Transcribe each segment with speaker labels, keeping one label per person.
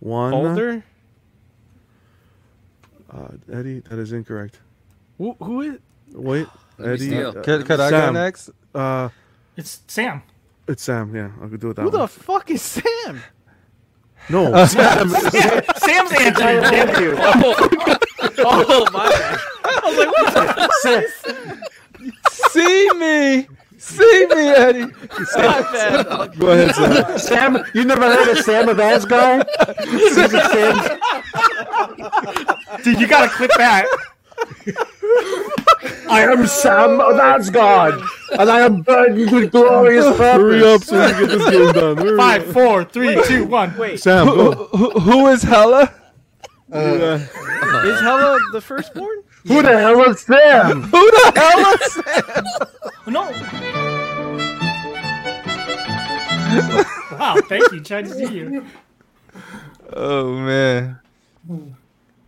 Speaker 1: One
Speaker 2: Older?
Speaker 1: Uh, Eddie, that is incorrect.
Speaker 2: Who, who is?
Speaker 1: Wait,
Speaker 3: Let me
Speaker 1: Eddie.
Speaker 3: steal.
Speaker 1: uh,
Speaker 4: Could, could I go
Speaker 1: Sam.
Speaker 4: next?
Speaker 1: Uh,
Speaker 5: It's Sam.
Speaker 1: it's Sam. Yeah, I could do it that
Speaker 2: Who
Speaker 1: one.
Speaker 2: the fuck is Sam?
Speaker 1: no,
Speaker 5: Sam's answer. damn it.
Speaker 3: Oh my!
Speaker 4: See me, see me, Eddie.
Speaker 1: go ahead, Sam.
Speaker 6: Sam, you never heard of Sam of Asgard? He's a Sam-
Speaker 5: Dude, you gotta clip that.
Speaker 6: I am Sam of Asgard, and I am burdened with glorious
Speaker 1: Hurry
Speaker 6: purpose.
Speaker 1: up so we can get this game done. Hurry
Speaker 5: Five,
Speaker 1: up.
Speaker 5: four, three, two, one. Wait.
Speaker 1: Sam,
Speaker 4: Who,
Speaker 1: go.
Speaker 4: who, who is Hella? Uh,
Speaker 1: Yeah.
Speaker 2: Is Hella the firstborn?
Speaker 6: Who the hell is Sam?
Speaker 4: Who the hell is Sam?
Speaker 5: No. wow, thank you, Chinese New Year.
Speaker 4: Oh man,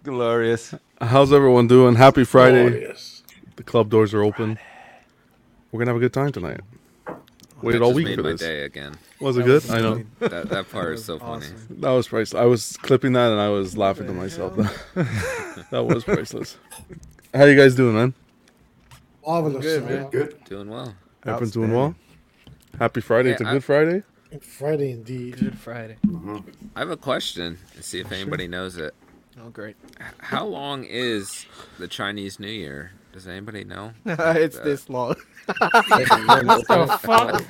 Speaker 4: glorious.
Speaker 1: How's everyone doing? Happy Friday.
Speaker 7: Glorious.
Speaker 1: The club doors are open. We're gonna have a good time tonight. Waited
Speaker 3: That
Speaker 1: all
Speaker 3: just
Speaker 1: week
Speaker 3: made
Speaker 1: for
Speaker 3: my
Speaker 1: this.
Speaker 3: day again.
Speaker 1: Was it good? I know.
Speaker 3: That, that part is so funny.
Speaker 1: That was priceless. I was clipping that and I was laughing to myself. that was priceless. How you guys doing, man?
Speaker 7: Marvelous.
Speaker 4: Good,
Speaker 7: man.
Speaker 4: man.
Speaker 7: Good.
Speaker 3: Doing well.
Speaker 1: Everyone's doing well. Happy Friday.
Speaker 3: Yeah,
Speaker 1: it's a
Speaker 3: I-
Speaker 1: good Friday.
Speaker 7: Friday indeed.
Speaker 2: Good Friday.
Speaker 3: I have a question and see if anybody knows it.
Speaker 2: Oh great.
Speaker 3: How long is the Chinese New Year? Does anybody know?
Speaker 2: it's this long.
Speaker 5: What the fuck?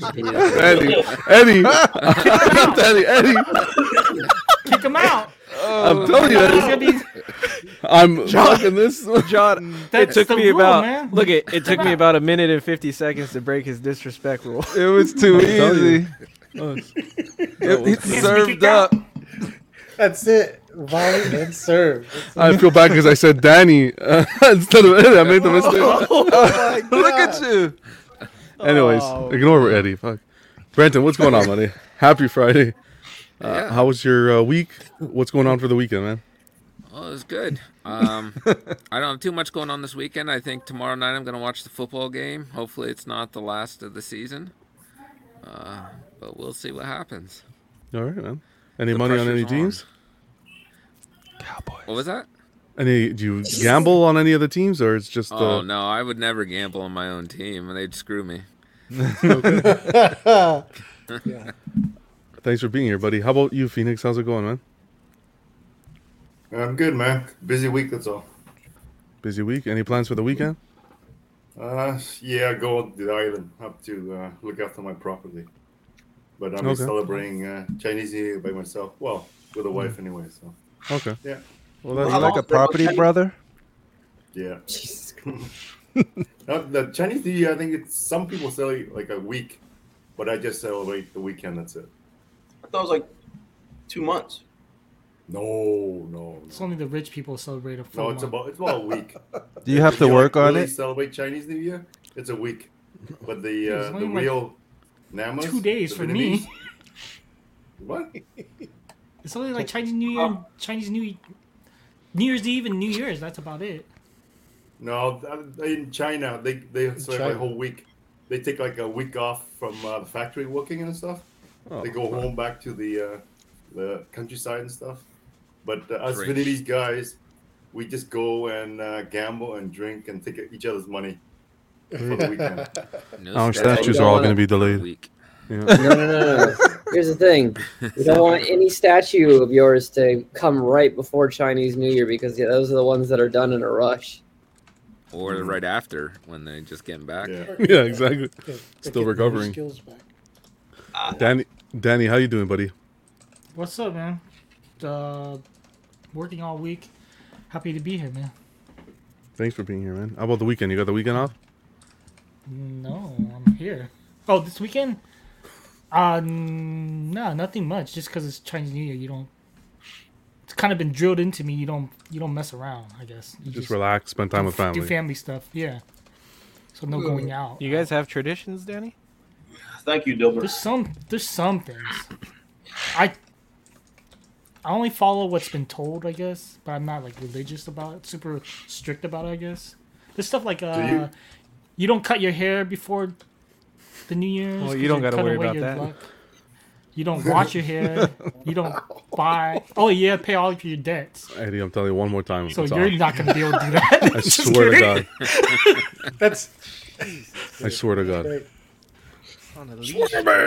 Speaker 1: Eddie, Eddie, Eddie, Eddie.
Speaker 5: Kick him out.
Speaker 1: I'm telling you,
Speaker 5: He's
Speaker 1: Eddie,
Speaker 5: gonna be-
Speaker 1: I'm fucking this.
Speaker 4: John,
Speaker 5: That's
Speaker 2: it took
Speaker 5: the
Speaker 2: me
Speaker 5: rule,
Speaker 2: about
Speaker 5: man.
Speaker 2: look it. It took me about a minute and fifty seconds to break his disrespect rule.
Speaker 4: it was too
Speaker 1: telling you.
Speaker 4: easy. It, it
Speaker 5: Yes, we kicked
Speaker 4: served
Speaker 5: out.
Speaker 4: up.
Speaker 7: That's it. Volley and serve.
Speaker 1: I feel bad because I said Danny uh, instead of Eddie. I made the mistake.
Speaker 4: Oh Look at you.
Speaker 1: Anyways,
Speaker 2: Oh.
Speaker 1: ignore Eddie. Fuck. Brenton, what's going on, buddy? Happy Friday. Uh,
Speaker 3: Yeah.
Speaker 1: How was your uh, week? What's going on for the weekend, man?
Speaker 3: Well, it was good. Um, I don't have too much going on this weekend. I think tomorrow night I'm going to watch the football game. Hopefully, it's not the last of the season. Uh, but we'll see what happens.
Speaker 1: All right, man. Any
Speaker 3: The
Speaker 1: money on
Speaker 3: pressure's
Speaker 1: any
Speaker 3: on.
Speaker 1: teams?
Speaker 3: What was that?
Speaker 1: Any? Do you gamble on any of the teams, or it's just?
Speaker 3: Oh,
Speaker 1: uh,
Speaker 3: no. I would never gamble on my own team, and they'd screw me.
Speaker 1: Thanks for being here, buddy. How about you, Phoenix? How's it going, man?
Speaker 7: I'm good, man. Busy week, that's all.
Speaker 1: Busy week. Any plans for the weekend?
Speaker 7: Uh, yeah, go to the island. Have to uh, look after my property. But I'm
Speaker 1: Okay. Mm.
Speaker 7: celebrating uh, Chinese New Year by myself. Well, with a wife anyway. So
Speaker 1: Okay.
Speaker 7: Yeah.
Speaker 1: Well,
Speaker 4: Are
Speaker 1: that's
Speaker 4: you like a property brother?
Speaker 7: yeah. Uh, the Chinese New Year, I think it's some people celebrate like a week, but I just celebrate the weekend. That's it.
Speaker 8: I thought it was like two months.
Speaker 7: No, no,
Speaker 5: It's
Speaker 7: no.
Speaker 5: only the rich people celebrate a full
Speaker 7: No, it's
Speaker 5: month.
Speaker 7: about it's about a week.
Speaker 4: Do you have
Speaker 7: If
Speaker 4: to
Speaker 7: you,
Speaker 4: work
Speaker 7: like,
Speaker 4: on
Speaker 7: really
Speaker 4: it?
Speaker 7: Celebrate Chinese New Year. It's a week, but the
Speaker 5: It's
Speaker 7: uh, the
Speaker 5: only like
Speaker 7: real Namas,
Speaker 5: two days
Speaker 7: the
Speaker 5: for me.
Speaker 7: Vietnamese- What?
Speaker 5: It's only like Chinese New Year, and Chinese New New Year's Eve and New Year's. That's about it.
Speaker 7: No, th- in China they they celebrate China. a whole week. They take like a week off from uh, the factory working and stuff.
Speaker 1: Oh,
Speaker 7: they go home back to the uh, the countryside and stuff. But uh, us
Speaker 3: Great.
Speaker 7: Vietnamese guys, we just go and uh, gamble and drink and take e-, each other's money for the weekend.
Speaker 3: No
Speaker 1: Our
Speaker 3: statues.
Speaker 1: Oh, statues
Speaker 9: don't
Speaker 1: are all
Speaker 9: wanna-
Speaker 1: going to be
Speaker 3: A
Speaker 1: delayed.
Speaker 3: week.
Speaker 1: Yeah.
Speaker 9: No, no, no, no. Here's the thing: you don't want any statue of yours to come right before Chinese New Year because yeah, those are the ones that are done in a rush.
Speaker 3: Or right after when they just getting back.
Speaker 7: yeah.
Speaker 1: yeah, exactly.
Speaker 7: They're
Speaker 1: Still
Speaker 7: getting their
Speaker 1: recovering. Uh,
Speaker 7: skills back.
Speaker 1: Danny, Danny, how you doing, buddy?
Speaker 5: What's up, man? Uh, working all week. Happy to be here, man.
Speaker 1: Thanks for being here, man. How about the weekend? You got the weekend off?
Speaker 5: No, I'm here. Oh, this weekend? Uh, no, nothing much. Just because it's Chinese New Year, you don't. It's kind of been drilled into me. You don't. You don't mess around. I guess. You
Speaker 1: Just relax, spend time with
Speaker 5: Do
Speaker 1: family.
Speaker 5: family stuff. Yeah. So no going out.
Speaker 2: You guys have traditions, Danny?
Speaker 8: Thank you, Dilbert.
Speaker 5: There's some. There's some things. I. I only follow what's been told, I guess, but I'm not like religious about it. Super strict about it, I guess. There's stuff like uh,
Speaker 7: you-
Speaker 5: you? don't cut your hair before the New Year's.
Speaker 2: Well,
Speaker 5: 'cause
Speaker 2: you don't
Speaker 5: it
Speaker 2: gotta
Speaker 5: cut
Speaker 2: worry
Speaker 5: away
Speaker 2: about
Speaker 5: your
Speaker 2: that.
Speaker 5: luck. You don't wash your hair. You don't buy. Oh yeah, pay all of your debts.
Speaker 1: Eddie, I'm telling you one more time.
Speaker 5: So
Speaker 1: it's
Speaker 5: you're
Speaker 1: off.
Speaker 5: not gonna be able to do that.
Speaker 1: I
Speaker 5: Just
Speaker 1: swear to
Speaker 5: kidding.
Speaker 1: God.
Speaker 10: That's.
Speaker 1: I swear to God.
Speaker 10: Great.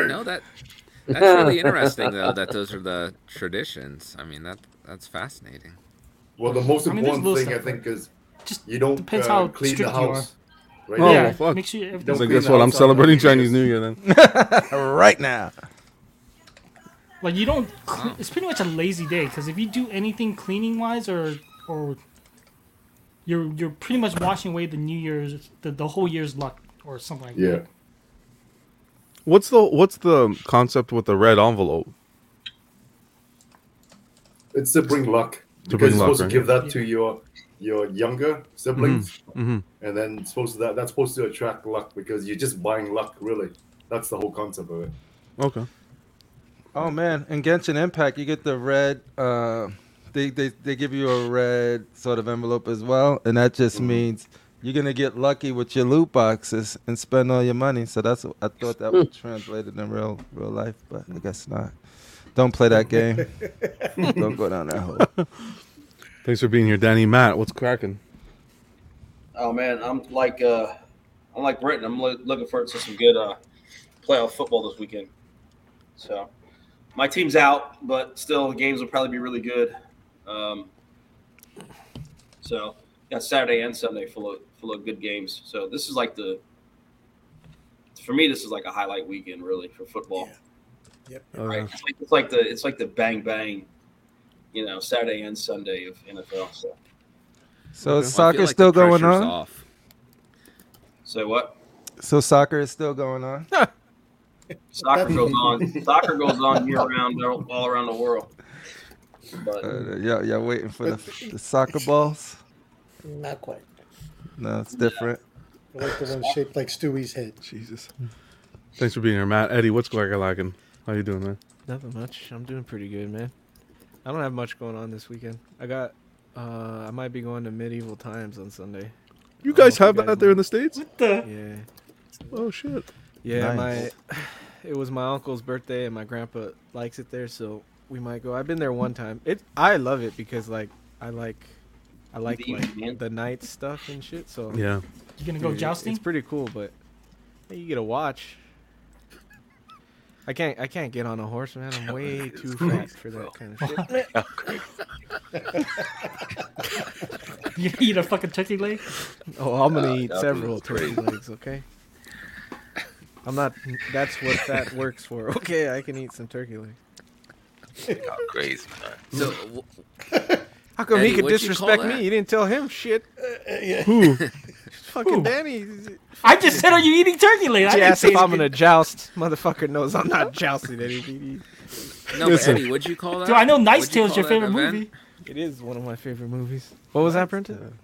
Speaker 3: No, that that's really interesting though. That those are the traditions. I mean, that that's fascinating.
Speaker 7: Well, the most
Speaker 5: I mean, there's
Speaker 7: important
Speaker 5: little
Speaker 7: thing I
Speaker 5: stuff,
Speaker 7: think is
Speaker 5: Just
Speaker 7: you don't
Speaker 5: depends
Speaker 7: uh,
Speaker 5: how
Speaker 7: clean the
Speaker 5: strict you are.
Speaker 7: house. Right?
Speaker 1: Oh,
Speaker 5: Yeah,
Speaker 1: well, fuck.
Speaker 5: make sure you-
Speaker 7: Don't
Speaker 1: So
Speaker 7: clean
Speaker 1: guess
Speaker 7: the
Speaker 1: what? I'm
Speaker 7: house out.
Speaker 1: celebrating Chinese New Year then.
Speaker 4: right now.
Speaker 5: Like you don't. Cle- It's pretty much a lazy day because if you do anything cleaning wise or or you're you're pretty much washing away the New Year's the, the whole year's luck or something like
Speaker 7: Yeah.
Speaker 5: that.
Speaker 1: What's the what's the concept with the red envelope?
Speaker 7: It's to bring luck.
Speaker 1: To
Speaker 7: because you're
Speaker 1: bring luck,
Speaker 7: supposed
Speaker 1: right?
Speaker 7: to give that to your your younger siblings,
Speaker 4: Mm-hmm.
Speaker 7: and then it's supposed to, that that's supposed to attract luck because you're just buying luck. Really, that's the whole concept of it.
Speaker 1: Okay.
Speaker 4: Oh man, in Genshin Impact, you get the red. Uh, they, they they give you a red sort of envelope as well, and that just means you're gonna get lucky with your loot boxes and spend all your money. So that's I thought that would translate it in real real life, but I guess not. Don't play that game. Don't go down that hole.
Speaker 1: Thanks for being here, Danny. Matt, what's cracking?
Speaker 8: Oh man, I'm like uh, I'm like Britton. I'm loo- looking forward to some good uh, playoff football this weekend. So my team's out, but still the games will probably be really good. Um, so got Saturday and Sunday full of full of good games. So this is like the for me this is like a highlight weekend really for football. Right?
Speaker 1: Uh,
Speaker 8: It's, like, it's like the it's like the bang bang, you know, Saturday and Sunday of NFL. So
Speaker 4: So is
Speaker 3: Well, I feel
Speaker 4: soccer
Speaker 3: like the
Speaker 4: still going
Speaker 3: pressure's
Speaker 4: on?
Speaker 3: Off.
Speaker 8: so what?
Speaker 4: So soccer is still going on. Uh,
Speaker 8: Soccer goes on. Soccer goes on year round, all- all around the world. But
Speaker 4: Uh, yeah, yeah, waiting for the, the soccer balls.
Speaker 10: Not quite.
Speaker 4: No, it's different.
Speaker 10: I like the one shaped like Stewie's head.
Speaker 1: Jesus. Thanks for being here, Matt. Eddie, what's cracking? lacking? How you doing, man?
Speaker 2: Nothing much. I'm doing pretty good, man. I don't have much going on this weekend. I got. Uh, I might be going to Medieval Times on Sunday.
Speaker 1: You
Speaker 2: Oh,
Speaker 1: guys have
Speaker 2: you guys
Speaker 1: that there in the states?
Speaker 2: Yeah.
Speaker 1: Oh shit.
Speaker 2: Yeah,
Speaker 4: Nice.
Speaker 2: my it was my uncle's birthday and my grandpa likes it there, so we might go. I've been there one time. It I love it because like I like I like
Speaker 8: The
Speaker 2: like
Speaker 8: event.
Speaker 2: the night stuff and shit. So
Speaker 1: Yeah.
Speaker 5: You're gonna
Speaker 2: dude,
Speaker 5: go
Speaker 2: it-
Speaker 5: jousting.
Speaker 2: It's pretty cool, but you get a watch. I can't I can't get on a horse, man. I'm way too fat for that kind of shit.
Speaker 5: You eat a fucking turkey leg.
Speaker 2: Oh, I'm gonna eat
Speaker 8: that
Speaker 2: several
Speaker 8: was
Speaker 2: turkey legs, okay? I'm not. That's what fat works for. Okay, I can eat some turkey legs.
Speaker 11: Crazy.
Speaker 3: So w-
Speaker 2: How come
Speaker 3: Eddie,
Speaker 2: he could
Speaker 3: what'd you call
Speaker 2: disrespect
Speaker 3: that?
Speaker 2: me? You didn't tell him shit. Fucking
Speaker 5: Who?
Speaker 2: Danny.
Speaker 5: I just said, are you eating turkey leg? I
Speaker 2: She
Speaker 5: didn't
Speaker 2: asked if
Speaker 5: say
Speaker 2: I'm
Speaker 5: anything.
Speaker 2: gonna joust. Motherfucker knows I'm not jousting anything.
Speaker 3: no, but
Speaker 1: Listen.
Speaker 3: Eddie, would you call that?
Speaker 5: Dude, I know Nice
Speaker 3: What'd you
Speaker 5: Tales
Speaker 3: call
Speaker 5: your
Speaker 3: that
Speaker 5: favorite
Speaker 3: event?
Speaker 5: movie.
Speaker 2: It is one of my favorite movies. What was that, Brenton?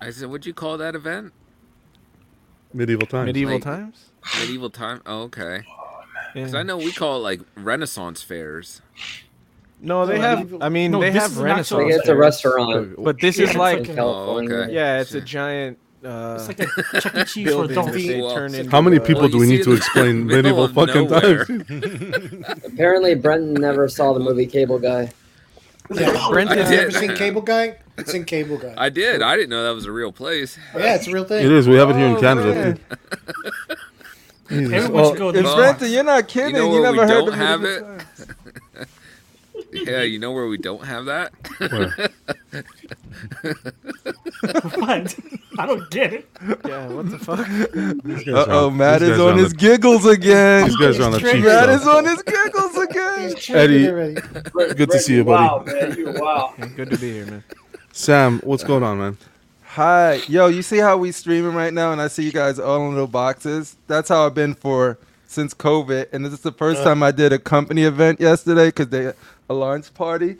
Speaker 3: I said, would you call that event
Speaker 1: Medieval times.
Speaker 2: Medieval
Speaker 3: Like-
Speaker 2: Times.
Speaker 3: medieval time? Oh, okay, because I
Speaker 2: Yeah.
Speaker 3: know we call it like Renaissance fairs.
Speaker 2: No, they
Speaker 10: No,
Speaker 2: have.
Speaker 10: medieval-
Speaker 2: I mean,
Speaker 5: No,
Speaker 2: they
Speaker 5: this
Speaker 2: have
Speaker 5: is an
Speaker 2: Renaissance.
Speaker 5: actual- Like,
Speaker 9: Like, it's a
Speaker 2: fairs,
Speaker 9: restaurant.
Speaker 2: But this is
Speaker 5: Yeah,
Speaker 2: like,
Speaker 9: in
Speaker 5: okay.
Speaker 9: California.
Speaker 3: Oh, okay.
Speaker 2: yeah, it's a
Speaker 3: Sure.
Speaker 2: giant. Uh,
Speaker 5: It's like a Chuck E. Cheese for
Speaker 2: building that
Speaker 5: adults.
Speaker 2: they
Speaker 3: Well,
Speaker 2: turn into uh,
Speaker 1: How many
Speaker 2: a-
Speaker 1: people
Speaker 3: Well,
Speaker 1: do
Speaker 3: you
Speaker 1: we
Speaker 3: see
Speaker 1: need to
Speaker 3: the
Speaker 1: explain
Speaker 3: middle
Speaker 1: medieval
Speaker 3: of
Speaker 1: fucking
Speaker 3: nowhere.
Speaker 1: times?
Speaker 9: Apparently, Brenton never saw the movie Cable Guy.
Speaker 10: Yeah.
Speaker 2: Brenton-
Speaker 10: Have you ever
Speaker 3: I did.
Speaker 10: seen Cable Guy? It's in Cable Guy.
Speaker 3: I did. I didn't know that was a real place.
Speaker 10: yeah, it's a real
Speaker 1: It
Speaker 10: thing.
Speaker 1: is. We have it here in
Speaker 4: Oh,
Speaker 1: Canada.
Speaker 4: man.
Speaker 1: too.
Speaker 5: Everyone
Speaker 4: Well,
Speaker 5: should go
Speaker 4: if
Speaker 5: there.
Speaker 4: Brenton, Oh, you're not kidding. You,
Speaker 3: where we
Speaker 4: never heard
Speaker 3: don't
Speaker 4: of
Speaker 3: have
Speaker 4: medieval
Speaker 3: it?
Speaker 4: times.
Speaker 3: Yeah, you know where we don't have that?
Speaker 1: Where?
Speaker 5: What? I don't get it.
Speaker 2: Yeah, what the fuck?
Speaker 1: These guys
Speaker 4: Uh
Speaker 1: are-
Speaker 4: oh, Matt
Speaker 1: these
Speaker 4: is
Speaker 1: guys are
Speaker 4: on his
Speaker 1: the-
Speaker 4: giggles again.
Speaker 1: These guys are on the
Speaker 5: He's
Speaker 1: cheap
Speaker 4: Matt
Speaker 1: stuff.
Speaker 4: is on his giggles again.
Speaker 10: He's triggered
Speaker 1: Eddie.
Speaker 10: already.
Speaker 1: Good to see you, buddy.
Speaker 8: Wow, man, you wow.
Speaker 2: Yeah, good to be here, man.
Speaker 1: Sam, what's going on, man?
Speaker 4: Hi, yo, you see how we streaming right now, and I see you guys all in little boxes. That's how I've been for since COVID, and this is the
Speaker 8: Uh.
Speaker 4: first time I did a company event yesterday because they a launch party.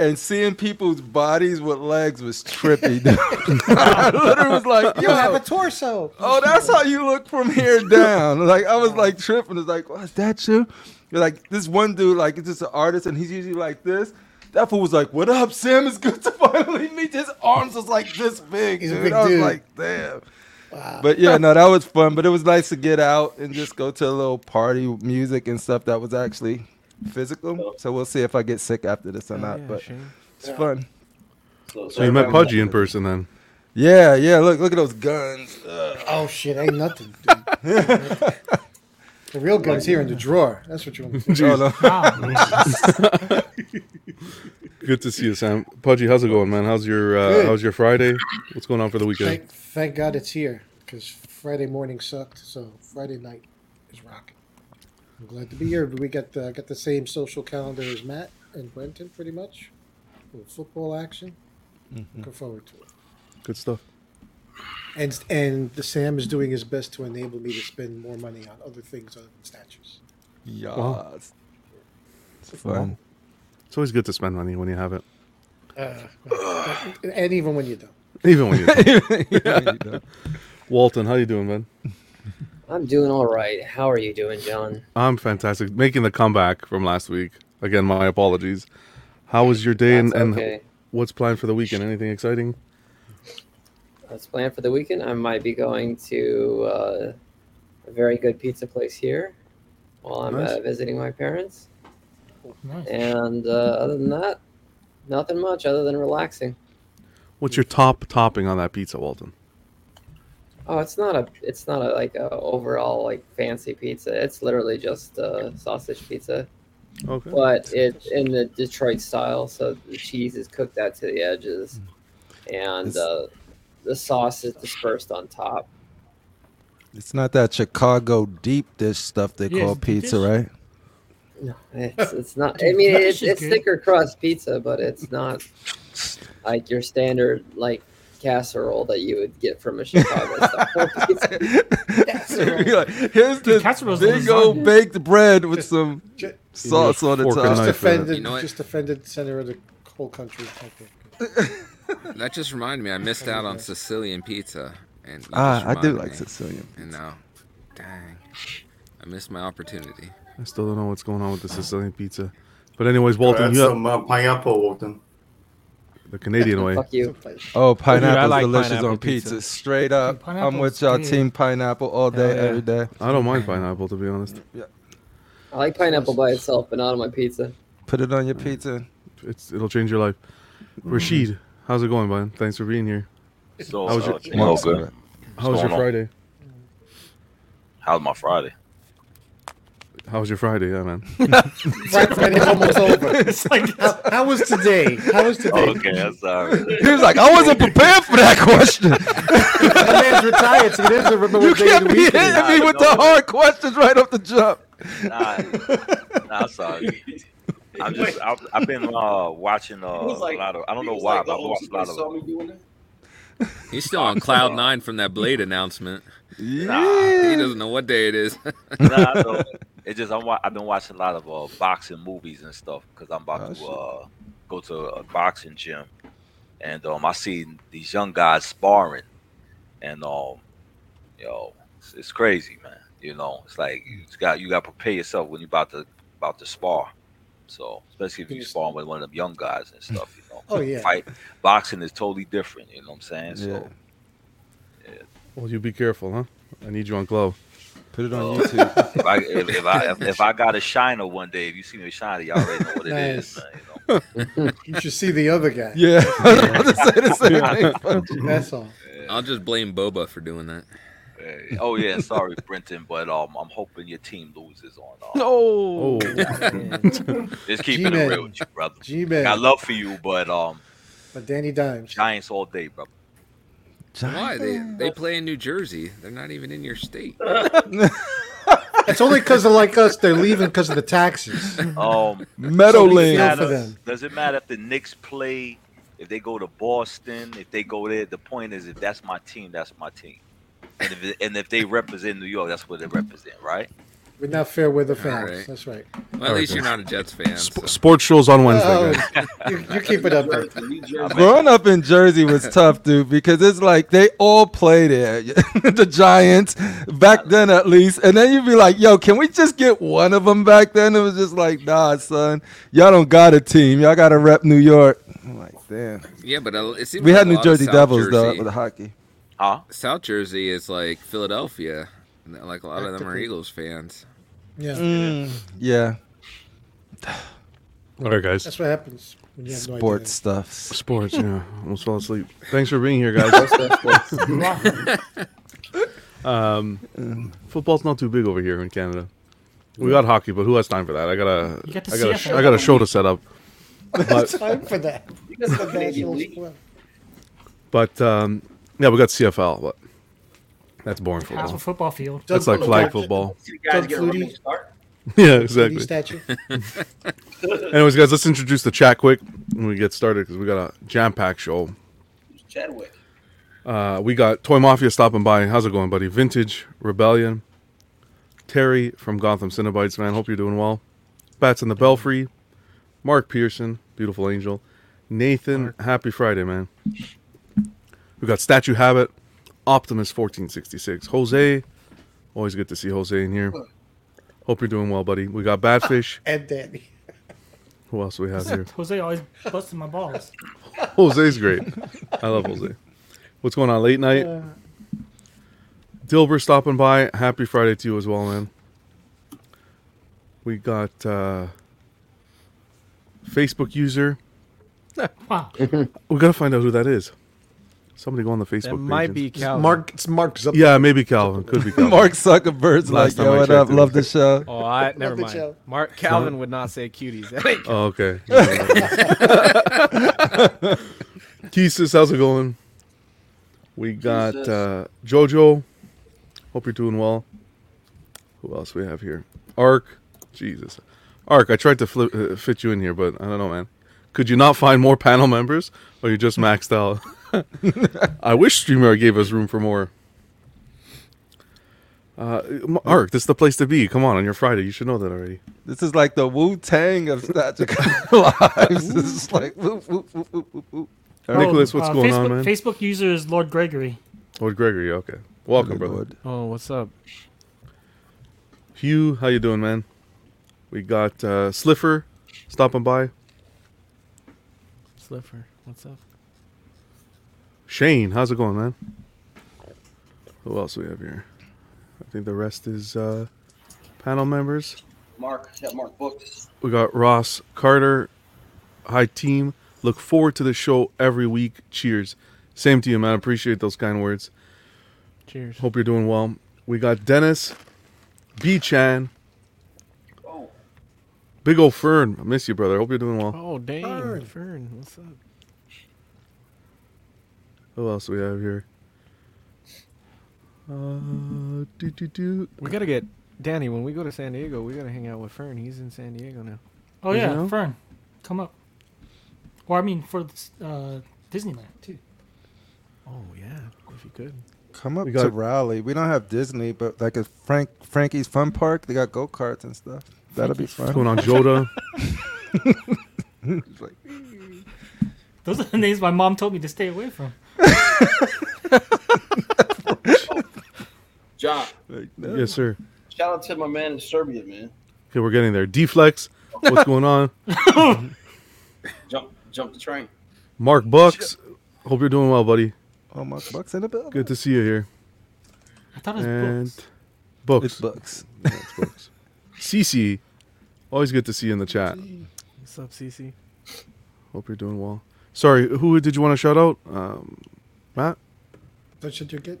Speaker 4: And seeing people's bodies with legs was trippy. Dude. I literally was like,
Speaker 10: You have
Speaker 4: "Yo,
Speaker 10: a torso.
Speaker 4: Oh, that's how you look from here down. Like I was like tripping. It's like, what is that you? You're like this one dude, like it's just an artist, and he's usually like this. That fool was like, "What up, Sam? It's good to finally meet." His arms was like this big,
Speaker 10: He's a
Speaker 4: dude.
Speaker 10: big
Speaker 4: I was
Speaker 10: dude.
Speaker 4: like, "Damn." But yeah, no, that was fun. But it was nice to get out and just go to a little party with music and stuff that was actually
Speaker 10: Oh.
Speaker 4: physical. So we'll see if I get sick after this or not. but it's fun.
Speaker 1: So you met Pudgy in person then.
Speaker 4: Yeah, yeah. Look, look at those guns.
Speaker 10: Oh shit, ain't nothing. dude. the real gun's here in the drawer. That's what you want.
Speaker 4: Oh,
Speaker 10: To do.
Speaker 1: Good to see you, Sam. Pudgy, how's it going, man? How's your uh,
Speaker 10: Good.
Speaker 1: how's your Friday? What's going on for the weekend?
Speaker 10: thank, thank God it's here because Friday morning sucked. So Friday night is rocking. I'm glad to be here. We got the, got the same social calendar as Matt and Brenton, pretty much. With football action. Looking forward to it.
Speaker 1: Good stuff.
Speaker 10: And and the Sam is doing his best to enable me to spend more money on other things other than statues.
Speaker 4: Yeah.
Speaker 1: Wow.
Speaker 4: It's fun.
Speaker 1: It's always good to spend money when you have it,
Speaker 10: Uh, and even when you don't.
Speaker 1: even when you
Speaker 4: don't.
Speaker 1: Walton, how you doing, man?
Speaker 9: I'm doing all right. How are you doing, John?
Speaker 1: I'm fantastic. Making the comeback from last week. Again, my apologies. How was your day and,
Speaker 9: That's
Speaker 1: and
Speaker 9: okay.
Speaker 1: what's planned for the weekend? Anything exciting?
Speaker 9: That's planned for the weekend. I might be going to uh, a very good pizza place here while I'm
Speaker 5: Nice.
Speaker 9: uh, visiting my parents.
Speaker 5: Nice.
Speaker 9: And uh, other than that, nothing much other than relaxing.
Speaker 1: What's your top topping on that pizza, Walton?
Speaker 9: Oh, it's not a it's not a like a overall like fancy pizza. It's literally just uh, sausage pizza.
Speaker 1: Okay.
Speaker 9: But it's in the Detroit style, so the cheese is cooked out to the edges,
Speaker 5: Mm.
Speaker 9: and uh, the sauce is dispersed on top.
Speaker 4: It's not that Chicago deep dish stuff they
Speaker 9: Yeah,
Speaker 4: call
Speaker 9: it's deep
Speaker 4: pizza,
Speaker 9: dish.
Speaker 4: right?
Speaker 9: No, it's, it's not. I
Speaker 5: Dude,
Speaker 9: mean,
Speaker 5: that
Speaker 9: it's,
Speaker 5: shit's
Speaker 9: it's
Speaker 5: good.
Speaker 9: thicker crust pizza, but it's not like your standard like casserole that you would get from a Chicago style pizza.
Speaker 4: You're like, Here's
Speaker 9: Dude,
Speaker 4: this
Speaker 9: casserole's
Speaker 4: big old
Speaker 9: lasagna.
Speaker 4: baked bread with some
Speaker 10: ju-
Speaker 4: sauce on the
Speaker 1: Fork and
Speaker 4: top.
Speaker 1: knife.
Speaker 10: Just offended,
Speaker 3: You know what?
Speaker 10: just offended center of the whole country. I think.
Speaker 3: That just reminded me, I missed out on Sicilian pizza. And you
Speaker 4: Ah,
Speaker 3: just
Speaker 4: I do
Speaker 3: reminded
Speaker 4: like
Speaker 3: me.
Speaker 4: Sicilian
Speaker 3: And now, dang, I missed my opportunity.
Speaker 1: I still don't know what's going on with the Sicilian pizza. But anyways, Walton,
Speaker 7: Add
Speaker 1: you
Speaker 7: some
Speaker 1: have
Speaker 7: uh, pineapple, Walton.
Speaker 1: the Canadian way.
Speaker 9: Fuck you.
Speaker 4: Oh, pineapple's
Speaker 2: like
Speaker 4: delicious
Speaker 2: pineapple
Speaker 4: on pizza.
Speaker 2: pizza.
Speaker 4: Straight up. I'm with
Speaker 9: Pineapple's
Speaker 4: y'all
Speaker 9: good.
Speaker 4: team pineapple all day,
Speaker 2: yeah.
Speaker 4: every day.
Speaker 1: I don't mind pineapple to be honest.
Speaker 9: I like pineapple by itself, but not on my pizza.
Speaker 4: Put it on your pizza. Mm.
Speaker 1: It's it'll change your life. Rashid, how's it going, man? Thanks for being here.
Speaker 11: So,
Speaker 1: How was your-
Speaker 11: uh, you know,
Speaker 1: What's-
Speaker 11: good.
Speaker 1: How was
Speaker 11: What's
Speaker 1: your
Speaker 11: going on?
Speaker 1: Friday?
Speaker 11: How's my Friday?
Speaker 1: How was your Friday, yeah, man?
Speaker 10: Right, Friday's almost over.
Speaker 5: It's like
Speaker 10: How, how was today? How was today?
Speaker 11: Okay, that's all right.
Speaker 4: He was like, I wasn't prepared for that question.
Speaker 10: The man's retired, so he doesn't remember
Speaker 4: You
Speaker 10: what day of
Speaker 4: can't
Speaker 10: the
Speaker 4: be
Speaker 10: week it
Speaker 4: hitting
Speaker 10: is.
Speaker 4: me with the hard questions right off the jump.
Speaker 11: Nah, nah, I'm sorry. I'm just, I've, I've been uh, watching uh,
Speaker 8: was like-
Speaker 11: a lot of, I don't
Speaker 8: he
Speaker 11: know
Speaker 8: was
Speaker 11: why,
Speaker 8: like,
Speaker 11: but I've
Speaker 8: "Oh,
Speaker 11: watched a lot
Speaker 8: they
Speaker 11: of.
Speaker 8: saw me doing that?"
Speaker 3: He's still on cloud nine from that Blade announcement. He
Speaker 4: Yeah.
Speaker 3: doesn't know what day it is.
Speaker 11: nah, I know. It's just I'm wa- I've been watching a lot of uh, boxing movies and stuff because I'm about
Speaker 4: Oh,
Speaker 11: to
Speaker 4: shit.
Speaker 11: uh, go to a boxing gym, and um, I see these young guys sparring, and um, you know, it's, it's crazy, man. You know, it's like you got you got to prepare yourself when you about to about to spar. So especially if you
Speaker 10: Yes.
Speaker 11: sparring with one of them young guys and stuff, you know.
Speaker 10: Oh, yeah.
Speaker 11: Fight boxing is totally different. You know what I'm saying? So
Speaker 1: Well, Oh, you be careful, huh? I need you on glow.
Speaker 4: Put it
Speaker 11: on
Speaker 4: on
Speaker 11: Oh.
Speaker 4: YouTube.
Speaker 11: if I if, if I if, if I got a shiner one day, if you see me with shiner, y'all already know what it is.
Speaker 10: Nice.
Speaker 11: man, you know?
Speaker 10: You should see the other guy.
Speaker 4: Yeah. I was about to say the same thing.
Speaker 10: That's all.
Speaker 3: I'll just blame Boba for doing that.
Speaker 11: Uh, oh yeah, sorry, Brenton, but um, I'm hoping your team loses on. Uh,
Speaker 1: Oh,
Speaker 11: Just keeping it
Speaker 10: G-Man.
Speaker 11: real with you, brother.
Speaker 10: Oh. G-Man.
Speaker 11: I love for you, but um,
Speaker 10: But Danny Dimes.
Speaker 11: Giants all day, brother.
Speaker 3: Why they they play in New Jersey? They're not even in your state.
Speaker 10: It's only because of like us, they're leaving because of the taxes.
Speaker 3: Oh.
Speaker 11: Um, does it
Speaker 10: Feel
Speaker 4: Meadowlands.
Speaker 10: for
Speaker 11: matter,
Speaker 10: them.
Speaker 11: does it matter if the Knicks play? If they go to Boston, if they go there, the point is if that's my team, that's my team. And if, it- and if they represent New York, that's what they represent, right?
Speaker 10: We're not fair weather fans.
Speaker 3: right.
Speaker 10: That's right.
Speaker 3: Well, at least you're not a Jets fan. so.
Speaker 1: Sp- sports shows on Wednesday.
Speaker 10: Oh,
Speaker 1: guys.
Speaker 10: you, you keep it up. Bert.
Speaker 8: New Jersey.
Speaker 4: Growing up in Jersey was tough, dude, because it's like they all play there. the Giants, back then at least. And then you'd be like, yo, can we just get one of them back then? It was just like, nah, son. Y'all don't got a team. Y'all got to rep New York. I'm like, damn.
Speaker 3: Yeah, but uh, it seems
Speaker 4: We
Speaker 3: like
Speaker 4: had
Speaker 3: a
Speaker 4: New
Speaker 3: lot of
Speaker 4: Jersey
Speaker 3: South
Speaker 4: Devils, though,
Speaker 3: Jersey-
Speaker 4: with the hockey.
Speaker 11: Huh?
Speaker 3: South Jersey is like Philadelphia. and, Like a lot of them are
Speaker 11: Actively.
Speaker 3: Eagles fans.
Speaker 10: Yeah.
Speaker 4: Mm. Yeah.
Speaker 1: All right, guys.
Speaker 10: That's what happens when you have no idea.
Speaker 4: Sports stuff.
Speaker 1: Sports, yeah. Almost fell asleep. Thanks for being here, guys. um, football's not too big over here in Canada. We got hockey, but who has time for that? I got a,
Speaker 10: You got the
Speaker 1: I got a,
Speaker 10: CFL.
Speaker 1: I got a show to set up. But,
Speaker 10: time for that.
Speaker 8: You guys have a Canadian
Speaker 10: National
Speaker 8: league?
Speaker 10: sport.
Speaker 1: but um, yeah, we got CFL, but that's boring
Speaker 5: Half
Speaker 1: football.
Speaker 5: a football field.
Speaker 1: That's like flag football.
Speaker 10: Doug
Speaker 8: get a
Speaker 10: Flutie.
Speaker 8: running start?
Speaker 1: Yeah, exactly.
Speaker 10: Flutie statue.
Speaker 1: Anyways, guys, let's introduce the chat quick when we get started because we got a jam-packed show.
Speaker 8: Chadwick.
Speaker 1: Uh, we got Toy Mafia stopping by. How's it going, buddy? Vintage Rebellion. Terry from Gotham Cinnabites, man. Hope you're doing well. Bats in the Belfry. Mark Pearson, beautiful angel. Nathan, happy Friday, man. We got Statue Habit, Optimus 1466. Jose, always good to see Jose in here. Hope you're doing well, buddy. We got Badfish.
Speaker 10: And Danny.
Speaker 1: Who else do we have here?
Speaker 5: Jose always busting my balls.
Speaker 1: Jose's great. I love Jose. What's going on? Late night.
Speaker 5: Uh.
Speaker 1: Dilber stopping by. Happy Friday to you as well, man. We got uh, Facebook user.
Speaker 5: Wow.
Speaker 1: We gotta find out who that is. Somebody go on the Facebook.
Speaker 2: That
Speaker 1: page
Speaker 2: might
Speaker 1: and-
Speaker 2: be It's Calvin.
Speaker 10: Mark- it's Mark Zuckerberg.
Speaker 1: Yeah, maybe Calvin. Could be Calvin.
Speaker 4: Mark Zuckerberg's
Speaker 1: Last
Speaker 4: like,
Speaker 1: time I
Speaker 4: yo, what
Speaker 1: checked,
Speaker 4: up?
Speaker 1: it
Speaker 4: Love the
Speaker 1: was-
Speaker 4: show.
Speaker 2: Oh, I never
Speaker 10: the
Speaker 2: mind.
Speaker 10: joke.
Speaker 2: Mark
Speaker 1: Huh?
Speaker 2: Calvin would not say cuties. That ain't-
Speaker 1: Oh, okay. Keesis, how's it going? We got
Speaker 2: Keesus.
Speaker 1: uh, Jojo. Hope you're doing well. Who else we have here? Ark. Jesus. Ark, I tried to flip, uh, fit you in here, but I don't know, man. Could you not find more panel members, or you just maxed out? I wish StreamYard gave us room for more. Uh, M- Ark, this is the place to be. Come on, on your Friday, you should know that already.
Speaker 4: This is like the Wu Tang of Statue Lives. This is like, whoop, whoop, whoop, whoop, whoop, whoop.
Speaker 1: Nicholas, what's going
Speaker 5: Oh, uh, Facebook,
Speaker 1: on, man?
Speaker 5: Facebook user is Lord Gregory.
Speaker 1: Lord Oh, Gregory, okay. Welcome, brother.
Speaker 2: Oh, what's up?
Speaker 1: Hugh, how you doing, man? We got uh, Sliffer stopping by.
Speaker 2: Slipper. What's up?
Speaker 1: Shane, how's it going, man? Who else we have here? I think the rest is uh, panel members.
Speaker 8: Mark, got Mark booked.
Speaker 1: We got Ross Carter. Hi, team. Look forward to the show every week. Cheers. Same to you, man. Appreciate those kind words.
Speaker 2: Cheers.
Speaker 1: Hope you're doing well. We got Dennis, B Chan, Big Ol' Fern. I miss you, brother. Hope you're doing well.
Speaker 2: Oh, dang.
Speaker 10: Fern.
Speaker 2: Fern, what's up?
Speaker 1: Who else we have here? Uh, do, do, do.
Speaker 2: We gotta get Danny. When we go to San Diego, we gotta hang out with Fern. He's in San Diego now.
Speaker 5: Oh
Speaker 2: You
Speaker 5: yeah,
Speaker 2: know?
Speaker 5: Fern, come up. Or I mean, for uh, Disneyland too.
Speaker 2: Oh yeah, if you could.
Speaker 4: Come up
Speaker 1: We
Speaker 4: to
Speaker 1: got-
Speaker 4: Raleigh. We don't have Disney, but like a Frank Frankie's Fun Park, they got go karts and stuff. That'll be fun.
Speaker 1: What's going on, Joda?
Speaker 4: It's like,
Speaker 5: Those are the names my mom told me to stay away from.
Speaker 8: John,
Speaker 1: yes, sir.
Speaker 8: shout out to my man in Serbia, man.
Speaker 1: Okay, we're getting there. Deflex, what's going on?
Speaker 8: Jump, jump the train.
Speaker 1: Mark Bucks, hope you're doing well, buddy.
Speaker 4: oh, my bucks in the bill.
Speaker 1: Good to see you here.
Speaker 5: I thought it was
Speaker 1: And books.
Speaker 5: books.
Speaker 4: It's bucks.
Speaker 1: Yeah, it's books. CC, always good to see you in the chat.
Speaker 2: What's up, Cece?
Speaker 1: Hope you're doing well. Sorry, who did you want to shout out? Um, Matt,
Speaker 10: That should you get.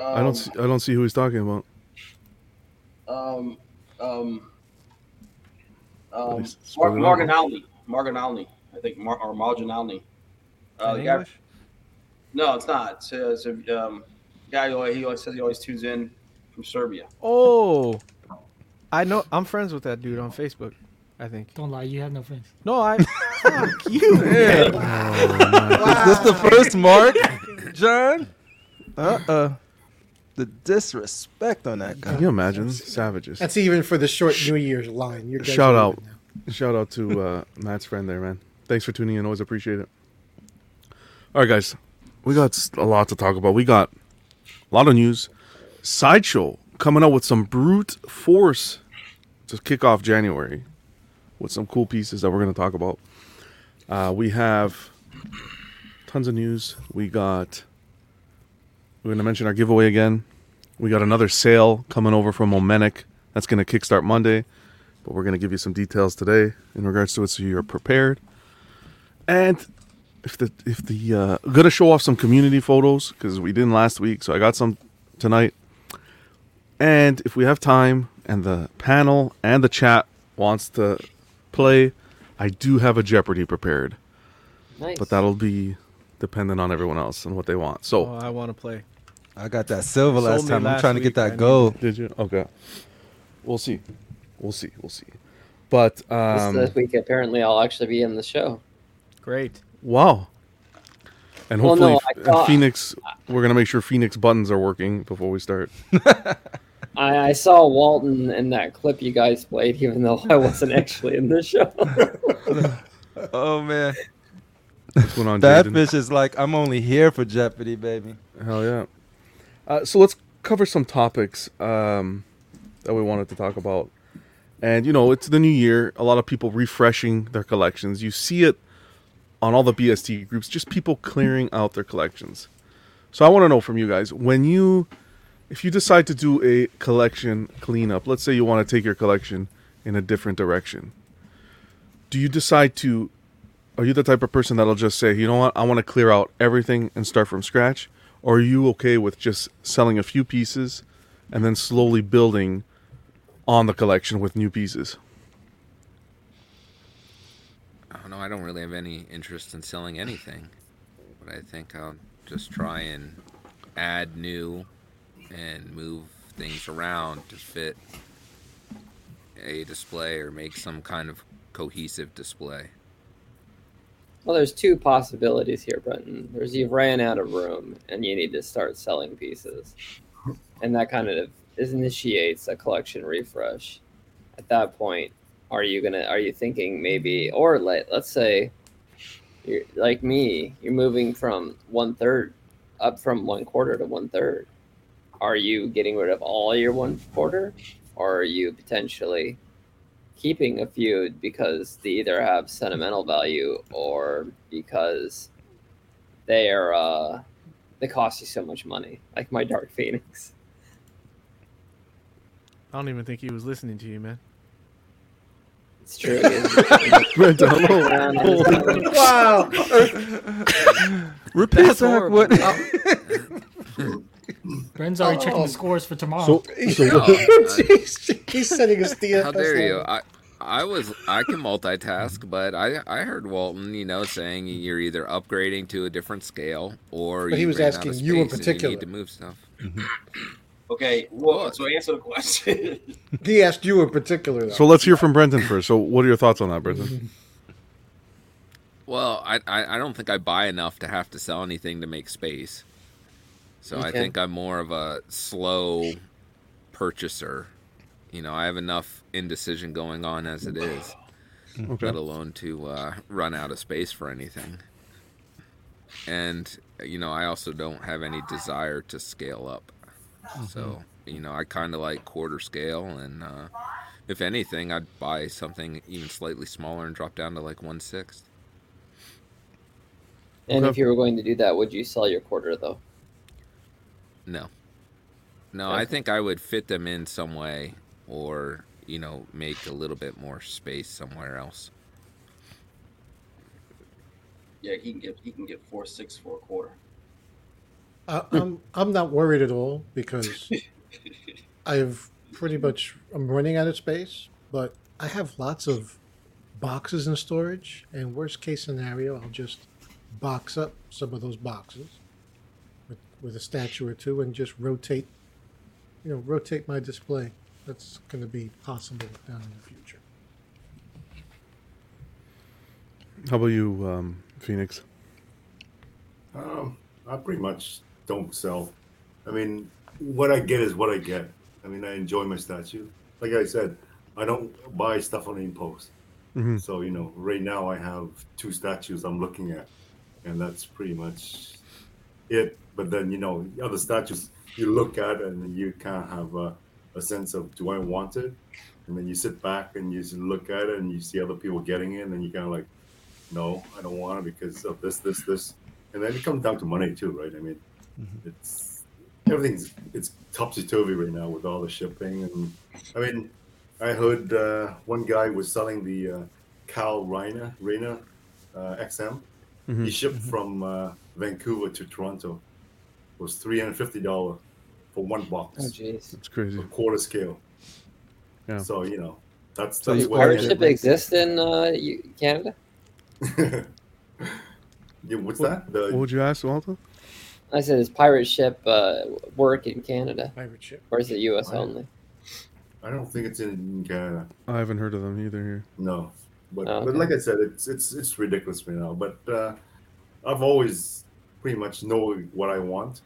Speaker 1: I don't see, I don't see who he's talking about.
Speaker 8: Um, um,
Speaker 1: At
Speaker 8: um,
Speaker 1: least it's
Speaker 8: Mar-
Speaker 1: spelled it
Speaker 8: Marginalny. Marginalny. I think Mar- or Marginalny. Uh,
Speaker 2: In
Speaker 8: the guy,
Speaker 2: English?
Speaker 8: no, it's not. It's, uh, it's a um, guy who always- he always says he always tunes in from Serbia.
Speaker 2: Oh, I know. I'm friends with that dude on Facebook. I think.
Speaker 5: Don't lie, you have no friends. Oh,
Speaker 2: No, I. fuck you. man.
Speaker 1: Oh,
Speaker 4: Is this the first mark, John? Uh uh The disrespect on that guy.
Speaker 1: Can you imagine? Uh, Savages.
Speaker 10: That's even for the short New Year's line. You're
Speaker 1: Shout out, shout out to uh, Matt's friend there, man. Thanks for tuning in. Always appreciate it. All right, guys, we got s- a lot to talk about. We got Uh, a lot of news. Sideshow coming out with some brute force to kick off January with some cool pieces that we're going to talk about. Uh, we have tons of news. We got We're going to mention our giveaway again. We got another sale coming over from Momentic. That's going to kickstart Monday, but we're going to give you some details today in regards to it so you're prepared. And if the if the uh, going to show off some community photos because we didn't last week, so I got some tonight. And if we have time and the panel and the chat wants to play, I do have a Jeopardy prepared.
Speaker 9: Nice.
Speaker 1: But that'll be dependent on everyone else and what they want. So
Speaker 2: Oh, I want to play.
Speaker 4: I got that silver last
Speaker 2: Sold me
Speaker 4: time. I'm
Speaker 2: last
Speaker 4: trying to
Speaker 2: week,
Speaker 4: get
Speaker 2: I
Speaker 4: that
Speaker 2: need-
Speaker 4: gold.
Speaker 1: Did you? Okay. We'll see. We'll see. We'll see. But
Speaker 9: This,
Speaker 1: um,
Speaker 9: this week, apparently, I'll actually be in the show.
Speaker 2: Great.
Speaker 1: wow. And
Speaker 9: Well,
Speaker 1: hopefully,
Speaker 9: no, I
Speaker 1: and
Speaker 9: thought-
Speaker 1: Phoenix. We're gonna make sure Phoenix buttons are working before we start.
Speaker 9: I, I saw Walton in that clip you guys played, even though I wasn't actually in the show.
Speaker 4: Oh man,
Speaker 1: What's going on,
Speaker 4: Bad
Speaker 1: Jaden?
Speaker 4: Fish is like, I'm only here for Jeopardy, baby.
Speaker 1: Hell yeah. Uh, so let's cover some topics um, that we wanted to talk about. And, you know, it's the new year. A lot of people refreshing their collections. You see it on all the BST groups, just people clearing out their collections. So I want to know from you guys when you, if you decide to do a collection cleanup, let's say you want to take your collection in a different direction, do you decide to are you the type of person that'll just say, you know what, I want to clear out everything and start from scratch? Or are you okay with just selling a few pieces and then slowly building on the collection with new pieces?
Speaker 3: I don't know. I don't really have any interest in selling anything, but I think I'll just try and add new and move things around to fit a display or make some kind of cohesive display.
Speaker 9: Well, there's two possibilities here, Brenton. There's you've ran out of room and you need to start selling pieces, and that kind of initiates a collection refresh. At that point, are you gonna? Are you thinking maybe, or let let's say, you're like me, you're moving from one third up from one quarter to one third. Are you getting rid of all your one quarter, or are you potentially keeping a few because they either have sentimental value or because they are uh they cost you so much money like my dark phoenix
Speaker 2: I don't even think he was listening to you, man.
Speaker 9: It's true.
Speaker 1: Brenda,
Speaker 6: Wow.
Speaker 4: Repeat
Speaker 2: That's
Speaker 4: back
Speaker 2: horrible.
Speaker 4: what?
Speaker 5: Bren's already checking
Speaker 10: Oh.
Speaker 5: the scores for tomorrow.
Speaker 1: So-
Speaker 10: Jeez, He's setting his DFS.
Speaker 3: How dare you?
Speaker 10: level.
Speaker 3: I I was I can multitask, but I I heard Walton, you know, saying you're either upgrading to a different scale or
Speaker 10: But he
Speaker 3: you
Speaker 10: was
Speaker 3: ran out of
Speaker 10: asking you in
Speaker 3: space and
Speaker 10: particular.
Speaker 3: need to move stuff.
Speaker 8: Okay, well, so answer the question.
Speaker 10: He asked you in particular. Though.
Speaker 1: So let's hear from Brenton first. So, what are your thoughts on that, Brenton?
Speaker 3: Well, I, I I don't think I buy enough to have to sell anything to make space. So I
Speaker 9: Okay.
Speaker 3: think I'm more of a slow purchaser. You know, I have enough indecision going on as it is, let
Speaker 1: Okay.
Speaker 3: alone to uh, run out of space for anything. And you know, I also don't have any desire to scale up.
Speaker 2: Oh.
Speaker 3: So you know, I kind of like quarter scale, and uh, if anything, I'd buy something even slightly smaller and drop down to like one sixth.
Speaker 9: and if
Speaker 1: Okay.
Speaker 9: you were going to do that would you sell your quarter though
Speaker 3: No. No, I think I would fit them in some way or, you know, make a little bit more space somewhere else.
Speaker 8: Yeah, he can get he can get four six for a quarter.
Speaker 10: I, I'm I'm not worried at all because I've pretty much I'm running out of space, but I have lots of boxes in storage. And worst case scenario, I'll just box up some of those boxes with, with a statue or two and just rotate, you know, rotate my display. That's going to be possible down in the future.
Speaker 1: How about you, um, Phoenix?
Speaker 7: Um, I pretty much don't sell. I mean, what I get is what I get. I mean, I enjoy my statue. Like I said, I don't buy stuff on impulse.
Speaker 1: Mhm.
Speaker 7: So you know, right now I have two statues I'm looking at, and that's pretty much it. But then you know, the other statues you look at and you kind of have a, a sense of do I want it? And then you sit back and you just look at it and you see other people getting it, and then you kind of like, no, I don't want it because of this, this, this. And then it comes down to money too, right? I mean, it's everything's it's topsy turvy right now with all the shipping. And I mean, I heard uh, one guy was selling the uh, Cal Reiner Reiner uh, XM.
Speaker 1: Mhm.
Speaker 7: He shipped from uh, Vancouver to Toronto. It was three hundred fifty dollar for one box.
Speaker 9: Oh, jeez.
Speaker 1: It's crazy.
Speaker 7: Quarter scale.
Speaker 1: Yeah.
Speaker 7: So you know, that's
Speaker 1: So
Speaker 7: that's
Speaker 1: you
Speaker 7: where-
Speaker 1: ordered
Speaker 9: Does it exist in uh, U- Canada?
Speaker 7: Yeah, what's that? The,
Speaker 1: What would you ask, Walter?
Speaker 9: I said, is pirate ship uh, work in Canada?
Speaker 10: Pirate ship.
Speaker 9: Or is it U.S.
Speaker 7: Pirate-
Speaker 9: only?
Speaker 7: I don't think it's in Canada.
Speaker 1: I haven't heard of them either here.
Speaker 7: No, but
Speaker 9: Oh,
Speaker 7: but
Speaker 9: okay.
Speaker 7: like I said, it's it's it's ridiculous right now. But uh, I've always pretty much know what I want,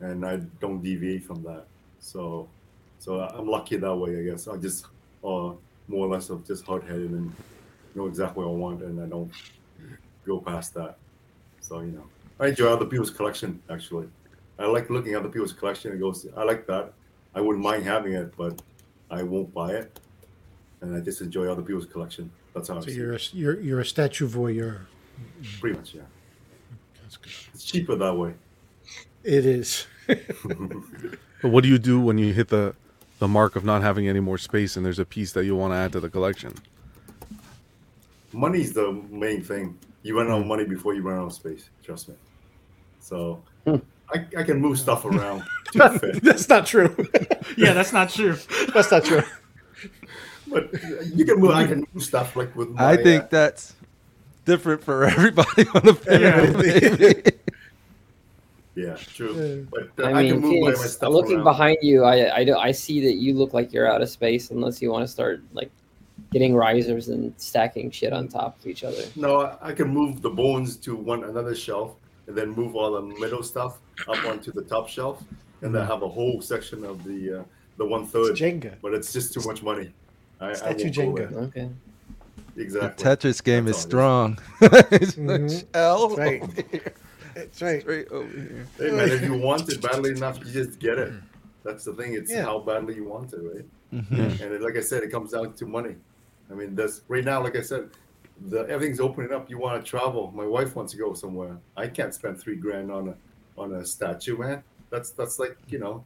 Speaker 7: and I don't deviate from that. So so I'm lucky that way, I guess. I just uh, more or less of just hard headed and know exactly what I want, and I don't go past that. So you know, I enjoy other people's collection actually. I like looking at other people's collection and go, see, I like that. I wouldn't mind having it, but I won't buy it and I just enjoy other people's collection. That's how I
Speaker 10: So
Speaker 7: see
Speaker 10: you're a,
Speaker 7: it.
Speaker 10: you're you're a statue voyeur.
Speaker 7: Pretty much, yeah. It's cheaper that way.
Speaker 10: It is.
Speaker 1: But what do you do when you hit the the mark of not having any more space and there's a piece that you want to add to the collection?
Speaker 7: Money's the main thing. You run
Speaker 10: Hmm.
Speaker 7: out of money before you run out of space. Trust me. So I, I can move stuff around to fit.
Speaker 10: that's not true.
Speaker 5: Yeah, that's not true.
Speaker 10: that's not true.
Speaker 7: But you can move. I can move stuff like with. My,
Speaker 4: I think
Speaker 7: uh,
Speaker 4: that's different for everybody on the planet. baby.
Speaker 7: yeah, true. But uh, I,
Speaker 9: I mean,
Speaker 7: can move my, my
Speaker 9: Phoenix,
Speaker 7: stuff
Speaker 9: looking
Speaker 7: around.
Speaker 9: behind you, I, I do- I see that you look like you're out of space unless you want to start like getting risers and stacking shit on top of each other.
Speaker 7: No, I- I can move the bones to one another shelf and then move all the middle stuff up onto the top shelf, and then have a whole section of the uh, the one third.
Speaker 10: It's Mm. Jenga.
Speaker 7: but it's just too much money. I, I
Speaker 10: Statue
Speaker 7: won't go
Speaker 10: Jenga.
Speaker 7: there.
Speaker 9: Okay.
Speaker 7: Exactly.
Speaker 4: Tetris game is
Speaker 7: That's
Speaker 4: strong. It's
Speaker 10: Mhm.
Speaker 2: Mm-hmm.
Speaker 4: much L
Speaker 10: That's right.
Speaker 4: over here.
Speaker 10: That's right.
Speaker 4: Straight over here.
Speaker 7: Hey man, if you want it badly enough, you just get it. That's the thing. It's
Speaker 10: Yeah.
Speaker 7: how badly you want it, right?
Speaker 9: Mm-hmm.
Speaker 4: Mhm.
Speaker 7: And it, like I said, it comes down to money. I mean, that's right now. Like I said, the everything's opening up. You want to travel. My wife wants to go somewhere. I can't spend three grand on a on a statue, man. That's that's like you know,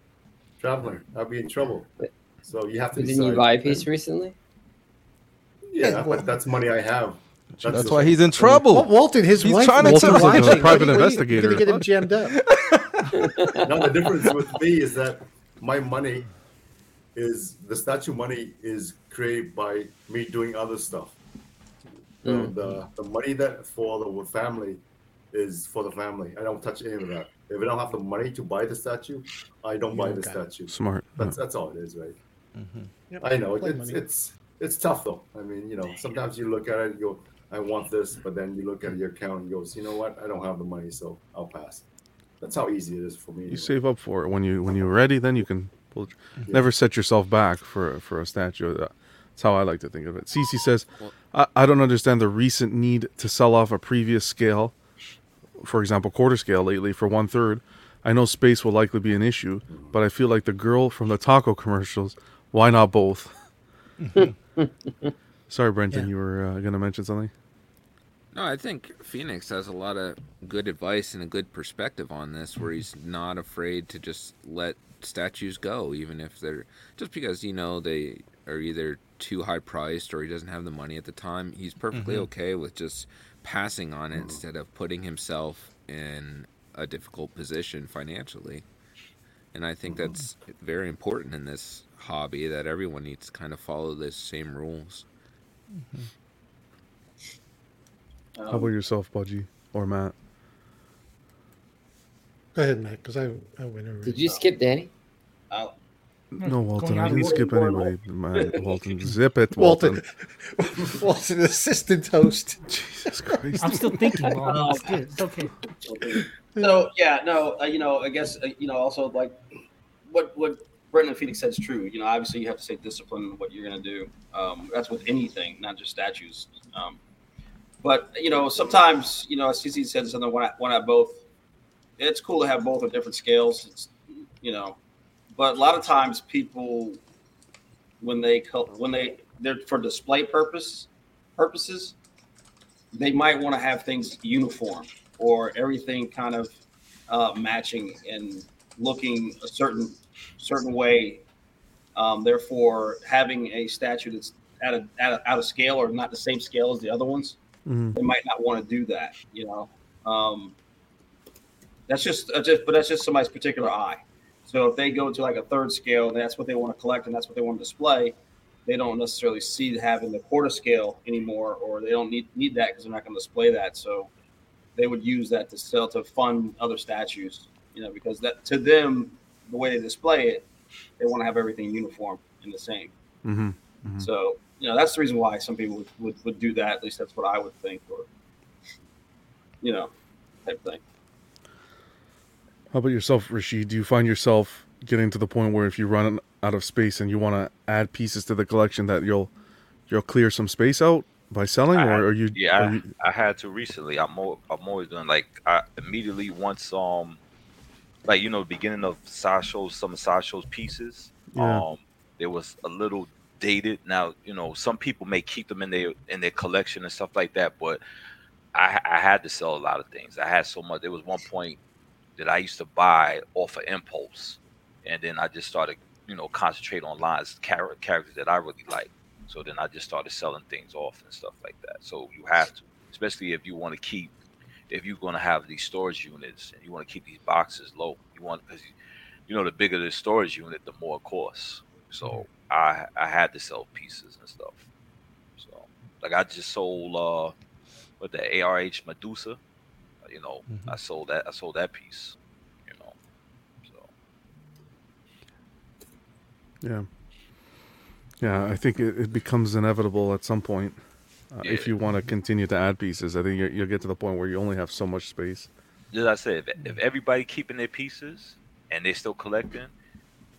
Speaker 7: traveling. I'll be in trouble. So you have to.
Speaker 9: Didn't you
Speaker 7: decide.
Speaker 9: buy a piece
Speaker 7: And-
Speaker 9: recently?
Speaker 7: Yeah, but that's money I have.
Speaker 4: That's,
Speaker 7: the
Speaker 4: why
Speaker 7: thing.
Speaker 4: he's in trouble.
Speaker 10: Wal- Walton, his
Speaker 4: He's
Speaker 10: wife.
Speaker 4: trying to
Speaker 10: Walton's
Speaker 4: tell us
Speaker 1: he's a
Speaker 10: watching.
Speaker 1: private
Speaker 10: What are you- what are you-
Speaker 1: investigator.
Speaker 10: You're gonna get him jammed up.
Speaker 7: now the difference with me is that my money is the statue money is created by me doing other stuff. The-
Speaker 2: Mm.
Speaker 7: The, the money that for the family is for the family. I don't touch any of that. If I don't have the money to buy the statue, I don't buy
Speaker 10: don't
Speaker 7: the
Speaker 10: got
Speaker 7: statue.
Speaker 1: Smart.
Speaker 7: That's that's all it is, right?
Speaker 10: Mm-hmm. Yep.
Speaker 7: I know
Speaker 10: Play
Speaker 7: it's
Speaker 10: money.
Speaker 7: it's it's tough though. I mean, you know, sometimes you look at it and you go, I want this, but then you look at your account and goes, you know what, I don't have the money, so I'll pass. That's how easy it is for me.
Speaker 1: You
Speaker 7: anyway.
Speaker 1: save up for it when you when you're ready. Then you can pull. the tr- Never set yourself back for for a statue. Uh, That's how I like to think of it. Cece says, I, "I don't understand the recent need to sell off a previous scale, for example, quarter scale lately for one third. I know space will likely be an issue, but I feel like the girl from the taco commercials. Why not both?" Sorry, Brenton,
Speaker 10: Yeah.
Speaker 1: you were uh, going to mention something.
Speaker 3: No, I think Phoenix has a lot of good advice and a good perspective on this, where he's not afraid to just let statues go, even if they're just because you know they are either too high priced or he doesn't have the money at the time. He's perfectly okay with just passing on it instead of putting himself in a difficult position financially. And I think that's very important in this hobby that everyone needs to kind of follow the same rules.
Speaker 1: How about yourself, Budgie or Matt?
Speaker 10: Go ahead, Matt, because I I went over.
Speaker 9: Did you skip Danny?
Speaker 8: I'll-
Speaker 1: No, Walton.
Speaker 5: Hmm. Going
Speaker 1: I
Speaker 5: out
Speaker 1: didn't
Speaker 5: of
Speaker 1: skip
Speaker 8: order.
Speaker 1: anybody. Man, Walton, zip it, Walton.
Speaker 10: Walton, Walton, assistant host.
Speaker 1: Jesus Christ.
Speaker 5: I'm still thinking. Well, it's good. It's okay.
Speaker 8: So yeah, no, uh, you know, I guess uh, you know, also like what what Brendan and Phoenix said is true. You know, obviously you have to stay disciplined in what you're gonna do. Um, that's with anything, not just statues. Um, but you know, sometimes you know, as CC said something. One at, one at both. It's cool to have both on different scales. It's you know, but a lot of times people when they co- when they they're for display purpose purposes, they might want to have things uniform or everything kind of uh, matching and looking a certain certain way. Um, therefore, having a statue that's out of, out of out of scale or not the same scale as the other ones,
Speaker 1: Mhm.
Speaker 8: they might not want to do that. You know, um, that's just, uh, just but that's just somebody's particular eye. So if they go to like a third scale, and that's what they want to collect and that's what they want to display. They don't necessarily see having the quarter scale anymore, or they don't need need that because they're not going to display that. So they would use that to sell to fund other statues, you know, because that to them, the way they display it, they want to have everything uniform and the same.
Speaker 1: Mm-hmm.
Speaker 8: So, you know, that's the reason why some people would, would, would do that. At least that's what I would think, or, you know, type thing.
Speaker 1: How about yourself, Rashid? Do you find yourself getting to the point where if you run out of space and you want to add pieces to the collection, that you'll you'll clear some space out by selling,
Speaker 11: I had-
Speaker 1: or are you?
Speaker 11: Yeah,
Speaker 1: are
Speaker 11: I,
Speaker 1: you-
Speaker 11: I had to recently. I'm more, I'm always doing like I immediately once um like you know beginning of Sasho's some of Sasho's pieces.
Speaker 12: Yeah.
Speaker 11: Um, there was a little dated. Now you know some people may keep them in their in their collection and stuff like that, but I I had to sell a lot of things. I had so much. There was one point that I used to buy off of impulse, and then I just started you know concentrate on lines char- characters that I really like. So then I just started selling things off and stuff like that. So you have to, especially if you want to keep, if you're going to have these storage units and you want to keep these boxes low, you want because you, you know the bigger the storage unit, the more it costs. So I I had to sell pieces and stuff. So like I just sold uh with the ARH Medusa, you know
Speaker 4: Mm-hmm.
Speaker 11: I sold that I sold that piece. You know,
Speaker 1: Yeah. Yeah, I think it, it becomes inevitable at some point uh, if you want to continue to add pieces. I think you you'll get to the point where you only have so much space.
Speaker 11: as I said, if,
Speaker 4: Mm-hmm.
Speaker 11: if everybody keeping their pieces and they're still collecting,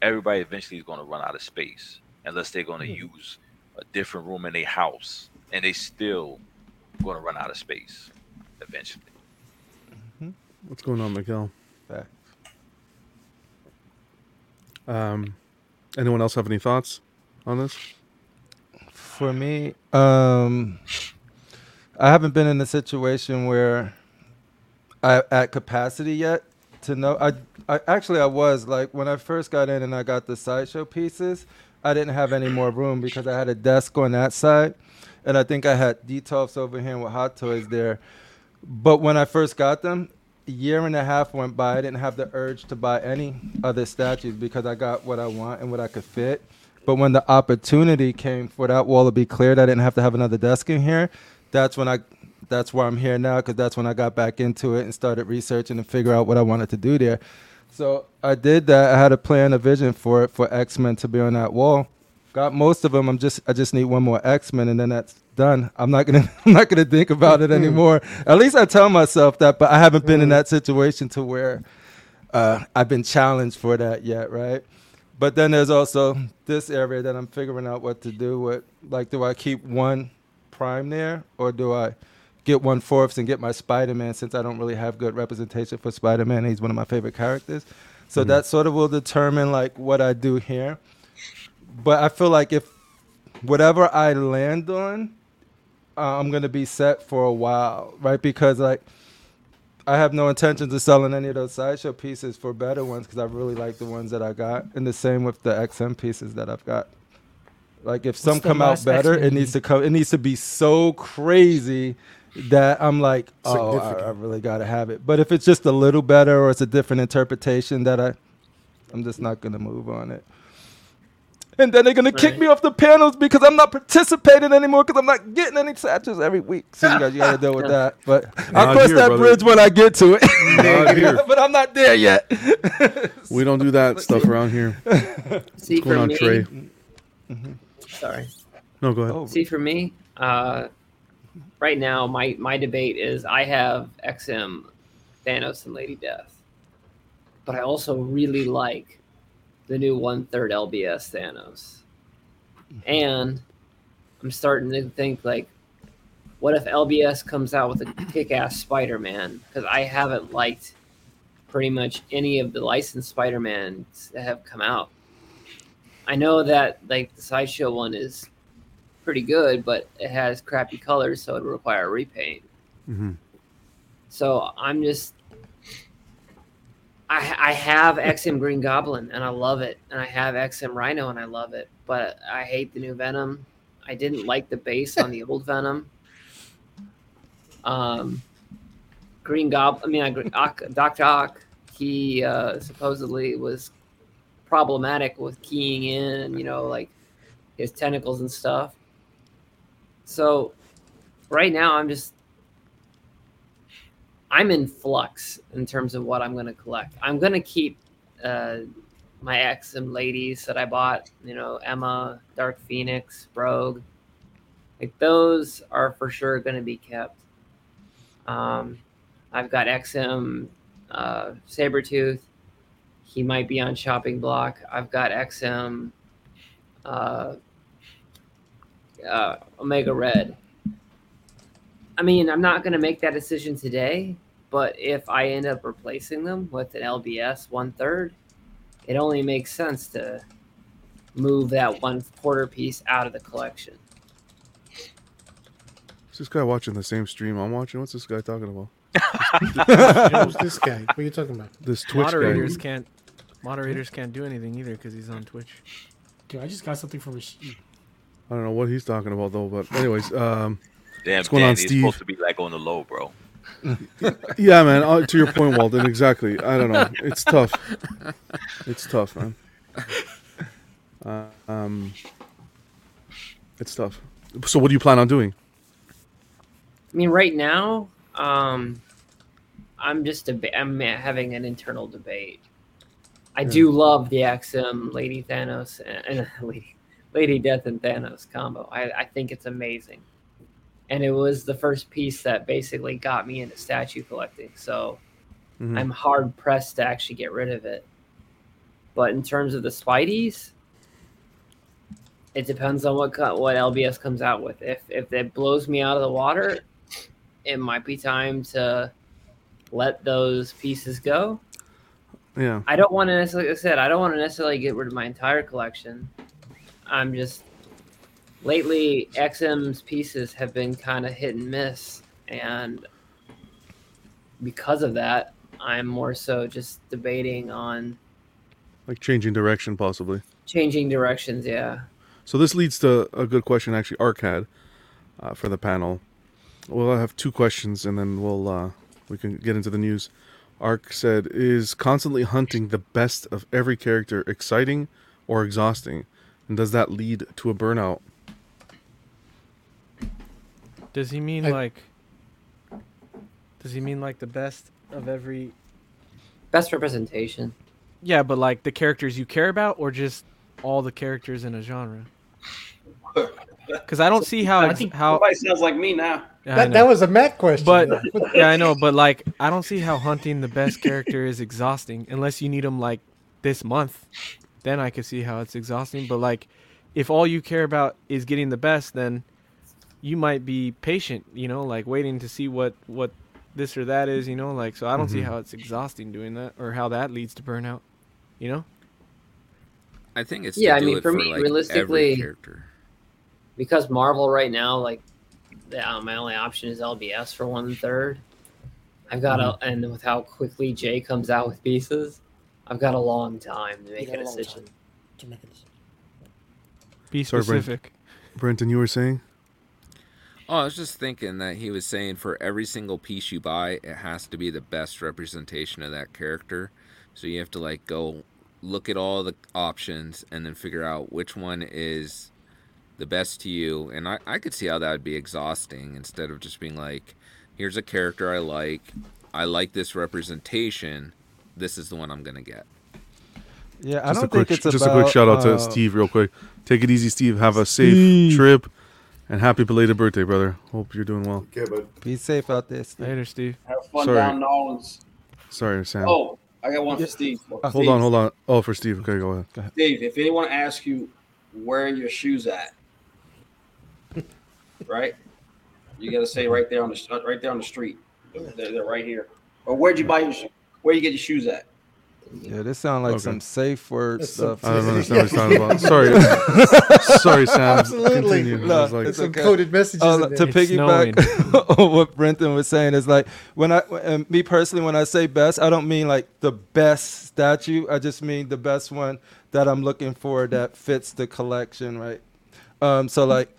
Speaker 11: everybody eventually is going to run out of space unless they're going to
Speaker 4: Mm-hmm.
Speaker 11: use a different room in their house, and they still going to run out of space eventually.
Speaker 1: What's going on, Miguel?
Speaker 4: Back.
Speaker 1: Um, anyone else have any thoughts on this?
Speaker 4: For me, um, I haven't been in a situation where I at capacity yet to know. I, I actually I was like when I first got in and I got the sideshow pieces. I didn't have any more room because I had a desk on that side, and I think I had detofs over here with hot toys there. But when I first got them, a year and a half went by. I didn't have the urge to buy any other statues because I got what I want and what I could fit. But when the opportunity came for that wall to be cleared, I didn't have to have another desk in here. That's when I, that's where I'm here now because that's when I got back into it and started researching and figure out what I wanted to do there. So I did that. I had a plan, a vision for it for X Men to be on that wall. Got most of them. I'm just I just need one more X Men and then that's done. I'm not gonna I'm not gonna think about it anymore. At least I tell myself that. But I haven't been in that situation to where uh, I've been challenged for that yet, right? But then there's also this area that I'm figuring out what to do with. Like, do I keep one prime there, or do I get one fourths and get my Spider Man since I don't really have good representation for Spider Man? He's one of my favorite characters. So
Speaker 12: Mhm.
Speaker 4: that sort of will determine like what I do here. But I feel like if whatever I land on, uh, I'm gonna be set for a while, right? Because like I have no intentions of selling any of those sideshow pieces for better ones because I really like the ones that I got, and the same with the XM pieces that I've got. Like if some
Speaker 12: the
Speaker 4: come out
Speaker 12: last
Speaker 4: better,
Speaker 12: X-Men
Speaker 4: it needs to come. It needs to be so crazy that I'm like, oh, I,
Speaker 12: Significant.
Speaker 4: I really gotta have it. But if it's just a little better or it's a different interpretation that I, I'm just not gonna move on it. And then they're gonna kick
Speaker 12: Right.
Speaker 4: me off the panels because I'm not participating anymore because I'm not getting any statues every week. So you guys, you gotta deal with that. But I'll
Speaker 1: Not
Speaker 4: cross
Speaker 1: here,
Speaker 4: that
Speaker 1: brother.
Speaker 4: bridge when I get to it.
Speaker 1: Not here.
Speaker 4: but I'm not there yet.
Speaker 1: We don't do that stuff around here.
Speaker 9: See,
Speaker 1: What's
Speaker 9: for
Speaker 1: going on,
Speaker 9: me, Mm-hmm.
Speaker 1: Trey?
Speaker 9: sorry.
Speaker 1: No, go ahead.
Speaker 9: See, for me, uh, right now, my my debate is I have XM, Thanos, and Lady Death, but I also really like the new one third LBS Thanos,
Speaker 1: Mm-hmm.
Speaker 9: and I'm starting to think like, what if LBS comes out with a kick ass Spider Man? Because I haven't liked pretty much any of the licensed Spider Mans that have come out. I know that like the sideshow one is pretty good, but it has crappy colors, so it would require a repaint.
Speaker 1: Mhm.
Speaker 9: So I'm just I, I have XM Green Goblin and I love it, and I have XM Rhino and I love it, but I hate the new Venom. I didn't like the base on the old Venom. Um, Green Goblin. I mean, I, agree- Ock, Doc Ock. He uh, supposedly was problematic with keying in. You know, like his tentacles and stuff. So, right now, I'm just I'm in flux in terms of what I'm going to collect. I'm going to keep uh, my ex and ladies that I bought, you know, Emma, Dark Phoenix, Rogue. Like those are for sure going to be kept. Um, I've got XM uh, Sabretooth. He might be on shopping block. I've got XM uh, uh, Omega Red. I mean, I'm not going to make that decision today, but if I end up replacing them with an LBS one third, it only makes sense to move that one quarter piece out of the collection.
Speaker 1: Is this guy watching the same stream I'm watching? What's this guy talking about?
Speaker 10: Who's this guy? What are you talking about?
Speaker 1: This Twitch guy.
Speaker 2: moderators can't moderators can't do anything either because he's on Twitch.
Speaker 5: Dude, I just got something from Rasheed.
Speaker 1: I don't know what he's talking about though, but anyways, um,
Speaker 11: Damn,
Speaker 1: what's going on,
Speaker 11: Danny, it's
Speaker 1: Steve?
Speaker 11: supposed to be like on the low, bro.
Speaker 1: yeah, man. uh, to your point, Walden. Exactly. I don't know. It's tough. It's tough, man. Uh, um, it's tough. So, what do you plan on doing?
Speaker 9: I mean, right now, um, I'm just deba- I'm having an internal debate. I do love the XM Lady Thanos and, and Lady, Lady Death and Thanos combo. I, I think it's amazing, and it was the first piece that basically got me into statue collecting. So
Speaker 1: Mhm.
Speaker 9: I'm hard pressed to actually get rid of it. But in terms of the Spideys, it depends on what co- what LBS comes out with. If if it blows me out of the water, it might be time to let those pieces go.
Speaker 1: Yeah.
Speaker 9: I don't want to necessarily, like I said, I don't want to necessarily get rid of my entire collection. I'm just lately XM's pieces have been kind of hit and miss, and because of that, I'm more so just debating on
Speaker 1: Like changing direction, possibly.
Speaker 9: changing directions. Yeah.
Speaker 1: So this leads to a good question, actually, Arc had uh, for the panel. Well, I have two questions, and then we'll uh, we can get into the news. Arc said, "Is constantly hunting the best of every character exciting or exhausting, and does that lead to a burnout?"
Speaker 2: Does he mean like? Does he mean like the best of every?
Speaker 9: Best representation.
Speaker 2: Yeah, but like the characters you care about, or just all the characters in a genre. Because I don't see how ex- how
Speaker 8: Everybody sounds like me now.
Speaker 2: Yeah, I
Speaker 10: That,
Speaker 2: know.
Speaker 10: that was a Matt question.
Speaker 2: But
Speaker 10: though.
Speaker 2: yeah, I know. But like, I don't see how hunting the best character is exhausting unless you need them like this month. Then I could see how it's exhausting. But like, if all you care about is getting the best, then you might be patient. You know, like waiting to see what what this or that is. You know, like so I don't see
Speaker 7: Mm-hmm.
Speaker 1: Mhm.
Speaker 2: how it's exhausting doing that or how that leads to burnout. You know.
Speaker 3: I think it's
Speaker 9: yeah,
Speaker 3: To
Speaker 9: I
Speaker 3: do
Speaker 9: mean,
Speaker 3: it
Speaker 9: for
Speaker 3: for
Speaker 9: me,
Speaker 3: like, every
Speaker 9: realistically,
Speaker 3: character.
Speaker 9: because Marvel right now, like, the, uh, my only option is LBS for one third. I've got
Speaker 3: Mm-hmm.
Speaker 9: a, and with how quickly Jay comes out with pieces, I've got a long time to make
Speaker 10: got
Speaker 9: a
Speaker 10: a long
Speaker 9: decision.
Speaker 10: To make a decision.
Speaker 2: Be
Speaker 1: Sorry, Brent.
Speaker 2: specific.
Speaker 1: Brenton, you were saying?
Speaker 3: Oh, I was just thinking that he was saying for every single piece you buy, it has to be the best representation of that character. So you have to like go look at all the options and then figure out which one is the best to you. And I, I could see how that would be exhausting instead of just being like, here's a character I like. I like this representation. This is the one I'm going to get.
Speaker 4: Yeah, I
Speaker 1: Just
Speaker 4: don't
Speaker 1: a quick,
Speaker 4: think it's
Speaker 1: just
Speaker 4: about,
Speaker 1: a quick shout out
Speaker 4: uh,
Speaker 1: to Steve, real quick. Take it easy, Steve. Have a safe
Speaker 4: Steve.
Speaker 1: trip, and happy belated birthday, brother. Hope you're doing well.
Speaker 7: Okay, but
Speaker 4: Be safe out there. Steve.
Speaker 2: Later, Steve.
Speaker 8: Have fun
Speaker 1: Sorry.
Speaker 8: down in Orleans.
Speaker 1: Sorry, Sam.
Speaker 8: Oh, I got one for Steve.
Speaker 1: hold on, hold on. Oh, for Steve. Okay, go ahead.
Speaker 8: Dave, if anyone asks you where are your shoes at, right? You got to say right there on the st- right there on the street. They're, they're right here. Or where'd you buy your shoes? Where you get your shoes at?
Speaker 4: Yeah, this sounds like
Speaker 1: Okay.
Speaker 4: some safe word
Speaker 1: That's
Speaker 4: stuff.
Speaker 1: some- I don't understand what he's talking about. Sorry. Sorry, Sam. Absolutely. Continue. I was like-
Speaker 4: it's
Speaker 1: Some coded messages
Speaker 4: Oh,
Speaker 1: in
Speaker 4: look,
Speaker 1: there.
Speaker 4: to
Speaker 1: It's
Speaker 4: piggyback on what Brenton was saying is like when I and me personally when I say best, I don't mean like the best statue. I just mean the best one that I'm looking for that fits the collection, right? Um, so like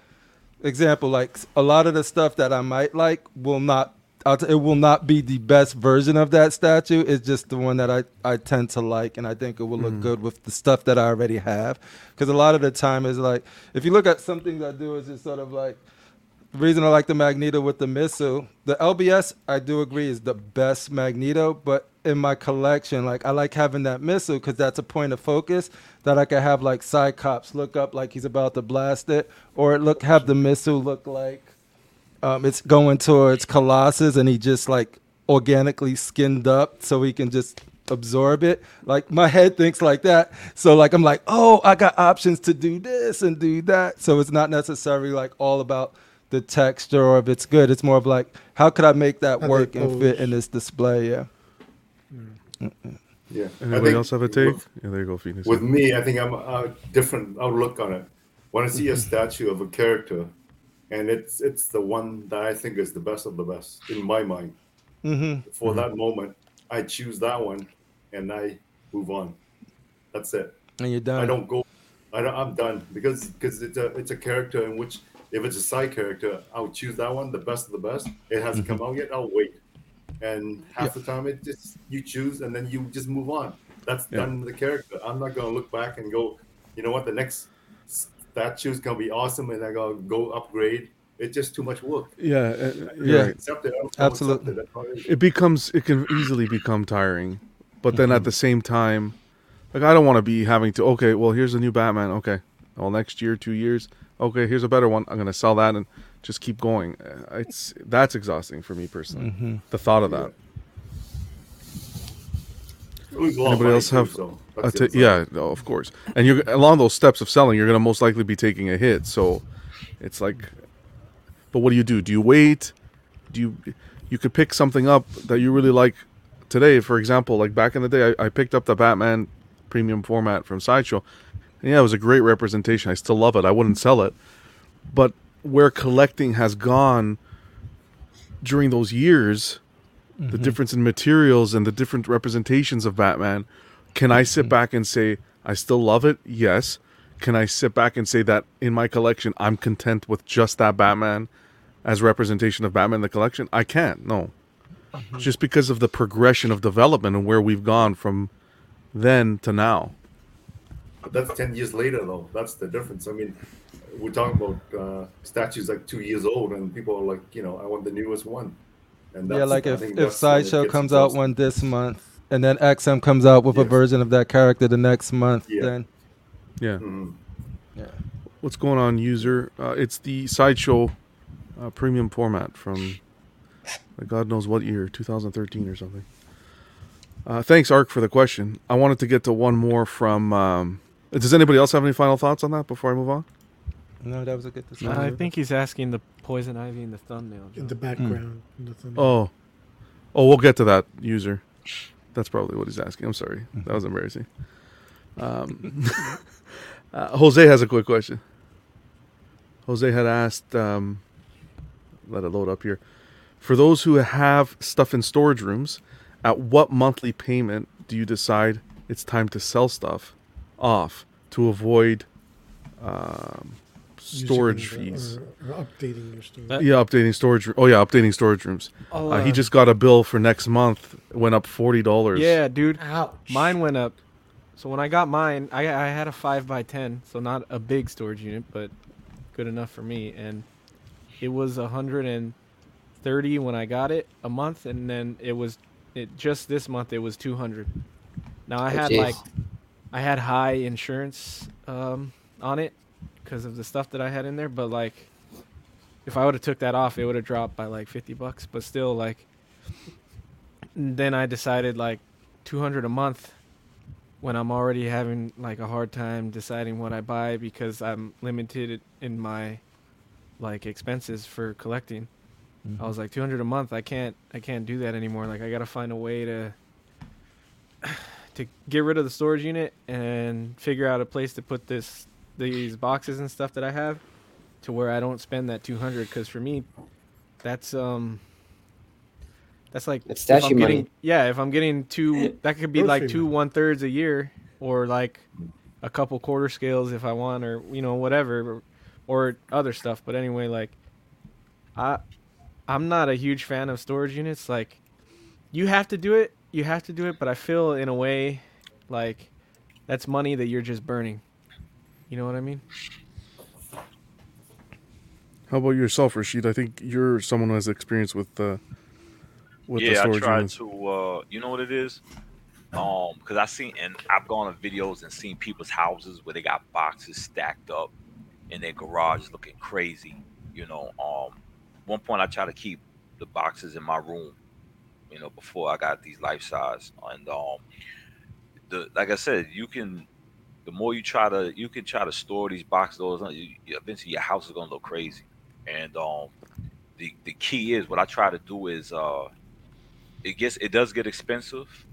Speaker 4: example, like a lot of the stuff that I might like will not. I'll t- it will not be the best version of that statue. It's just the one that I, I tend to like, and I think it will look
Speaker 1: Mm.
Speaker 4: good with the stuff that I already have. Because a lot of the time is like, if you look at some things I do, is just sort of like the reason I like the Magneto with the missile, the LBS, I do agree, is the best Magneto. But in my collection, like I like having that missile because that's a point of focus that I can have like Cyclops look up like he's about to blast it, or it look have the missile look like um, it's going towards Colossus and he just like organically skinned up so he can just absorb it. Like my head thinks like that. So like I'm like, oh, I got options to do this and do that. So it's not necessarily like all about the texture or if it's good. It's more of like, how could I make that
Speaker 1: How they
Speaker 4: work and fit
Speaker 1: pose.
Speaker 4: in this display? Yeah.
Speaker 7: Yeah. I
Speaker 1: Anybody
Speaker 7: think
Speaker 1: else have a take?
Speaker 7: with-
Speaker 1: yeah, there you go, Phoenix.
Speaker 7: With me, I think I'm a different outlook on it. When I
Speaker 1: Mm-hmm.
Speaker 7: see a statue of a character, and it's it's the one that I think is the best of the best in my mind.
Speaker 4: Mm-hmm.
Speaker 7: For that moment, I choose that one, and I move on. That's it.
Speaker 4: And you're done.
Speaker 7: I don't go. I don't, I'm done because because it's a it's a character in which if it's a side character, I'll choose that one, the best of the best. It hasn't come out yet. I'll wait. And half the time, it just you choose and then you just move on. That's
Speaker 1: Yeah.
Speaker 7: done with the character. I'm not gonna look back and go, you know what, the next statue's gonna be awesome, and I gotta go upgrade. It's just too much work.
Speaker 1: Yeah, uh, you're
Speaker 7: yeah,
Speaker 1: right.
Speaker 7: accept it. I don't accept
Speaker 4: Absolutely.
Speaker 7: it. That's how it is.
Speaker 1: it becomes it can easily become tiring but
Speaker 7: Mm-hmm.
Speaker 1: then at the same time like i don't want to be having to okay well here's a new batman okay well next year two years okay here's a better one i'm gonna sell that and just keep going Uh, it's that's exhausting for me personally
Speaker 4: Mhm.
Speaker 1: the thought of that
Speaker 7: It was a lot of
Speaker 1: anybody
Speaker 7: money
Speaker 1: else
Speaker 7: too,
Speaker 1: have
Speaker 7: so
Speaker 1: a
Speaker 7: that's
Speaker 1: ta-
Speaker 7: it. So-
Speaker 1: yeah no of course and you're along those steps of selling you're gonna most likely be taking a hit so it's like but what do you do do you wait do you you could pick something up that you really like today for example like back in the day i, I picked up the batman premium format from sideshow and yeah it was a great representation i still love it i wouldn't sell it but where collecting has gone during those years the
Speaker 4: Mhm.
Speaker 1: difference in materials and the different representations of batman can i sit back and say i still love it yes can i sit back and say that in my collection i'm content with just that batman as representation of batman in the collection i can't no just because of the progression of development and where we've gone from then to now
Speaker 7: But that's 10 years later, though. That's the difference. I mean, we're talking about uh, statues like two years old, and people are like, you know, I want the newest one. And
Speaker 4: yeah, like
Speaker 7: I
Speaker 4: if,
Speaker 7: think
Speaker 4: if
Speaker 7: that's when it
Speaker 4: Sideshow
Speaker 7: gets
Speaker 4: comes out
Speaker 7: exhausting.
Speaker 4: one this month and then XM comes out with a version of that character the next month,
Speaker 7: Yeah.
Speaker 4: then
Speaker 1: yeah
Speaker 4: yeah
Speaker 1: what's going on user uh, it's the sideshow uh, premium format from like, god knows what year 2013 or something uh, thanks ark for the question i wanted to get to one more from um, does anybody else have any final thoughts on that before i move on
Speaker 4: no, that was a good
Speaker 2: Uh, I think he's asking the poison ivy in the thumbnail.
Speaker 10: In
Speaker 2: John.
Speaker 10: the
Speaker 7: Hmm.
Speaker 10: background. nothing.
Speaker 1: oh oh we'll get to that user that's probably what he's asking i'm sorry that was embarrassing um, uh, jose has a quick question Jose had asked, um, let it load up here. For those who have stuff in storage rooms, at what monthly payment do you decide it's time to sell stuff off to avoid um,
Speaker 10: Using
Speaker 1: storage
Speaker 10: or-
Speaker 1: fees?
Speaker 10: Or, or updating your storage.
Speaker 1: yeah, updating storage. Oh yeah, updating storage rooms.
Speaker 2: I'll,
Speaker 1: Uh, he
Speaker 2: uh,
Speaker 1: just got a bill for next month. Went up forty dollars.
Speaker 2: Yeah, dude. Mine went up. So when I got mine, I, I had a five by ten, so not a big storage unit, but good enough for me. And it was a hundred and thirty when I got it a month, and then it was it just this month it was two hundred. Now I
Speaker 9: Oh,
Speaker 2: had
Speaker 9: jeez.
Speaker 2: like I had high insurance um, on it because of the stuff that I had in there, but like if I would have took that off, it would have dropped by like fifty bucks. But still, like then I decided like 200 a month when I'm already having like a hard time deciding what I buy because I'm limited in my like expenses for collecting. I was like 200 a month. I can't I can't do that anymore. Like I got to find a way to to get rid of the storage unit and figure out a place to put this these boxes and stuff that I have to where I don't spend that 200 cuz for me that's um that's like
Speaker 9: That's
Speaker 2: if I'm
Speaker 9: statue money.
Speaker 2: getting- yeah, if I'm getting two that could be like
Speaker 9: Grocery
Speaker 2: two one thirds a year or like a couple quarter scales if I want or you know whatever or other stuff but anyway like I I'm not a huge fan of storage units like you have to do it you have to do it but i feel in a way like that's money that you're just burning you know what i mean
Speaker 1: How about yourself, Rashid? I think you're someone who has experience with uh, with the
Speaker 11: yeah, I
Speaker 1: storage
Speaker 11: tried
Speaker 1: units.
Speaker 11: to. Uh, you know what it is? Um, because I seen and I've gone to videos and seen people's houses where they got boxes stacked up in their garage, looking crazy. You know, um, one point I try to keep the boxes in my room. You know, before I got these life size, and um, the like I said, you can. The more you try to, you can try to store these boxes. Those you- you- eventually your house is gonna look crazy, and um, the the key is what I try to do is uh it gets it does get expensive.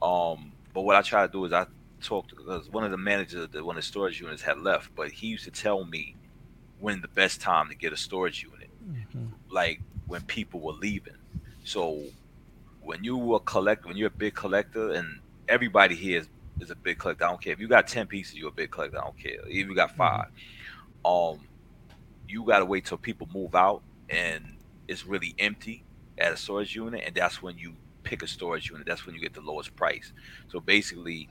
Speaker 11: Um, but what I try to do is I talk to because one of the managers that one of the storage units had left, but he used to tell me when the best time to get a storage unit, like when people were leaving. So when you were collect when you're a big collector and everybody here is, is a big collector. I don't care if you got ten pieces, you're a big collector. I don't care. Even if you got five. Um you gotta wait till people move out and it's really empty at a storage unit, and that's when you pick a storage unit. That's when you get the lowest price. So basically,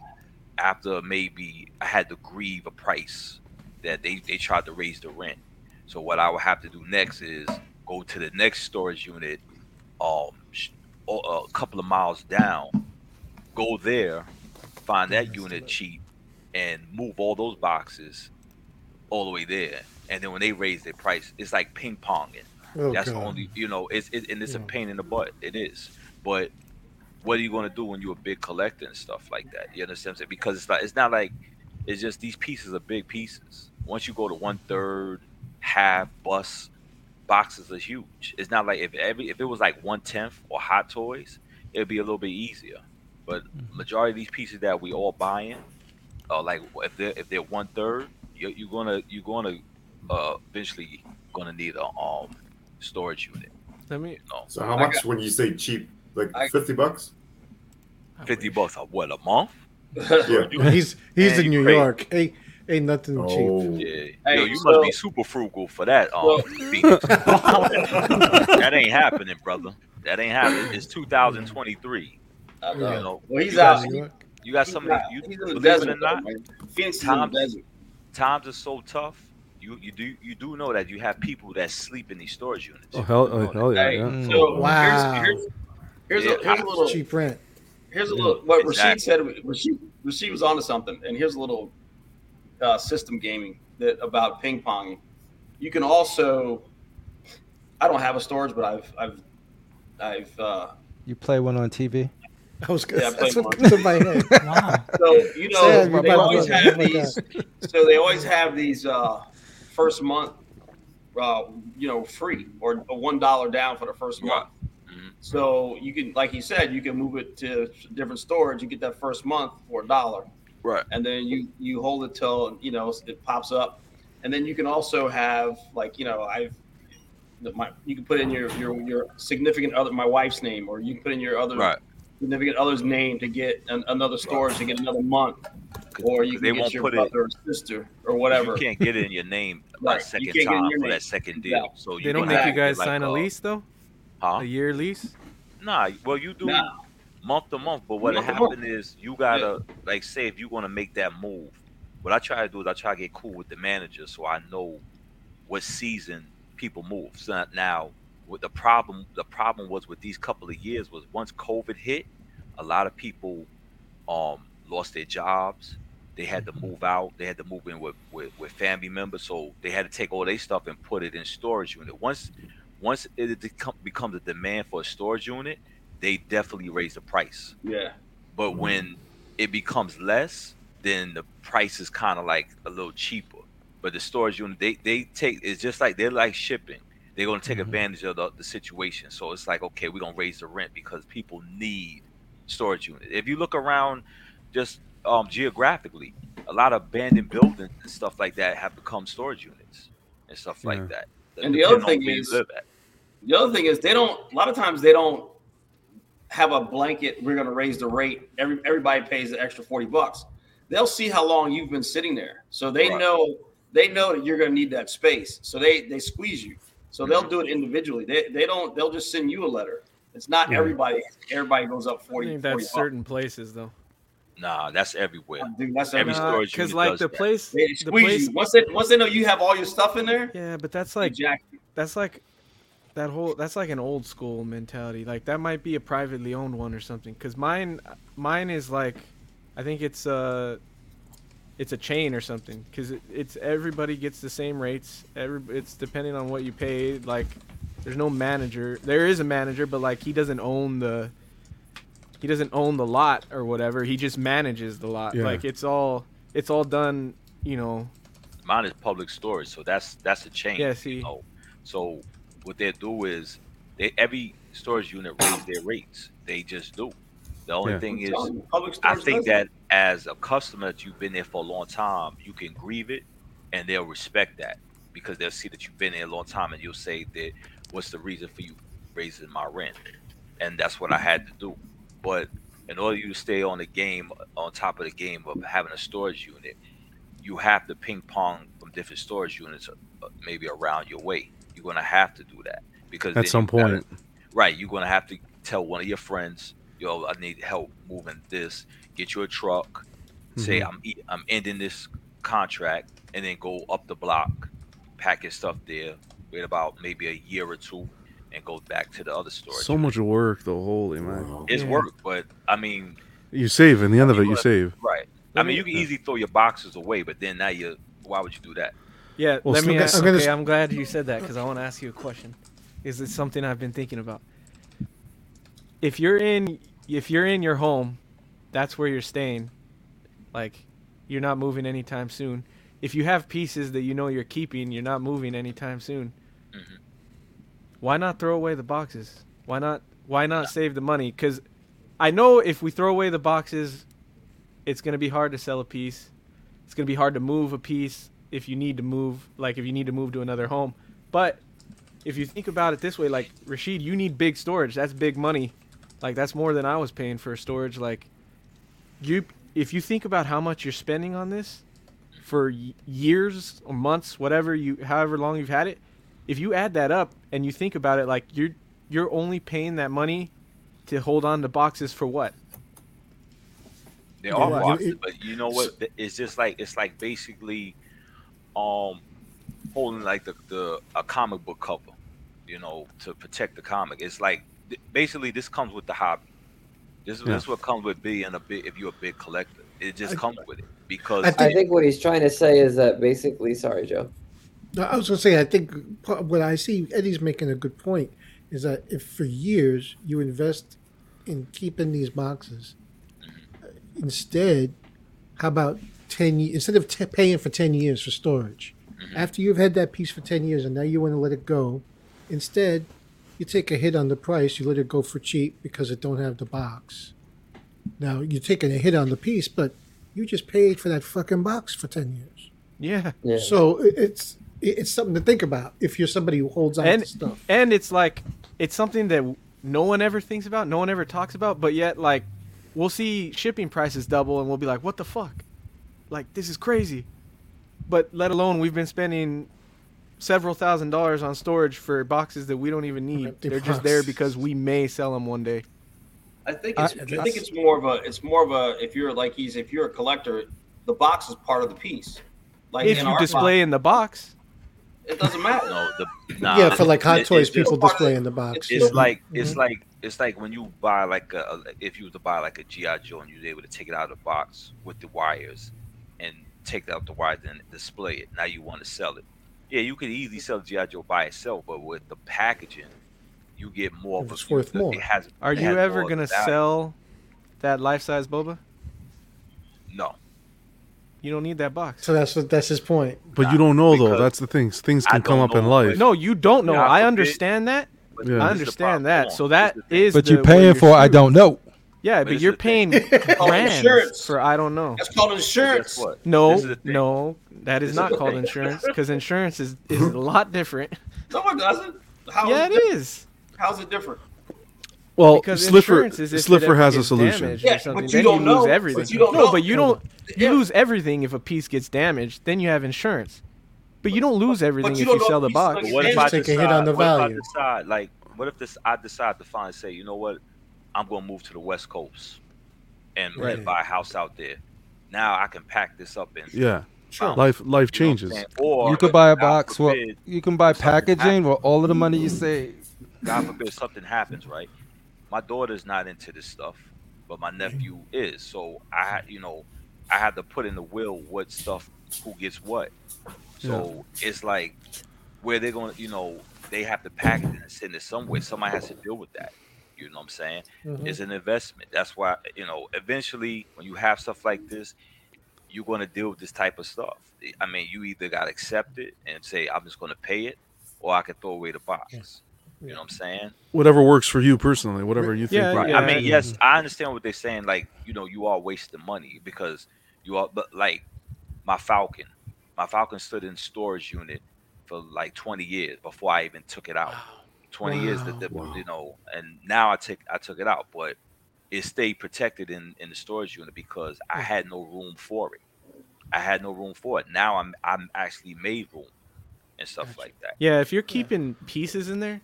Speaker 11: after maybe I had to grieve a price that they, they tried to raise the rent. So what I would have to do next is go to the next storage unit, um, sh- o- a couple of miles down, go there, find that unit cheap, and move all those boxes all the way there. And then when they raise their price, it's like ping ponging.
Speaker 6: Oh,
Speaker 11: That's the
Speaker 6: God.
Speaker 11: only you know. It's it, and it's a pain in the butt. It is, but what are you going to do when you're a big collector and stuff like that? You understand what I'm saying? Because it's not it's not like it's just these pieces are big pieces. Once you go to one third, half, bus, boxes are huge. It's not like if every if it was like one tenth or hot toys, it'd be a little bit easier. But majority of these pieces that we all buying, uh, like if they're if they're one third, you're, you're gonna you're gonna uh, eventually gonna need a um storage unit.
Speaker 2: Let me. oh,
Speaker 7: So how much when you say cheap? Like fifty bucks?
Speaker 11: Fifty bucks a what a month?
Speaker 10: he's he's
Speaker 11: Man,
Speaker 10: in
Speaker 11: you
Speaker 10: New
Speaker 11: crazy.
Speaker 10: York. Ain't ain't nothing
Speaker 2: Oh.
Speaker 9: Oh,
Speaker 10: cheap.
Speaker 11: Yeah. Yo,
Speaker 10: Hey,
Speaker 11: you
Speaker 10: so-
Speaker 11: must be super frugal for that. Um,
Speaker 10: Well-
Speaker 11: Phoenix. that ain't happening, brother. That ain't happening. It's 2023.
Speaker 8: I
Speaker 11: You
Speaker 8: know.
Speaker 11: know,
Speaker 8: Well, he's
Speaker 11: you got-
Speaker 8: out.
Speaker 11: You got
Speaker 8: He's
Speaker 11: some of these.
Speaker 8: out.
Speaker 11: You,
Speaker 8: He's in the
Speaker 11: believe
Speaker 8: desert,
Speaker 11: it or not,
Speaker 8: though, man. Phoenix is in the
Speaker 11: times,
Speaker 8: desert.
Speaker 11: times are so tough. You you do you do know that you have people that sleep in these storage units.
Speaker 1: Oh hell, oh, hell yeah!
Speaker 11: Hey,
Speaker 1: yeah.
Speaker 11: so
Speaker 10: Mm, Wow.
Speaker 8: Here's, here's,
Speaker 11: Yeah,
Speaker 8: a, here's a little.
Speaker 10: cheap rent.
Speaker 8: Here's a little. What Rashid
Speaker 10: Exactly.
Speaker 8: said. Rashid, Rashid was onto something. And here's a little uh, system gaming that about ping ponging. You can also. I don't have a storage, but I've I've I've uh,
Speaker 4: You play one on TV?
Speaker 10: I was
Speaker 8: Yeah, I
Speaker 10: that's
Speaker 8: played
Speaker 10: what
Speaker 8: one.
Speaker 10: comes to my head.
Speaker 8: So you know
Speaker 10: Sad, my
Speaker 8: they
Speaker 10: brother.
Speaker 8: always have
Speaker 10: Oh, my
Speaker 8: these.
Speaker 10: God.
Speaker 8: So they always have these uh, first month, uh, you know, free or one dollar down for the first month. So you can, like you said, you can move it to different storage. You get that first month for a dollar,
Speaker 11: right?
Speaker 8: And then you you hold it till you know it pops up, and then you can also have like you know I've that my you can put in your your your significant other my wife's name or you can put in your other
Speaker 11: Right.
Speaker 8: significant other's name to get an, another storage to get another month or you
Speaker 11: 'cause
Speaker 8: can
Speaker 11: they
Speaker 8: get
Speaker 11: won't
Speaker 8: your
Speaker 11: put it-
Speaker 8: brother or sister or whatever
Speaker 11: You can't get it in your name
Speaker 8: Right,
Speaker 11: by
Speaker 8: you
Speaker 11: second
Speaker 8: can't get in
Speaker 11: time
Speaker 8: your
Speaker 11: for
Speaker 8: name.
Speaker 11: that second deal.
Speaker 8: Exactly.
Speaker 11: So
Speaker 2: they don't
Speaker 11: gonna have
Speaker 2: make you
Speaker 11: to
Speaker 2: guys
Speaker 11: get, like,
Speaker 2: sign a
Speaker 11: uh,
Speaker 2: lease though
Speaker 11: huh?
Speaker 2: a year lease
Speaker 11: Nah, well, you do
Speaker 2: Nah.
Speaker 11: month to month, but what
Speaker 2: Month to
Speaker 11: happened is you gotta like say if you're gonna make that move. What I try to do is I try to get cool with the manager so I know what season people move. So not- now, with the problem, the problem was with these couple of years was once COVID hit, a lot of people um lost their jobs. They had to move out. They had to move in with, with, with family members, so they had to take all their stuff and put it in storage unit. Once once it become, becomes a demand for a storage unit, they definitely raise the price.
Speaker 8: yeah
Speaker 11: But when it becomes less, then the price is kind of like a little cheaper. But the storage unit, they they take it's just like they're like shipping. They're gonna take advantage of the, the situation. So it's like okay, we're gonna raise the rent because people need storage unit. If you look around just um, geographically, a lot of abandoned buildings and stuff like that have become storage units and stuff like that. that
Speaker 8: And the other
Speaker 11: depend
Speaker 8: thing
Speaker 11: on where you
Speaker 8: is-
Speaker 11: live at.
Speaker 8: The other thing is they don't. A lot of times they don't have a blanket. We're going to raise the rate. Every everybody pays an extra forty bucks. They'll see how long you've been sitting there, so they
Speaker 11: Right.
Speaker 8: know they know that you're going to need that space. So they they squeeze you. So
Speaker 1: Mm-hmm.
Speaker 8: they'll do it individually. They they don't. They'll just send you a letter. It's not
Speaker 2: Yeah.
Speaker 8: everybody. Everybody goes up
Speaker 2: I
Speaker 8: forty.
Speaker 2: think
Speaker 8: 40
Speaker 2: that's
Speaker 8: bucks.
Speaker 2: certain places though.
Speaker 11: Nah, Uh, that's everywhere.
Speaker 8: Dude, that's
Speaker 11: Every
Speaker 8: everywhere.
Speaker 11: storage
Speaker 2: Because
Speaker 11: unit
Speaker 2: uh, like
Speaker 11: does
Speaker 2: the
Speaker 11: that.
Speaker 2: place,
Speaker 8: They
Speaker 2: the
Speaker 8: squeeze
Speaker 2: place
Speaker 8: you once they once they know you have all your stuff in there.
Speaker 2: Yeah, but that's like that's like that whole that's like an old school mentality. Like that might be a privately owned one or something. Cause mine mine is like I think it's a it's a chain or something. Cause it, it's everybody gets the same rates. Every it's depending on what you pay. Like there's no manager. There is a manager, but like he doesn't own the he doesn't own the lot or whatever. He just manages the lot.
Speaker 11: Yeah.
Speaker 2: Like it's all it's all done. You know.
Speaker 11: Mine is public storage, so that's that's a chain.
Speaker 2: Yeah, see.
Speaker 11: You know? So what they do is they every storage unit raise their rates. They just do. The only
Speaker 12: Yeah.
Speaker 11: thing
Speaker 12: I'm
Speaker 11: is,
Speaker 12: telling you,
Speaker 8: public
Speaker 11: I
Speaker 12: storage
Speaker 11: think
Speaker 12: does that.
Speaker 11: that as a customer, that you've been there for a long time, you can grieve it, and they'll respect that because they'll see that you've been there a long time, and you'll say that what's the reason for you raising my rent, and that's what I had to do. But in order you to stay on the game, on top of the game of having a storage unit, you have to ping pong from different storage units, uh, maybe around your way. You're gonna have to do that because then
Speaker 1: At some
Speaker 11: you gotta-
Speaker 1: point.
Speaker 11: right? You're gonna have to tell one of your friends, "Yo, I need help moving this. Get you a truck. Say
Speaker 1: Mhm.
Speaker 11: I'm e- I'm ending this contract, and then go up the block, pack your stuff there. Wait about maybe a year or two, and go back to the other store.
Speaker 1: So much work though. Holy man.
Speaker 11: It's work, but I mean,
Speaker 1: You save. In the end of it, you
Speaker 11: but-
Speaker 1: save.
Speaker 11: Right. I mean, you can easily throw your boxes away, but then now you, why would you do that?
Speaker 2: Yeah,
Speaker 1: Well,
Speaker 2: let
Speaker 1: so-
Speaker 2: me.
Speaker 1: okay,
Speaker 2: ask,
Speaker 1: I'm gonna
Speaker 2: okay,
Speaker 1: s-
Speaker 2: I'm glad you said that because I want to ask you a question. Is this something I've been thinking about? If you're in, if you're in your home, that's where you're staying. Like, you're not moving anytime soon. If you have pieces that you know you're keeping, you're not moving anytime soon. Why not throw away the boxes? Why not? Why not save the money? Because I know if we throw away the boxes, it's gonna be hard to sell a piece. It's gonna be hard to move a piece if you need to move, like if you need to move to another home. But if you think about it this way, like Rashid, you need big storage. That's big money. Like that's more than I was paying for storage. Like you, if you think about how much you're spending on this for y- years or months, whatever you, however long you've had it, if you add that up and you think about it, like you're you're only paying that money to hold on to boxes for what?
Speaker 11: They are
Speaker 2: Yeah.
Speaker 11: boxes,
Speaker 2: It-
Speaker 11: but you know what? Th- It's just like it's like basically, um, holding like the, the a comic book cover, you know, to protect the comic. It's like th- basically this comes with the hobby. This,
Speaker 9: Yeah.
Speaker 11: this is what comes with being a big if you're a big collector. It just comes with it because
Speaker 9: I think, what he's trying to say is that basically, sorry, Joe.
Speaker 10: No, I was going to say, I think part- what I see Eddie's making a good point is that if for years you invest in keeping these boxes, instead, how about 10 years, instead of t- paying for 10 years for storage, after you've had that piece for 10 years and now you want to let it go, instead, you take a hit on the price, you let it go for cheap because it don't have the box. Now, you're taking a hit on the piece, but you just paid for that fucking box for 10 years.
Speaker 2: Yeah.
Speaker 10: So it- it's it- it's something to think about if you're somebody who holds on
Speaker 2: and
Speaker 10: to stuff.
Speaker 2: and it's like it's something that no one ever thinks about, no one ever talks about, but yet like we'll see shipping prices double and we'll be like, what the fuck? Like this is crazy. But let alone we've been spending several thousand dollars on storage for boxes that we don't even need.
Speaker 8: the
Speaker 2: They're just there
Speaker 8: boxes.
Speaker 2: because we may sell them one day.
Speaker 8: I think it's,
Speaker 2: I-
Speaker 8: I, think it's more of a it's more of a if you're like he's if you're a collector, the box is part of the piece. Like
Speaker 2: if
Speaker 8: in
Speaker 2: you
Speaker 8: our
Speaker 2: display in the box,
Speaker 8: it doesn't matter.
Speaker 11: No, the
Speaker 10: yeah, for like hot
Speaker 11: it-
Speaker 10: toys,
Speaker 11: it's just-
Speaker 10: people display in the box.
Speaker 11: It's
Speaker 10: Mhm.
Speaker 11: like
Speaker 2: Mm-hmm.
Speaker 11: it's
Speaker 10: Mhm.
Speaker 11: like it's like when you buy like a a- if you were to buy like a GI Joe and you were able to take it out of the box with the wires and take out the wires and display it. Now you want to sell it. Yeah, you could easily sell GI Joe by itself, but with the packaging, you get more. of
Speaker 10: It's
Speaker 11: a-
Speaker 10: worth more.
Speaker 11: It has.
Speaker 2: are
Speaker 11: it
Speaker 2: you
Speaker 11: has
Speaker 2: ever
Speaker 11: more
Speaker 2: gonna
Speaker 11: value.
Speaker 2: sell that life size boba?
Speaker 11: No.
Speaker 2: You don't need that box.
Speaker 10: So that's what that's his point.
Speaker 1: But you don't know though. That's the thing. Things
Speaker 2: I
Speaker 1: can come
Speaker 2: don't
Speaker 1: up in
Speaker 2: know,
Speaker 1: life.
Speaker 2: No, you don't know.
Speaker 11: Yeah, I
Speaker 2: I
Speaker 11: forbid-
Speaker 2: understand that.
Speaker 1: but Yeah. this is
Speaker 2: I
Speaker 1: the
Speaker 2: understand that. So that is.
Speaker 4: But you
Speaker 2: the-
Speaker 4: paying for I don't know.
Speaker 2: Yeah,
Speaker 11: But
Speaker 2: but
Speaker 11: this
Speaker 2: you're
Speaker 11: is the thing.
Speaker 2: paying
Speaker 11: Called
Speaker 2: grand
Speaker 11: insurance.
Speaker 2: for I don't know.
Speaker 8: That's called insurance.
Speaker 2: No,
Speaker 11: This is the thing.
Speaker 2: no, that
Speaker 11: This
Speaker 2: is
Speaker 11: is
Speaker 2: not
Speaker 11: the
Speaker 2: called
Speaker 11: thing.
Speaker 2: insurance because insurance is, is a lot different.
Speaker 8: No, it doesn't. How
Speaker 2: yeah,
Speaker 8: it
Speaker 2: it
Speaker 8: different?
Speaker 2: is.
Speaker 8: How's it different?
Speaker 1: Well,
Speaker 2: Because
Speaker 1: Slipper
Speaker 2: insurance is if
Speaker 1: Slipper
Speaker 2: it
Speaker 1: has a
Speaker 2: is
Speaker 1: solution.
Speaker 2: damaged or
Speaker 8: Yeah,
Speaker 2: something,
Speaker 8: but you
Speaker 2: then
Speaker 8: don't know.
Speaker 2: lose
Speaker 8: But
Speaker 2: everything.
Speaker 8: you don't
Speaker 2: no,
Speaker 8: know.
Speaker 2: but you don't. You lose everything if a piece gets damaged. Then you have insurance, but you don't lose everything
Speaker 8: you
Speaker 2: if
Speaker 8: don't
Speaker 2: you
Speaker 8: know
Speaker 2: sell the
Speaker 8: if
Speaker 2: box.
Speaker 8: it's
Speaker 11: But what if I
Speaker 10: Take a hit
Speaker 11: decide,
Speaker 10: on the
Speaker 11: what if I
Speaker 10: value.
Speaker 11: decide, like, what if this I decide to find, say, you know what, I'm gonna move to the West Coast and, and
Speaker 1: Right.
Speaker 11: buy a house out there. Now I can pack this up and
Speaker 1: Yeah.
Speaker 11: Sure.
Speaker 1: Life life
Speaker 11: You know what I'm
Speaker 1: changes.
Speaker 11: saying? Or
Speaker 4: you could buy a
Speaker 11: God
Speaker 4: box. Well,
Speaker 11: forbid-
Speaker 4: you can buy packaging
Speaker 11: happened.
Speaker 4: with all of the money you save.
Speaker 11: God forbid something happens, right? My daughter's not into this stuff, but my nephew is. So I, ha- you know, I had to put in the will what stuff, who gets what. So it's like where they're gonna, you know, they have to pack it and send it somewhere. Somebody has to deal with that. You know what I'm saying?
Speaker 10: Mhm.
Speaker 11: It's an investment. That's why, you know, eventually when you have stuff like this, you're going to deal with this type of stuff. I mean, you either got to accept it and say, I'm just going to pay it, or I can throw away the box. You know what I'm saying?
Speaker 1: Whatever works for you personally, whatever you think.
Speaker 2: Yeah,
Speaker 1: would-
Speaker 11: Right. I mean, yes, I understand what they're saying. Like, you know, you are wasting money because you are, but like my Falcon, my Falcon stood in storage unit for like 20 years before I even took it out. 20 years that the, you know, and now I took I took it out, but it stayed protected in in the storage unit because I had no room for it. I had no room for it. Now I'm I'm actually made room and stuff like that.
Speaker 2: Yeah, if you're keeping pieces in there,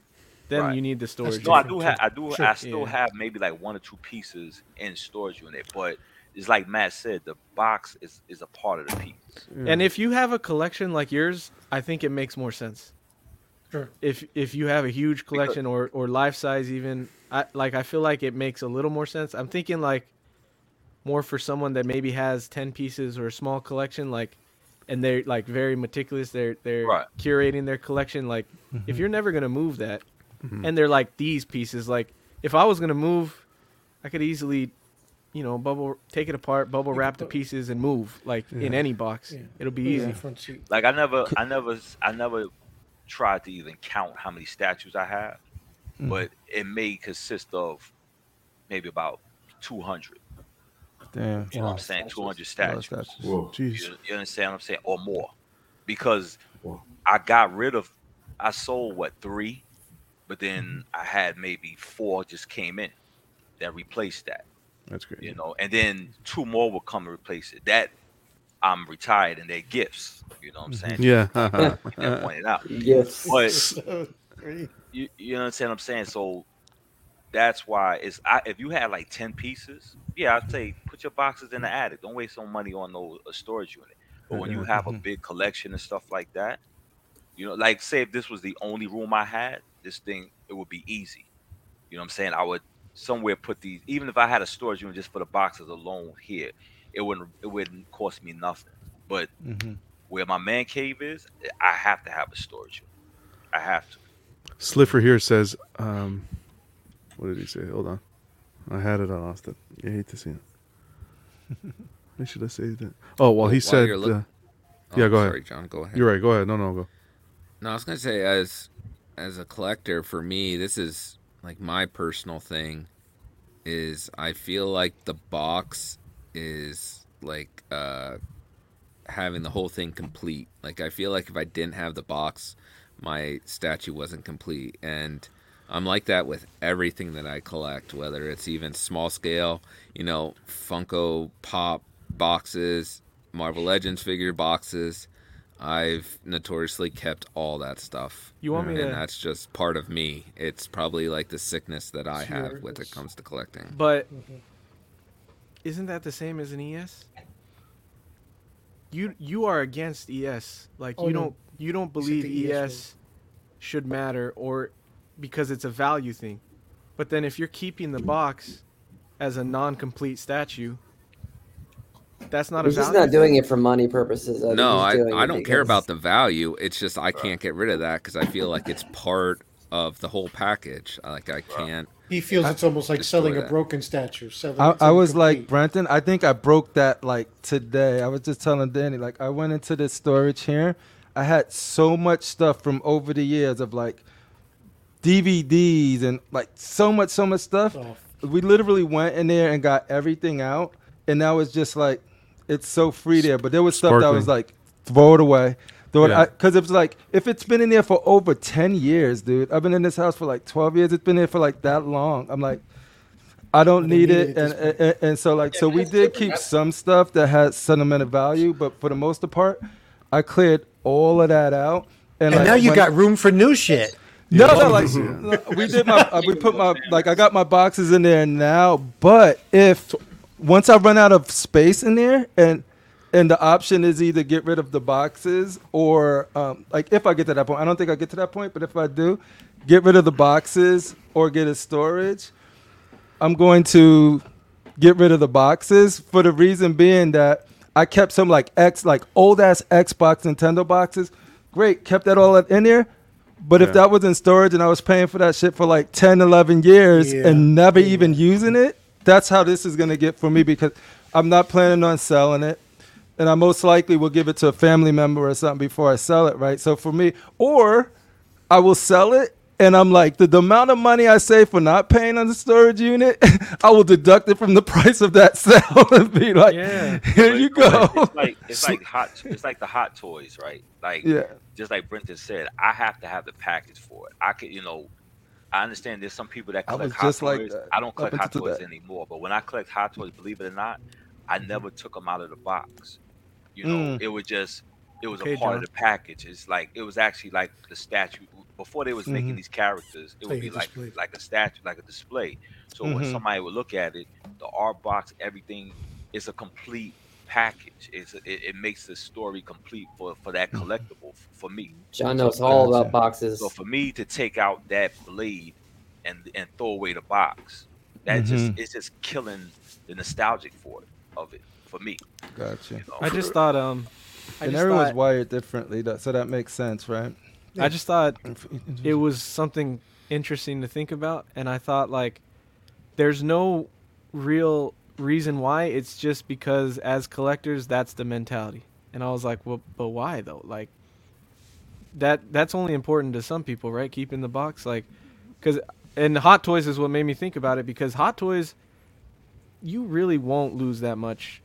Speaker 2: then
Speaker 11: Right.
Speaker 2: you need the storage.
Speaker 11: No, I do
Speaker 2: unit.
Speaker 11: have. I do. I
Speaker 2: Sure.
Speaker 11: still
Speaker 2: Yeah.
Speaker 11: have maybe like one or two pieces in storage unit, but it's like Matt said, the box is is a part of the piece.
Speaker 2: And if you have a collection like yours, I think it makes more sense.
Speaker 10: Sure.
Speaker 2: If if you have a huge collection or or life size even, I like I feel like it makes a little more sense. I'm thinking like more for someone that maybe has 10 pieces or a small collection like and they're like very meticulous, they're they're
Speaker 11: Right.
Speaker 2: curating their collection like if you're never going to move that and they're like these pieces like if I was going to move, I could easily you know, bubble take it apart, bubble wrap the pieces and move like in
Speaker 1: Yeah.
Speaker 2: any box.
Speaker 10: Yeah.
Speaker 2: It'll be
Speaker 10: Put it in
Speaker 2: easy.
Speaker 10: the front seat.
Speaker 11: Like I never, I never, I never tried to even count how many statues I have, but it may consist of maybe about two hundred.
Speaker 4: Damn.
Speaker 11: You know what I'm saying? Two hundred statues.
Speaker 7: Whoa.
Speaker 1: Jeez.
Speaker 11: You, you understand what I'm saying? Or more. Because
Speaker 7: Wow.
Speaker 11: I got rid of, I sold what, three? But then
Speaker 1: Mm-hmm.
Speaker 11: I had maybe four just came in that replaced that,
Speaker 1: That's great.
Speaker 11: you know, and then two more will come and replace it. That I'm retired and they're gifts, you know what I'm saying?
Speaker 1: Mm-hmm. Yeah.
Speaker 11: That pointed out.
Speaker 9: Yes.
Speaker 11: But you, you understand what I'm saying? So that's why it's I, if you had like 10 pieces, yeah, I'd say put your boxes in the attic. Don't waste no money on no a storage unit. But when you have a big collection and stuff like that, you know, like say if this was the only room I had, this thing it would be easy. You know what I'm saying? I would somewhere put these, even if I had a storage unit just for the boxes alone here, it wouldn't it wouldn't cost me nothing. But where my man cave is, I have to have a storage unit. I have to.
Speaker 1: Slipper here says, um, what did he say? Hold on. I had it, I lost it. I hate to see it. I should have saved it. Oh, well, he
Speaker 3: While
Speaker 1: said,
Speaker 3: you're look- Oh,
Speaker 1: uh, yeah, go ahead.
Speaker 3: Sorry, John. Go ahead.
Speaker 1: you're right. Go ahead. No, no, go.
Speaker 3: No, I was gonna say as as a collector, for me, this is like my personal thing. Is I feel like the box is like uh having the whole thing complete. Like I feel like if I didn't have the box, my statue wasn't complete. And I'm like that with everything that I collect, whether it's even small scale, you know, Funko Pop boxes, Marvel Legends figure boxes. I've notoriously kept all that stuff.
Speaker 2: You want me
Speaker 3: and
Speaker 2: to-
Speaker 3: that's just part of me. It's probably like the sickness that I
Speaker 10: It's
Speaker 3: have
Speaker 10: your-
Speaker 3: when it
Speaker 10: it's-
Speaker 3: comes to collecting.
Speaker 2: But
Speaker 10: Mm-hmm.
Speaker 2: isn't that the same as an ES? You you are against ES. Like
Speaker 10: Oh,
Speaker 2: you
Speaker 10: no.
Speaker 2: don't you don't
Speaker 10: You said
Speaker 2: believe
Speaker 10: the E ES
Speaker 2: ES, should matter or because it's a value thing. But then if you're keeping the box as a non-complete statue, that's not a
Speaker 9: He's
Speaker 2: value.
Speaker 9: just not doing it for money purposes. think
Speaker 3: No,
Speaker 9: he's
Speaker 3: I,
Speaker 9: doing
Speaker 3: I
Speaker 9: it
Speaker 3: don't care
Speaker 9: because-
Speaker 3: about the value. It's just I can't get rid of that because I feel like it's part of the whole package. Like I can't.
Speaker 10: He feels it's almost like
Speaker 3: Destroy
Speaker 10: selling a
Speaker 3: that.
Speaker 10: broken statue. Selling
Speaker 4: I,
Speaker 10: it's
Speaker 4: I was like
Speaker 10: incomplete.
Speaker 4: Brenton. I think I broke that like today. I was just telling Danny like I went into this storage here. I had so much stuff from over the years of like DVDs and like so much so much stuff.
Speaker 10: Oh,
Speaker 4: we literally went in there and got everything out, and now it's just like it's so free there. But there was stuff that was
Speaker 1: Sparkling.
Speaker 4: like throw it away, throw
Speaker 1: Yeah.
Speaker 4: it because it's like if it's been in there for over ten years, dude. I've been in this house for like twelve years. It's been there for like that long. I'm like. I don't
Speaker 10: need
Speaker 4: need, it,
Speaker 10: it at
Speaker 4: and, and and- and so like so we did keep some stuff that had sentimental value, but for the most part, I cleared all of that out. And,
Speaker 12: And
Speaker 4: like,
Speaker 12: now you
Speaker 4: when-
Speaker 12: got room for new shit.
Speaker 4: no, no, like no, we did my, uh, we put my like I got my boxes in there now, but if once I run out of space in there and and the option is either get rid of the boxes or um, like if I get to that point, I don't think I get to that point, but if I do, get rid of the boxes or get a storage. I'm going to get rid of the boxes for the reason being that I kept some like X, like old ass Xbox Nintendo boxes. Great, kept that all in there. But if
Speaker 1: Yeah.
Speaker 4: that was in storage and I was paying for that shit for like 10, 11 years
Speaker 10: Yeah.
Speaker 4: and never even using it, that's how this is going to get for me because I'm not planning on selling it. And I most likely will give it to a family member or something before I sell it, right? So for me, or I will sell it. And I'm like, the, the amount of money I save for not paying on the storage unit, I will deduct it from the price of that sale and be like,
Speaker 2: Yeah.
Speaker 4: here you go.
Speaker 11: It's like it's like hot. It's like the hot toys, right? Like
Speaker 4: Yeah.
Speaker 11: just like Brenton said, I have to have the package for it. I could, you know, I understand there's some people that
Speaker 4: I
Speaker 11: collect
Speaker 4: was
Speaker 11: hot
Speaker 4: just like
Speaker 11: toys.
Speaker 4: that Mm-hmm.
Speaker 11: I don't
Speaker 4: up
Speaker 11: collect hot
Speaker 4: until
Speaker 11: toys
Speaker 4: today.
Speaker 11: anymore, but when I collect hot toys, believe it or not, I never took them out of the box. You know,
Speaker 4: Mm.
Speaker 11: it was just it was
Speaker 2: Okay,
Speaker 11: a part
Speaker 2: John.
Speaker 11: of the package. It's like it was actually like the statue before they was making
Speaker 4: Mhm.
Speaker 11: these characters. It
Speaker 10: Like
Speaker 11: would
Speaker 10: a
Speaker 11: be like
Speaker 10: display.
Speaker 11: like a statue, like a display. So when
Speaker 4: Mhm.
Speaker 11: somebody would look at it, the art box, everything, it's a complete package. It's it, it makes the story complete for for that collectible f- for me.
Speaker 9: John knows all
Speaker 12: Gotcha.
Speaker 9: about boxes.
Speaker 11: So for me to take out that blade and and throw away the box, that just
Speaker 4: Mhm.
Speaker 11: it's just killing the nostalgic for it of it for me.
Speaker 4: Gotcha.
Speaker 11: you know?
Speaker 2: I just thought um, I
Speaker 4: and
Speaker 2: just
Speaker 4: everyone's
Speaker 2: thought,
Speaker 4: wired differently, tho- so that makes sense, right?
Speaker 2: I just thought it
Speaker 4: It,
Speaker 2: was something interesting to think about and i thought like there's no real reason why it's just because as collectors that's the mentality and i was like well but why though like that that's only important to some people right keeping the box like because and hot toys is what made me think about it because hot toys you really won't lose that much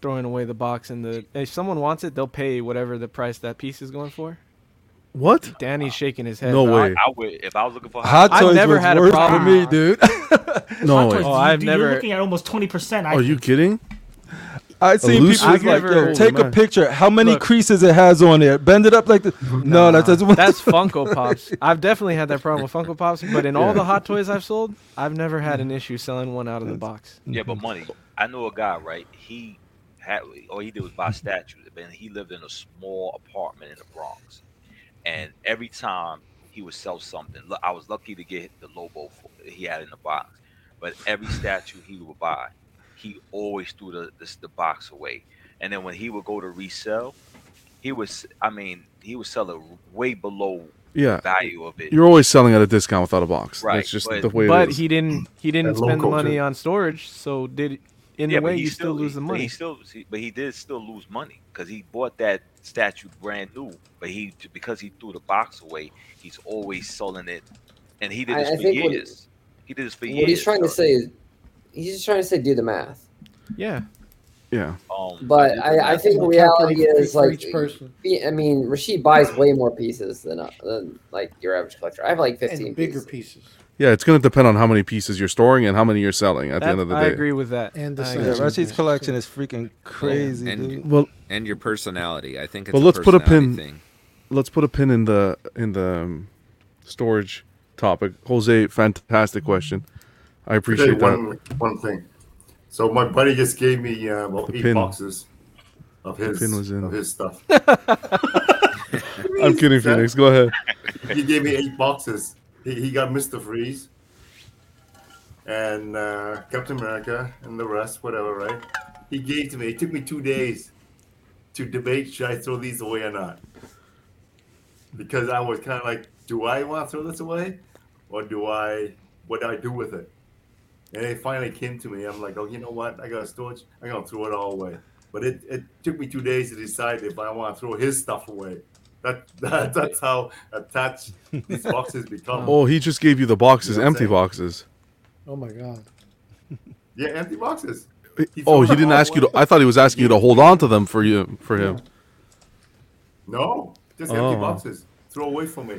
Speaker 2: throwing away the box and the if someone wants it they'll pay whatever the price that piece is going for
Speaker 1: What?
Speaker 2: danny's shaking his head
Speaker 1: No
Speaker 2: but I-
Speaker 1: way.
Speaker 11: I would if I was looking for
Speaker 4: Hot
Speaker 2: I've
Speaker 4: toys
Speaker 2: never
Speaker 4: was
Speaker 2: had a
Speaker 4: worse
Speaker 2: problem.
Speaker 4: for me, dude.
Speaker 1: No
Speaker 5: Hot
Speaker 1: way.
Speaker 5: toys,
Speaker 2: Oh, I've
Speaker 5: dude, You're
Speaker 2: never-
Speaker 5: looking at almost twenty percent.
Speaker 1: Are you kidding?
Speaker 4: I Oh, seen
Speaker 1: loose Oh
Speaker 4: people was
Speaker 2: I've
Speaker 4: like, yo,
Speaker 2: never-
Speaker 4: take a
Speaker 1: Holy
Speaker 4: picture. How many
Speaker 2: Look.
Speaker 4: creases it has on there? Bend it up like this. No, that's just
Speaker 2: That's Funko Pops. I've definitely had that problem with Funko Pops, but in all the Hot Toys I've sold, I've never had an issue selling one out of the box.
Speaker 11: Yeah,
Speaker 1: Mm-hmm.
Speaker 11: but money. I know a guy, right? He had all he did was buy statues, and he lived in a small apartment in the Bronx. And every time he would sell something, lu- I was lucky to get the Lobo for, he had in the box. But every statue he would buy, he always threw the, the the box away. And then when he would go to resell, he was I mean he would sell it way below
Speaker 1: Yeah.
Speaker 11: value of it.
Speaker 1: You're always selling at a discount without a box.
Speaker 11: Right,
Speaker 1: That's just
Speaker 11: but-
Speaker 1: the way it
Speaker 2: But
Speaker 1: is.
Speaker 2: he didn't. He didn't
Speaker 7: And low
Speaker 2: spend the money
Speaker 7: culture.
Speaker 2: on storage, so did in
Speaker 11: Yeah,
Speaker 2: the
Speaker 11: but
Speaker 2: way
Speaker 11: he
Speaker 2: you still, lose
Speaker 11: he-
Speaker 2: the
Speaker 11: but
Speaker 2: money.
Speaker 11: He still, he- but he did still lose money because he bought that statue brand new. But he because he threw the box away, he's always selling it, and he did
Speaker 9: I-
Speaker 11: this
Speaker 9: I
Speaker 11: for
Speaker 9: think what he-
Speaker 11: years. He did this for years.
Speaker 9: what he's trying to
Speaker 11: so,
Speaker 9: say is, he's just trying to say do the math.
Speaker 2: yeah,
Speaker 1: yeah.
Speaker 11: um,
Speaker 9: But
Speaker 11: did the
Speaker 9: I, I
Speaker 11: math.
Speaker 9: think the reality
Speaker 10: Calculate
Speaker 9: is
Speaker 10: for
Speaker 9: like,
Speaker 10: each person.
Speaker 9: yeah, I mean, Rashid buys way more pieces than, uh, than like your average collector. I have like fifteen
Speaker 10: And bigger
Speaker 9: pieces.
Speaker 10: pieces.
Speaker 1: Yeah, it's going to depend on how many pieces you're storing and how many you're selling at the
Speaker 2: That-
Speaker 1: end of the
Speaker 2: I
Speaker 1: day.
Speaker 2: agree with that.
Speaker 10: And the
Speaker 2: I
Speaker 10: size.
Speaker 2: agree.
Speaker 4: yeah,
Speaker 10: Gotcha.
Speaker 4: Rashi's collection is freaking crazy,
Speaker 3: and-
Speaker 4: dude.
Speaker 1: Well,
Speaker 3: and your personality. I think it's
Speaker 1: Well,
Speaker 3: a
Speaker 1: let's put a
Speaker 3: personality
Speaker 1: pin-
Speaker 3: thing.
Speaker 1: let's put a pin in the in the um, storage topic. Jose, fantastic question. I
Speaker 7: Say
Speaker 1: appreciate that.
Speaker 7: one, one thing. So my buddy just gave me uh, about
Speaker 1: The
Speaker 7: eight
Speaker 1: pin.
Speaker 7: boxes of his
Speaker 1: pin was in.
Speaker 7: of his stuff.
Speaker 1: I'm kidding, Phoenix. Go ahead.
Speaker 7: he gave me eight boxes. He, he got Mister Freeze and uh, Captain America and the rest, whatever, right? He gave to me. It took me two days to debate should I throw these away or not, because I was kind of like, do I want to throw this away, or do I? What do I do with it? And it finally came to me. I'm like, oh, you know what? I got a storage. I'm gonna throw it all away. But it, it took me two days to decide if I want to throw his stuff away. That, that that's how attached these boxes become.
Speaker 1: Oh, he just gave you the boxes,
Speaker 7: You know what I'm
Speaker 1: empty
Speaker 7: saying?
Speaker 1: boxes.
Speaker 10: Oh my god.
Speaker 7: Yeah, empty boxes. He
Speaker 1: Oh,
Speaker 7: threw
Speaker 1: he
Speaker 7: them
Speaker 1: didn't
Speaker 7: all
Speaker 1: ask you to.
Speaker 7: away.
Speaker 1: I thought he was asking you to hold on to them for you for him.
Speaker 7: No, just
Speaker 1: Oh.
Speaker 7: empty boxes. Throw away from me.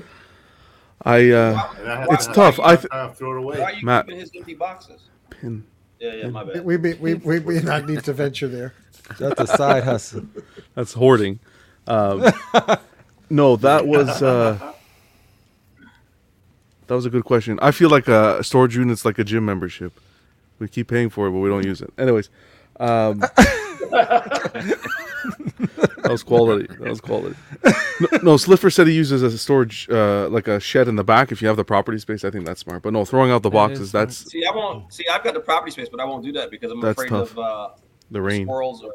Speaker 1: I. uh
Speaker 7: And I had-
Speaker 1: It's
Speaker 7: I had-
Speaker 1: tough. I. th-
Speaker 7: I had to throw it away.
Speaker 8: Why are you
Speaker 1: Matt.
Speaker 8: keeping his empty boxes?
Speaker 1: Pin.
Speaker 8: Yeah, yeah, my bad.
Speaker 10: We may, we, we may not need to venture there.
Speaker 4: That's a side hustle.
Speaker 1: That's hoarding. Um, no, that was uh, that was a good question. I feel like a storage unit's like a gym membership. We keep paying for it, but we don't use it. Anyways, um, that was quality. That was quality. No, no, Sliffer said he uses a storage uh, like a shed in the back if you have the property space. I think that's smart. But no, throwing out the
Speaker 2: That
Speaker 1: boxes
Speaker 2: is smart.
Speaker 1: that's
Speaker 8: See, I won't. See, I've got the property space, but I won't do that because I'm
Speaker 1: That's
Speaker 8: afraid
Speaker 1: tough.
Speaker 8: of uh,
Speaker 1: the rain.
Speaker 8: squirrels or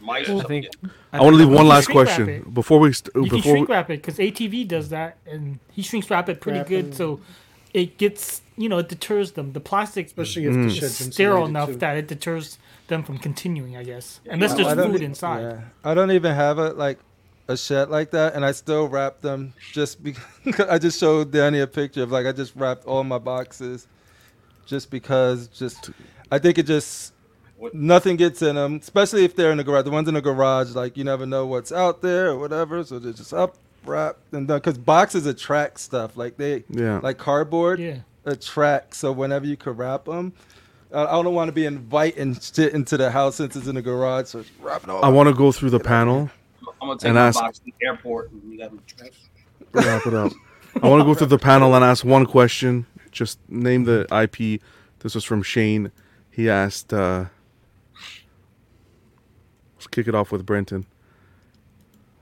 Speaker 8: mice.
Speaker 5: Well,
Speaker 8: or
Speaker 2: I think
Speaker 8: something.
Speaker 1: I want to leave
Speaker 5: You
Speaker 1: one
Speaker 5: can
Speaker 1: last
Speaker 5: shrink wrap
Speaker 1: question
Speaker 5: it.
Speaker 1: before we st-
Speaker 5: You can
Speaker 1: before we,
Speaker 5: shrink wrap it because ATV does that, and he shrinks wrap it pretty
Speaker 10: Wrap
Speaker 5: good,
Speaker 10: and-
Speaker 5: so it gets you know it deters them. The plastic
Speaker 10: Especially if
Speaker 1: Mm.
Speaker 10: the
Speaker 5: is
Speaker 10: shed's
Speaker 5: sterile
Speaker 10: insulated,
Speaker 5: enough
Speaker 10: too.
Speaker 5: that it deters them from continuing. I guess unless
Speaker 4: I- I
Speaker 5: there's
Speaker 4: don't
Speaker 5: food
Speaker 4: e-
Speaker 5: inside.
Speaker 4: yeah. I don't even have a like a shed like that, and I still wrap them just because I just showed Danny a picture of like I just wrapped all my boxes, just because. Just I think it just
Speaker 8: What-
Speaker 4: nothing gets in them, especially if they're in the garage. The ones in the garage, like you never know what's out there or whatever, so they're just up wrapped and done. Because boxes attract stuff, like they
Speaker 1: Yeah.
Speaker 4: like cardboard
Speaker 5: Yeah.
Speaker 4: attract. So whenever you could wrap them. I I don't want to be inviting shit into the house since it's in the garage. So wrap it all
Speaker 1: I want to go through the panel.
Speaker 8: I'm gonna take
Speaker 1: And
Speaker 8: my
Speaker 1: ask-
Speaker 8: box to the airport and you got me.
Speaker 1: wrap it up. I want to go through the panel and ask one question. Just name the IP. This was from Shane. He asked. Uh, let's kick it off with Brenton.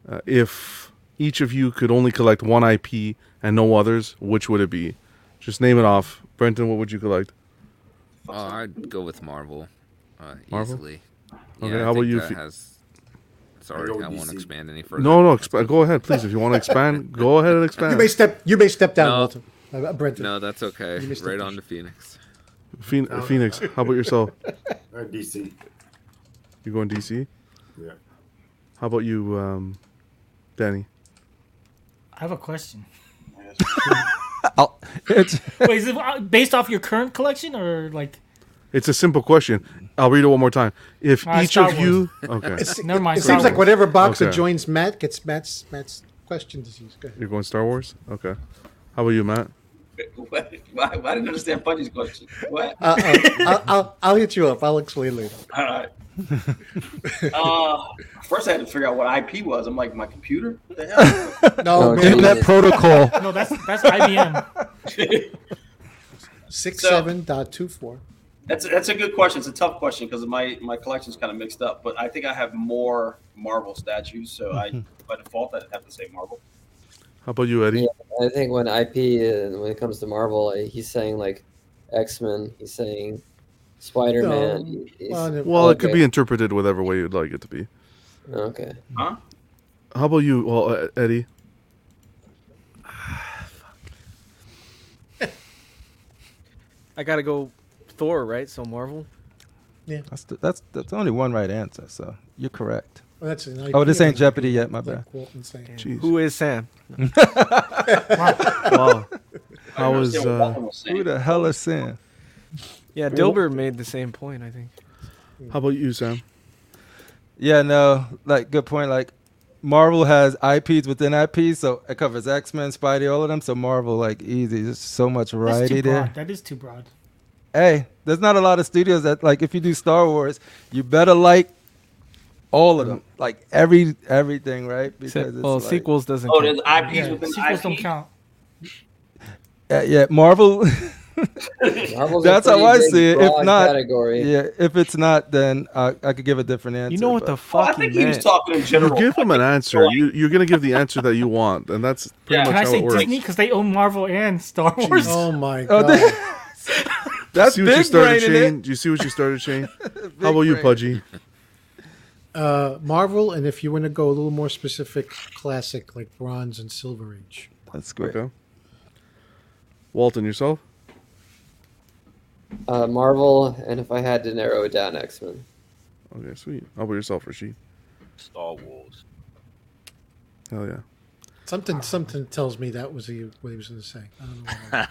Speaker 1: Uh, if each of you could only collect one IP and no others, which would it be? Just name it off. Brenton, what would you collect?
Speaker 3: Oh, I'd go with Marvel, uh,
Speaker 1: Marvel?
Speaker 3: easily.
Speaker 1: Okay,
Speaker 3: I
Speaker 1: how about
Speaker 3: think
Speaker 1: you,
Speaker 3: that
Speaker 1: Fe-
Speaker 3: has-
Speaker 7: I
Speaker 3: Sorry,
Speaker 7: go with
Speaker 3: I won't
Speaker 7: DC.
Speaker 3: expand any further.
Speaker 1: No, no, exp- go ahead, please. If you want to expand, go ahead and
Speaker 10: You may
Speaker 1: expand.
Speaker 10: step you may step down,
Speaker 3: No.
Speaker 10: Walter. Uh, Brenton.
Speaker 3: No, that's okay.
Speaker 10: You missed the
Speaker 3: Right
Speaker 10: question.
Speaker 3: on to Phoenix.
Speaker 1: Phoen- uh, Phoenix, how about yourself?
Speaker 7: Uh, DC.
Speaker 1: You going DC?
Speaker 7: Yeah.
Speaker 1: How about you, um, Danny?
Speaker 5: I have a question.
Speaker 4: I'll, it's,
Speaker 5: Wait, is it uh, based off your current collection or like?
Speaker 1: It's a simple question. I'll read it one more time. If
Speaker 5: Ah,
Speaker 1: each
Speaker 5: Star
Speaker 1: of you, okay,
Speaker 10: It's-
Speaker 5: Never mind,
Speaker 10: It seems
Speaker 5: Star
Speaker 10: like whatever box
Speaker 1: Okay.
Speaker 10: adjoins Matt gets Matt's Matt's question disease. Go ahead.
Speaker 1: you're going Star Wars. Okay, how about you, Matt?
Speaker 8: Why, why, why didn't I understand Buddy's question? What?
Speaker 10: Uh, uh, I'll, I'll, I'll hit you up. I'll explain later.
Speaker 8: All right. uh, first, I had to figure out what IP was. I'm like, my computer? What the hell?
Speaker 10: No,
Speaker 9: Oh,
Speaker 10: man.
Speaker 9: Jesus.
Speaker 4: protocol.
Speaker 5: No, that's that's IBM.
Speaker 10: Six
Speaker 8: So-
Speaker 10: seven dot two four.
Speaker 8: That's a, that's a good question. It's a tough question because my my collection's kind of mixed up. But I think I have more Marvel statues, so I by default I would have to say Marvel.
Speaker 1: How about you, Eddie?
Speaker 9: I think when IP uh, when it comes to Marvel, uh, he's saying like X Men. He's saying Spider Man.
Speaker 1: Well, it could
Speaker 9: okay.
Speaker 1: be interpreted whatever way you'd like it to be.
Speaker 9: Okay.
Speaker 8: Huh?
Speaker 1: How about you, well, uh, Eddie?
Speaker 2: I gotta go Thor, right? So Marvel.
Speaker 4: That's, the, that's that's only one right answer, so you're correct.
Speaker 10: Oh, that's an IP.
Speaker 4: Oh, this ain't Jeopardy yet, my bad.
Speaker 10: Like Walton saying.
Speaker 1: Jeez.
Speaker 2: Who is Sam?
Speaker 1: wow.
Speaker 8: I
Speaker 1: How
Speaker 8: understand
Speaker 1: is
Speaker 8: what
Speaker 1: uh,
Speaker 8: Walden was saying.
Speaker 4: Who the hell is Sam?
Speaker 2: Yeah, Dilbert made the same point. I think.
Speaker 10: Hmm.
Speaker 1: how about you, Sam?
Speaker 4: Yeah, no, like good point. Like Marvel has IPs within IPs, so it covers X Men, Spidey, all of them. So Marvel, like easy. There's so
Speaker 5: That's
Speaker 4: much variety
Speaker 5: too
Speaker 4: there.
Speaker 5: broad. That is too broad.
Speaker 4: Hey, there's not a lot of studios that like if you do Star Wars, you better like all of them, like every everything, right?
Speaker 2: Except- well,
Speaker 4: like-
Speaker 2: sequels doesn't.
Speaker 8: Oh,
Speaker 2: count.
Speaker 8: there's IPs
Speaker 5: Yeah,
Speaker 8: within
Speaker 5: sequels
Speaker 8: IP.
Speaker 5: don't count.
Speaker 4: Yeah, yeah, Marvel.
Speaker 9: Marvel's
Speaker 4: That's
Speaker 9: a
Speaker 4: how
Speaker 9: pretty
Speaker 4: I
Speaker 9: big,
Speaker 4: see it. If
Speaker 9: broad
Speaker 4: not,
Speaker 9: category.
Speaker 4: Yeah, if it's not, then I, I could give a different answer.
Speaker 2: You know what
Speaker 4: but-
Speaker 2: the
Speaker 8: Well,
Speaker 2: fuck
Speaker 8: I
Speaker 2: he
Speaker 8: think he
Speaker 2: meant.
Speaker 8: was talking in
Speaker 1: You
Speaker 8: general.
Speaker 1: give him an answer. You, you're going to give the answer that you want, and that's pretty
Speaker 8: Yeah.
Speaker 1: much
Speaker 5: Can I
Speaker 1: how it
Speaker 5: say
Speaker 1: works.
Speaker 5: Disney because they own Marvel and Star Wars?
Speaker 10: Oh my
Speaker 4: Oh,
Speaker 10: god.
Speaker 4: That's
Speaker 1: See what you
Speaker 4: big brain
Speaker 1: started,
Speaker 4: in
Speaker 1: Shane?
Speaker 4: it.
Speaker 1: Do you see what you started, Shane? how about you,
Speaker 4: brain.
Speaker 1: Pudgy?
Speaker 10: uh, Marvel, and if you want to go a little more specific, classic like Bronze and Silver Age.
Speaker 4: That's great.
Speaker 1: Okay. Walton, yourself?
Speaker 9: Uh, Marvel, and if I had to narrow it down, X Men.
Speaker 1: Okay, sweet. How about yourself, Rasheed?
Speaker 11: Star Wars.
Speaker 1: Hell yeah.
Speaker 10: Something, something tells me that was the, what he was going to say. I don't know.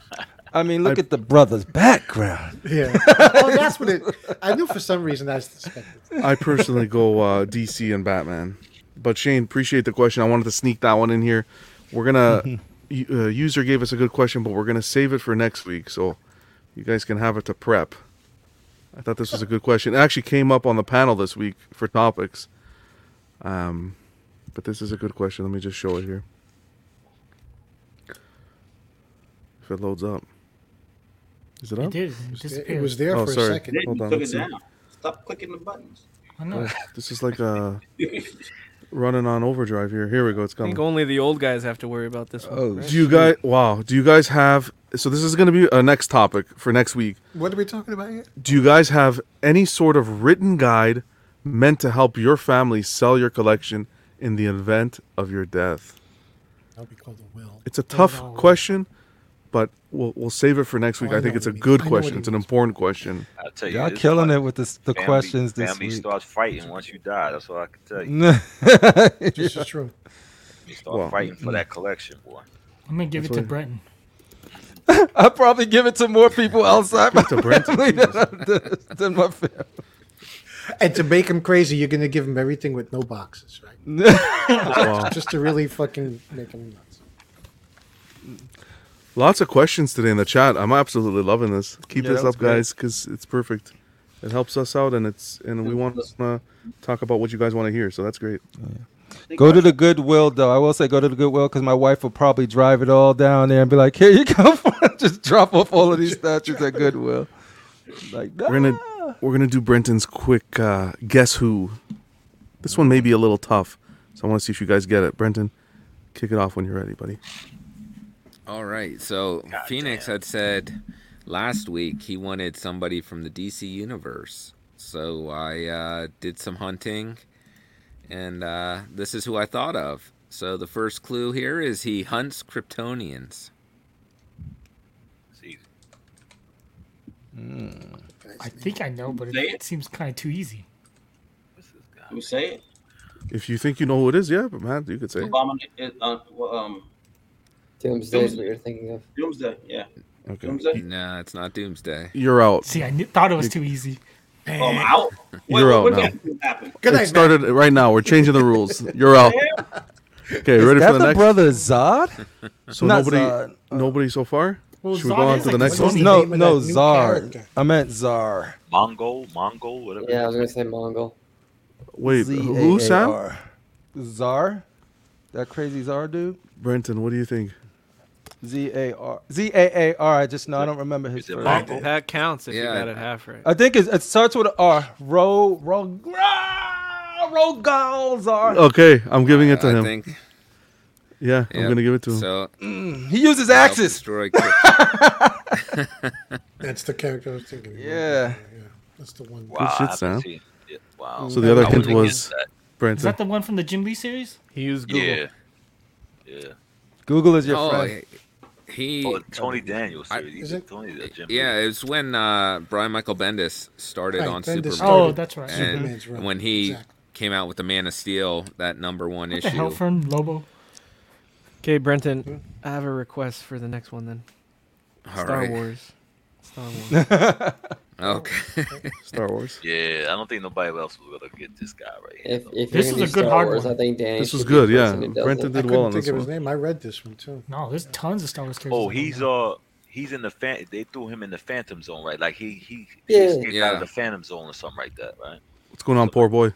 Speaker 4: I mean, look at the brother's background.
Speaker 10: Yeah. oh, that's what it. I knew for some reason that's suspected.
Speaker 1: I personally go uh, DC and Batman. But Shane, appreciate the question. I wanted to sneak that one in here. We're gonna y- uh, user gave us a good question, but we're gonna save it for next week, so you guys can have it to prep. I thought this was a good question. It actually came up on the panel this week for topics. Um, but this is a good question. Let me just show it here. If it loads up, is it
Speaker 5: It
Speaker 1: up?
Speaker 5: did. It disappeared.
Speaker 10: was there
Speaker 1: oh,
Speaker 10: for a
Speaker 1: sorry.
Speaker 10: second.
Speaker 8: Then
Speaker 1: Hold
Speaker 8: you
Speaker 1: on.
Speaker 8: took
Speaker 1: let's
Speaker 8: it
Speaker 1: see.
Speaker 8: down. Stop clicking the buttons.
Speaker 5: I know.
Speaker 1: This is like a running on overdrive here. Here we go. It's
Speaker 2: I think
Speaker 1: coming.
Speaker 2: only the old guys have to worry about this one.
Speaker 4: Oh,
Speaker 2: right?
Speaker 1: Do you guys? Wow. Do you guys have? So this is going to be a next topic for next week.
Speaker 10: What are we talking about here?
Speaker 1: Do you guys have any sort of written guide meant to help your family sell your collection in the event of your death?
Speaker 10: That would be called a will.
Speaker 1: It's a
Speaker 10: Oh,
Speaker 1: tough
Speaker 10: no.
Speaker 1: question, but we'll we'll save it for next week.
Speaker 10: Oh, I
Speaker 1: I think
Speaker 10: know
Speaker 1: it's
Speaker 10: what
Speaker 1: a
Speaker 10: he means.
Speaker 1: good
Speaker 10: I know what
Speaker 1: question.
Speaker 10: he
Speaker 1: It's an important question.
Speaker 11: I tell you,
Speaker 4: Y'all
Speaker 11: it's
Speaker 4: killing
Speaker 11: like
Speaker 4: it with this, the
Speaker 11: family-
Speaker 4: questions this
Speaker 11: Family
Speaker 4: week.
Speaker 11: starts fighting once you die. That's all I can tell you.
Speaker 10: This is true.
Speaker 11: You start
Speaker 1: Well,
Speaker 11: fighting
Speaker 4: Mm.
Speaker 11: for that collection, boy.
Speaker 5: I'm gonna give
Speaker 1: That's
Speaker 5: it to
Speaker 1: why-
Speaker 5: Breton.
Speaker 4: I probably give it to more people outside my
Speaker 1: Give it to Brenton,
Speaker 4: family than, I- than my family.
Speaker 10: And to make him crazy, you're going to give him everything with no boxes, right?
Speaker 1: Wow.
Speaker 10: Just to really fucking make him nuts.
Speaker 1: Lots of questions today in the chat. I'm absolutely loving this. Keep
Speaker 4: Yeah,
Speaker 1: this
Speaker 4: that was
Speaker 1: up,
Speaker 4: great.
Speaker 1: guys, because it's perfect. It helps us out, and it's and we want to uh, talk about what you guys want to hear. So that's great.
Speaker 4: Go to the Goodwill, though. I will say go to the Goodwill because my wife will probably drive it all down there and be like, here you go. Just drop off all of these statues at Goodwill. Like, ah.
Speaker 1: We're gonna we're gonna do Brenton's quick uh, guess who. This one may be a little tough, so I want to see if you guys get it. Brenton, kick it off when you're ready, buddy.
Speaker 3: All right. So Phoenix had said last week he wanted somebody from the DC universe. So I uh, did some hunting, and uh, this is who I thought of. So the first clue here is he hunts Kryptonians.
Speaker 11: It's easy.
Speaker 1: Hmm,
Speaker 5: I think I know, but it,
Speaker 8: Say it.
Speaker 5: seems kind of too easy.
Speaker 11: What's this guy?
Speaker 8: Who say it?
Speaker 1: If you think you know who it is, yeah, but man, you could say. it.
Speaker 8: Obama, it, uh, well, um,
Speaker 9: Doomsday is what you're thinking of.
Speaker 8: Doomsday. Yeah.
Speaker 1: Okay,
Speaker 8: Doomsday.
Speaker 3: Nah, it's not Doomsday.
Speaker 1: you're out.
Speaker 5: See, I knew, thought it was too easy.
Speaker 8: Oh, I'm out.
Speaker 1: You're out
Speaker 8: what
Speaker 1: now.
Speaker 8: did happen?
Speaker 10: Good
Speaker 1: It
Speaker 10: night, man.
Speaker 1: started right now. We're changing the rules. You're out. Okay,
Speaker 4: Is
Speaker 1: ready
Speaker 4: that
Speaker 1: for the next?
Speaker 4: brother Zod?
Speaker 1: So
Speaker 4: Not
Speaker 1: nobody,
Speaker 10: uh,
Speaker 4: Zod.
Speaker 1: nobody so far.
Speaker 5: Well,
Speaker 1: Should we
Speaker 5: Zod
Speaker 1: go on
Speaker 5: is
Speaker 1: to the
Speaker 5: like
Speaker 1: next
Speaker 5: Disney.
Speaker 1: one?
Speaker 10: Disney
Speaker 4: No,
Speaker 10: name of
Speaker 4: no,
Speaker 10: that new
Speaker 4: Zar.
Speaker 10: character.
Speaker 4: I meant Zar.
Speaker 11: Mongol, Mongol, whatever.
Speaker 9: Yeah, I was gonna say Mongol.
Speaker 1: Wait, who? Sam?
Speaker 4: Z-A-A-R. Zar? That crazy Zar dude?
Speaker 1: Brenton, what do you think?
Speaker 4: Z A R Z A A R. I just no, I don't remember his
Speaker 11: Is it
Speaker 4: first.
Speaker 11: Bob?
Speaker 4: name.
Speaker 2: That counts if you
Speaker 3: Yeah.
Speaker 2: got it half right.
Speaker 4: I think it, it starts with a R. Ro Ro Ra- Rogal Zar.
Speaker 1: Okay, I'm giving it to
Speaker 3: I
Speaker 1: him.
Speaker 3: think.
Speaker 1: yeah,
Speaker 3: yeah.
Speaker 1: I'm gonna give it to him.
Speaker 3: So
Speaker 2: Mm,
Speaker 4: He uses
Speaker 3: help
Speaker 4: axes.
Speaker 3: destroy Krypton.
Speaker 10: That's the character I was thinking. of.
Speaker 4: Yeah.
Speaker 10: yeah. That's the one.
Speaker 11: Wow,
Speaker 1: shit,
Speaker 11: I haven't
Speaker 1: Sam.
Speaker 11: seen it. Wow.
Speaker 1: So the other
Speaker 11: I
Speaker 1: hint
Speaker 11: wouldn't
Speaker 1: was-
Speaker 11: guess that.
Speaker 1: Brenton.
Speaker 5: Is that the one from the Jim Lee series?
Speaker 2: He used Google.
Speaker 11: yeah, yeah.
Speaker 4: Google is your
Speaker 3: oh,
Speaker 4: friend.
Speaker 3: he. he-
Speaker 11: Oh, Tony Daniels.
Speaker 3: I-
Speaker 11: series.
Speaker 10: Is it-
Speaker 11: Tony, uh, Jim
Speaker 3: Yeah, it was when uh, Brian Michael Bendis started
Speaker 10: Right,
Speaker 3: on
Speaker 10: Bendis
Speaker 3: Superman.
Speaker 10: started
Speaker 5: Oh, that's right.
Speaker 3: And
Speaker 10: Superman's run.
Speaker 3: when he
Speaker 10: Exactly.
Speaker 3: came out with the Man of Steel, that number one
Speaker 5: What
Speaker 3: issue.
Speaker 5: the hell, Fern Lobo?
Speaker 2: Okay,
Speaker 10: Hmm?
Speaker 2: Brenton, I have a request for the next one then.
Speaker 3: All
Speaker 2: Star
Speaker 3: right.
Speaker 2: Wars. Star Wars.
Speaker 3: Okay.
Speaker 1: Star Wars.
Speaker 11: Yeah, I don't think nobody else was gonna get this guy right here.
Speaker 9: If, if
Speaker 5: This
Speaker 9: you're
Speaker 5: is
Speaker 9: gonna
Speaker 5: a
Speaker 9: do
Speaker 5: good
Speaker 9: Star
Speaker 5: hard
Speaker 9: Wars,
Speaker 5: one.
Speaker 9: I think Danny.
Speaker 1: This
Speaker 9: should
Speaker 1: was
Speaker 9: be the
Speaker 1: good, yeah.
Speaker 9: person who does
Speaker 1: Brenton
Speaker 9: it.
Speaker 1: did
Speaker 10: I
Speaker 1: well
Speaker 10: couldn't
Speaker 1: on
Speaker 10: think
Speaker 1: this
Speaker 10: of his
Speaker 1: one.
Speaker 10: name. I read this one too.
Speaker 5: No, there's tons of Star Wars characters.
Speaker 11: Oh,
Speaker 5: I don't
Speaker 11: he's
Speaker 5: know.
Speaker 11: uh he's in the fan. They threw him in the Phantom Zone, right? Like he he, he
Speaker 9: Yeah.
Speaker 11: escaped out
Speaker 3: Yeah.
Speaker 11: of the Phantom Zone or something like that, right?
Speaker 1: What's going on, poor boy?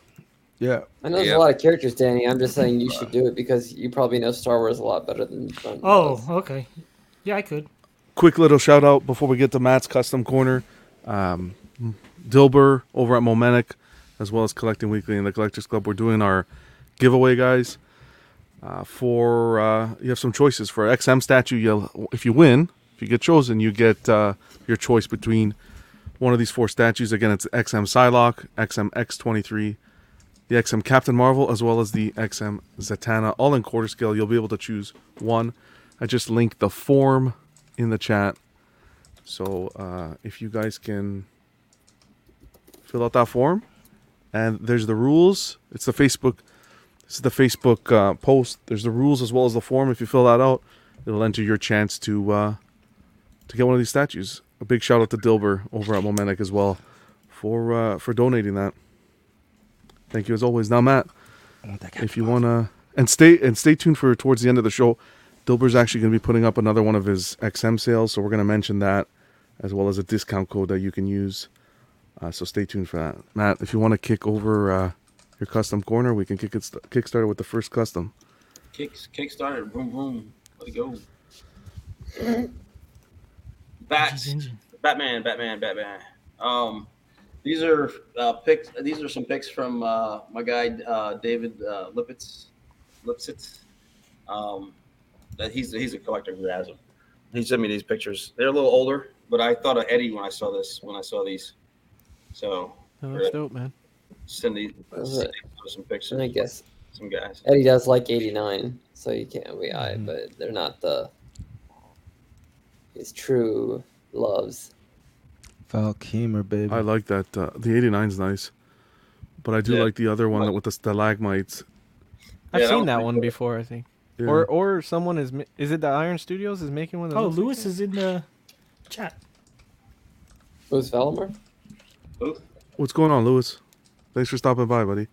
Speaker 4: Yeah.
Speaker 9: I know there's a
Speaker 3: Yeah.
Speaker 9: lot of characters, Danny. I'm just saying you should do it because you probably know Star Wars a lot better than. Brendan
Speaker 5: Oh,
Speaker 9: does.
Speaker 5: okay. Yeah, I could.
Speaker 1: Quick little shout out before we get to Matt's custom corner. Um, Dilber over at Momentic, as well as Collecting Weekly and the Collectors Club. We're doing our giveaway, guys. Uh, for uh, you have some choices for XM statue. You'll, if you win, if you get chosen, you get uh, your choice between one of these four statues. Again, it's XM Psylocke, XM X23, the XM Captain Marvel, as well as the XM Zatanna, all in quarter scale. You'll be able to choose one. I just linked the form in the chat. So uh, if you guys can fill out that form, and there's the rules. It's the Facebook. This is the Facebook uh, post. There's the rules as well as the form. If you fill that out, it'll enter your chance to uh, to get one of these statues. A big shout out to Dilber over at Momentic as well for uh, for donating that. Thank you as always. Now Matt, if you wanna and stay and stay tuned for towards the end of the show, Dilber's actually gonna be putting up another one of his XM sales, so we're gonna mention that as well as a discount code that you can use. Uh, so stay tuned for that. Matt, if you want to kick over uh, your custom corner, we can kick it st- Kickstarter with the first custom.
Speaker 8: Kicks, kickstarted. Boom, boom. Let it go. Bats. Batman. Batman. Batman. Um, these are uh, picks. These are some picks from uh, my guy uh, David uh, Lipitz. Lipsitz. Um, that he's he's a collector who has them. He sent me these pictures. They're a little older, but I thought of Eddie when I saw this. When I saw these, so
Speaker 2: No, that's dope, man.
Speaker 8: send these
Speaker 9: That's
Speaker 8: send
Speaker 9: it.
Speaker 8: these some pictures.
Speaker 9: And I guess
Speaker 8: some guys.
Speaker 9: Eddie does like 89, so you can't be
Speaker 4: Mm-hmm.
Speaker 9: I, but they're not the his true loves.
Speaker 4: Valkemer, baby.
Speaker 1: I like that. Uh, the 89's nice, but I do
Speaker 2: Yeah.
Speaker 1: like the other one that with the stalagmites.
Speaker 2: I've
Speaker 1: Yeah, that
Speaker 2: seen
Speaker 1: was
Speaker 2: that
Speaker 1: pretty
Speaker 2: one before, I think.
Speaker 1: Yeah.
Speaker 2: Or or someone is ma- is it the Iron Studios is making one? That
Speaker 5: Oh,
Speaker 2: looks like
Speaker 5: Lewis is in the chat.
Speaker 9: Who's Velmer?
Speaker 1: What's going on, Lewis? Thanks for stopping by, buddy.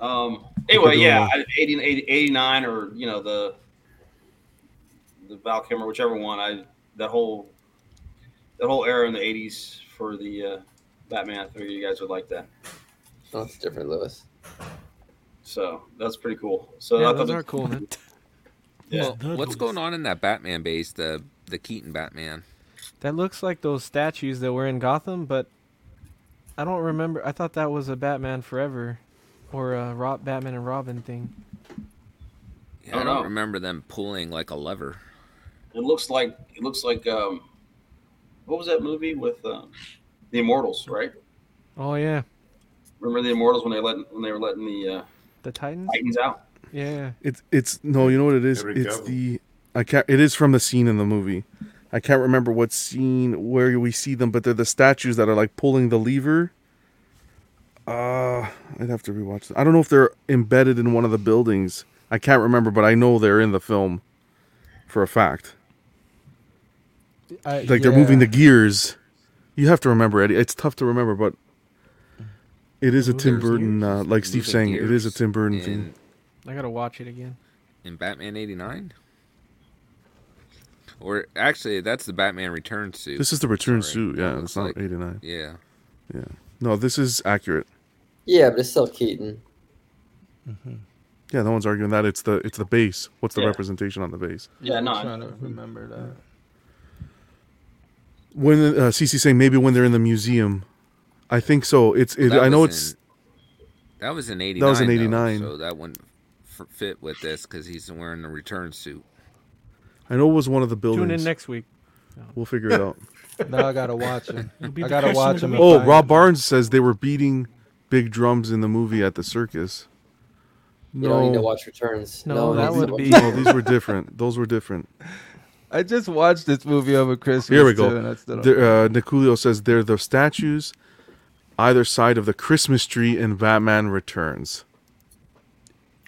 Speaker 8: Um.
Speaker 1: They're
Speaker 8: Anyway,
Speaker 1: doing
Speaker 8: yeah,
Speaker 1: well.
Speaker 8: I- 80, 80, 89 or you know the the Valkymer, whichever one. I that whole that whole era in the eighties for the uh, Batman. I figure you guys would like that.
Speaker 9: Oh, it's different, Lewis.
Speaker 8: So that's pretty cool. So I
Speaker 2: Yeah,
Speaker 8: thought
Speaker 2: uh, those
Speaker 8: that-
Speaker 2: are cool, man.
Speaker 8: Yeah.
Speaker 3: Well, what's going on in that Batman base, the the Keaton Batman?
Speaker 2: That looks like those statues that were in Gotham, but I don't remember. I thought that was a Batman Forever or a Rob, Batman and Robin thing.
Speaker 8: I
Speaker 3: Yeah, I
Speaker 8: don't
Speaker 3: don't
Speaker 8: know.
Speaker 3: remember them pulling like a lever.
Speaker 8: It looks like it looks like um, what was that movie with um, the Immortals? Right?
Speaker 2: Oh yeah,
Speaker 8: Remember the Immortals when they let when they were letting the uh,
Speaker 2: the Titans.
Speaker 8: Titans out?
Speaker 2: Yeah.
Speaker 1: It's it's no, you know what it is.
Speaker 8: There we
Speaker 1: It's
Speaker 8: go.
Speaker 1: the I can't. It is from the scene in the movie. I can't remember what scene where we see them, but they're the statues that are like pulling the lever. Uh, I'd have to rewatch that. I don't know if they're embedded in one of the buildings. I can't remember, but I know they're in the film for a fact. Like they're moving the gears. You have to remember, Eddie. It's tough to remember, but it is a Tim Burton, uh, like Steve
Speaker 3: Moving
Speaker 1: saying, it is a
Speaker 3: gears
Speaker 1: Tim Burton
Speaker 3: in-
Speaker 1: thing.
Speaker 2: I gotta watch it again.
Speaker 3: in Batman '89, or actually, that's the Batman Return suit.
Speaker 1: This is the return
Speaker 3: Sorry.
Speaker 1: suit. Yeah,
Speaker 3: It
Speaker 1: it's
Speaker 3: looks
Speaker 1: not
Speaker 3: like-
Speaker 1: 89.
Speaker 3: Yeah,
Speaker 1: Yeah. No, this is accurate.
Speaker 9: Yeah, but it's still Keaton.
Speaker 1: Yeah, no one's arguing that. It's the it's the base. What's the
Speaker 9: Yeah.
Speaker 1: representation on the base?
Speaker 8: Yeah, no, I-
Speaker 4: I'm trying to remember that.
Speaker 1: When uh, CC saying maybe when they're in the museum, I think so. It's it,
Speaker 3: That
Speaker 1: I know
Speaker 3: was
Speaker 1: it's
Speaker 3: that was in '89.
Speaker 1: That was in
Speaker 3: though,
Speaker 1: 89.
Speaker 3: so that wouldn't f- fit with this because he's wearing the return suit.
Speaker 1: I know it was one of the buildings.
Speaker 2: Tune in next week.
Speaker 1: We'll figure it out.
Speaker 4: Now I gotta watch him. I
Speaker 2: It'll be the
Speaker 4: gotta
Speaker 2: question
Speaker 4: watch
Speaker 2: of the
Speaker 4: him. and
Speaker 1: Oh,
Speaker 4: find
Speaker 1: Rob Barnes says they were beating big drums in the movie at the circus.
Speaker 9: You don't need to
Speaker 1: No.
Speaker 9: watch Returns.
Speaker 2: No,
Speaker 9: one
Speaker 2: that
Speaker 9: needs to
Speaker 2: would
Speaker 9: watch
Speaker 2: be-
Speaker 1: No, these were different. Those were different.
Speaker 4: I just watched this movie over Christmas.
Speaker 1: Here we
Speaker 4: Too, and
Speaker 1: go.
Speaker 4: I still don't-
Speaker 1: The, uh, Niculio says they're the statues either side of the Christmas tree in Batman Returns.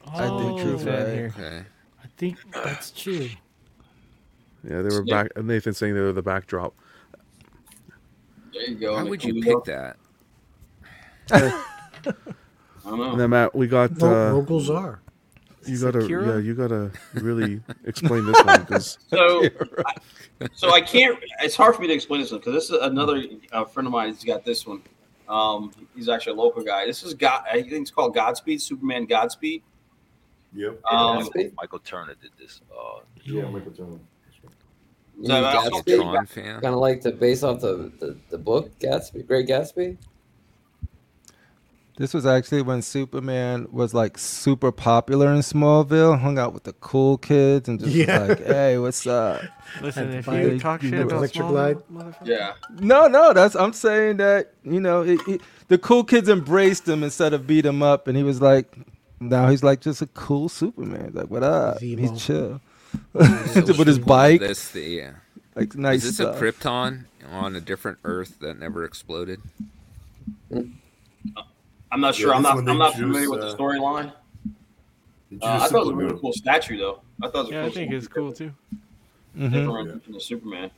Speaker 4: I think
Speaker 5: Oh,
Speaker 4: truth
Speaker 5: man,
Speaker 4: right.
Speaker 5: here.
Speaker 3: Okay.
Speaker 5: I think that's true.
Speaker 1: Yeah, they were
Speaker 5: Yeah.
Speaker 1: back. Nathan saying they were the backdrop.
Speaker 8: There you go.
Speaker 3: Why would you
Speaker 8: Nicolino.
Speaker 3: pick that?
Speaker 8: I don't know.
Speaker 1: And then Matt, we got
Speaker 10: Mo-
Speaker 1: uh,
Speaker 10: moguls are.
Speaker 1: You gotta,
Speaker 8: Sakura?
Speaker 1: yeah, you gotta really explain this one because
Speaker 8: So, I, so I can't. It's hard for me to explain this one because this is another uh, friend of mine. He's got this one. Um, he's actually a local guy. This is God. I think it's called Godspeed. Superman Godspeed.
Speaker 7: Yep.
Speaker 8: Um,
Speaker 11: Uh, Michael Turner did this. Uh,
Speaker 7: Yeah, Michael Turner.
Speaker 9: You
Speaker 8: So uh,
Speaker 9: mean
Speaker 8: that's not
Speaker 9: Gatsby?
Speaker 8: Tron
Speaker 3: fan.
Speaker 9: Kind of like the base off the, the, the book Gatsby, Great Gatsby.
Speaker 4: This was actually when Superman was like super popular in Smallville, hung out with the cool kids, and just was
Speaker 10: Yeah.
Speaker 4: like, "Hey, what's up?"
Speaker 2: Listen,
Speaker 4: And
Speaker 2: if
Speaker 4: finally,
Speaker 2: you talk shit
Speaker 4: know,
Speaker 2: about
Speaker 10: Electric
Speaker 2: small,
Speaker 10: Light.
Speaker 2: motherfucker.
Speaker 8: Yeah.
Speaker 4: No, no, that's I'm saying that you know it, it- the cool kids embraced him instead of beat him up, and he was like, now he's like just a cool Superman, He's like what up?
Speaker 10: Zemo.
Speaker 4: He's chill
Speaker 3: So
Speaker 4: with
Speaker 3: was
Speaker 4: his bike.
Speaker 3: This, the, yeah.
Speaker 4: Like nice
Speaker 3: Is this a
Speaker 4: stuff.
Speaker 3: Krypton on a different Earth that never exploded?
Speaker 8: I'm not
Speaker 7: Yeah,
Speaker 8: sure. I'm
Speaker 7: this
Speaker 8: not.
Speaker 7: one
Speaker 8: I'm not
Speaker 7: introduced,
Speaker 8: familiar with the
Speaker 7: uh,
Speaker 8: storyline.
Speaker 7: Did you
Speaker 8: Uh, I
Speaker 7: just
Speaker 8: thought it was a
Speaker 7: Superman?
Speaker 8: really cool statue, though. I thought it was a
Speaker 2: Yeah,
Speaker 8: cool
Speaker 2: I think
Speaker 8: statue.
Speaker 2: it's cool too.
Speaker 4: Mhm.
Speaker 8: different rendition of Superman.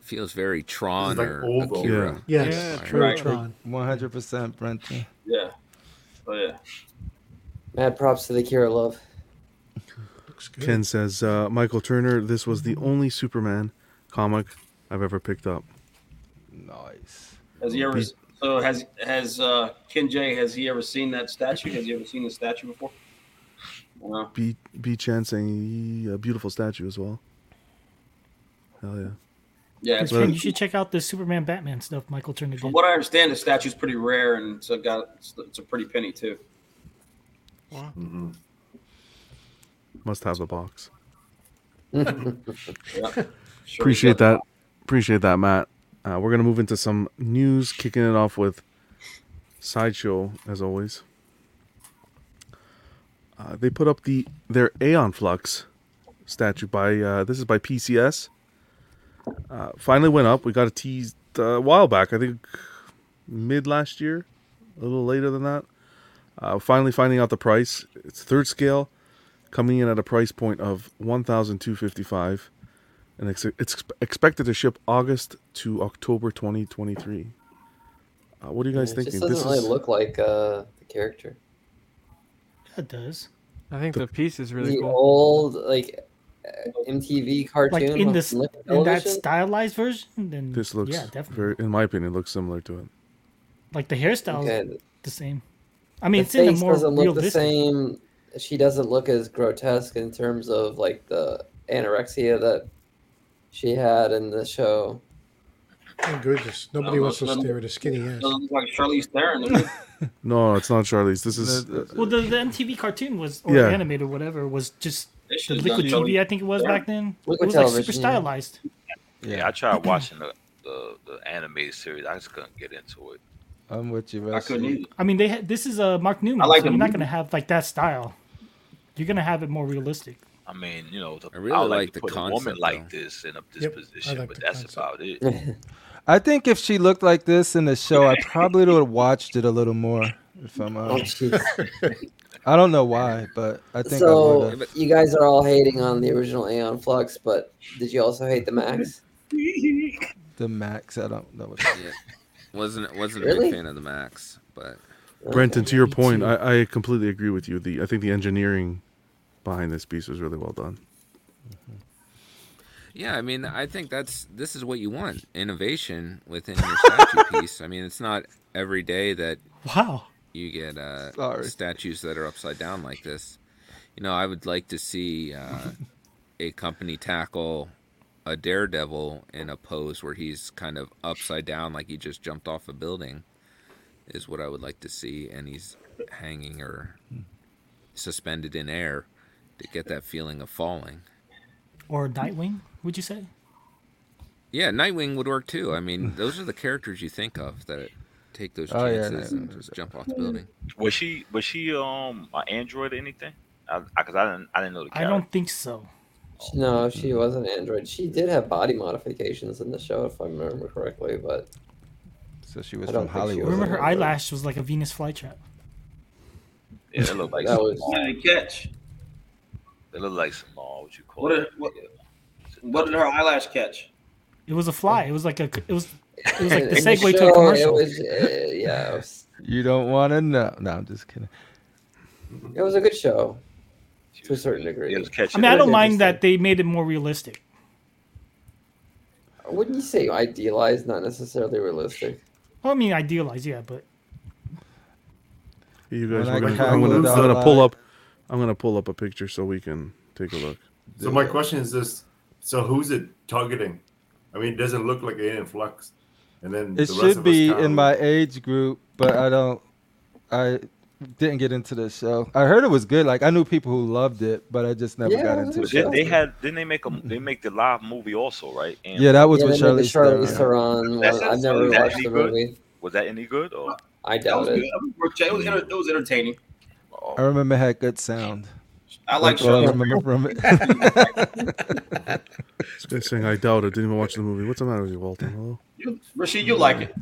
Speaker 3: Feels very Tron
Speaker 4: like
Speaker 3: or
Speaker 4: old though.
Speaker 3: Akira.
Speaker 4: Yeah.
Speaker 8: Yes,
Speaker 3: inspired.
Speaker 8: true Right. Tron.
Speaker 4: One hundred percent, Brenton.
Speaker 8: Yeah. Oh yeah.
Speaker 9: Mad props to the Kira love.
Speaker 1: Ken says uh, Michael Turner. This was the only Superman comic I've ever picked up.
Speaker 4: Nice.
Speaker 8: Has he ever? So has has uh, Ken J? Has he ever seen that statue? Has he ever seen the statue before? No.
Speaker 1: B B Chan saying "Yeah, a beautiful statue as well. Hell yeah.
Speaker 8: Yeah,
Speaker 5: That's
Speaker 8: Well-
Speaker 5: true. you should check out the Superman Batman stuff Michael Turner
Speaker 8: From
Speaker 5: did.
Speaker 8: what I understand, the statue's pretty rare, and so got it's, it's a pretty penny too.
Speaker 1: Must have the box.
Speaker 8: Yeah. Sure
Speaker 1: Appreciate that. Appreciate that, Matt. Uh, we're gonna move into some news, kicking it off with sideshow as always. Uh, they put up the their Aeon Flux statue by uh, this is by PCS. Uh, finally went up. We got a teased uh, a while back. I think mid last year, a little later than that. Uh, finally finding out the price. It's third scale, coming in at a price point of one thousand two fifty five, and it's, it's expected to ship August to October twenty twenty three. Uh, what are you guys
Speaker 9: it
Speaker 1: thinking?
Speaker 9: just doesn't
Speaker 1: This
Speaker 9: really
Speaker 1: is-
Speaker 9: look like uh, the character.
Speaker 5: It does.
Speaker 2: I think the, piece is really
Speaker 9: the
Speaker 2: cool.
Speaker 9: old like uh, MTV cartoon.
Speaker 5: Like in
Speaker 9: on
Speaker 5: this
Speaker 9: liquid
Speaker 5: in that
Speaker 9: television?
Speaker 5: stylized version, then
Speaker 1: This looks
Speaker 5: yeah, definitely.
Speaker 1: very, in my opinion, looks similar to it.
Speaker 5: Like the hairstyles,
Speaker 9: Okay.
Speaker 5: the same. I mean,
Speaker 9: the
Speaker 5: it's in the
Speaker 9: face
Speaker 5: more
Speaker 9: doesn't look the
Speaker 5: realistic.
Speaker 9: same. She doesn't look as grotesque in terms of like the anorexia that she had in the show.
Speaker 10: Thank goodness. Nobody wants to stare at a skinny ass.
Speaker 8: Doesn't look like Charlize Theron. does it?
Speaker 1: No, it's not Charlie's. This is
Speaker 5: Well, the, the MTV cartoon was or
Speaker 1: Yeah.
Speaker 5: animated, whatever, was just
Speaker 8: They
Speaker 5: the
Speaker 8: should've
Speaker 5: liquid
Speaker 8: done
Speaker 5: TV. I think it was
Speaker 8: Television.
Speaker 5: back then.
Speaker 9: Liquid
Speaker 5: it was like super
Speaker 9: television, yeah.
Speaker 5: stylized.
Speaker 11: Yeah, I tried watching the, the the animated series. I just couldn't get into it.
Speaker 4: I'm with you, I
Speaker 8: couldn't either.
Speaker 5: I mean, they had this is a uh, Mark Newman.
Speaker 11: I like
Speaker 5: so you're
Speaker 11: the
Speaker 5: not
Speaker 11: movie.
Speaker 5: gonna have like that style. You're gonna have it more realistic.
Speaker 11: I mean, you know, the, I
Speaker 3: really
Speaker 11: would like,
Speaker 3: like
Speaker 11: to
Speaker 3: the
Speaker 11: put a woman
Speaker 3: concept,
Speaker 11: like this in a, this
Speaker 10: Yep, I
Speaker 11: position,
Speaker 10: like
Speaker 11: but
Speaker 10: the
Speaker 11: that's about it.
Speaker 4: I think if she looked like this in the show, I probably would have watched it a little more. If I'm honest,
Speaker 9: Oh, jeez.
Speaker 4: I don't know why, but I think I would
Speaker 9: So
Speaker 4: have.
Speaker 9: you guys are all hating on the original Aeon Flux, but did you also hate the Max?
Speaker 4: The max, I don't know. What
Speaker 3: Yeah. Wasn't wasn't a
Speaker 9: Really?
Speaker 3: big fan of the Max, but
Speaker 1: Brenton. To your point, I, I completely agree with you. The I think the engineering behind this piece was really well done.
Speaker 3: Yeah, I mean, I think that's this is what you want innovation within your statue piece. I mean, it's not every day that
Speaker 5: wow
Speaker 3: you get uh,
Speaker 4: Sorry.
Speaker 3: statues that are upside down like this. You know, I would like to see uh, a company tackle a daredevil in a pose where he's kind of upside down, like he just jumped off a building. Is what I would like to see, and he's hanging or suspended in air to get that feeling of falling.
Speaker 5: Or Nightwing, would you say?
Speaker 3: Yeah, Nightwing would work too. I mean, those are the characters you think of that take those
Speaker 4: Oh, yeah,
Speaker 3: chances and just jump off the building.
Speaker 11: Was she was she um an android or anything? Because I, 'cause I didn't I didn't know the
Speaker 5: I
Speaker 11: character.
Speaker 5: don't think so.
Speaker 9: No, she wasn't Android. She did have body modifications in the show, if I remember correctly, but
Speaker 4: So she was
Speaker 9: I don't
Speaker 4: from
Speaker 9: think she
Speaker 4: Hollywood.
Speaker 9: was
Speaker 5: Remember her
Speaker 9: Android.
Speaker 5: eyelash was like a Venus flytrap.
Speaker 11: Yeah, they look like
Speaker 9: That
Speaker 11: some,
Speaker 9: was-
Speaker 11: uh,
Speaker 8: Did they catch?
Speaker 11: they look like some uh, what you call
Speaker 8: What did
Speaker 11: it?
Speaker 8: what, what did her eyelash catch?
Speaker 5: It was a fly. It was like a. It was. It was like the
Speaker 9: In the
Speaker 5: segue to
Speaker 9: show,
Speaker 5: a
Speaker 9: it
Speaker 5: commercial.
Speaker 9: was, uh, yeah, it was,
Speaker 4: You don't want to know. No, I'm just kidding.
Speaker 9: it was a good show to a certain degree.
Speaker 11: It was catching.
Speaker 5: I mean, I
Speaker 9: was
Speaker 5: don't mind
Speaker 9: interesting.
Speaker 5: that they made it more realistic.
Speaker 9: Wouldn't you say idealized, not necessarily realistic?
Speaker 5: Well, I mean, idealized, yeah, but
Speaker 1: You guys,
Speaker 4: When
Speaker 1: we're
Speaker 4: I
Speaker 1: gonna,
Speaker 4: got
Speaker 1: I'm gonna I'm
Speaker 4: moved
Speaker 1: gonna
Speaker 4: out
Speaker 1: pull
Speaker 4: alive.
Speaker 1: up. I'm gonna pull up a picture so we can take a look.
Speaker 7: So my question is this: So who's it targeting? I mean, it doesn't look like alien flux, and then
Speaker 4: It
Speaker 7: the rest
Speaker 4: should
Speaker 7: of us
Speaker 4: be
Speaker 7: can't-
Speaker 4: in my age group, but I don't. I didn't get into the show. I heard it was good. Like I knew people who loved it, but I just never
Speaker 9: Yeah,
Speaker 4: got
Speaker 9: it
Speaker 4: into
Speaker 11: But
Speaker 4: it.
Speaker 9: was
Speaker 11: They,
Speaker 9: good.
Speaker 11: they had didn't they make a they make the live movie also right? And
Speaker 4: Yeah, that was
Speaker 9: yeah,
Speaker 4: with
Speaker 9: they made the Charlize
Speaker 4: Charlize Theron.
Speaker 9: Theron. one.
Speaker 8: That's-
Speaker 9: I've
Speaker 8: that's-
Speaker 9: never
Speaker 11: that's
Speaker 9: watched
Speaker 11: any
Speaker 9: the
Speaker 11: good?
Speaker 9: movie.
Speaker 11: was that any good or?
Speaker 9: I
Speaker 8: That was
Speaker 9: doubt
Speaker 8: good.
Speaker 9: it.
Speaker 8: It was, it was, enter- it was entertaining.
Speaker 11: oh,
Speaker 4: I remember it had good sound.
Speaker 8: I like
Speaker 4: That's what I
Speaker 8: Charlize.
Speaker 4: remember from it.
Speaker 1: This guy's saying I doubt it. Didn't even watch the movie. What's the matter with you, Walter? Hello?
Speaker 8: You, Rasheed, you like it.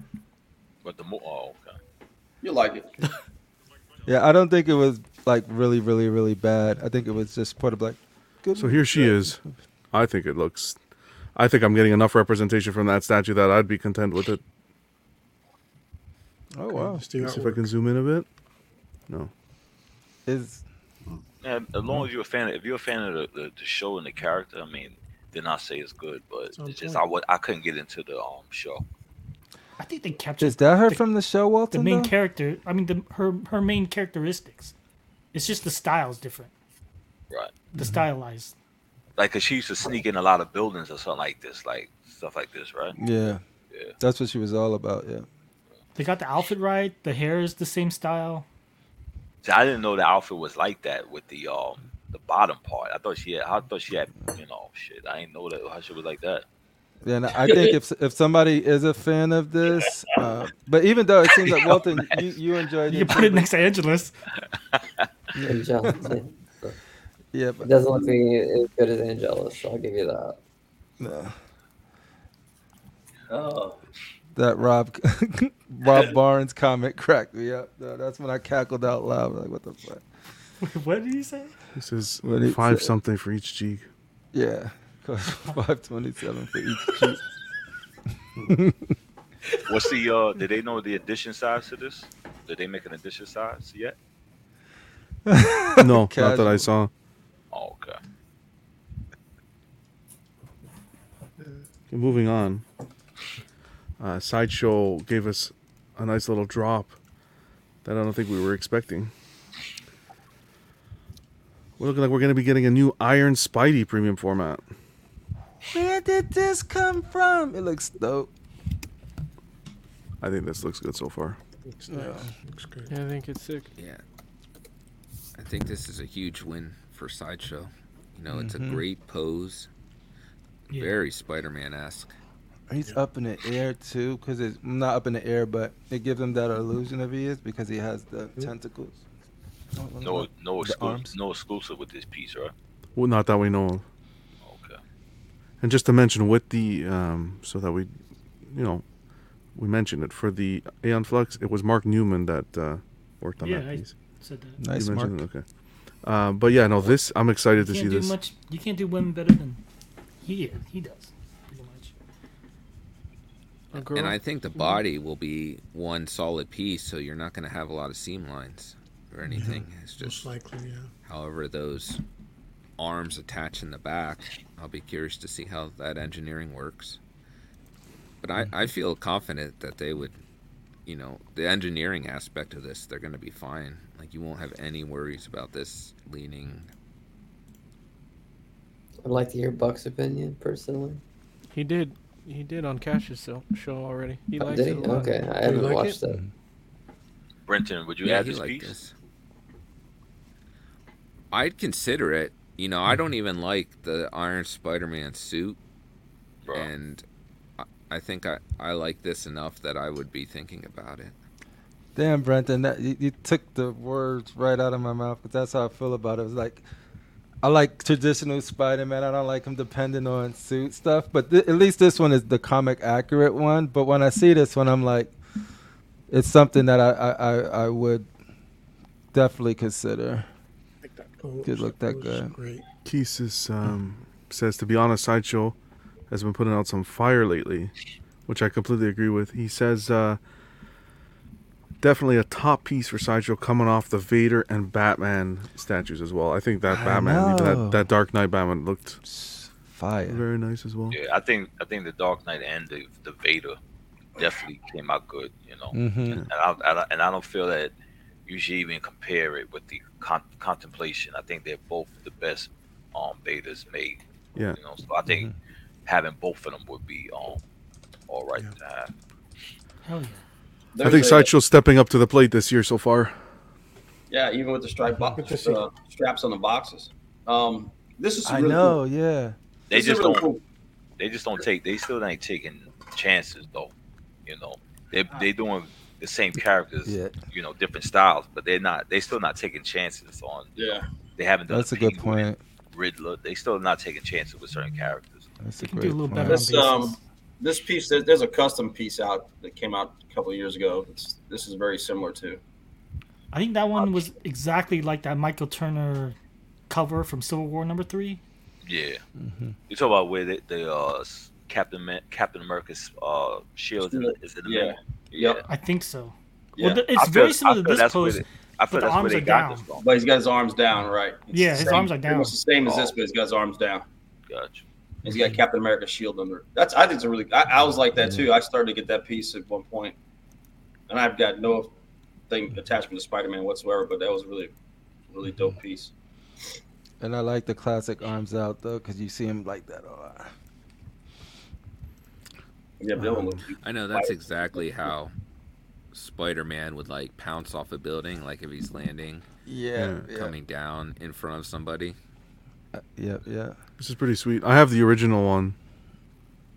Speaker 11: But the mo- oh okay.
Speaker 8: You like it.
Speaker 4: yeah, I don't think it was like really, really, really bad. I think it was just part of like. Good
Speaker 1: So here she is, I think it looks. I think I'm getting enough representation from that statue that I'd be content with it.
Speaker 4: Oh wow!
Speaker 1: Let's see if I can zoom in a bit. No.
Speaker 4: Is
Speaker 11: Yeah, as long as you're a fan, if you're a fan of the, the, the show and the character, I mean, then I say it's good. But
Speaker 5: on
Speaker 11: it's just I
Speaker 5: point.
Speaker 11: would I couldn't get into the um show.
Speaker 5: I think they captured
Speaker 4: is that her
Speaker 5: the,
Speaker 4: from the show,
Speaker 5: the
Speaker 4: Walton?
Speaker 5: main
Speaker 4: though?
Speaker 5: character. I mean, the, her her main characteristics. It's just the style's different.
Speaker 11: Right.
Speaker 5: The
Speaker 4: Mm-hmm.
Speaker 5: stylized.
Speaker 11: Like, 'cause she used to sneak in a lot of buildings or something like this, like stuff like this, right?
Speaker 4: Yeah. That's what she was all about. Yeah.
Speaker 5: They got the outfit right. The hair is the same style.
Speaker 11: See, I didn't know the outfit was like that with the um the bottom part. I thought she had. I thought she had. You know, shit. I didn't know that her shit was like that.
Speaker 4: Yeah, and I think if if somebody is a fan of this, uh, but even though it seems like Walton, you, you enjoyed
Speaker 5: You
Speaker 4: it.
Speaker 5: can put it
Speaker 4: too,
Speaker 5: next to Angelus.
Speaker 4: but- yeah,
Speaker 9: It
Speaker 4: but
Speaker 9: doesn't look as good as Angelus. I'll give you that.
Speaker 4: No.
Speaker 8: Oh,
Speaker 4: that Rob Rob Barnes comment cracked me up. though. That's when I cackled out loud. Like, what the fuck?
Speaker 5: what did he say?
Speaker 1: This is
Speaker 4: What it
Speaker 1: five
Speaker 4: said.
Speaker 1: something for each cheek.
Speaker 4: Yeah, cost five twenty seven for each cheek.
Speaker 11: What's the uh? Did they know the addition size to this? Did they make an addition size yet?
Speaker 1: No, not that I
Speaker 4: Casual.
Speaker 1: saw.
Speaker 11: Oh, okay.
Speaker 1: Okay, moving on. Uh, Sideshow gave us a nice little drop that I don't think we were expecting. We're looking like we're going to be getting a new Iron Spidey premium format.
Speaker 4: Where did this come from? It looks dope.
Speaker 1: I think this looks good so far.
Speaker 10: Looks
Speaker 4: Yeah.
Speaker 10: nice. Looks good.
Speaker 2: Yeah, I think it's sick.
Speaker 3: Yeah. I think this is a huge win for Sideshow. You know, it's
Speaker 4: Mm-hmm.
Speaker 3: a great pose.
Speaker 5: Yeah.
Speaker 3: Very Spider Man esque.
Speaker 4: He's up in the air too, because it's not up in the air, but it gives him that illusion of he is because he has the tentacles.
Speaker 11: No, no
Speaker 4: The
Speaker 11: exclusive.
Speaker 4: arms.
Speaker 11: No exclusive with this piece, right?
Speaker 1: Well, not that we know of.
Speaker 11: Okay.
Speaker 1: And just to mention, with the um, so that we, you know, we mentioned it for the Aeon Flux. It was Mark Newman that uh, worked on
Speaker 5: Yeah,
Speaker 1: that
Speaker 5: I
Speaker 1: piece.
Speaker 5: said that.
Speaker 4: Nice
Speaker 1: you
Speaker 4: mark.
Speaker 1: mentioned it, okay. Uh, but yeah, no, this I'm excited to
Speaker 5: You
Speaker 1: see
Speaker 5: can't do
Speaker 1: this.
Speaker 5: much. You can't do women better than he is. He does pretty much.
Speaker 2: A girl. Mm-hmm.
Speaker 3: And I think the body will be one solid piece, so you're not going to have a lot of seam lines or anything. It's
Speaker 10: Most
Speaker 3: just
Speaker 10: likely, yeah.
Speaker 3: however those arms attach in the back. I'll be curious to see how that engineering works. But I, I feel confident that they would, you know, the engineering aspect of this, they're going to be fine. Like, you won't have any worries about this leaning.
Speaker 9: I'd like to hear Buck's opinion personally.
Speaker 2: he did. He did on Cash's show show already. He
Speaker 9: Oh,
Speaker 2: likes
Speaker 9: did
Speaker 2: it
Speaker 9: he?
Speaker 2: a lot.
Speaker 9: Okay, I
Speaker 10: you
Speaker 9: haven't
Speaker 10: like
Speaker 9: watched that.
Speaker 11: Brenton, would you
Speaker 3: Yeah,
Speaker 11: add
Speaker 3: he
Speaker 11: this
Speaker 3: liked
Speaker 11: piece?
Speaker 3: this. I'd consider it. You know, I don't even like the Iron Spider Man suit,
Speaker 11: Bro.
Speaker 3: and I, I think I, I like this enough that I would be thinking about it.
Speaker 4: Damn, Brenton, that, you, you took the words right out of my mouth, but that's how I feel about it. It's like, I like traditional Spider-Man. I don't like him depending on suit stuff, but th- at least this one is the comic accurate one. But when I see this one, I'm like, it's something that I I, I, I would definitely consider.
Speaker 10: I think that
Speaker 1: Oh,
Speaker 10: pose-
Speaker 4: Did look that
Speaker 10: pose is
Speaker 4: good.
Speaker 10: Great.
Speaker 1: Keesis um, says, to be honest, Sideshow has been putting out some fire lately, which I completely agree with. He says, uh, definitely a top piece for Sideshow coming off the Vader and Batman statues as well. I think that
Speaker 4: I
Speaker 1: Batman, even
Speaker 4: know.
Speaker 1: that, that Dark Knight Batman looked
Speaker 4: Fire.
Speaker 1: very nice as
Speaker 4: Mm-hmm.
Speaker 1: well.
Speaker 11: Yeah, I think I think the Dark Knight and the, the Vader definitely came out good. You know,
Speaker 4: Mm-hmm.
Speaker 11: and I, I don't- and I don't feel that you should even compare it with the con- contemplation. I think they're both the best um betas made.
Speaker 1: Yeah.
Speaker 11: You know, so I think
Speaker 4: Mm-hmm.
Speaker 11: having both of them would be um all right to have.
Speaker 1: I
Speaker 5: Hell yeah.
Speaker 1: think
Speaker 8: There's a-
Speaker 1: Sideshow's stepping up to the plate this year so far.
Speaker 8: Yeah, even with the stripe bo-
Speaker 10: Good to see.
Speaker 8: uh, straps on the boxes. Um, this is
Speaker 4: I
Speaker 8: really
Speaker 4: know.
Speaker 8: Cool.
Speaker 4: Oh, Yeah.
Speaker 11: They
Speaker 8: this is
Speaker 11: just
Speaker 8: really
Speaker 11: don't
Speaker 8: cool.
Speaker 11: they just don't take they still ain't taking chances though. You know. They
Speaker 8: Uh-huh.
Speaker 11: they doing the same characters,
Speaker 4: Yeah.
Speaker 11: you know, different styles, but they're not they still not taking chances on
Speaker 8: Yeah,
Speaker 11: they haven't done
Speaker 4: That's a good
Speaker 11: Penguin,
Speaker 4: point.
Speaker 11: Riddler. They still not taking chances with certain characters.
Speaker 4: That's a
Speaker 5: They can do a
Speaker 4: great
Speaker 5: little better
Speaker 4: point.
Speaker 5: on
Speaker 8: this
Speaker 5: bases.
Speaker 8: um, this piece there, there's a custom piece out that came out a couple of years ago. It's, this is very similar to.
Speaker 5: I think that one was exactly like that Michael Turner cover from Civil War number three.
Speaker 11: Yeah.
Speaker 4: Mm-hmm.
Speaker 11: You talk about where the, the uh, s- Captain Ma- Captain America's uh, shield is in the, is in the
Speaker 8: Yeah.
Speaker 11: middle.
Speaker 8: Yep.
Speaker 5: I think so.
Speaker 11: Yeah.
Speaker 5: Well, th-
Speaker 11: I
Speaker 5: it's
Speaker 11: feel-
Speaker 5: very
Speaker 11: I
Speaker 5: similar to
Speaker 11: feel
Speaker 5: this
Speaker 11: that's where
Speaker 5: pose.
Speaker 11: they- I feel
Speaker 5: but the
Speaker 11: that's where
Speaker 5: arms
Speaker 11: they
Speaker 5: are
Speaker 11: got
Speaker 5: down.
Speaker 11: this from.
Speaker 8: But he's got his arms down, right? It's
Speaker 5: Yeah,
Speaker 8: the
Speaker 5: his
Speaker 8: same-
Speaker 5: arms are down.
Speaker 8: Almost the same as this, but he's got his arms down.
Speaker 11: Oh. Gotcha.
Speaker 8: He's got Captain America's shield under. it. That's I think it's a really. I, I was like that too. I started to get that piece at one point, and I've got no thing attachment to Spider-Man whatsoever. But that was a really, really dope piece.
Speaker 4: And I like the classic arms out though, because you see him like that a lot.
Speaker 8: Yeah, Dylan looked.
Speaker 3: I know that's exactly how Spider-Man would like pounce off a building, like if he's landing,
Speaker 4: Yeah,
Speaker 3: uh,
Speaker 4: yeah.
Speaker 3: coming down in front of somebody.
Speaker 4: Yep, yeah.
Speaker 1: This is pretty sweet. I have the original one.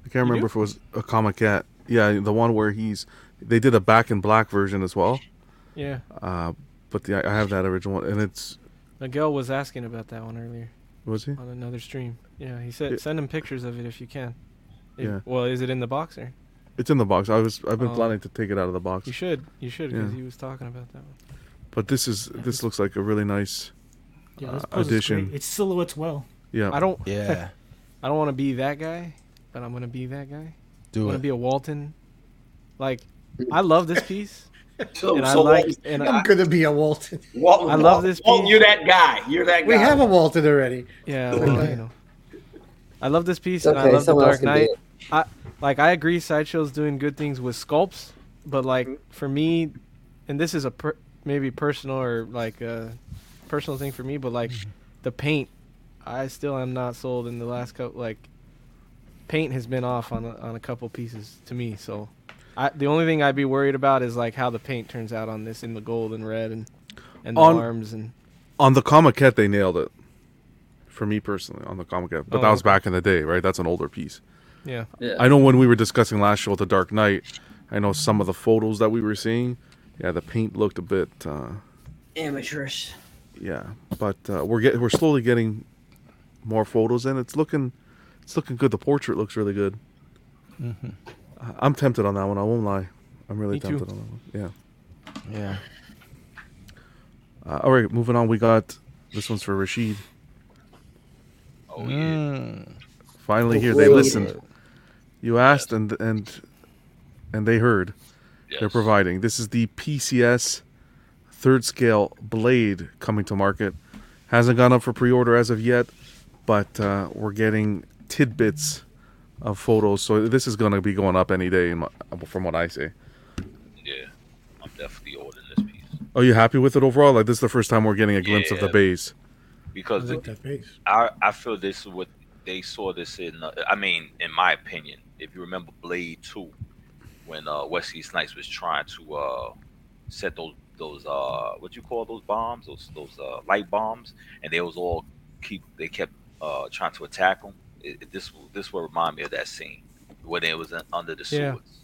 Speaker 1: I can't remember if it was a comic cat. Yeah, the one where he's they did a back in black version as well.
Speaker 2: Yeah.
Speaker 1: Uh, but the, I have that original one, and it's
Speaker 2: Miguel was asking about that one earlier
Speaker 1: was he?
Speaker 2: on another stream. Yeah, he said
Speaker 1: Yeah.
Speaker 2: send him pictures of it if you can. If-
Speaker 1: Yeah.
Speaker 2: Well, is it in the boxer?
Speaker 1: It's in the box. I was I've been
Speaker 2: Oh.
Speaker 1: planning to take it out of the box.
Speaker 2: You should. You should because
Speaker 1: Yeah.
Speaker 2: he was talking about that one.
Speaker 1: But this is this looks like a really nice
Speaker 5: Yeah,
Speaker 1: uh,
Speaker 5: this pose is great.
Speaker 1: addition.
Speaker 5: It silhouettes well.
Speaker 1: Yeah.
Speaker 2: I don't.
Speaker 4: Yeah.
Speaker 2: I don't want to be that guy, but I'm gonna be that guy.
Speaker 4: Do
Speaker 2: I'm gonna
Speaker 4: it.
Speaker 2: be a Walton. Like, I love this piece,
Speaker 8: So,
Speaker 2: and I
Speaker 8: so
Speaker 2: like.
Speaker 8: Walton-
Speaker 2: And I,
Speaker 10: I'm gonna be a Walton.
Speaker 8: Walton,
Speaker 2: I love this
Speaker 8: Walton,
Speaker 2: piece.
Speaker 8: you're that guy. You're that guy.
Speaker 10: We have a Walton already.
Speaker 2: yeah,
Speaker 10: Okay.
Speaker 2: well, you know. I love this piece,
Speaker 9: It's
Speaker 2: and I
Speaker 9: okay,
Speaker 2: love the
Speaker 9: someone else
Speaker 2: Dark
Speaker 9: can do
Speaker 2: Knight. I like. I agree. Sideshow's doing good things with sculpts, but like for me, and this is a per- maybe personal or like a personal thing for me, but like the paint, I still am not sold in the last couple. Like paint has been off on a, on a couple pieces to me. So I, the only thing I'd be worried about is like how the paint turns out on this in the gold and red and and the
Speaker 1: On-
Speaker 2: arms and
Speaker 1: On the comic cat, they nailed it. For me personally, on the comic cat, but
Speaker 2: Oh,
Speaker 1: that was
Speaker 2: okay.
Speaker 1: back in the day, right? That's an older piece.
Speaker 2: yeah.
Speaker 9: Yeah.
Speaker 1: I know when we were discussing last show, The Dark Knight. I know some of the photos that we were seeing. Yeah, the paint looked a bit. Uh,
Speaker 9: Amateurish.
Speaker 1: yeah, but uh, we're get we're slowly getting more photos, and it's looking it's looking good. The portrait looks really good. Mm-hmm. I- I'm tempted on that one. I won't lie. I'm really
Speaker 2: Me too.
Speaker 1: tempted on that one.
Speaker 4: Yeah.
Speaker 1: Yeah. Uh, all right, moving on. We got this one's for Rashid.
Speaker 11: Oh yeah.
Speaker 4: Mm.
Speaker 1: Finally here, they
Speaker 9: Wait.
Speaker 1: listened. You asked, and and and they heard. they're
Speaker 11: Yes.
Speaker 1: providing. This is the PCS third scale blade coming to market. Hasn't gone up for pre order as of yet, but uh, we're getting tidbits of photos. So this is going to be going up any day, in my, from what I see.
Speaker 11: Yeah. I'm definitely ordering this piece
Speaker 1: Are you happy with it overall? Like, this is the first time we're getting a glimpse of the
Speaker 11: Yeah.
Speaker 1: base.
Speaker 11: because the,
Speaker 10: Look at that face.
Speaker 11: I I feel this is what they saw this in. Uh, I mean, in my opinion, if you remember Blade Two, when uh, Wesley Snipes was trying to uh, set those those uh, what you call those bombs, those those uh, light bombs, and they was all keep they kept uh, trying to attack them. It, it- this will- this will remind me of that scene when they was in, under the
Speaker 2: Yeah.
Speaker 11: swords.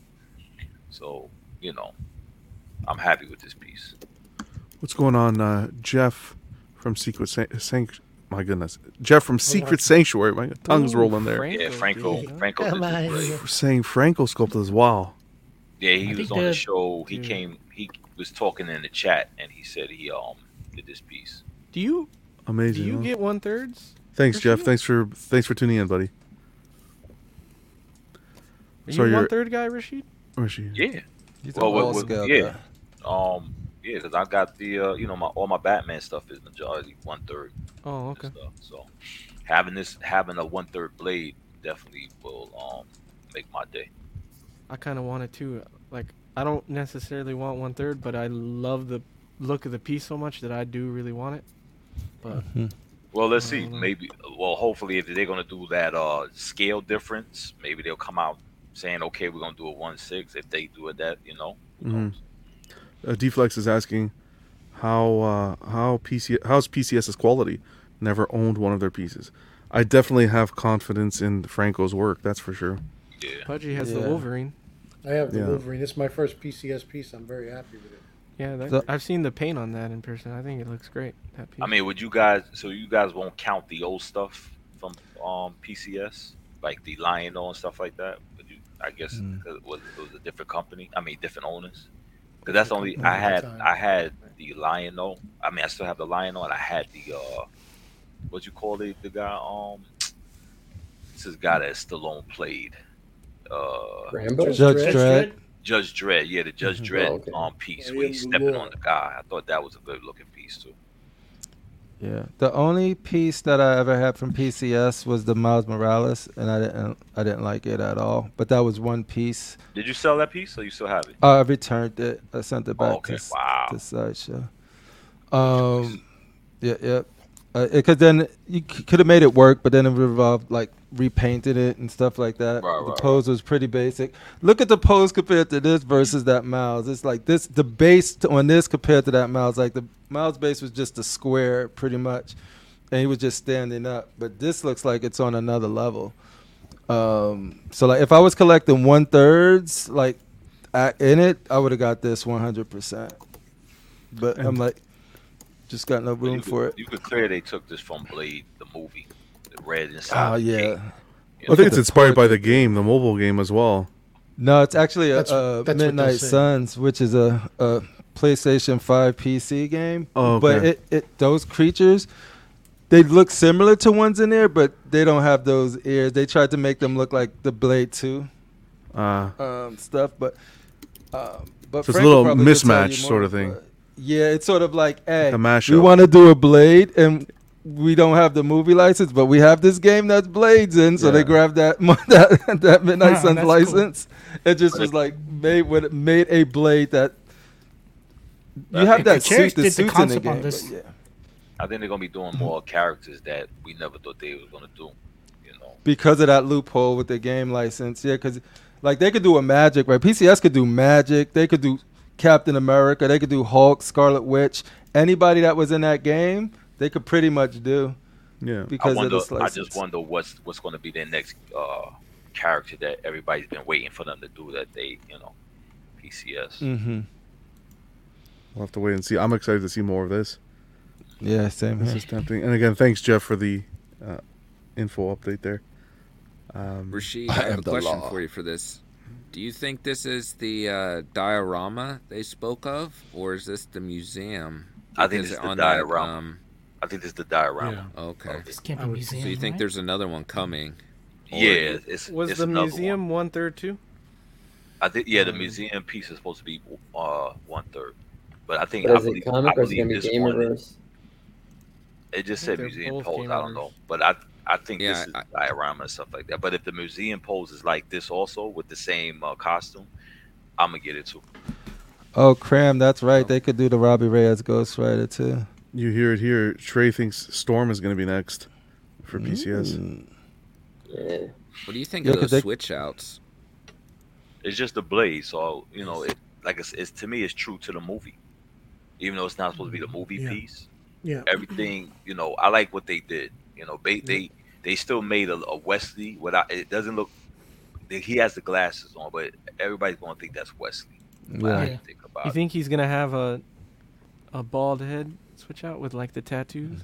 Speaker 11: So you know, I'm happy with this piece.
Speaker 1: What's going on, uh, Jeff from Secret San- Sanct- My goodness. Jeff from Secret Sanctuary. My tongue's
Speaker 2: Oh, Ooh,
Speaker 1: rolling there.
Speaker 2: Franco
Speaker 11: Yeah,
Speaker 2: did
Speaker 11: Franco,
Speaker 2: it, huh?
Speaker 11: Franco
Speaker 10: Come
Speaker 11: did this
Speaker 10: on.
Speaker 11: great.
Speaker 1: We're saying Franco sculpted as well.
Speaker 11: Yeah, he
Speaker 5: I
Speaker 11: was
Speaker 5: think
Speaker 11: on the
Speaker 5: that-
Speaker 11: show. He
Speaker 2: Dude.
Speaker 11: came. He was talking in the chat, and he said he um did this piece.
Speaker 2: Do you do
Speaker 1: Amazing.
Speaker 2: you
Speaker 1: huh?
Speaker 2: get one thirds?
Speaker 1: Thanks,
Speaker 2: Appreciate
Speaker 1: Jeff.
Speaker 2: it.
Speaker 1: Thanks for thanks for tuning in, buddy.
Speaker 2: Are
Speaker 1: So
Speaker 2: you
Speaker 1: you're-
Speaker 2: one third guy, Rashid?
Speaker 1: Where is she?
Speaker 11: Yeah.
Speaker 4: He's
Speaker 11: Well,
Speaker 4: an
Speaker 11: well,
Speaker 4: old
Speaker 11: well,
Speaker 4: scale
Speaker 11: yeah.
Speaker 4: guy.
Speaker 11: Um. Yeah, because I got the uh, you know my all my Batman stuff is majority one third
Speaker 2: Oh, okay.
Speaker 11: and stuff. So having this having a one third blade definitely will um make my day.
Speaker 2: I kind of want it too. Like, I don't necessarily want one third, but I love the look of the piece so much that I do really want it. But
Speaker 11: Well, let's see.
Speaker 2: Mhm.
Speaker 11: Maybe. Well, hopefully, if they're gonna do that uh scale difference, maybe they'll come out saying, okay, we're gonna do a one six. If they do it, that you know. who
Speaker 1: Mhm.
Speaker 11: knows?
Speaker 1: Uh, Deflex is asking how uh, how PC how's PCS's quality. Never owned one of their pieces. I definitely have confidence in Franco's work. That's for sure.
Speaker 11: Yeah.
Speaker 2: Pudgy has
Speaker 4: Yeah.
Speaker 2: the Wolverine.
Speaker 10: I have the
Speaker 1: Yeah.
Speaker 10: Wolverine. It's my first PCS piece. I'm very happy with it.
Speaker 2: Yeah, that,
Speaker 4: So-
Speaker 2: I've seen the paint on that in person. I think it looks great. That piece.
Speaker 11: I mean, would you guys? So you guys won't count the old stuff from um PCS, like the Lionel and stuff like that. Would you? I guess
Speaker 4: Mm.
Speaker 11: 'cause it, was, it was a different company. I mean, different owners. Because that's the only I
Speaker 10: Different
Speaker 11: had.
Speaker 10: company.
Speaker 11: I had the Lionel. I mean, I still have the Lionel, and I had the uh, what you call the the guy um This is a guy that Stallone played. Uh,
Speaker 4: Rambo? Judge Judge Dredd? Dredd?
Speaker 11: Judge Dredd, yeah, the Judge
Speaker 4: Mhm.
Speaker 11: Dredd
Speaker 4: Oh, okay.
Speaker 11: um, piece
Speaker 4: Yeah,
Speaker 11: where
Speaker 4: he
Speaker 11: he's
Speaker 4: had
Speaker 11: stepping
Speaker 4: more.
Speaker 11: on the guy. I thought that was a good looking piece too.
Speaker 2: Yeah.
Speaker 4: The only piece that I ever had from PCS was the Miles Morales, and I didn't I didn't like it at all. But that was one piece.
Speaker 11: Did you sell that piece or you still have it?
Speaker 4: I returned it. I sent it back
Speaker 11: okay.
Speaker 4: to, s-
Speaker 11: Wow.
Speaker 4: to Sideshow. Um, yeah, yeah. Because then you c- could have made it work, but then it revolved like repainted it and stuff like that.
Speaker 11: Right,
Speaker 4: the
Speaker 11: right,
Speaker 4: pose was pretty basic. Look at the pose compared to this versus that Miles. It's like this the base t- on this compared to that Miles. Like the Miles base was just a square pretty much, and he was just standing up. But this looks like it's on another level. Um, so like if I was collecting one thirds like I, in it, I would have got this one hundred percent. But I'm like, just got no room
Speaker 11: you could,
Speaker 4: for it.
Speaker 11: You could clear they took this from Blade, the movie, the red inside.
Speaker 4: Oh
Speaker 11: the
Speaker 4: yeah.
Speaker 11: cake.
Speaker 1: I think it's inspired by the game, the mobile game as well.
Speaker 4: No, it's actually a,
Speaker 1: That's-
Speaker 4: uh,
Speaker 1: that's what they're
Speaker 4: Midnight
Speaker 1: saying.
Speaker 4: Suns, which is a, a PlayStation Five PC game.
Speaker 1: Oh,
Speaker 4: but
Speaker 1: okay.
Speaker 4: it, it those creatures, they look similar to ones in there, but they don't have those ears. They tried to make them look like the Blade Two
Speaker 1: Uh,
Speaker 4: um, stuff, but um, but
Speaker 1: So it's a
Speaker 4: Frank
Speaker 1: little
Speaker 4: probably could tell you
Speaker 1: mismatch sort
Speaker 4: more,
Speaker 1: of thing.
Speaker 4: but- Yeah, it's sort of like, hey,
Speaker 1: a mashup.
Speaker 4: we want to do a Blade and. We don't have the movie license, but we have this game that's Blades in, so
Speaker 1: Yeah.
Speaker 4: they grabbed that that, that
Speaker 1: Wow,
Speaker 4: Midnight Suns
Speaker 1: that's cool.
Speaker 4: license. It just was like made with made a blade that you have that suit. The suits in the game. but yeah. Mm-hmm.
Speaker 11: I think they're gonna be doing more characters that we never thought they was gonna do.
Speaker 4: because of that loophole with the game license. Yeah, because like they could do a magic, right? PCS could do magic. They could do Captain America. They could do Hulk, Scarlet Witch. Anybody that was in that game, they could pretty much do.
Speaker 1: Yeah,
Speaker 4: because
Speaker 11: I wonder,
Speaker 4: of this
Speaker 11: I
Speaker 4: license.
Speaker 11: just wonder what's what's gonna be their next uh, character that everybody's been waiting for them to do that they, you know, PCS.
Speaker 4: Mm-hmm.
Speaker 1: We'll have to wait and see. I'm excited to see more of this.
Speaker 4: Yeah, same
Speaker 1: This
Speaker 4: here.
Speaker 1: is tempting. And again, thanks Jeff for the uh, info update there. Um,
Speaker 3: Rashid, Hmm. I, have a question for you for this. Do you think this is the uh, diorama they spoke of, or is this the museum?
Speaker 11: I think
Speaker 3: Because
Speaker 11: it's the
Speaker 3: on that,
Speaker 11: diorama.
Speaker 3: um,
Speaker 11: I think it's the diorama.
Speaker 3: Okay.
Speaker 11: This
Speaker 5: can't be museum,
Speaker 3: So you think
Speaker 5: right?
Speaker 3: there's another one coming? Or-
Speaker 11: Yeah, it's
Speaker 2: Was
Speaker 11: it's
Speaker 2: the
Speaker 11: another
Speaker 2: museum one third too?
Speaker 11: I think yeah, the
Speaker 9: Um,
Speaker 11: museum piece is supposed to be uh one third, but I think
Speaker 9: But
Speaker 11: I
Speaker 9: is it
Speaker 11: believe, I
Speaker 9: comic or is it
Speaker 11: believe
Speaker 9: gonna be
Speaker 11: this
Speaker 9: game
Speaker 11: one.
Speaker 9: reverse?
Speaker 11: It just
Speaker 9: I think
Speaker 11: said
Speaker 9: they're
Speaker 11: museum
Speaker 9: both
Speaker 11: pose.
Speaker 9: game
Speaker 11: I don't know, but I I think this is diorama and stuff like that. But if the museum pose is like this also with the same uh, costume, I'm gonna get it too.
Speaker 4: Oh, Cram, that's right. They could do the Robbie Reyes Ghost Rider too.
Speaker 1: You hear it here. Trey thinks Storm is going to be next for
Speaker 4: Mm.
Speaker 1: PCS.
Speaker 3: What do you think
Speaker 1: Yeah,
Speaker 3: of
Speaker 1: 'cause
Speaker 3: those
Speaker 1: they-
Speaker 3: switch outs?
Speaker 11: It's just the blade, so you know, it like it's, it's to me, it's true to the movie, even though it's not supposed to be the movie piece.
Speaker 10: Yeah.
Speaker 11: everything you know, I like what they did. You know, they they they still made a, a Wesley without it doesn't look. He has the glasses on, but everybody's gonna think that's Wesley.
Speaker 4: Yeah.
Speaker 11: I think about
Speaker 2: You
Speaker 11: it.
Speaker 2: think he's gonna have a a bald head switch out with like the tattoos?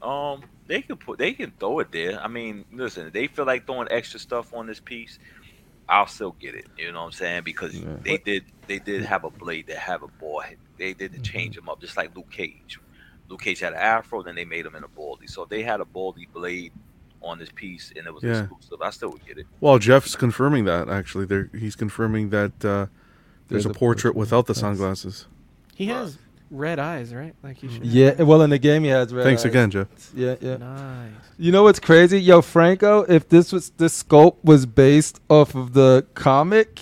Speaker 11: Um, they can put, they can throw it there. I mean, listen, if they feel like throwing extra stuff on this piece. I'll still get it. You know what I'm saying? Because they did, they did have a blade that have a ball. head. They
Speaker 4: Mm-hmm.
Speaker 11: did change him up, just like Luke Cage. Luke Cage had an afro, then they made him in a baldy. So if they had a baldy blade on this piece, and it was
Speaker 1: Yeah.
Speaker 11: exclusive. I still would get it.
Speaker 1: Well, Jeff's confirming that actually. There, he's confirming that uh, there's
Speaker 4: There's
Speaker 1: a
Speaker 4: a
Speaker 1: portrait without the sunglasses.
Speaker 2: He has red eyes, right? Like he should. have.
Speaker 4: Mm-hmm. Yeah, well, in the game he has red.
Speaker 1: Thanks
Speaker 4: eyes.
Speaker 1: again, Jeff.
Speaker 4: Yeah, yeah.
Speaker 2: Nice.
Speaker 4: You know what's crazy, yo, Franco? If this was this sculpt was based off of the comic,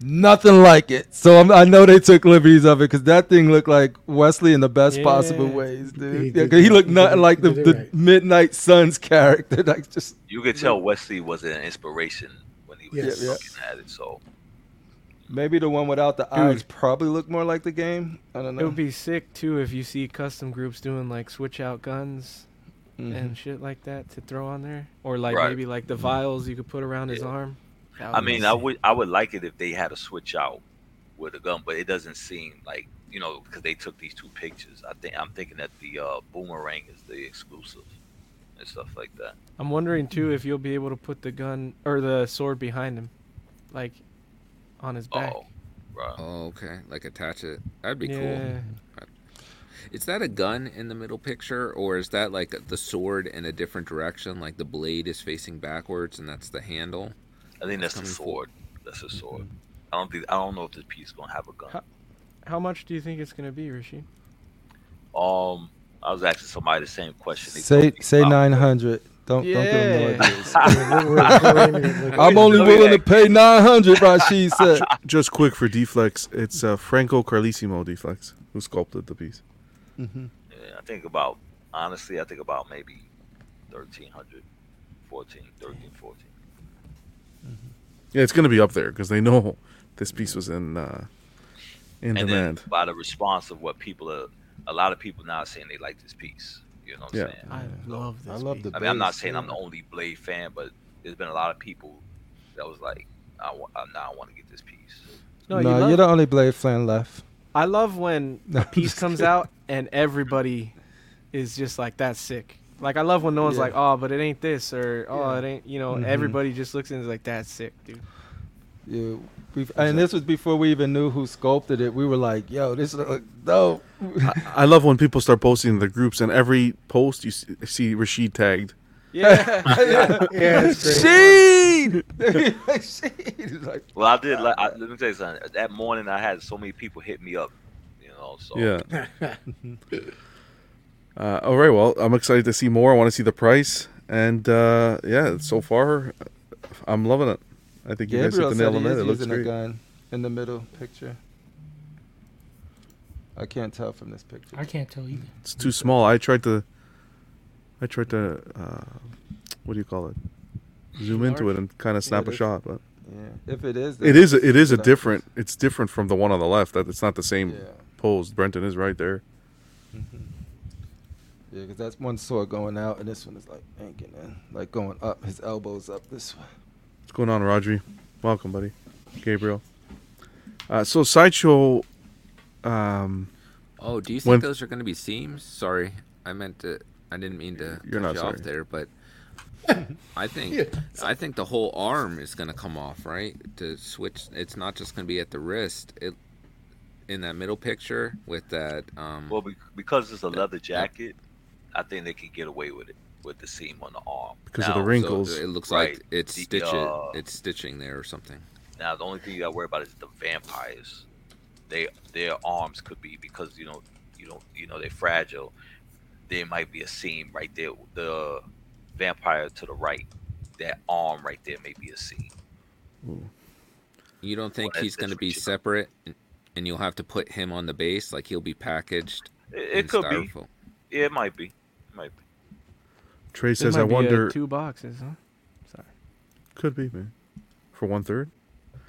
Speaker 4: nothing like it. So I'm, I know they took liberties of it because that thing looked like Wesley in the best possible
Speaker 10: Yeah.
Speaker 4: ways, dude.
Speaker 10: He
Speaker 4: Yeah, 'cause
Speaker 10: did
Speaker 4: He,
Speaker 10: that.
Speaker 4: looked
Speaker 10: He
Speaker 4: nothing
Speaker 10: did-
Speaker 4: like
Speaker 10: he
Speaker 4: the,
Speaker 10: did it
Speaker 4: the
Speaker 10: right.
Speaker 4: Midnight Suns character. Like just
Speaker 11: You could tell Wesley was an inspiration when he was
Speaker 4: Yes. Yeah, yeah.
Speaker 11: looking at it. So
Speaker 4: maybe the one without the
Speaker 2: Dude.
Speaker 4: eyes probably looked more like the game. I don't
Speaker 2: It
Speaker 4: know.
Speaker 2: would be sick too if you see custom groups doing like switch out guns
Speaker 4: Mm-hmm.
Speaker 2: and shit like that to throw on there, or like
Speaker 11: Right.
Speaker 2: maybe like the vials you could put around his arm. That
Speaker 11: I
Speaker 2: be
Speaker 11: mean, I
Speaker 2: sick.
Speaker 11: would I would like it if they had a switch out with a gun, but it doesn't seem like you know because they took these two pictures. I think I'm thinking that the uh, boomerang is the exclusive and stuff like that.
Speaker 2: I'm wondering too if you'll be able to put the gun or the sword behind him, like on his back.
Speaker 11: Oh,
Speaker 3: okay. Like attach it. That'd be
Speaker 2: Yeah.
Speaker 3: cool. Is that a gun in the middle picture, or is that like the sword in a different direction? Like the blade is facing backwards, and that's the handle.
Speaker 11: I think that's the
Speaker 3: Coming
Speaker 11: sword. That's the sword. I don't think I don't know if this piece gonna have a gun.
Speaker 2: How much do you think it's gonna be, Rishi?
Speaker 11: Um, I was asking somebody the same question. They
Speaker 4: Say
Speaker 11: told me
Speaker 4: say
Speaker 11: about-
Speaker 4: nine hundred. Don't don't
Speaker 11: Yeah.
Speaker 4: do noises. I'm only willing to pay nine hundred. Rashid said.
Speaker 1: Just quick for deflex, it's uh, Franco Carlissimo deflex who sculpted the piece.
Speaker 4: Mm-hmm.
Speaker 11: Yeah, I think about honestly, I think about maybe 1300, 14, 13, 14.
Speaker 1: Yeah, it's gonna be up there because they know this piece was in uh, in
Speaker 11: and
Speaker 1: demand.
Speaker 11: then by the response of what people are, a lot of people now saying they like this piece. You know what I'm
Speaker 1: Yeah.
Speaker 11: saying?
Speaker 2: I love this.
Speaker 4: I love the.
Speaker 11: I mean, I'm not
Speaker 4: bass,
Speaker 11: saying I'm
Speaker 4: yeah.
Speaker 11: the only Blade fan, but there's been a lot of people that was like, I want, now I want to get this piece.
Speaker 2: No,
Speaker 4: No,
Speaker 2: you love-
Speaker 4: you're the only Blade fan left.
Speaker 2: I love when
Speaker 4: No,
Speaker 2: a
Speaker 4: I'm
Speaker 2: piece
Speaker 4: just
Speaker 2: comes
Speaker 4: kidding.
Speaker 2: out and everybody is just like, "That's sick." Like I love when no one's
Speaker 4: Yeah.
Speaker 2: like, "Oh, but it ain't this," or "Oh, it ain't," you know.
Speaker 4: Mhm.
Speaker 2: Everybody just looks and is like, "That's sick, dude."
Speaker 4: Yeah, bef- and this was before we even knew who sculpted it. We were like, "Yo, this look dope."
Speaker 1: I love when people start posting in the groups, and every post you s- see Rashid tagged.
Speaker 2: Yeah.
Speaker 10: Yeah, it's great.
Speaker 4: Sheen! Sheen! Like,
Speaker 11: Well, I did. Like, I, let me tell you something. That morning, I had so many people hit me up. You know, so
Speaker 1: Yeah. Uh, all right. Well, I'm excited to see more. I want to see the price, and uh, yeah, so far, I'm loving it. I think you
Speaker 4: Gabriel
Speaker 1: guys hit
Speaker 4: said
Speaker 1: the nail on
Speaker 4: he
Speaker 1: the head.
Speaker 4: is
Speaker 1: It looks
Speaker 4: using a
Speaker 1: great.
Speaker 4: gun in the middle picture. I can't tell from this picture.
Speaker 5: I can't tell either.
Speaker 1: It's too small. I tried to. I tried to. Uh, what do you call it? Zoom into it and kind of snap
Speaker 4: it
Speaker 1: a
Speaker 4: is.
Speaker 1: shot, but
Speaker 4: Yeah, if it is,
Speaker 1: it is. It is a
Speaker 4: then-
Speaker 1: different. It's different from the one on the left. That it's not the same
Speaker 4: Yeah.
Speaker 1: pose. Brenton is right there.
Speaker 4: Yeah, because that's one sword going out, and this one is like anking in, like going up. His elbows up this way.
Speaker 1: What's going on, Rodri? Welcome, buddy. Gabriel. Uh, so sideshow. Um,
Speaker 3: Oh, do you think
Speaker 1: When-
Speaker 3: those are going to be seams? Sorry, I meant to. I didn't mean to
Speaker 1: You're
Speaker 3: cut
Speaker 1: not
Speaker 3: you off
Speaker 1: sorry.
Speaker 3: there, but I think I think the whole arm is going to come off, right? To switch, it's not just going to be at the wrist. It in that middle picture with that. Um,
Speaker 11: Well, be- because it's a leather jacket, I think they can get away with it with the seam on the arm.
Speaker 1: Because of the
Speaker 11: Now-
Speaker 1: ring. wrinkles.
Speaker 3: So it looks
Speaker 11: Right.
Speaker 3: like it's
Speaker 11: The,
Speaker 3: stitch
Speaker 11: uh,
Speaker 3: it's stitching there or something.
Speaker 11: Now the only thing you got to worry about is the vampires. They their arms could be because you know you don't you know they're fragile. There might be a seam right there. The vampire to the right, that arm right there may be a seam.
Speaker 3: You don't think
Speaker 11: Well,
Speaker 3: he's
Speaker 11: that's
Speaker 3: going to be separate, and- and you'll have to put him on the base, like he'll be packaged.
Speaker 11: It, it
Speaker 3: in
Speaker 11: could be.
Speaker 3: styrofoam.
Speaker 11: Yeah, it might be. It might be.
Speaker 1: Trey
Speaker 2: This
Speaker 1: says,
Speaker 2: might
Speaker 1: "I
Speaker 2: be, uh,
Speaker 1: wonder."
Speaker 2: two boxes, huh? Sorry.
Speaker 1: Could be, man. For one third.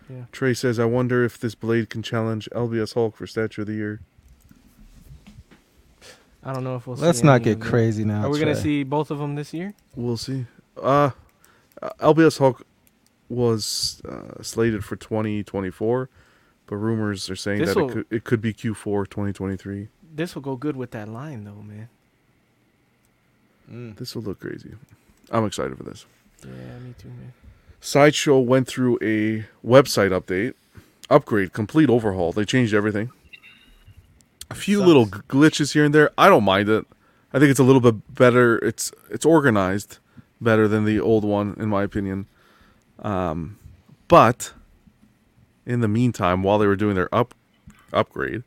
Speaker 2: Yeah.
Speaker 1: Trey says, "I wonder if this blade can challenge LBS Hulk for Statue of the Year."
Speaker 2: I don't know if we'll.
Speaker 4: Let's
Speaker 2: see
Speaker 4: not
Speaker 2: any
Speaker 4: get
Speaker 2: of them.
Speaker 4: crazy now,
Speaker 2: Are we gonna
Speaker 4: Trey.
Speaker 2: see both of them this year?
Speaker 1: We'll see. Uh, uh, LBS Hulk was uh, slated for 2024, but rumors are saying
Speaker 2: This
Speaker 1: that
Speaker 2: will-
Speaker 1: it could, it could be Q4 2023.
Speaker 2: This will go good with that line, though, man.
Speaker 4: Mm.
Speaker 1: This will look crazy. I'm excited for this.
Speaker 2: Yeah, me too, man.
Speaker 1: Sideshow went through a website update, upgrade, complete overhaul. They changed everything. A few little g- glitches here and there. I don't mind it. I think it's a little bit better. It's it's organized better than the old one, in my opinion. Um, but in the meantime, while they were doing their up upgrade,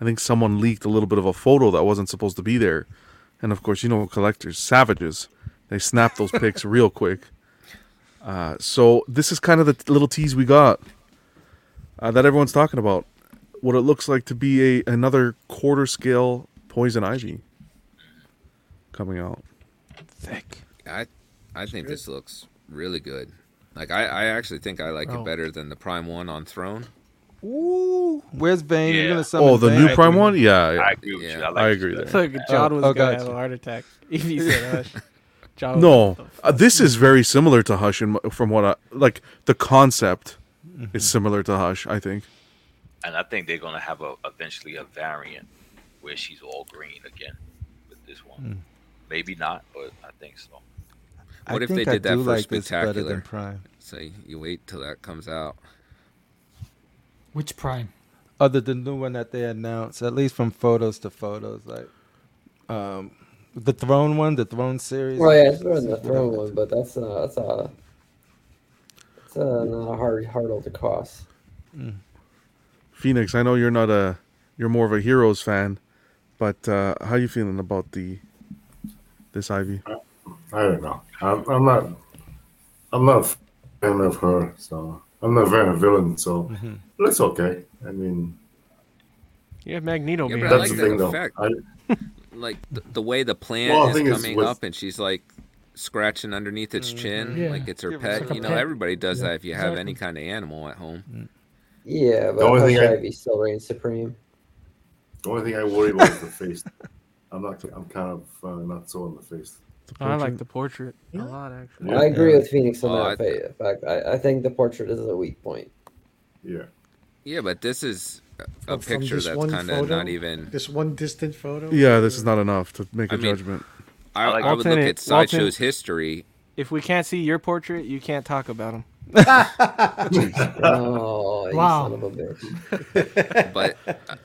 Speaker 1: I think someone leaked a little bit of a photo that wasn't supposed to be there. And of course, you know collectors, savages, they snap those pics real quick. Uh, so this is kind of the t- little tease we got uh, that everyone's talking about. What it looks like to be a another quarter scale poison ivy coming out.
Speaker 4: Thick.
Speaker 3: I I think this looks really good. Like I, I actually think I like
Speaker 2: Oh.
Speaker 3: it better than the Prime One on Throne.
Speaker 4: Ooh, where's Vane? You're
Speaker 11: Yeah.
Speaker 4: gonna summon
Speaker 1: Oh, the new
Speaker 4: Vane?
Speaker 1: prime one? Yeah,
Speaker 11: I
Speaker 1: yeah.
Speaker 11: agree with you.
Speaker 3: Yeah.
Speaker 11: I, like
Speaker 1: I
Speaker 11: this
Speaker 1: agree
Speaker 11: better.
Speaker 1: there.
Speaker 2: It's like John was
Speaker 4: oh,
Speaker 2: gonna have
Speaker 4: gotcha.
Speaker 2: a heart attack if he said hush. John was
Speaker 1: No,
Speaker 2: like, "What the
Speaker 1: uh, this is very similar to Hush, in, m- from what I like. The concept is similar to Hush, I think.
Speaker 11: And I think they're gonna have a eventually a variant where she's all green again with this one. Maybe not, but I think so.
Speaker 3: What
Speaker 4: I
Speaker 3: if they
Speaker 4: think
Speaker 3: did
Speaker 4: I
Speaker 3: that
Speaker 4: do
Speaker 3: for
Speaker 4: like this better than
Speaker 3: Spectacular?
Speaker 4: Prime.
Speaker 3: So you, you wait till that comes out.
Speaker 5: Which prime?
Speaker 4: other than the new one that they announced, at least from photos to photos, like um, the Throne one, the Throne series.
Speaker 9: Well, Oh, yeah, it's better than the throne one, but that's uh, that's a that's a, not a hard hurdle to cross.
Speaker 1: Phoenix, I know you're not a you're more of a Heroes fan, but uh, how you feeling about the this Ivy?
Speaker 3: Uh,
Speaker 7: I don't know. I'm, I'm not. I'm not a fan of her, so I'm not a fan of villain. So
Speaker 4: Mm-hmm.
Speaker 2: Mhm.
Speaker 7: looks okay. I mean,
Speaker 2: You have Magneto.
Speaker 7: Yeah,
Speaker 2: behind
Speaker 7: but
Speaker 2: you.
Speaker 7: I That's like the that thing, though. effect. I-
Speaker 3: like the, the way the plant
Speaker 7: Well, I
Speaker 3: is
Speaker 7: think it's
Speaker 3: coming
Speaker 7: with-
Speaker 3: up and she's like scratching underneath its chin
Speaker 9: Mm-hmm. Yeah.
Speaker 3: like it's her
Speaker 9: Give her
Speaker 3: pet
Speaker 9: like a
Speaker 3: you know
Speaker 9: pet.
Speaker 3: everybody does
Speaker 9: Yeah, Mm.
Speaker 3: that if you have any kind of animal at home
Speaker 9: Yeah,
Speaker 7: The
Speaker 9: but
Speaker 7: only
Speaker 9: Hush
Speaker 7: thing I-
Speaker 9: Ivy still reigns supreme.
Speaker 7: the only thing I worry about is the face. I'm not. I'm kind of uh, not so on the face.
Speaker 2: Oh, I like the portrait a lot, actually.
Speaker 9: I agree
Speaker 7: Yeah.
Speaker 9: with Phoenix on
Speaker 3: Oh, I
Speaker 9: that fa- fact. I, I think the portrait is a weak point.
Speaker 7: Yeah.
Speaker 3: yeah but this is a- a
Speaker 10: From- from
Speaker 3: picture
Speaker 10: this
Speaker 3: that's
Speaker 10: one
Speaker 3: kind
Speaker 10: photo?
Speaker 3: of not even
Speaker 10: This one distant photo.
Speaker 1: Yeah, this is not enough to make a
Speaker 3: I mean,
Speaker 1: judgment.
Speaker 3: I,
Speaker 2: like
Speaker 3: I would
Speaker 2: Walton
Speaker 3: look
Speaker 2: and-
Speaker 3: at sideshow's
Speaker 2: Walton-
Speaker 3: history
Speaker 2: If we can't see your portrait, you can't talk about him.
Speaker 9: Oh, you
Speaker 2: Wow.
Speaker 9: son of a bitch.
Speaker 3: but I-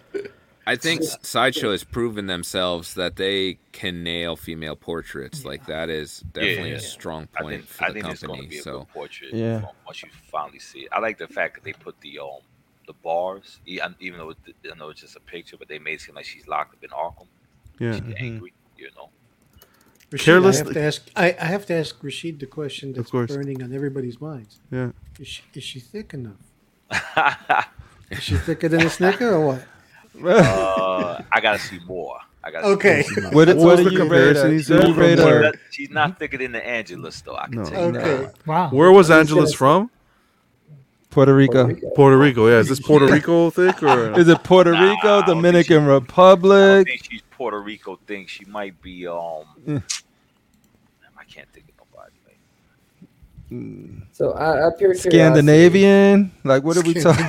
Speaker 3: I think S- Sideshow has proven themselves that they can nail female portraits. Like that is
Speaker 11: Yeah, yeah,
Speaker 3: definitely
Speaker 11: yeah.
Speaker 3: a strong
Speaker 11: I
Speaker 3: point
Speaker 11: think-
Speaker 3: for
Speaker 11: I
Speaker 3: the
Speaker 11: think it's gonna
Speaker 3: company.
Speaker 11: be a
Speaker 3: So
Speaker 11: portrait.
Speaker 4: Yeah.
Speaker 11: from Once you finally see it, I like the fact that they put the um the bars. e- and Even though it, I know it's just a picture, but they made it seem like she's locked up in Arkham.
Speaker 1: Yeah.
Speaker 11: She's angry. You know.
Speaker 10: Rashid,
Speaker 1: Careless-
Speaker 10: I have to ask. I, I have to ask Rashid the question that's
Speaker 1: course.
Speaker 10: burning on everybody's minds.
Speaker 1: Yeah.
Speaker 10: Is she, is she thick enough? is she thicker than a snicker or what?
Speaker 11: uh, I gotta see more. I gotta. see
Speaker 10: Okay.
Speaker 11: more.
Speaker 4: What,
Speaker 1: What
Speaker 4: what
Speaker 1: was
Speaker 4: do
Speaker 1: the
Speaker 4: you rate
Speaker 1: comparison
Speaker 4: her?
Speaker 1: he's
Speaker 4: Do you
Speaker 1: doing from
Speaker 4: rate
Speaker 11: She's
Speaker 1: where-
Speaker 4: her?
Speaker 11: not- She's not thicker than the Angelus, though. I can
Speaker 1: No.
Speaker 11: tell you.
Speaker 10: Okay.
Speaker 11: that.
Speaker 5: Wow.
Speaker 1: Where was
Speaker 10: I was
Speaker 1: Angelus from?
Speaker 4: Puerto Rico.
Speaker 9: Rico.
Speaker 1: Puerto Rico. Yeah, is this Puerto Rico thick or?
Speaker 4: Is it Puerto
Speaker 11: Nah, I
Speaker 4: Rico,
Speaker 11: don't think
Speaker 4: Dominican
Speaker 11: I don't
Speaker 4: Republic?
Speaker 11: think she's Puerto Rico. Thing she might be. Um,
Speaker 4: Yeah.
Speaker 11: I can't think of nobody. man.
Speaker 9: So I, I pure
Speaker 4: Scandinavian? Like, what are we talking?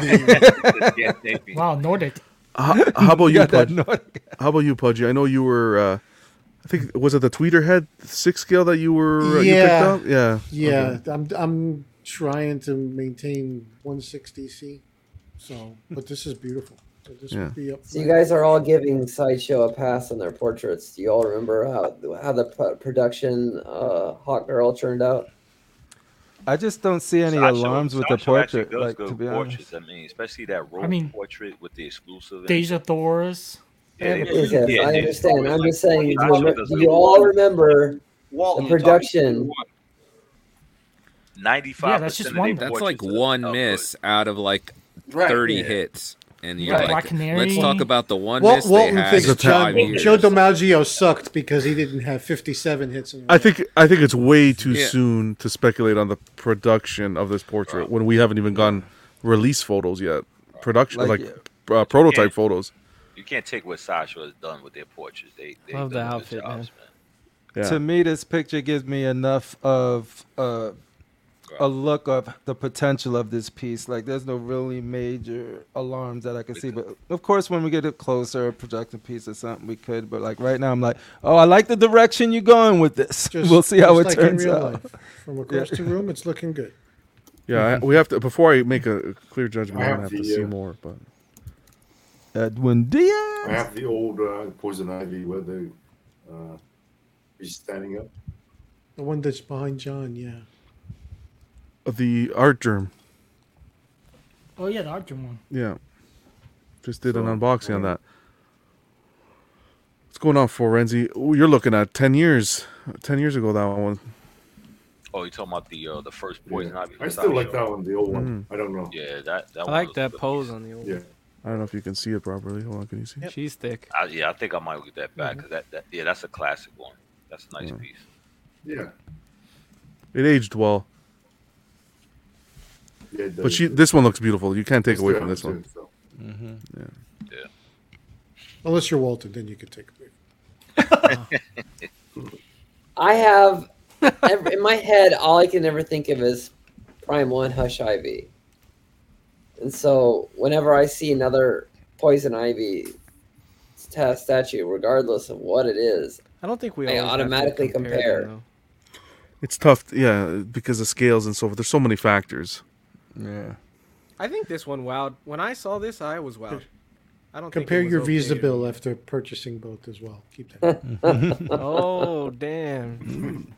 Speaker 11: Yeah, maybe.
Speaker 5: Wow, Nordic.
Speaker 1: How, how about you,
Speaker 4: Got that
Speaker 1: Pudge?
Speaker 4: Nordic-
Speaker 1: How about you, Pudgy? I know you were. Uh, I think was it the tweeter head six scale that you were uh,
Speaker 10: Yeah.
Speaker 1: you picked up? Yeah.
Speaker 10: Yeah, I'm I'm trying to maintain 160c. So, but this is beautiful. So this
Speaker 1: Yeah.
Speaker 10: would be up.
Speaker 9: So you guys are all giving Sideshow a pass on their portraits. Do you all remember how how the pro- production uh, Hot Girl turned out?
Speaker 4: I just don't see any
Speaker 11: Sideshow-
Speaker 4: alarms with the
Speaker 11: Sideshow actually
Speaker 4: portrait.
Speaker 11: does
Speaker 4: Like,
Speaker 11: good
Speaker 4: to be honest.
Speaker 11: portraits. I mean, especially that rogue
Speaker 5: mean,
Speaker 11: portrait with the exclusive. and-
Speaker 5: Deja Thoris.
Speaker 11: Yeah,
Speaker 5: Yeah,
Speaker 9: Yes, yes,
Speaker 11: yeah,
Speaker 9: I
Speaker 11: they-
Speaker 9: understand. I'm just saying, do you,
Speaker 11: Sideshow
Speaker 9: remember,
Speaker 11: does
Speaker 9: do
Speaker 11: good
Speaker 9: you all remember
Speaker 8: Walton,
Speaker 9: The production.
Speaker 11: Ninety-five.
Speaker 5: Yeah, that's just one.
Speaker 11: Their
Speaker 3: that's like
Speaker 11: portraits are-
Speaker 3: one
Speaker 11: are good.
Speaker 3: miss out of like
Speaker 8: Right.
Speaker 3: thirty
Speaker 11: Yeah.
Speaker 3: hits, and you're
Speaker 5: Right. Black
Speaker 3: like,
Speaker 5: Canary.
Speaker 3: let's talk about the one
Speaker 10: Wal-
Speaker 3: miss
Speaker 10: Walton
Speaker 3: they had
Speaker 10: thinks
Speaker 3: in
Speaker 10: John,
Speaker 3: five years.
Speaker 10: Joe DiMaggio sucked because he didn't have 57 hits. In a
Speaker 1: I
Speaker 10: row.
Speaker 1: think I think it's way too
Speaker 3: Yeah.
Speaker 1: soon to speculate on the production of this portrait when we haven't even gotten release photos yet. Production
Speaker 4: Like,
Speaker 1: like, uh, prototype
Speaker 11: Yeah.
Speaker 1: photos.
Speaker 11: You can't take what Sideshow has done with their portraits. They, they
Speaker 2: Love
Speaker 11: done
Speaker 2: the
Speaker 11: good
Speaker 2: outfit,
Speaker 11: jobs,
Speaker 1: Yeah.
Speaker 4: To me, this picture gives me enough of uh, a look of the potential of this piece. Like, there's no really major alarms that I can see. But of course, when we get a closer projected piece or something, we could. But like right now, I'm like, oh, I like the direction you're going with this. we'll see how it
Speaker 10: just like in
Speaker 4: turns
Speaker 10: real
Speaker 4: out.
Speaker 10: life. From across the room, it's looking good.
Speaker 1: Yeah,
Speaker 4: Mm-hmm.
Speaker 1: I, we have to before I make a clear judgment.
Speaker 7: I
Speaker 1: I
Speaker 7: have
Speaker 1: have
Speaker 7: the,
Speaker 1: to see
Speaker 7: uh,
Speaker 1: more, but
Speaker 4: Edwin Diaz.
Speaker 7: I have the old uh, poison ivy where the uh, she's standing up.
Speaker 10: The one that's behind John, yeah.
Speaker 1: the art germ.
Speaker 5: Oh yeah, the Archer one.
Speaker 1: Yeah, just did an
Speaker 7: So,
Speaker 1: unboxing on
Speaker 7: yeah.
Speaker 1: that. What's going on, Forenzi? Ooh, You're looking at ten years. Ten years ago, that one.
Speaker 11: Oh, you talking about the uh, the first poison
Speaker 7: Yeah.
Speaker 11: ivy?
Speaker 7: I still like
Speaker 11: Sideshow.
Speaker 7: that one, the old one.
Speaker 4: Mm.
Speaker 7: I don't know.
Speaker 11: Yeah, that that
Speaker 2: I
Speaker 11: one
Speaker 2: like
Speaker 11: was
Speaker 2: that
Speaker 11: good.
Speaker 2: pose on the old.
Speaker 7: Yeah.
Speaker 1: I don't know if you can see it properly. Hold on, can you see?
Speaker 10: Yep.
Speaker 2: She's thick.
Speaker 11: I, yeah, I think I might get that back. 'cause that, that yeah, that's a classic one. That's a nice piece.
Speaker 7: Yeah.
Speaker 1: It aged well,
Speaker 7: yeah the-
Speaker 1: but she. This one looks beautiful. You can't take
Speaker 7: I
Speaker 1: away
Speaker 7: still
Speaker 1: from
Speaker 7: have
Speaker 1: this
Speaker 7: two,
Speaker 1: one.
Speaker 7: so.
Speaker 4: Mm-hmm.
Speaker 10: Unless you're Walton, then you could take a break.
Speaker 9: I have every, in my head all I can ever think of is Prime One Hush Ivy, and so whenever I see another Poison Ivy sta- statue, regardless of what it is,
Speaker 2: I don't think we
Speaker 9: I
Speaker 2: always have to
Speaker 9: automatically compare.
Speaker 2: them,
Speaker 1: It's tough, yeah, because of scales and so forth. There's so many factors.
Speaker 4: Yeah.
Speaker 2: I think this one wowed. When I saw this, I was wowed. I don't think it
Speaker 10: Compare
Speaker 2: was
Speaker 10: your Visa
Speaker 2: okay.
Speaker 10: bill after purchasing both as well. Keep that.
Speaker 2: oh damn!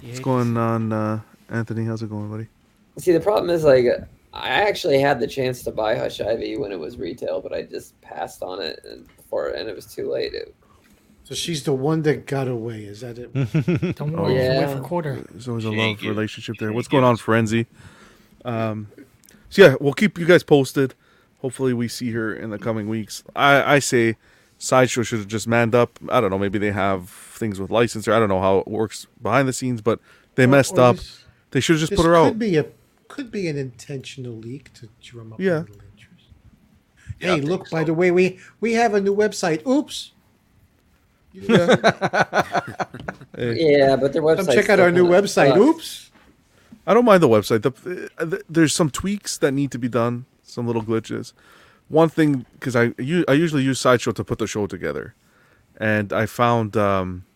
Speaker 1: What's going on, uh, Anthony? How's it going, buddy?
Speaker 9: See, the problem is like I actually had the chance to buy Hush Ivy when it was retail, but I just passed on it and before and it was too late. It,
Speaker 10: So she's the one that got away. Is that it? Oh,
Speaker 5: Don't
Speaker 1: worry, it's away
Speaker 9: for quarter.
Speaker 1: Oh. There's always a love relationship there. What's going on, Frenzy? Um, so yeah, we'll keep you guys posted. Hopefully, we see her in the coming weeks. I, I say sideshow should have just manned up. I don't know. Maybe they have things with licensor. I don't know how it works behind the scenes, but they
Speaker 10: Or-
Speaker 1: messed
Speaker 10: or
Speaker 1: up.
Speaker 10: this-
Speaker 1: They should have just
Speaker 10: this
Speaker 1: put her
Speaker 10: could
Speaker 1: out.
Speaker 10: Be a, could be an intentional leak to drum up
Speaker 1: Yeah.
Speaker 10: a little interest. hey, look! By the way, we we have a new website. Oops.
Speaker 9: Yeah, but their
Speaker 10: Come
Speaker 9: website's
Speaker 10: check out our
Speaker 9: still
Speaker 10: new
Speaker 9: kinda
Speaker 10: website.
Speaker 9: sucks.
Speaker 10: Oops.
Speaker 1: I don't mind the website. The, uh, th- there's some tweaks that need to be done, some little glitches. One thing, because I u- I usually use Sideshow to put the show together, and I found um,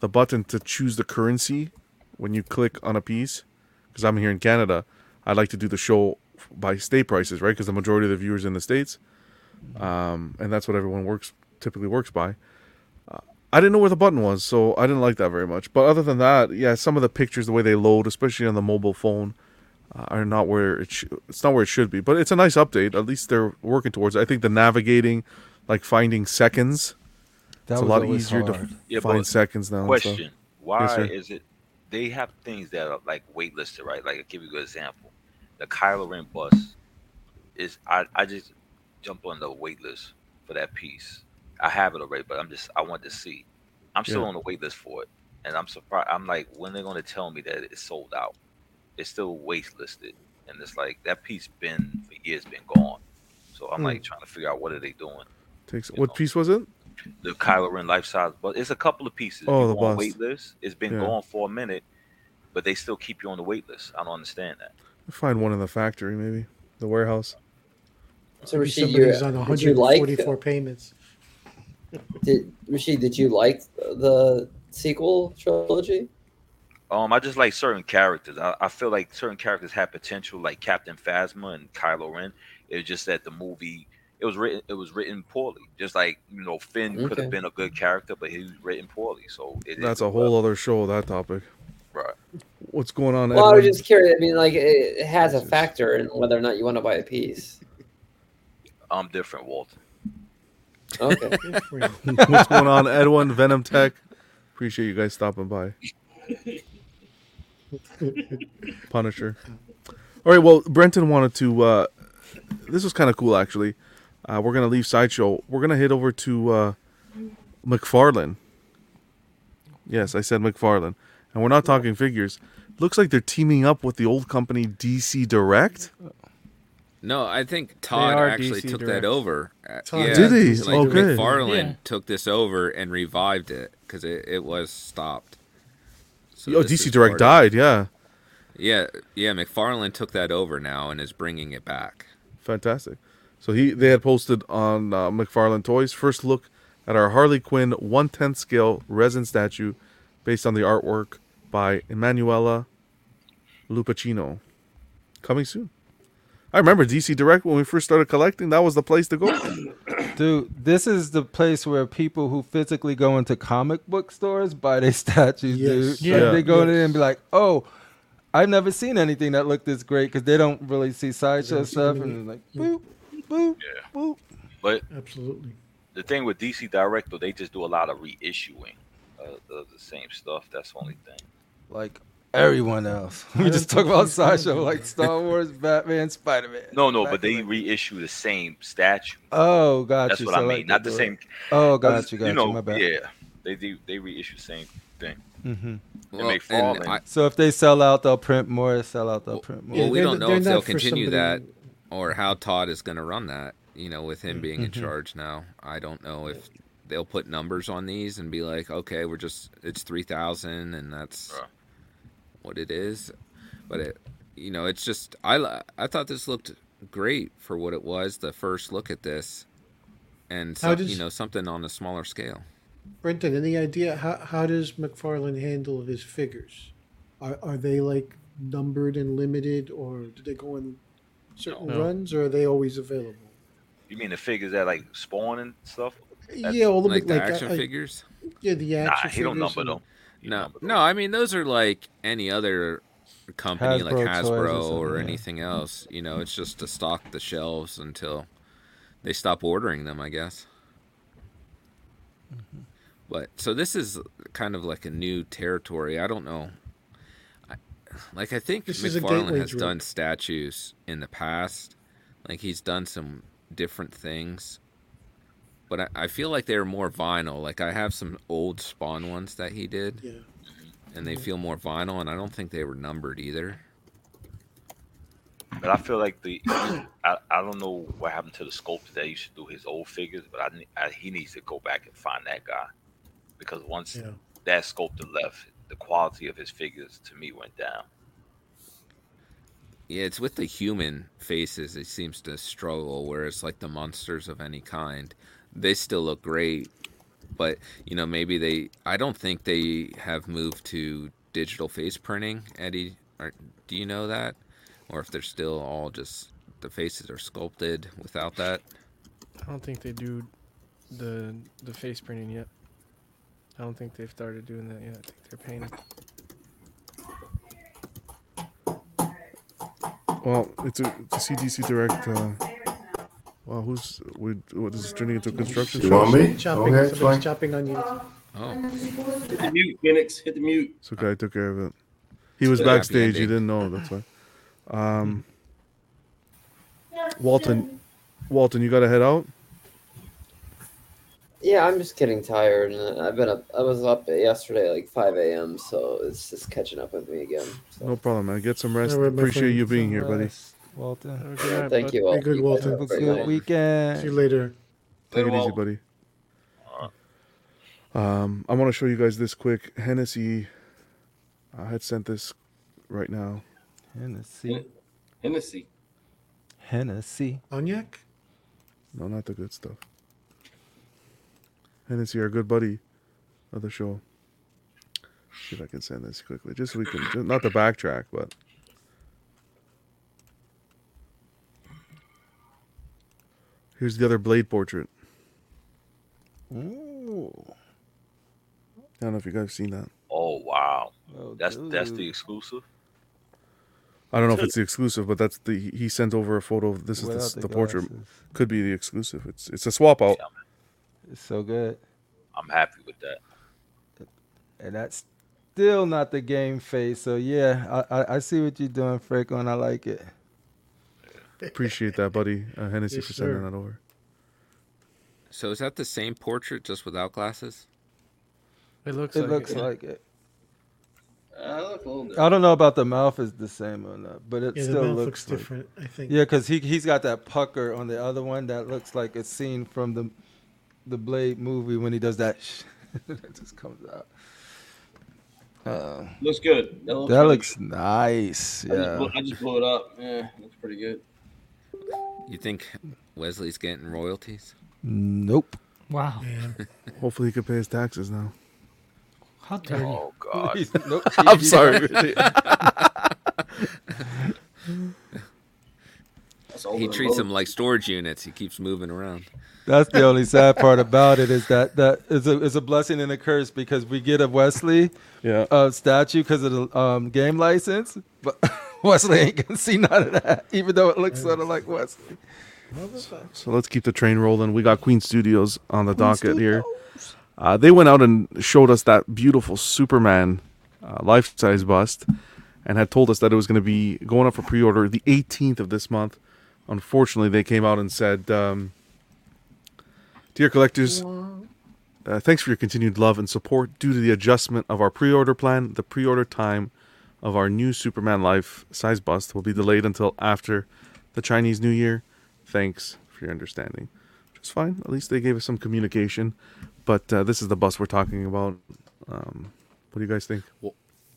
Speaker 1: the button to choose the currency when you click on a piece, because I'm here in Canada. I like to do the show f- by state prices, right? Because the majority of the viewers in the states, um, and that's what everyone works typically works by. I didn't know where the button was, so I didn't like that very much. But other than that, yeah, some of the pictures, the way they load, especially on the mobile phone, uh, are not where it sh- it's not where it should be. But it's a nice update. At least they're working towards. it. I think the navigating, like finding seconds,
Speaker 4: That
Speaker 1: it's a
Speaker 4: was
Speaker 1: lot
Speaker 4: always
Speaker 1: easier to
Speaker 4: hard.
Speaker 1: f-
Speaker 11: Yeah,
Speaker 1: find
Speaker 11: but
Speaker 1: seconds now. and stuff.
Speaker 11: Question:
Speaker 1: Yes,
Speaker 11: Why
Speaker 1: sir.
Speaker 11: is it they have things that are like waitlisted, right? Like, I'll give you a good example: the Kylo Ren bus is. I I just jumped on the waitlist for that piece. I have it already, but I'm just I want to see. I'm still
Speaker 1: Yeah.
Speaker 11: on the waitlist for it, and I'm surprised. I'm like, when they're going to tell me that it's sold out? It's still waitlisted, and it's like that piece been for years been gone. So I'm
Speaker 1: Hmm.
Speaker 11: like trying to figure out what are they doing
Speaker 1: Takes what piece was it?
Speaker 11: the Kylo Ren life size bust. It's a couple of pieces.
Speaker 1: Oh,
Speaker 11: You
Speaker 1: the
Speaker 11: on
Speaker 1: bust.
Speaker 11: wait list. It's been
Speaker 1: Yeah.
Speaker 11: gone for a minute, but they still keep you on the wait list. I don't understand that.
Speaker 1: Find one in the factory, maybe the warehouse.
Speaker 9: So
Speaker 10: Maybe
Speaker 9: Rashid,
Speaker 10: somebody's
Speaker 9: you,
Speaker 10: on
Speaker 9: did you like
Speaker 10: 144 payments.
Speaker 9: did Rashid? Did you like the sequel trilogy?
Speaker 11: Um, I just like certain characters. I, I feel like certain characters have potential, like Captain Phasma and Kylo Ren. It was just that the movie it was written it was written poorly. Just like you know, Finn could
Speaker 9: Okay.
Speaker 11: have been a good character, but he was written poorly. So it,
Speaker 1: That's a whole other show. That topic.
Speaker 11: Right.
Speaker 1: What's going on?
Speaker 9: Well, I was
Speaker 1: Edwin?
Speaker 9: just curious. I mean, like it, it has a factor in whether or not you want to buy a piece.
Speaker 11: I'm different, Walter.
Speaker 9: Okay.
Speaker 1: What's going on, Edwin Venom Tech? Appreciate you guys stopping by. Punisher. All right. Well, Brenton wanted to. Uh, this was kind of cool, actually. Uh, we're gonna leave sideshow. We're gonna head over to uh, McFarlane. Yes, I said McFarlane, and we're not talking figures. Looks like they're teaming up with the old company DC Direct.
Speaker 3: No, I think Todd
Speaker 2: are
Speaker 3: actually
Speaker 2: DC
Speaker 3: took
Speaker 2: direct.
Speaker 3: that over. Uh,
Speaker 1: Todd Did he?
Speaker 3: Like
Speaker 1: Oh, good.
Speaker 3: McFarlane
Speaker 5: Yeah.
Speaker 3: took this over and revived it because it, it was stopped. So
Speaker 1: oh,
Speaker 3: this
Speaker 1: DC
Speaker 3: is
Speaker 1: Direct
Speaker 3: part of-
Speaker 1: died. Yeah,
Speaker 3: Yeah, yeah. McFarlane took that over now and is bringing it back.
Speaker 1: Fantastic. So he they had posted on uh, McFarlane Toys first look at our Harley Quinn one tenth scale resin statue, based on the artwork by Emanuela Lupacino, coming soon. I remember DC Direct when we first started collecting. That was the place to go.
Speaker 4: Dude, this is the place where people who physically go into comic book stores buy their statues, dude.
Speaker 1: Yeah.
Speaker 4: Like,
Speaker 1: Yeah.
Speaker 4: they go in
Speaker 1: Yes.
Speaker 4: there and be like, oh, I've never seen anything that looked this great because they don't really see sideshow stuff. And it's uh, like, boop, boop, boop.
Speaker 11: But
Speaker 10: Absolutely.
Speaker 11: the thing with DC Direct though, they just do a lot of reissuing of of the same stuff. That's the only thing.
Speaker 4: Like everyone else. We
Speaker 11: don't
Speaker 4: just talk
Speaker 11: think
Speaker 4: about
Speaker 11: he's gonna
Speaker 4: sideshow,
Speaker 11: do
Speaker 4: like
Speaker 11: that.
Speaker 4: Star Wars, Batman, Spider Man.
Speaker 11: No, no, but they reissue the same statue.
Speaker 4: Oh, got
Speaker 11: That's
Speaker 4: you.
Speaker 11: what I
Speaker 4: So,
Speaker 11: mean.
Speaker 4: like,
Speaker 11: Not
Speaker 4: they
Speaker 11: the
Speaker 4: do it.
Speaker 11: same.
Speaker 4: Oh,
Speaker 11: I was-
Speaker 4: got you, got you.
Speaker 11: know,
Speaker 4: My bad.
Speaker 11: Yeah, they do. They reissue the same thing.
Speaker 4: Mm-hmm.
Speaker 11: Well, may fall and in. I-
Speaker 4: so if they sell out, they'll print more. Sell out, they'll print more.
Speaker 3: Well, we don't know if they'll continue that or how Todd is going to run that. You know, with
Speaker 10: Mm,
Speaker 3: him being in
Speaker 10: mm-hmm.
Speaker 4: Mhm.
Speaker 3: charge now, I don't know if they'll put numbers on these and be like, okay, we're just it's three thousand and that's what it is. But it, you know, it's just I li- I thought this looked great for what it was. The first look at this, and
Speaker 10: How
Speaker 3: some,
Speaker 10: does-
Speaker 3: you know something on a smaller scale.
Speaker 10: Brenton, any idea how, how does McFarlane handle his figures? Are, are they like numbered and limited, or do they go in certain
Speaker 11: No.
Speaker 10: runs, or are they always available?
Speaker 11: You mean the figures that like spawn and stuff?
Speaker 10: yeah, all the
Speaker 11: Like
Speaker 10: big-
Speaker 11: the
Speaker 10: like I-
Speaker 11: action
Speaker 10: I-
Speaker 3: figures?
Speaker 10: Yeah, the action
Speaker 11: Nah, he don't
Speaker 10: figures
Speaker 11: number
Speaker 10: and-
Speaker 11: them.
Speaker 3: No, no. I mean, those are like any other company, like
Speaker 11: Hasbro toys or
Speaker 3: Hasbro
Speaker 11: something,
Speaker 3: or,
Speaker 11: yeah.
Speaker 3: anything else. You know, it's just to stock the shelves until they stop ordering them, I guess.
Speaker 11: Mm-hmm.
Speaker 3: But so this is kind of like a new territory. I don't know. I, like I think
Speaker 10: This is a
Speaker 3: McFarlane
Speaker 10: gateway
Speaker 3: has
Speaker 10: drug.
Speaker 3: done statues in the past. Like he's done some different things. But I, I feel like they're more vinyl. Like I have some old Spawn ones that he did.
Speaker 10: Yeah.
Speaker 3: And they feel more vinyl, and I don't think they were numbered either.
Speaker 11: But I feel like the I, I don't know what happened to the sculptor that used to do his old figures, but I, ne- I he needs to go back and find that guy because once
Speaker 10: Yeah.
Speaker 11: that sculptor left, the quality of his figures to me went down.
Speaker 3: Yeah, it's with the human faces it seems to struggle, whereas like the monsters of any kind, they still look great. But you know, maybe they I don't think they have moved to digital face printing, Eddie. Or, do you know that? Or if they're still all just the faces are sculpted without that?
Speaker 2: I don't think they do the the face printing yet. I don't think they've started doing that yet. I think they're painting.
Speaker 1: Well, it's a, it's a CDC direct. Uh, well, who's we? What is this turning into a construction?
Speaker 7: You
Speaker 1: show?
Speaker 7: want me?
Speaker 10: Chopping,
Speaker 7: Okay,
Speaker 10: somebody's
Speaker 7: fine.
Speaker 10: chopping on you.
Speaker 8: Hit the mute, Phoenix. Hit the mute.
Speaker 1: So guy took care of it. He was
Speaker 8: Happy
Speaker 1: backstage. He
Speaker 8: ending.
Speaker 1: didn't know. That's why. Um, Walton, Walton, you got to head out.
Speaker 9: Yeah, I'm just getting tired, and I've been up. I was up yesterday at like 5 a.m., so it's just catching up with me again.
Speaker 1: No problem, man. Get some rest.
Speaker 10: All right, my
Speaker 1: Appreciate
Speaker 10: friend.
Speaker 1: you being here, buddy.
Speaker 4: Walter.
Speaker 9: Yeah, thank you all.
Speaker 10: Be good,
Speaker 9: You guys
Speaker 10: Walton.
Speaker 9: have a great night.
Speaker 4: weekend.
Speaker 10: See you later.
Speaker 1: Take it easy,
Speaker 8: Walton.
Speaker 1: buddy. Um, I want to show you guys this quick. Hennessy, I had sent this right now.
Speaker 4: Hennessy.
Speaker 8: Hennessy.
Speaker 4: Hennessy.
Speaker 10: Cognac?
Speaker 1: No, not the good stuff. Hennessy, our good buddy of the show. See if I can send this quickly. Just so we can, ju- not the backtrack, but here's the other blade portrait.
Speaker 4: Ooh.
Speaker 1: I don't know if you guys have seen that.
Speaker 11: Oh wow,
Speaker 4: Oh,
Speaker 11: that's that's
Speaker 4: dude.
Speaker 11: the exclusive.
Speaker 1: I don't know if it's the exclusive, but that's the he- he sent over a photo. Of, this is
Speaker 4: Without
Speaker 1: the,
Speaker 4: the
Speaker 1: the portrait.
Speaker 4: glasses.
Speaker 1: Could be the exclusive. It's it's a swap out.
Speaker 4: It's so good.
Speaker 11: I'm happy with that.
Speaker 4: And that's still not the game face. So yeah, I I, I see what you're doing, Franco, and I like it.
Speaker 1: Appreciate that, buddy uh, Hennessy,
Speaker 10: Yes,
Speaker 1: for sending
Speaker 10: sir.
Speaker 1: that over.
Speaker 3: So is that the same portrait just without glasses?
Speaker 2: It looks
Speaker 4: it
Speaker 2: like
Speaker 4: looks
Speaker 2: it. yeah.
Speaker 4: like it.
Speaker 8: Uh, I look a little different.
Speaker 4: I don't know about the mouth is the same or not, but it
Speaker 10: Yeah,
Speaker 4: still
Speaker 10: the mouth
Speaker 4: looks,
Speaker 10: looks
Speaker 4: like-
Speaker 10: different, I think.
Speaker 4: Yeah, because he he's got that pucker on the other one that looks like a scene from the the Blade movie when he does that. Sh- that just comes out. Uh,
Speaker 8: Looks good. That looks.
Speaker 4: that
Speaker 8: really
Speaker 4: looks nice.
Speaker 8: good. I, just
Speaker 4: Yeah.
Speaker 8: blew, I just blew it up. Yeah, looks pretty good.
Speaker 3: You think Wesley's getting royalties?
Speaker 4: Nope.
Speaker 5: Wow.
Speaker 1: Hopefully, he could pay his taxes now.
Speaker 5: How dare you?
Speaker 11: Oh god,
Speaker 4: nope.
Speaker 1: I'm sorry.
Speaker 8: That's older
Speaker 3: He
Speaker 8: than
Speaker 3: treats
Speaker 8: both.
Speaker 3: them like storage units. He keeps moving around.
Speaker 4: That's the only sad part about it is that that is a is a blessing and a curse because we get a Wesley
Speaker 1: yeah.
Speaker 4: uh, statue because of the um, game license, but Wesley ain't gonna see none of that, even though it looks sort of like Wesley.
Speaker 1: So let's keep the train rolling. We got Queen Studios on the docket here. Uh, they went out and showed us that beautiful Superman uh, life size bust and had told us that it was going to be going up for pre order the 18th of this month. Unfortunately, they came out and said, um, Dear collectors, uh, thanks for your continued love and support. Due to the adjustment of our pre order plan, the pre order time of our new Superman life size bust will be delayed until after the Chinese New Year. Thanks for your understanding. Which is fine. At least they gave us some communication. But uh, this is the bus we're talking about. Um, what do you guys think?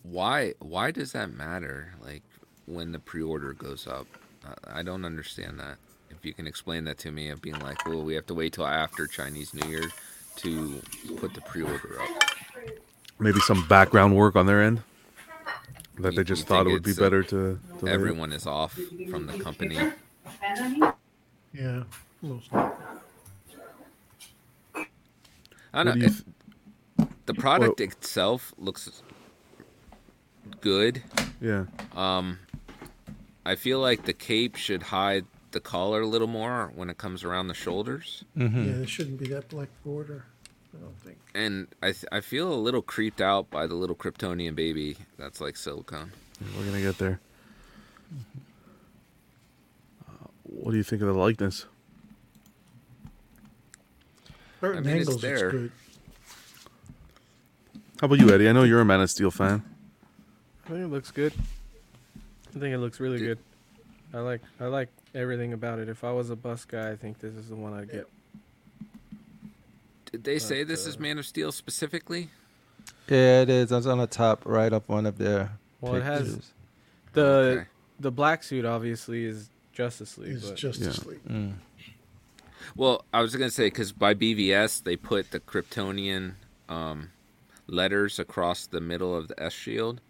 Speaker 3: why why does that matter like when the pre-order goes up I, I don't understand that if you can explain that to me of being like well we have to wait till after chinese new year to put the pre-order up
Speaker 1: Maybe some background work on their end that
Speaker 3: You-
Speaker 1: they just
Speaker 3: you
Speaker 1: thought
Speaker 3: think
Speaker 1: it would be
Speaker 3: it's, uh,
Speaker 1: better to. to
Speaker 3: everyone is off from the company
Speaker 6: Yeah. Most-
Speaker 3: I
Speaker 1: What
Speaker 3: don't
Speaker 1: do
Speaker 3: know.
Speaker 1: you
Speaker 3: if the product itself looks good.
Speaker 1: Yeah.
Speaker 3: Um, I feel like the cape should hide the collar a little more when it comes around the shoulders.
Speaker 1: Mm-hmm.
Speaker 6: Yeah, there shouldn't be that black border. I don't think.
Speaker 3: And I, th- I feel a little creeped out by the little Kryptonian baby that's like silicone.
Speaker 1: We're gonna get there. Uh, what do you think of the likeness?
Speaker 6: Certain
Speaker 3: mean, it's
Speaker 6: angles,
Speaker 3: there.
Speaker 6: it's good.
Speaker 1: How about you, Eddie? I know you're a Man of Steel fan.
Speaker 2: I think it looks good. I think it looks really good. I like I like everything about it. If I was a bus guy, I think this is the one I'd get.
Speaker 3: Did they say this is Man of Steel specifically?
Speaker 4: Yeah, it is. It's on the top, right up one of their
Speaker 2: Well, it
Speaker 4: pictures.
Speaker 2: has the the black suit. Obviously, is Justice League.
Speaker 6: Is
Speaker 2: but
Speaker 6: Justice League.
Speaker 4: Mm.
Speaker 3: Well, I was gonna say because by BVS they put the Kryptonian um, letters across the middle of the S shield,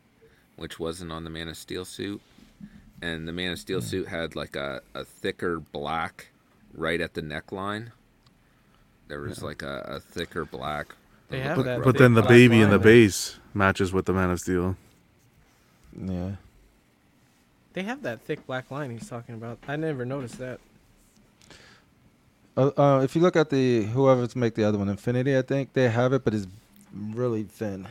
Speaker 3: which wasn't on the Man of Steel suit, and the Man of Steel suit had like a, a thicker black right at the neckline. There was like a, a thicker black.
Speaker 2: They
Speaker 3: that
Speaker 2: have
Speaker 3: looked
Speaker 2: that
Speaker 3: like
Speaker 1: But
Speaker 3: rubber.
Speaker 1: then the
Speaker 2: black
Speaker 1: baby in the
Speaker 2: line.
Speaker 1: base matches with the Man of Steel.
Speaker 4: Yeah.
Speaker 2: They have that thick black line he's talking about. I never noticed that.
Speaker 4: Uh, uh, if you look at the whoever's make the other one, Infinity, I think they have it, but it's really thin.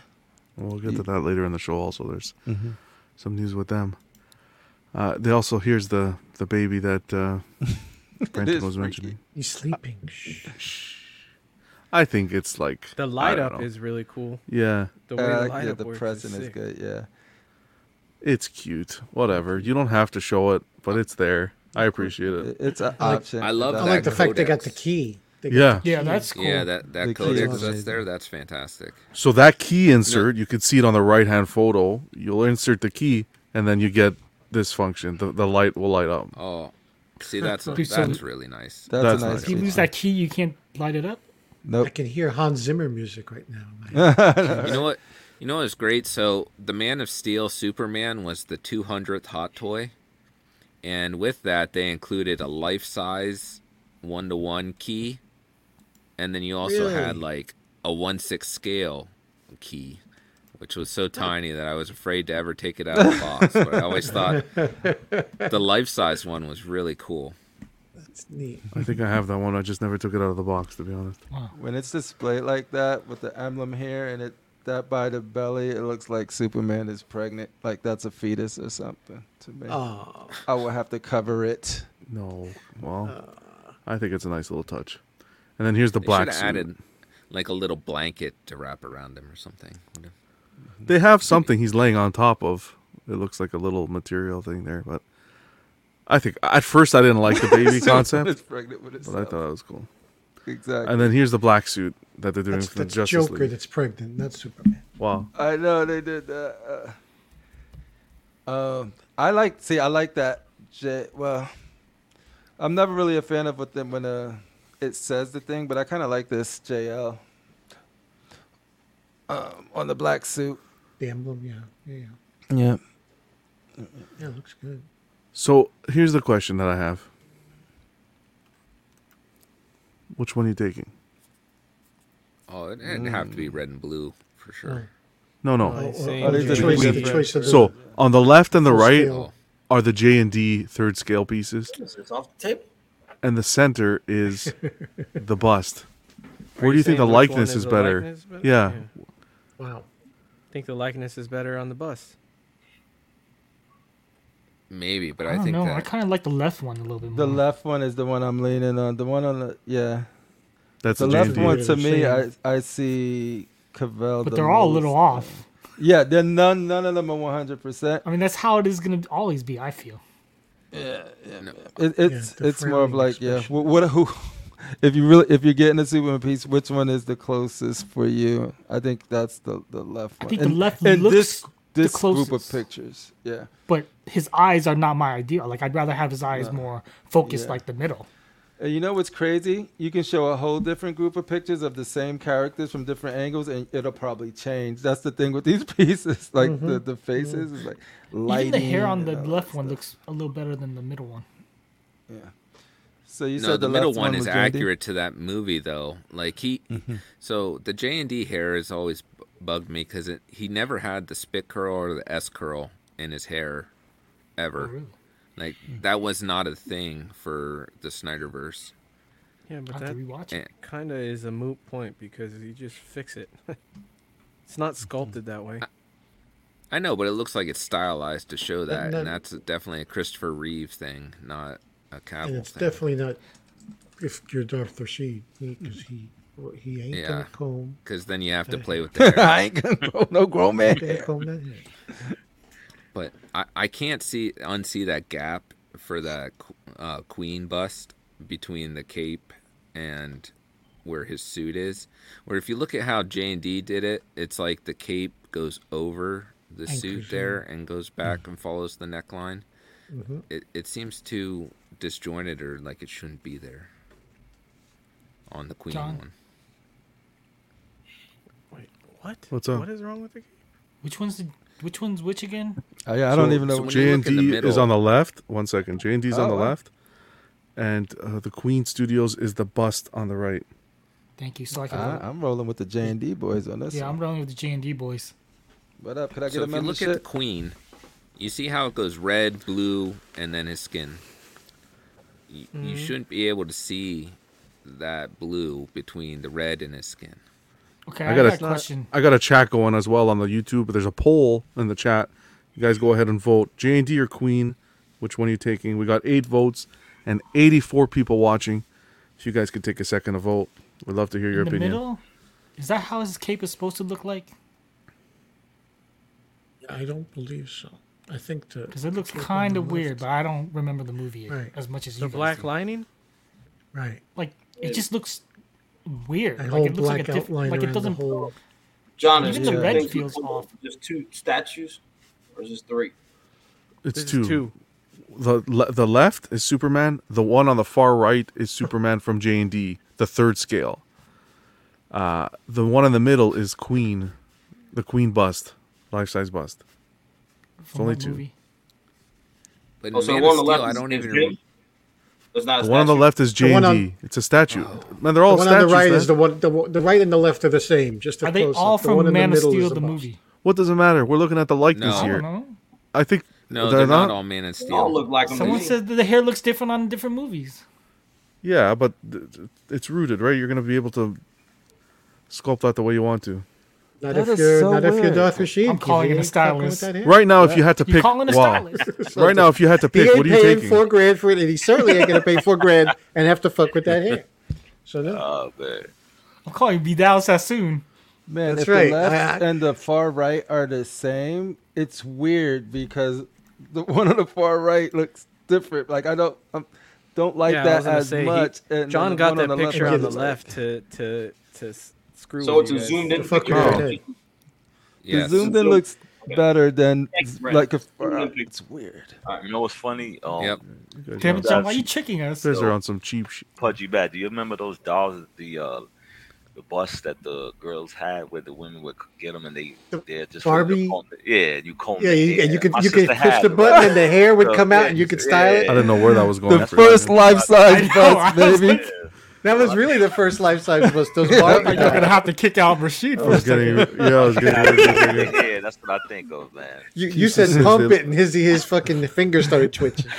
Speaker 1: We'll get
Speaker 4: You-
Speaker 1: to that later in the show. Also, there's
Speaker 4: Mhm.
Speaker 1: some news with them. Uh, they also here's the the baby that uh, Brandon
Speaker 4: is
Speaker 1: was
Speaker 4: freaky.
Speaker 1: mentioning.
Speaker 6: He's sleeping. Shh.
Speaker 1: I think it's like
Speaker 2: The
Speaker 1: I
Speaker 2: light
Speaker 1: don't
Speaker 2: up
Speaker 1: know.
Speaker 2: is really cool.
Speaker 1: yeah,
Speaker 2: The way
Speaker 4: Uh,
Speaker 2: the light
Speaker 4: yeah,
Speaker 2: up
Speaker 4: the
Speaker 2: works
Speaker 4: present
Speaker 2: is
Speaker 4: is
Speaker 2: sick.
Speaker 4: good. Yeah.
Speaker 1: it's cute. Whatever, you don't have to show it, but it's there. I appreciate it.
Speaker 4: It- It's uh, an
Speaker 6: I like-
Speaker 4: option.
Speaker 3: I love
Speaker 4: It's
Speaker 3: that.
Speaker 4: an
Speaker 10: I like the
Speaker 3: That
Speaker 10: fact they got the
Speaker 3: codex.
Speaker 10: key. They got
Speaker 1: Yeah.
Speaker 10: the key.
Speaker 5: Yeah, that's cool.
Speaker 3: Yeah, that that
Speaker 4: The key
Speaker 3: codex
Speaker 4: was
Speaker 3: that's
Speaker 4: amazing.
Speaker 3: there, that's fantastic.
Speaker 1: So that key insert, you could see it on the right hand photo. You'll insert the key, and then you get this function. The, the light will light up.
Speaker 3: Oh, see that's
Speaker 5: Dude, so-
Speaker 3: that's really nice.
Speaker 4: That's,
Speaker 1: That's
Speaker 4: a
Speaker 1: nice.
Speaker 4: nice.
Speaker 5: If you lose
Speaker 4: feature.
Speaker 5: that key, you can't light it up.
Speaker 4: Nope.
Speaker 10: I can hear Hans Zimmer music right now.
Speaker 3: You know what? You know what's great? So the Man of Steel Superman was the 200th hot toy, and with that they included a life-size one-to-one key, and then you also had
Speaker 10: Really?
Speaker 3: like a one-six scale key, which was so tiny that I was afraid to ever take it out of the box. But I always thought the life-size one was really cool.
Speaker 10: That's neat.
Speaker 1: I think I have that one. I just never took it out of the box, to be honest.
Speaker 4: When it's displayed like that with the emblem here and it that by the belly, it looks like Superman is pregnant. Like that's a fetus or something to me.
Speaker 10: Oh,
Speaker 4: I will have to cover it.
Speaker 1: No. Well, I think it's a nice little touch. And then here's the
Speaker 3: They should
Speaker 1: black
Speaker 3: have
Speaker 1: suit.
Speaker 3: added like a little blanket to wrap around him or something.
Speaker 1: They have something he's laying on top of. It looks like a little material thing there, but I think at first I didn't like the baby
Speaker 4: Superman is
Speaker 1: concept,
Speaker 4: pregnant with
Speaker 1: but I
Speaker 4: itself.
Speaker 1: thought it was cool.
Speaker 4: exactly.
Speaker 1: And then here's the black suit that they're doing
Speaker 10: that's,
Speaker 1: for the
Speaker 10: that's
Speaker 1: Justice
Speaker 10: Joker
Speaker 1: League.
Speaker 10: that's pregnant, not Superman.
Speaker 1: Wow.
Speaker 4: I know they did that. Uh, um, I like see. I like that. J- well, I'm never really a fan of what them when uh, it says the thing, but I kind of like this JL um, on the black suit.
Speaker 10: The emblem, yeah, yeah,
Speaker 4: Yeah.
Speaker 10: yeah. yeah looks good.
Speaker 1: So here's the question that I have. Which one are you taking?
Speaker 3: Oh, it it'd have to
Speaker 4: Mm.
Speaker 3: be red and blue for sure.
Speaker 1: No, no.
Speaker 2: Oh, it's
Speaker 10: Or-
Speaker 2: saying
Speaker 10: or
Speaker 4: these
Speaker 10: the
Speaker 4: are
Speaker 10: choice,
Speaker 4: two
Speaker 10: the
Speaker 4: different-
Speaker 10: choice of the
Speaker 1: So on the left and the
Speaker 10: full
Speaker 1: right
Speaker 10: scale.
Speaker 1: are the J and D third scale pieces,
Speaker 8: It's off the table.
Speaker 1: and the center is the bust.
Speaker 2: Are
Speaker 1: Where do you think
Speaker 2: saying
Speaker 1: the
Speaker 2: which
Speaker 1: likeness
Speaker 2: one
Speaker 1: is
Speaker 2: the
Speaker 1: better?
Speaker 2: likeness better?
Speaker 1: Yeah.
Speaker 10: Wow.
Speaker 2: I think the likeness is better on the bus.
Speaker 3: Maybe, but
Speaker 5: I,
Speaker 3: I,
Speaker 5: don't
Speaker 3: think
Speaker 5: know.
Speaker 3: that
Speaker 5: I kind of like the left one a little bit more.
Speaker 4: The left one is the one I'm leaning on. The one on the yeah.
Speaker 1: That's
Speaker 4: the
Speaker 1: the
Speaker 4: left
Speaker 1: J&D.
Speaker 4: one to
Speaker 10: They're
Speaker 4: me, I
Speaker 10: saying-
Speaker 4: I see Cavell.
Speaker 5: but
Speaker 4: the
Speaker 5: they're all a little
Speaker 4: most.
Speaker 5: off.
Speaker 4: Yeah, they're none none of them are 100. percent
Speaker 5: I mean, that's how it is going to always be. I feel.
Speaker 4: It, it's
Speaker 10: the
Speaker 4: it's more of
Speaker 10: frowning
Speaker 4: like yeah.
Speaker 10: expression.
Speaker 4: What, what who? If you really if you're getting a Superman piece, which one is the closest for you? I think that's the the left one.
Speaker 5: I think the left looks
Speaker 4: this
Speaker 5: the
Speaker 4: this group of
Speaker 5: closest.
Speaker 4: pictures. Yeah,
Speaker 5: But his eyes are not my ideal. Like I'd rather have his eyes more focused,
Speaker 4: Yeah.
Speaker 5: like the middle.
Speaker 4: and you know what's crazy? You can show a whole different group of pictures of the same characters from different angles, and it'll probably change. That's the thing with these pieces, like the
Speaker 2: Mm-hmm.
Speaker 4: the faces, is like lighting.
Speaker 5: Even the hair on
Speaker 4: and
Speaker 5: the
Speaker 4: all that
Speaker 5: left one
Speaker 4: stuff.
Speaker 5: looks a little better than the middle one.
Speaker 4: Yeah. So you
Speaker 3: no,
Speaker 4: said
Speaker 3: the,
Speaker 4: the,
Speaker 3: middle
Speaker 4: last
Speaker 3: one is
Speaker 4: was Randy?
Speaker 3: accurate to that movie though. Like he,
Speaker 4: Mm-hmm.
Speaker 3: so the J and D hair has always bu- bugged me because it he never had the spit curl or the S curl in his hair, ever.
Speaker 2: Oh, really?
Speaker 3: Like
Speaker 4: Hmm.
Speaker 3: that was not a thing for the Snyderverse.
Speaker 2: Yeah, but
Speaker 5: I'll have
Speaker 2: that
Speaker 5: to rewatch
Speaker 3: it.
Speaker 2: kind of is a moot point because you just fix it. it's not sculpted that way.
Speaker 4: Mm-hmm.
Speaker 3: I know, but it looks like it's stylized to show that,
Speaker 2: no-
Speaker 3: and that's definitely a Christopher Reeve thing, not a
Speaker 12: And
Speaker 3: Cavill
Speaker 12: it's
Speaker 3: thing.
Speaker 12: definitely not if you're Darth Rashid because he he ain't
Speaker 3: yeah,
Speaker 12: gonna comb.
Speaker 3: because then you have to
Speaker 12: that
Speaker 3: play
Speaker 12: hair.
Speaker 3: with the hair.
Speaker 4: I ain't gonna grow no grown man
Speaker 12: He ain't
Speaker 4: hair.
Speaker 12: comb that hair.
Speaker 3: But I, I can't see unsee that gap for that qu- uh, queen bust between the cape and where his suit is. Where if you look at how J and D did it, it's like the cape goes over the
Speaker 12: Anchors
Speaker 3: suit
Speaker 12: you.
Speaker 3: there and Mm-hmm. goes back and follows the neckline.
Speaker 12: Mhm.
Speaker 3: It it seems too disjointed or like it shouldn't be there on the queen
Speaker 5: John?
Speaker 3: one.
Speaker 2: What?
Speaker 1: What's up?
Speaker 2: What is wrong with the
Speaker 5: Which one's the, which one's which again?
Speaker 1: Oh
Speaker 4: yeah, I don't even know what-
Speaker 1: J and
Speaker 4: when you
Speaker 1: D
Speaker 4: look in the
Speaker 1: is
Speaker 4: middle-
Speaker 1: on the left. One second, J and D's on
Speaker 4: Oh,
Speaker 1: the
Speaker 4: wow.
Speaker 1: left, and uh, the Queen Studios is the bust on the right.
Speaker 5: Thank you. So I can.
Speaker 4: I, I'm rolling with the J and D boys on this.
Speaker 5: yeah,
Speaker 4: one.
Speaker 5: I'm rolling with the J and D boys.
Speaker 4: What up? Could I get
Speaker 3: So
Speaker 4: a
Speaker 3: if you look
Speaker 4: membership?
Speaker 3: at the queen, you see how it goes red, blue, and then his skin. You, you
Speaker 12: Mm-hmm.
Speaker 2: Mhm.
Speaker 3: shouldn't be able to see that blue between the red and his skin.
Speaker 5: Okay,
Speaker 1: I
Speaker 5: I
Speaker 1: got
Speaker 5: got
Speaker 1: a
Speaker 5: a question.
Speaker 1: I got a chat going as well on the YouTube. There's a poll in the chat. You guys go ahead and vote. J and D or Queen, which one are you taking? We got eight votes and 84 people watching. If you guys could take a second to vote, we'd love to hear your
Speaker 5: In the
Speaker 1: opinion.
Speaker 5: middle, is that how his cape is supposed to look like?
Speaker 12: I don't believe so. I think the
Speaker 5: Because it looks kind of weird, but I don't remember the movie
Speaker 12: Right.
Speaker 5: as much as you.
Speaker 2: The
Speaker 5: guys
Speaker 2: black
Speaker 5: do.
Speaker 2: lining?
Speaker 12: Right.
Speaker 5: Like it just looks weird.
Speaker 12: That
Speaker 5: Like
Speaker 12: whole
Speaker 5: it looks like a
Speaker 12: black
Speaker 5: diff-
Speaker 12: outline
Speaker 5: like
Speaker 12: around
Speaker 5: it
Speaker 12: the
Speaker 5: doesn't.
Speaker 12: whole-
Speaker 8: John, is
Speaker 5: even
Speaker 8: two
Speaker 5: the red
Speaker 8: things
Speaker 5: feels
Speaker 8: equal?
Speaker 5: off.
Speaker 8: Just two statues, or is this three?
Speaker 1: It's
Speaker 2: This
Speaker 1: two.
Speaker 2: is two.
Speaker 1: The le- the left is Superman. The one on the far right is Superman from J and D, the third scale. Uh, the one in the middle is Queen, the Queen bust, life size bust. It's
Speaker 5: From
Speaker 1: only
Speaker 5: that
Speaker 1: two.
Speaker 5: movie.
Speaker 3: But in
Speaker 8: Oh, so
Speaker 3: Man
Speaker 8: the one
Speaker 3: of
Speaker 8: on the
Speaker 3: Steel,
Speaker 8: left
Speaker 3: I
Speaker 8: is-
Speaker 3: don't
Speaker 8: is
Speaker 3: even.
Speaker 8: Jim?
Speaker 3: re-
Speaker 8: It's not.
Speaker 1: The
Speaker 8: a
Speaker 1: one on the
Speaker 8: statue.
Speaker 1: left is J
Speaker 12: The
Speaker 1: and
Speaker 12: one
Speaker 1: D. It's a statue. Man, they're
Speaker 12: the
Speaker 1: all
Speaker 12: one on
Speaker 1: statues.
Speaker 12: the right
Speaker 1: man.
Speaker 12: is the one. The, one- the right and the left are the same. Just a
Speaker 5: Are they
Speaker 12: close-up.
Speaker 5: all
Speaker 12: The
Speaker 5: from
Speaker 12: one in
Speaker 5: Man of
Speaker 12: middle is
Speaker 5: Steel the
Speaker 12: bust.
Speaker 5: movie?
Speaker 1: What does it matter? We're looking at the likeness
Speaker 3: No.
Speaker 5: I
Speaker 1: here.
Speaker 5: don't know.
Speaker 1: I think
Speaker 3: No, they're, not, all Man and
Speaker 8: They all
Speaker 3: Steel.
Speaker 8: look like them. to
Speaker 5: Someone
Speaker 8: me.
Speaker 5: said that the hair looks different on different movies.
Speaker 1: Yeah, but th- th- it's rooted, right? You're gonna be able to sculpt that the way you want to.
Speaker 12: Not
Speaker 4: That
Speaker 12: if
Speaker 4: is
Speaker 12: you're
Speaker 4: so
Speaker 12: not if you're
Speaker 4: weird.
Speaker 12: Darth Rashid.
Speaker 5: I'm
Speaker 12: 'cause
Speaker 5: calling
Speaker 12: he
Speaker 5: it a
Speaker 12: ain't fucking with
Speaker 5: stylist.
Speaker 12: that hair.
Speaker 1: Right now, if you had to
Speaker 5: You
Speaker 1: pick,
Speaker 5: calling a
Speaker 1: wow.
Speaker 5: stylist?
Speaker 1: Right now, if you had to
Speaker 12: He
Speaker 1: pick,
Speaker 12: ain't
Speaker 1: what are you
Speaker 12: paying
Speaker 1: taking?
Speaker 12: four grand for it, and he certainly ain't gonna pay four grand and have to fuck with that hair. So no.
Speaker 11: Oh man.
Speaker 5: I'm calling Vidal Sassoon.
Speaker 4: Man,
Speaker 12: That's
Speaker 4: if
Speaker 12: right.
Speaker 4: the left
Speaker 12: I-
Speaker 4: and the far right are the same, it's weird because the one on the far right looks different. Like I don't I don't like
Speaker 2: Yeah, I
Speaker 4: that
Speaker 2: was gonna
Speaker 4: as
Speaker 2: say, he-
Speaker 4: much. and then
Speaker 2: John
Speaker 4: the
Speaker 2: got
Speaker 4: one
Speaker 2: that
Speaker 4: on the left
Speaker 2: picture
Speaker 4: is
Speaker 2: on the
Speaker 4: like-
Speaker 2: left to to to s- screw.
Speaker 8: So it's
Speaker 2: with
Speaker 8: a
Speaker 2: you
Speaker 8: zoomed
Speaker 2: guys.
Speaker 8: in.
Speaker 12: Fuck
Speaker 8: picture.
Speaker 12: your head.
Speaker 3: Yes.
Speaker 4: The zoomed in looks better than
Speaker 8: Thanks, Brent.
Speaker 4: like a far
Speaker 8: Zoomed in
Speaker 4: right.
Speaker 8: picture.
Speaker 4: It's weird.
Speaker 11: You know what's funny? Um,
Speaker 3: Yep.
Speaker 1: uh, You guys
Speaker 5: Damn
Speaker 1: are-
Speaker 5: it, John! Why are you tricking us?
Speaker 1: you guys are on some cheap shit.
Speaker 11: Pudgy Bad. Do you remember those dolls? that The uh, the bus that the girls had, where the women would get them, and they
Speaker 12: The
Speaker 11: they're just
Speaker 12: Barbie?
Speaker 11: Comb the- yeah, you comb.
Speaker 12: Yeah,
Speaker 11: the
Speaker 12: you,
Speaker 11: hair.
Speaker 12: and you could
Speaker 11: My
Speaker 12: you could
Speaker 11: sister
Speaker 12: push
Speaker 11: had
Speaker 12: the
Speaker 11: them.
Speaker 12: button and the hair would
Speaker 11: So,
Speaker 12: come out
Speaker 11: yeah,
Speaker 12: and you could
Speaker 11: yeah,
Speaker 12: style
Speaker 11: yeah,
Speaker 12: it.
Speaker 1: I didn't know where that was going.
Speaker 4: The
Speaker 1: for
Speaker 4: first
Speaker 1: you.
Speaker 4: life size
Speaker 5: I
Speaker 4: bust,
Speaker 5: was
Speaker 4: baby.
Speaker 12: That was really the first life size was those Barbie
Speaker 5: You're gonna
Speaker 12: dolls.
Speaker 5: have to kick out Rashid
Speaker 1: I
Speaker 5: for a
Speaker 1: was
Speaker 5: second.
Speaker 1: getting, yeah, I was getting.
Speaker 11: yeah, yeah, that's what I think of, man.
Speaker 12: You, you said
Speaker 1: Jesus,
Speaker 12: pump
Speaker 1: they-
Speaker 12: it and his his fucking fingers started twitching.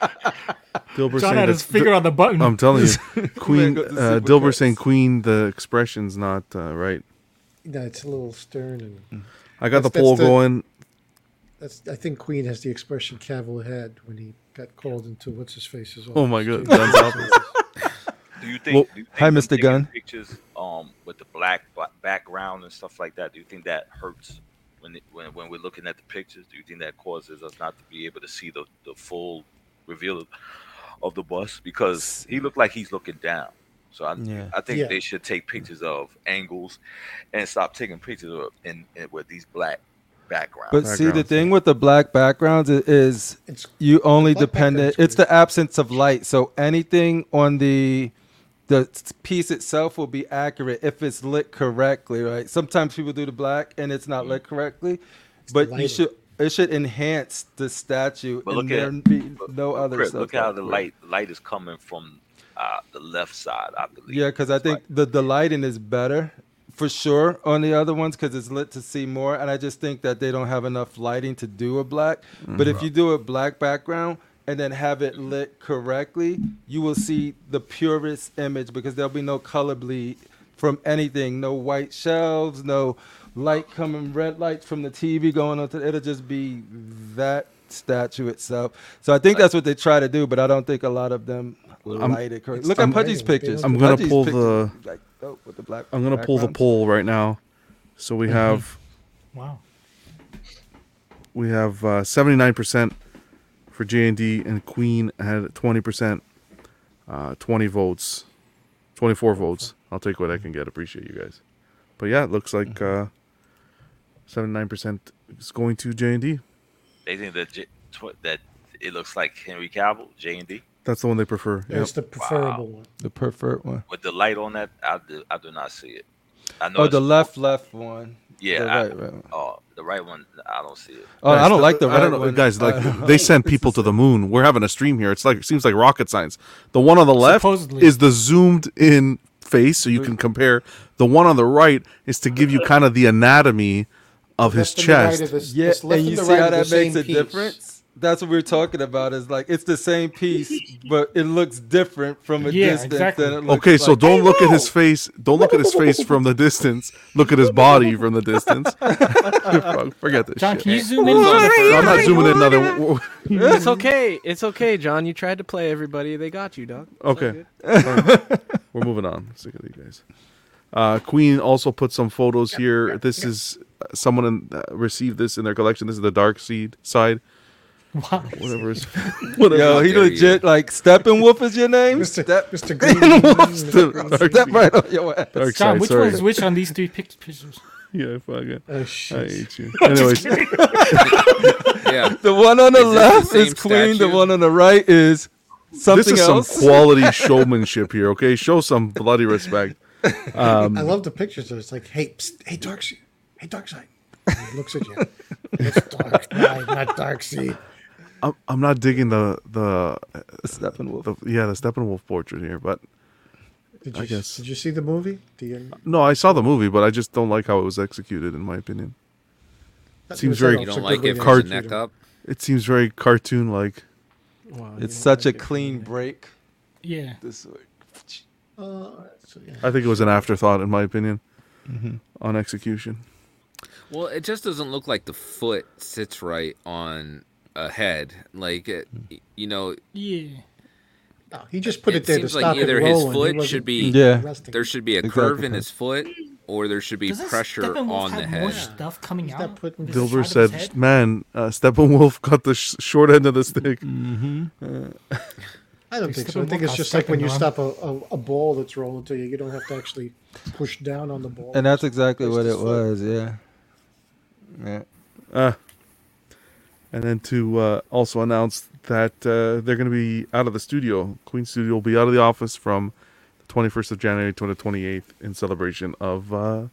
Speaker 1: Dilber
Speaker 5: John
Speaker 1: saying
Speaker 5: had his
Speaker 1: that's-
Speaker 5: finger on the button.
Speaker 1: I'm telling you, Queen
Speaker 4: got the
Speaker 1: uh,
Speaker 4: supercuts.
Speaker 1: Dilber saying Queen. The expression's not uh, right.
Speaker 12: No, it's a little stern and
Speaker 1: I got
Speaker 12: That's-
Speaker 1: the poll
Speaker 12: that's the-
Speaker 1: going.
Speaker 12: That's, I think Queen has the expression Cavill had when he got called into what's his face as well.
Speaker 1: Oh my God, Guns Office.
Speaker 11: Do you think?
Speaker 4: Well,
Speaker 11: do you think
Speaker 4: hi,
Speaker 11: them
Speaker 4: Mr.
Speaker 11: taking
Speaker 4: Gunn.
Speaker 11: Pictures um with the black ba- background and stuff like that. Do you think that hurts when it, when when we're looking at the pictures? Do you think that causes us not to be able to see the the full reveal of, of the bus because he looked like he's looking down. So I
Speaker 4: Yeah.
Speaker 11: I think
Speaker 12: Yeah.
Speaker 11: they should take pictures of angles and stop taking pictures of in, in with these black backgrounds.
Speaker 4: But see, the
Speaker 1: Backgrounds.
Speaker 4: thing with the black backgrounds i- is
Speaker 12: It's-
Speaker 4: you only
Speaker 12: black
Speaker 4: dependent.
Speaker 12: background's
Speaker 4: It's the absence of light. So anything on the the s- piece itself will be accurate if it's lit correctly, right? Sometimes people do the black and it's not lit correctly,
Speaker 12: the
Speaker 4: but you
Speaker 12: lighting.
Speaker 4: should It should enhance the statue,
Speaker 11: But
Speaker 4: and
Speaker 11: look
Speaker 4: there
Speaker 11: at
Speaker 4: be no
Speaker 11: Look,
Speaker 4: other
Speaker 11: Chris,
Speaker 4: stuff.
Speaker 11: Look how the
Speaker 4: like-
Speaker 11: light light is coming from uh, the left side. I believe.
Speaker 4: Yeah, because I think the, the lighting is better for sure on the other ones because it's lit to see more. And I just think that they don't have enough lighting to do a black. But if
Speaker 13: Mhm.
Speaker 4: you do a black background and then have it lit correctly, you will see the purest image because there'll be no color bleed from anything no white shelves, no light coming, red lights from the TV going on. To, it'll just be that statue itself. So I think that's what they try to do, but I don't think a lot of them
Speaker 1: I'm-
Speaker 4: light it correctly. Look at Pudgy's pictures.
Speaker 1: I'm gonna
Speaker 4: Pudgy's
Speaker 1: pull
Speaker 4: pictures
Speaker 1: the.
Speaker 4: is, like, dope with the black
Speaker 1: I'm gonna pull the
Speaker 4: background.
Speaker 1: poll right now. So we
Speaker 4: Mhm.
Speaker 1: have
Speaker 5: Wow.
Speaker 1: we have uh, 79% for J and D, and Queen had 20%, uh, 20 votes, 24 votes. I'll take what I can get. Appreciate you guys. But yeah, it looks like
Speaker 11: Mm-hmm.
Speaker 1: uh, 79% is going to J and D.
Speaker 11: They think that J- tw- that it looks like Henry Cavill, J and D,
Speaker 1: That's the one they prefer.
Speaker 11: Yeah, it's the preferable
Speaker 12: one.
Speaker 4: The preferred one.
Speaker 11: with the light on that. I do, I do not see it. I know
Speaker 4: Oh,
Speaker 11: it's-
Speaker 4: the left, left one.
Speaker 11: Yeah,
Speaker 4: The
Speaker 11: I,
Speaker 4: right, right one.
Speaker 11: Oh, the right one. I don't see it.
Speaker 4: Oh, I don't like the
Speaker 1: I don't know,
Speaker 4: right one.
Speaker 1: guys.
Speaker 4: I
Speaker 1: Like
Speaker 4: don't
Speaker 1: they
Speaker 4: know.
Speaker 1: send people to the moon. We're having a stream here. It's like it seems like rocket science. The one on the left
Speaker 13: Supposedly.
Speaker 1: is the zoomed in face, so you can compare. The one on the right is to give you kind of the anatomy of his
Speaker 4: Left and the right
Speaker 1: chest.
Speaker 4: of his- Yeah,
Speaker 10: It's left
Speaker 4: and you
Speaker 10: and the
Speaker 4: see
Speaker 10: right
Speaker 4: how
Speaker 10: of the
Speaker 4: that makes
Speaker 10: same
Speaker 4: a
Speaker 10: piece.
Speaker 4: difference? That's what we're talking about. Is like it's the same piece, but it looks different from a
Speaker 5: Yeah,
Speaker 4: distance.
Speaker 5: exactly.
Speaker 4: Than it looks
Speaker 1: Okay, so
Speaker 4: like-
Speaker 1: don't look at his face. Don't look at his face from the distance. Look at his body from the distance. Fuck, Forget this.
Speaker 5: John,
Speaker 1: shit.
Speaker 5: can you zoom in another further?
Speaker 1: I'm not zooming in another.
Speaker 2: it's okay. It's okay, John. You tried to play everybody. They got you, dog. It's all
Speaker 1: Okay.
Speaker 2: good.
Speaker 1: Alright. We're moving on. Sick of you guys. Uh, Queen also put some photos here. This is uh, someone in, uh, received this in their collection. This is the dark seed side. Whatever is. Whatever
Speaker 4: Yo,
Speaker 1: is
Speaker 4: he
Speaker 1: there,
Speaker 4: legit like Steppenwolf is your name, Mr. Step,
Speaker 12: Mr.
Speaker 4: Green.
Speaker 1: Dark
Speaker 4: Step
Speaker 1: Seed.
Speaker 4: right on your ass.
Speaker 1: Dark
Speaker 5: John,
Speaker 1: side,
Speaker 5: which
Speaker 1: sorry.
Speaker 5: one is which on these three pic- pictures?
Speaker 1: Yeah, fucking.
Speaker 12: Oh,
Speaker 1: I
Speaker 12: shit.
Speaker 1: hate you.
Speaker 5: I'm just
Speaker 1: Anyways.
Speaker 5: kidding.
Speaker 3: yeah.
Speaker 4: The one on the
Speaker 1: Is this the
Speaker 4: left
Speaker 1: same
Speaker 4: is Queen. The
Speaker 1: statue?
Speaker 4: one on the right is something
Speaker 1: this is
Speaker 4: else.
Speaker 1: some quality showmanship here. Okay, show some bloody respect. Um,
Speaker 12: I love the pictures though. It's like, hey, psst, hey, dark seed, hey, dark side. And he looks at you. it's dark side, not dark seed.
Speaker 1: I'm I'm not digging the the Steppenwolf. yeah, the Steppenwolf portrait here, but
Speaker 12: Did
Speaker 1: I
Speaker 12: you
Speaker 1: guess.
Speaker 12: did you see the movie? The
Speaker 1: No, I saw the movie, but I just don't like how it was executed, in my opinion.
Speaker 12: That
Speaker 1: seems
Speaker 12: was
Speaker 1: very
Speaker 12: set up
Speaker 3: You don't like it from
Speaker 1: cart-
Speaker 3: the neck up?
Speaker 1: It seems very cartoon like.
Speaker 4: It's such a clean break.
Speaker 5: Yeah.
Speaker 4: This way.
Speaker 12: uh, so, yeah.
Speaker 1: I think it was an afterthought, in my opinion,
Speaker 4: Mm-hmm.
Speaker 1: on execution.
Speaker 3: Well, it just doesn't look like the foot sits right on a head. Like it, you know,
Speaker 5: Yeah.
Speaker 12: No, he just put it, there to
Speaker 3: seems
Speaker 12: stop
Speaker 3: like either
Speaker 12: it
Speaker 3: his
Speaker 12: rolling. He
Speaker 3: foot
Speaker 12: wasn't
Speaker 3: should be
Speaker 4: Yeah.
Speaker 12: resting.
Speaker 3: there should be a
Speaker 4: Exactly.
Speaker 3: curve in his foot, or there should be
Speaker 5: Doesn't
Speaker 3: pressure
Speaker 5: Steppenwolf
Speaker 3: on the
Speaker 5: have more
Speaker 3: head.
Speaker 5: stuff coming out? This
Speaker 1: Dilber
Speaker 5: side of his
Speaker 1: said,
Speaker 5: head?
Speaker 1: "Man, uh, Steppenwolf got the sh- short end of the stick."
Speaker 4: Mm-hmm.
Speaker 1: Uh,
Speaker 12: I don't
Speaker 5: Dude,
Speaker 12: think so. I
Speaker 5: Steppenwolf
Speaker 12: think it's
Speaker 5: got
Speaker 12: just like when you
Speaker 5: Steppenwolf.
Speaker 12: stop a, a, a ball that's rolling to you, you don't have to actually push down on the ball.
Speaker 4: And that's exactly
Speaker 12: It's
Speaker 4: what
Speaker 12: just
Speaker 4: it
Speaker 12: like-
Speaker 4: was. Yeah. Yeah.
Speaker 1: Uh, and then to uh, also announce that uh, they're going to be out of the studio. Queen Studio will be out of the office from the 21st of January to the 28th in celebration of uh,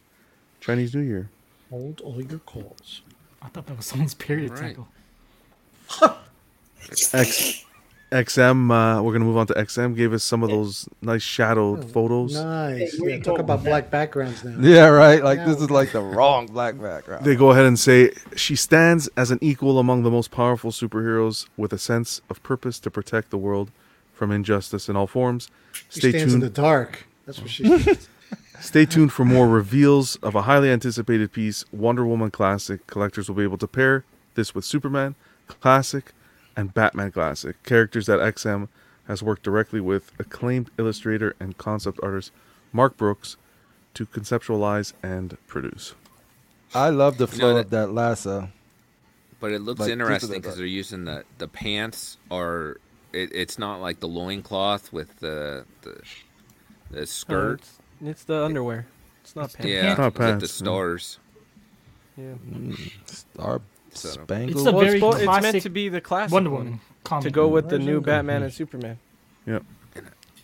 Speaker 1: Chinese New Year.
Speaker 12: Hold all your calls.
Speaker 5: I thought that was someone's period
Speaker 3: Right.
Speaker 5: cycle.
Speaker 1: X, XM, uh, we're going to move on to XM, gave us some of those nice shadowed photos.
Speaker 12: Nice.
Speaker 5: where
Speaker 12: Yeah,
Speaker 5: you
Speaker 12: talk
Speaker 5: going
Speaker 12: about
Speaker 5: with that?
Speaker 12: black backgrounds now.
Speaker 4: Yeah, right. Like this
Speaker 12: Now-
Speaker 4: is like the wrong black background.
Speaker 1: They go ahead and say she stands as an equal among the most powerful superheroes with a sense of purpose to protect the world from injustice in all forms.
Speaker 12: she
Speaker 1: Stay
Speaker 12: stands in
Speaker 1: tuned.
Speaker 12: the dark. That's what she. says.
Speaker 1: Stay tuned for more reveals of a highly anticipated piece, Wonder Woman Classic. Collectors will be able to pair this with Superman Classic and Batman Classic, characters that XM has worked directly with acclaimed illustrator and concept artist Mark Brooks to conceptualize and produce.
Speaker 4: I love the
Speaker 3: You know
Speaker 4: flow
Speaker 3: that-
Speaker 4: of that lasso.
Speaker 3: But it looks
Speaker 4: Like, people that
Speaker 3: interesting because
Speaker 4: got-
Speaker 3: they're using the the pants are. It, it's not like the loincloth with the the, the
Speaker 2: Oh,
Speaker 3: skirt.
Speaker 2: it's, it's the underwear. It's not pants.
Speaker 3: yeah,
Speaker 1: Not
Speaker 3: it's like the
Speaker 1: pants, Mm. no.
Speaker 3: stars.
Speaker 2: Yeah.
Speaker 4: Star
Speaker 3: So-
Speaker 4: spangled.
Speaker 5: It's a
Speaker 2: Well, it's
Speaker 5: very
Speaker 2: bo- it's meant
Speaker 5: classic
Speaker 2: to be the classic
Speaker 5: Wonder
Speaker 2: one,
Speaker 5: Woman comic.
Speaker 2: To go with the new
Speaker 5: Mhm.
Speaker 2: Batman and Superman.
Speaker 1: Yep.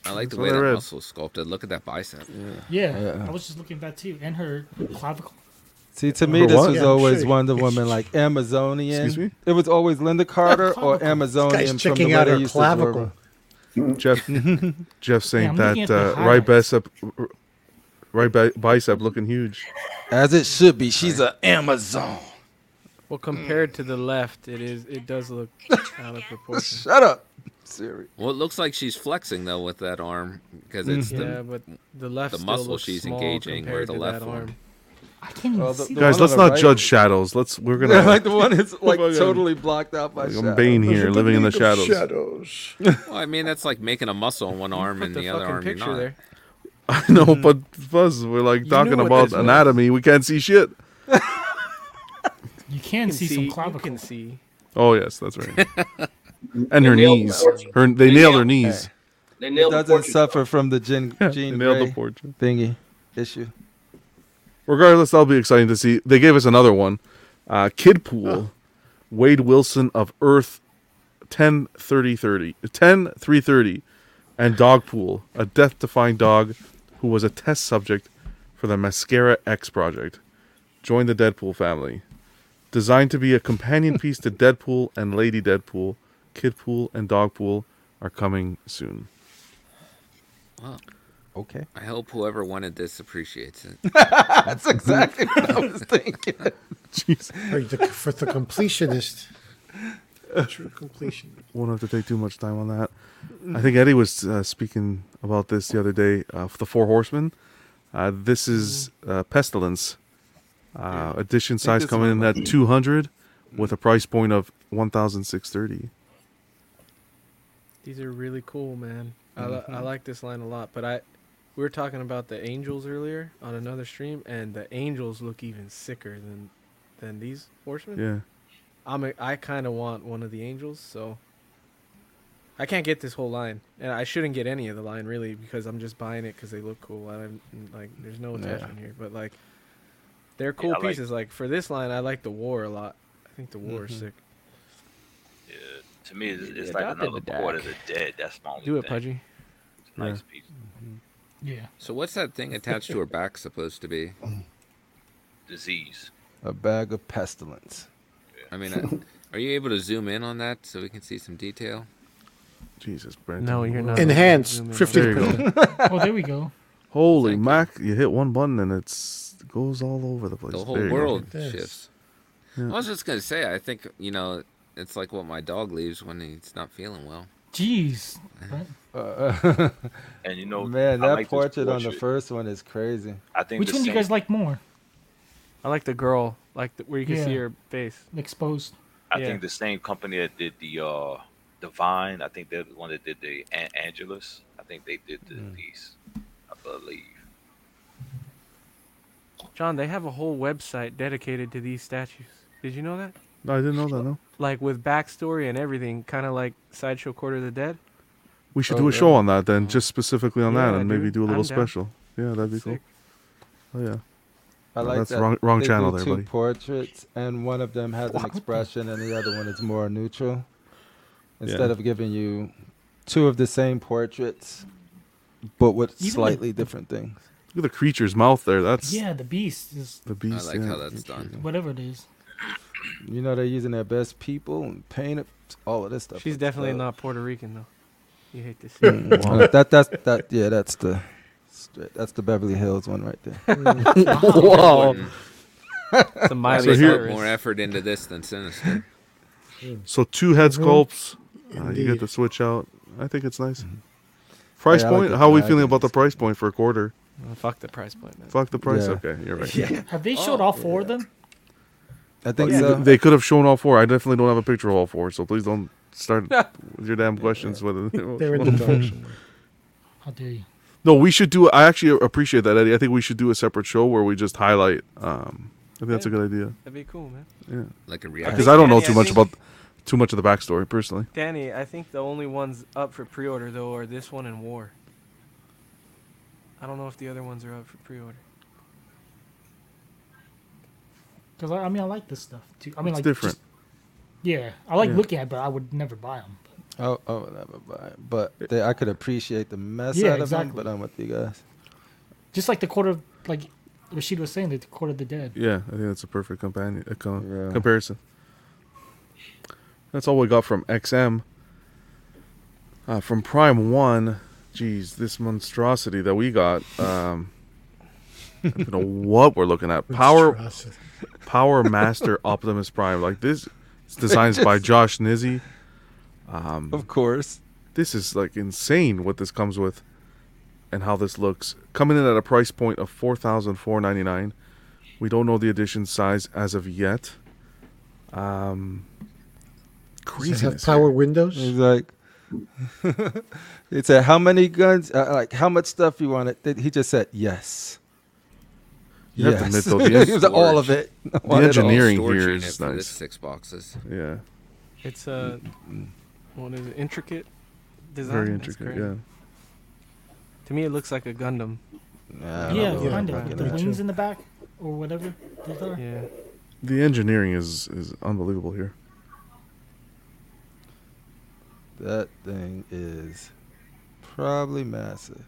Speaker 3: I like the
Speaker 1: That's
Speaker 3: way
Speaker 1: what I
Speaker 3: that
Speaker 1: read.
Speaker 3: muscle sculpted. Look at that bicep.
Speaker 5: Yeah,
Speaker 4: Yeah.
Speaker 5: I was just looking at that too, and her clavicle.
Speaker 4: See, to me,
Speaker 10: Number
Speaker 4: this
Speaker 10: one?
Speaker 4: was
Speaker 10: Yeah, I'm
Speaker 4: always
Speaker 10: sure.
Speaker 4: Wonder Woman, like Amazonian.
Speaker 1: Excuse me?
Speaker 4: It was always Linda Carter or Amazonian.
Speaker 1: guy's
Speaker 4: from
Speaker 1: checking
Speaker 4: the
Speaker 1: out
Speaker 4: way
Speaker 1: her
Speaker 4: they used to word
Speaker 1: clavicle. Jeff, Jeff saying
Speaker 4: I'm looking
Speaker 1: that
Speaker 4: at the
Speaker 1: uh, right bicep, right bi- bicep looking huge.
Speaker 4: As it should be. She's an Amazon.
Speaker 2: Well, compared to the left, it is it does look out of proportion.
Speaker 4: Shut up, Siri.
Speaker 3: Well, it looks like she's flexing though with that arm because
Speaker 2: Mm.
Speaker 3: it's the
Speaker 2: Yeah, but the left
Speaker 3: the
Speaker 2: still
Speaker 3: muscle
Speaker 2: looks
Speaker 3: she's
Speaker 2: small
Speaker 3: engaging where
Speaker 2: compared
Speaker 3: the
Speaker 2: to
Speaker 3: left
Speaker 2: that
Speaker 3: one.
Speaker 2: arm.
Speaker 5: I can't even see.
Speaker 1: Guys, let's not judge shadows. Let's we're gonna
Speaker 4: Yeah, like the one is like
Speaker 1: Fucking-
Speaker 4: totally blocked out by
Speaker 1: like,
Speaker 4: shadow.
Speaker 1: I'm Bane here, living in the shadows.
Speaker 3: well, I mean that's like making a muscle in one arm and the other
Speaker 2: fucking
Speaker 3: arm you're
Speaker 2: picture
Speaker 3: not.
Speaker 2: there.
Speaker 1: I know, but Fuzz, we're like talking
Speaker 2: what
Speaker 1: about
Speaker 2: this was.
Speaker 1: anatomy. We can't see shit.
Speaker 5: You can see some clavicle.
Speaker 2: You can see.
Speaker 1: Oh yes, that's right. and her
Speaker 5: They nailed
Speaker 1: knees.
Speaker 5: the portrait.
Speaker 1: Her they nailed her knees.
Speaker 8: They
Speaker 4: It
Speaker 8: nailed the
Speaker 4: doesn't
Speaker 8: portrait.
Speaker 4: suffer from the Jean, Jean
Speaker 1: nailed the
Speaker 4: Grey thingy issue.
Speaker 1: Regardless, that'll be exciting to see. They gave us another one. Uh, Kid Pool, Wade Wilson of Earth, 10 30 30, 10 330, and Dog Pool, a death defying dog who was a test subject for the Mascara X project. Join the Deadpool family. Designed to be a companion piece to Deadpool and Lady Deadpool, Kid Pool and Dog Pool are coming soon.
Speaker 3: Well,
Speaker 4: okay.
Speaker 3: I hope whoever wanted this appreciates it.
Speaker 4: That's exactly what I was thinking.
Speaker 10: For the, for the completionist. True completion.
Speaker 1: won't have to take too much time on that. I think Eddie was uh, speaking about this the other day. Uh, for the Four Horsemen. Uh, this is uh, Pestilence uh, edition size
Speaker 4: this
Speaker 1: coming in
Speaker 4: one-
Speaker 1: at two hundred with a price point of one thousand six thirty.
Speaker 2: These are really cool, man. I, li- I like this line a lot, but I we were talking about the angels earlier on another stream, and the angels look even sicker than than these horsemen.
Speaker 1: Yeah.
Speaker 2: I'm a, I kind of want one of the angels, so I can't get this whole line, and I shouldn't get any of the line really because I'm just buying it because they look cool. I don't like there's no
Speaker 4: Yeah.
Speaker 2: attachment here, but like they're cool
Speaker 11: I like-
Speaker 2: pieces. Like for this line, I like the war a lot. I think the war is
Speaker 11: Mhm.
Speaker 2: sick.
Speaker 11: Yeah, to me, it's, it's
Speaker 2: Yeah,
Speaker 11: like
Speaker 2: Doc did
Speaker 11: another
Speaker 2: the
Speaker 11: quarter of
Speaker 2: Doc.
Speaker 11: the dead. That's my only
Speaker 2: Do it,
Speaker 11: thing.
Speaker 2: Pudgy.
Speaker 11: Nice
Speaker 3: Yeah.
Speaker 11: piece.
Speaker 5: Mm-hmm. Yeah.
Speaker 3: So what's that thing attached to her back supposed to be?
Speaker 11: Disease.
Speaker 4: A bag of pestilence.
Speaker 3: I mean, uh, are you able to zoom in on that so we can see some detail?
Speaker 1: Jesus, Brandon.
Speaker 2: No, you're not.
Speaker 10: Enhanced,
Speaker 2: Zoom in.
Speaker 10: 50.
Speaker 1: There you go.
Speaker 5: Oh, there we go.
Speaker 1: Holy Mac! You hit one button and it's goes all over the place.
Speaker 3: The whole
Speaker 1: There you go.
Speaker 3: world
Speaker 10: Yes.
Speaker 3: shifts.
Speaker 1: Yeah.
Speaker 3: I was just gonna say, I think you know, it's like what my dog leaves when he's not feeling well.
Speaker 5: Jeez.
Speaker 4: Uh,
Speaker 11: And you know,
Speaker 4: man,
Speaker 11: I
Speaker 4: that
Speaker 11: like this
Speaker 4: portrait on the
Speaker 11: portrait.
Speaker 4: first one is crazy.
Speaker 11: I think
Speaker 5: Which
Speaker 11: the
Speaker 5: one do you
Speaker 11: same-
Speaker 5: guys like more?
Speaker 2: I like the girl, like the, where you can see
Speaker 5: Yeah.
Speaker 2: her face.
Speaker 5: Exposed.
Speaker 11: I
Speaker 2: Yeah.
Speaker 11: think the same company that did the uh Divine, I think they're the one that did the An- Angelus. I think they did the
Speaker 4: Mm.
Speaker 11: piece, I believe.
Speaker 2: John, they have a whole website dedicated to these statues. Did you know that?
Speaker 1: No, I didn't know that. No,
Speaker 2: Like with backstory and everything, kind of like Sideshow Quarter of the Dead.
Speaker 1: we should
Speaker 4: Oh,
Speaker 1: do a
Speaker 4: yeah.
Speaker 1: show on that then, just specifically on that,
Speaker 2: Yeah,
Speaker 1: and maybe
Speaker 2: dude,
Speaker 1: do a little
Speaker 2: I'm down.
Speaker 1: special. Yeah, that'd be
Speaker 2: Sick.
Speaker 1: cool. Oh yeah.
Speaker 4: I
Speaker 1: No,
Speaker 4: like
Speaker 1: that's
Speaker 4: that.
Speaker 1: wrong wrong
Speaker 4: they
Speaker 1: channel
Speaker 4: do
Speaker 1: there,
Speaker 4: two
Speaker 1: buddy.
Speaker 4: portraits, and one of them has an expression, and the other one is more neutral. Instead of giving you two of the same portraits, but with
Speaker 5: Even the-
Speaker 4: slightly different things.
Speaker 1: Look at the creature's mouth there. That's
Speaker 5: Yeah, the beast is
Speaker 1: the beast.
Speaker 3: like
Speaker 1: yeah.
Speaker 3: how that's done.
Speaker 5: whatever it is.
Speaker 4: You know they're using their best people and paint it, all of this stuff.
Speaker 2: She's
Speaker 4: It's,
Speaker 2: definitely
Speaker 4: uh,
Speaker 2: not Puerto Rican though. You hate to see. it.
Speaker 4: Mm, uh, that that's that yeah that's the straight- that's the Beverly Hills one right there.
Speaker 3: Mm.
Speaker 1: Wow.
Speaker 2: It's a
Speaker 3: I
Speaker 2: Miley
Speaker 1: So here-
Speaker 3: put more effort into this than Sinister.
Speaker 1: So two head sculpts. Uh, you get
Speaker 10: Indeed.
Speaker 1: the switch out. I think it's nice. Price
Speaker 4: Yeah, I like
Speaker 1: point?
Speaker 4: the
Speaker 1: How are we
Speaker 4: dragons.
Speaker 1: feeling about the price point for a quarter?
Speaker 2: Oh, fuck the price point, man.
Speaker 1: Fuck the price.
Speaker 4: Yeah.
Speaker 1: Okay, you're right.
Speaker 5: Have they showed all four of them?
Speaker 4: I think
Speaker 1: You-
Speaker 4: so.
Speaker 1: They could have shown all four. I definitely don't have a picture of all four, so please don't start with your damn questions. Whether
Speaker 10: They're in the dark somewhere.
Speaker 5: How dare you?
Speaker 1: no, we should do. I actually appreciate that, Eddie. I think we should do a separate show where we just highlight. Um, I think that's a good idea.
Speaker 2: That'd be cool, man.
Speaker 1: Yeah,
Speaker 3: Like a
Speaker 1: because
Speaker 3: reaction.
Speaker 1: I don't know
Speaker 2: Danny,
Speaker 1: too
Speaker 2: I
Speaker 1: much
Speaker 2: think-
Speaker 1: about too much of the backstory personally.
Speaker 2: Danny, I think the only ones up for pre-order though are this one and War. I don't know if the other ones are up for pre-order.
Speaker 5: Because I, I mean, I like this stuff too. I mean,
Speaker 1: It's
Speaker 5: like
Speaker 1: different.
Speaker 5: just- yeah, I like
Speaker 1: Yeah.
Speaker 5: looking at, it, but I would never buy them.
Speaker 4: Oh, oh, never mind. But they, I could appreciate the mess
Speaker 5: Yeah,
Speaker 4: out of them.
Speaker 5: exactly.
Speaker 4: But I'm with you guys.
Speaker 5: Just like the quarter, of, like Rashid was saying, the Court of the Dead.
Speaker 1: Yeah, I think that's a perfect companion uh, co- comparison. That's all we got from XM. Uh, from Prime One, geez, this monstrosity that we got. Um, I don't know what we're looking at. Power,
Speaker 6: Monstrosity.
Speaker 1: Power Master Optimus Prime. Like this, it's designed by
Speaker 4: Just-
Speaker 1: Josh Nizzi. Um, of
Speaker 4: course.
Speaker 1: This is like insane what this comes with, and how this looks. Coming in at a price point of four thousand four ninety nine. We don't know the edition size as of yet. Um,
Speaker 10: Does it have
Speaker 1: craziness.
Speaker 10: power windows?
Speaker 4: He's like, he said, "How many guns? Uh, like, how much stuff you want?" It. He just said, "Yes."
Speaker 1: You have to admit, though, the
Speaker 4: He was like, all of it. I
Speaker 1: The
Speaker 4: want it all.
Speaker 1: engineering
Speaker 3: Storage
Speaker 1: here
Speaker 3: unit
Speaker 1: is
Speaker 3: for this
Speaker 1: nice.
Speaker 3: six boxes.
Speaker 1: Yeah,
Speaker 2: It's a what is it? Intricate design.
Speaker 1: very
Speaker 2: That's
Speaker 1: intricate.
Speaker 2: crazy.
Speaker 1: Yeah.
Speaker 2: To me, it looks like a Gundam.
Speaker 5: yeah, kind of. With the wings in the back or whatever. those are.
Speaker 2: Yeah.
Speaker 1: The engineering is is unbelievable here.
Speaker 4: That thing is probably massive.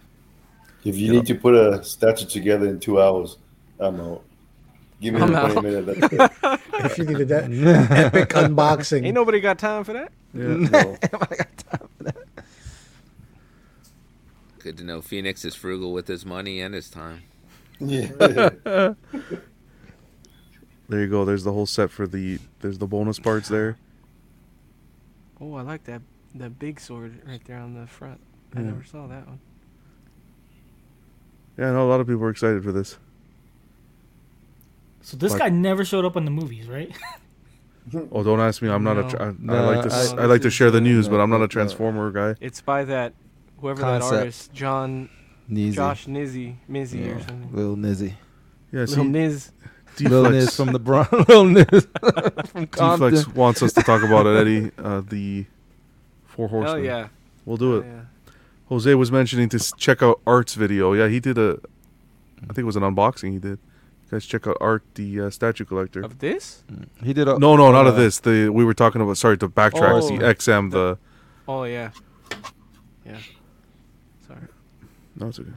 Speaker 7: If you need to put a statue together in two hours, I'm out. Give me
Speaker 2: I'm
Speaker 7: the
Speaker 2: out.
Speaker 7: 20 minute. That's it.
Speaker 10: if you needed that epic unboxing.
Speaker 2: Ain't nobody got time for that.
Speaker 1: Yeah.
Speaker 3: Good to know Phoenix is frugal with his money and his time.
Speaker 1: Yeah. There you go. There's the whole set for the there's the bonus parts there.
Speaker 2: Oh, I like that that big sword right there on the front. I
Speaker 1: Yeah.
Speaker 2: never saw that one.
Speaker 1: Yeah, I know a lot of people are excited for this.
Speaker 5: So this
Speaker 1: Like-
Speaker 5: guy never showed up in the movies, right?
Speaker 1: Oh, don't ask me. I'm not a. Tra- I,
Speaker 4: No.
Speaker 1: I like to.
Speaker 4: No,
Speaker 1: s-
Speaker 4: I-
Speaker 1: I, like to
Speaker 4: this
Speaker 1: share
Speaker 4: is,
Speaker 1: the
Speaker 4: uh,
Speaker 1: news, but I'm not
Speaker 4: no,
Speaker 1: a transformer guy.
Speaker 2: It's by that whoever
Speaker 4: Concept.
Speaker 2: that artist, John
Speaker 4: Nizzy.
Speaker 2: Josh Nizzy, Mizzy or
Speaker 4: Yeah,
Speaker 2: something.
Speaker 4: Lil Nizzy.
Speaker 1: Yeah,
Speaker 2: Lil Niz.
Speaker 4: Lil
Speaker 1: Deflex.
Speaker 4: Niz from the Bronx. Lil Niz from Compton.
Speaker 2: Um,
Speaker 1: Deflex wants us to talk about it, Eddie. Uh, the Four
Speaker 2: Hell
Speaker 1: Horsemen.
Speaker 2: yeah.
Speaker 1: we'll do
Speaker 2: Hell
Speaker 1: it.
Speaker 2: yeah.
Speaker 1: Jose was mentioning to s- check out Art's video. Yeah, he did a. I think it was an unboxing he did. Guys, check out Art, the uh, statue collector.
Speaker 2: Of this?
Speaker 1: Mm-hmm.
Speaker 4: He did a,
Speaker 1: No, no, not of
Speaker 4: uh,
Speaker 1: this. The we were talking about. Sorry to backtrack.
Speaker 2: Oh.
Speaker 1: the XM. The
Speaker 2: Oh yeah. Yeah. Sorry.
Speaker 1: no, it's okay.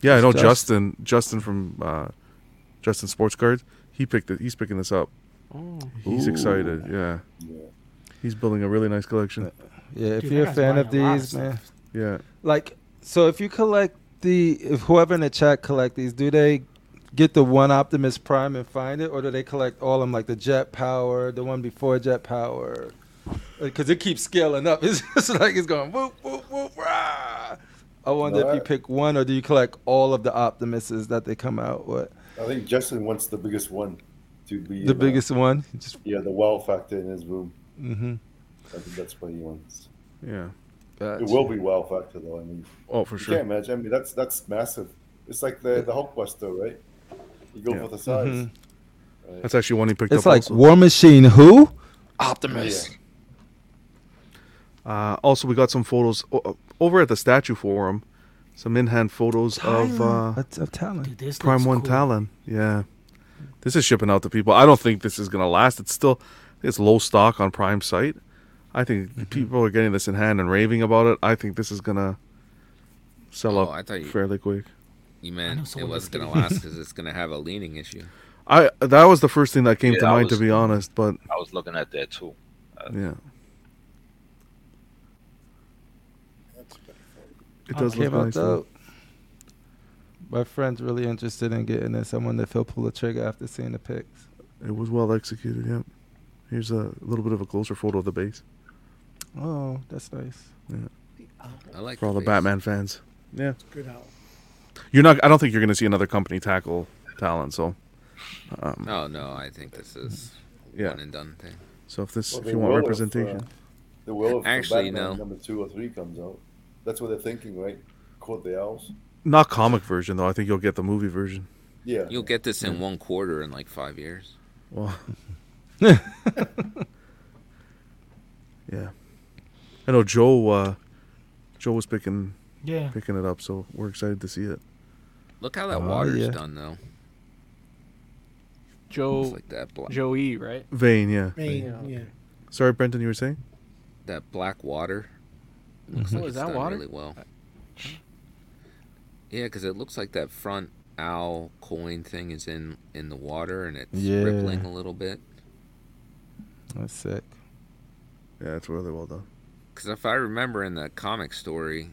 Speaker 1: Yeah, I know
Speaker 4: Just-
Speaker 1: Justin. Justin from uh, Justin Sports Cards. He picked it. He's picking this up.
Speaker 2: Oh.
Speaker 1: He's
Speaker 4: Ooh.
Speaker 1: excited. Yeah. He's building a really nice collection.
Speaker 4: Yeah, if
Speaker 5: Dude, that
Speaker 4: you're a
Speaker 5: guy's
Speaker 4: fan of
Speaker 5: buying a lot of
Speaker 4: these, man.
Speaker 1: Yeah.
Speaker 4: Like, so if you collect the, if whoever in the chat collect these, do they get the one Optimus Prime and find it, or do they collect all of them, like the Jet Power, the one before Jet Power? Because it keeps scaling up. It's just like it's going whoop whoop whoop rah. I wonder if you
Speaker 7: Right.
Speaker 4: pick one, or do you collect all of the Optimuses that they come out with?
Speaker 7: I think Justin wants the biggest one to be
Speaker 4: The
Speaker 7: uh,
Speaker 4: biggest one. Just
Speaker 7: Yeah, the wow factor in his room.
Speaker 4: mm-hmm.
Speaker 7: I think that's what he wants.
Speaker 1: Yeah.
Speaker 7: It will be wow factor though. I mean,
Speaker 1: Oh, for
Speaker 7: you
Speaker 1: sure.
Speaker 7: can't imagine. I mean, that's that's massive. It's like the the Hulkbuster, right? You go
Speaker 1: Yeah.
Speaker 7: for the size.
Speaker 4: Mhm.
Speaker 7: Right.
Speaker 1: That's actually one he picked
Speaker 4: It's
Speaker 1: up.
Speaker 4: like
Speaker 1: also.
Speaker 4: War Machine. Who? Optimus.
Speaker 1: Uh, also, we got some photos o- o- over at the statue forum. Some in-hand photos of uh,
Speaker 4: That's of talent.
Speaker 5: Dude, this
Speaker 1: Prime
Speaker 5: looks
Speaker 1: One
Speaker 5: cool.
Speaker 1: Talon. Yeah, uh, this is shipping out to people. I don't think this is gonna last. It's still it's low stock on Prime site. I think
Speaker 4: Mm-hmm.
Speaker 1: people are getting this in hand and raving about it. I think this is gonna sell
Speaker 3: Oh, I
Speaker 1: out
Speaker 3: thought you-
Speaker 1: fairly quick.
Speaker 3: You
Speaker 5: know
Speaker 3: meant it
Speaker 5: someone that's
Speaker 3: wasn't going to
Speaker 5: getting-
Speaker 3: last because it's going to have a leaning issue.
Speaker 1: I that was the first thing that came
Speaker 11: Yeah,
Speaker 1: to
Speaker 11: I
Speaker 1: mind,
Speaker 11: was-
Speaker 1: to be honest. But
Speaker 11: I was looking at that too.
Speaker 3: Uh,
Speaker 1: yeah, it
Speaker 5: I
Speaker 1: does
Speaker 4: Came
Speaker 1: look
Speaker 4: out
Speaker 1: nice. though.
Speaker 4: dope. My friend's really interested in getting this. I wonder if he'll pull the trigger after seeing the pics.
Speaker 1: It was well executed. Yeah. Here's a little bit of a closer photo of the base
Speaker 4: Oh, that's nice.
Speaker 3: I like
Speaker 1: for all the
Speaker 3: face.
Speaker 1: Batman fans. Yeah.
Speaker 10: Good out.
Speaker 1: You're not. I don't think you're going to see another company tackle Talon. So, um,
Speaker 3: No, Oh, no, I think this is
Speaker 1: Yeah.
Speaker 3: one and done thing.
Speaker 1: so if this,
Speaker 7: Well,
Speaker 1: if
Speaker 7: they
Speaker 1: you want
Speaker 7: will if, uh,
Speaker 1: representation,
Speaker 7: The will of
Speaker 3: Actually,
Speaker 7: actually
Speaker 3: no.
Speaker 7: number two or three comes out. That's what they're thinking, right? Caught the owls.
Speaker 1: not comic version though. I think you'll get the movie version.
Speaker 7: Yeah.
Speaker 3: You'll get this in one quarter in like five years.
Speaker 1: Well, yeah. I know Joe. Uh, Joe was picking
Speaker 5: Yeah.
Speaker 1: picking it up, so we're excited to see it. Uh,
Speaker 3: Look how that
Speaker 1: Ah,
Speaker 4: Oh,
Speaker 3: water's
Speaker 4: yeah.
Speaker 3: done, though. It's
Speaker 2: Joe
Speaker 3: like that black,
Speaker 2: Joey, right?
Speaker 1: Vane, yeah.
Speaker 10: Main,
Speaker 2: Yeah.
Speaker 10: yeah.
Speaker 1: Sorry, Brenton, you were saying.
Speaker 3: that black water. Looks
Speaker 2: Mhm.
Speaker 3: like
Speaker 2: Oh, is
Speaker 3: it's
Speaker 2: that
Speaker 3: done
Speaker 2: water?
Speaker 3: really well. Yeah, because it looks like that front owl coin thing is in in the water and it's
Speaker 4: Yeah.
Speaker 3: rippling a little bit.
Speaker 4: That's sick.
Speaker 1: Yeah, it's really well done.
Speaker 3: Because if I remember in the comic story,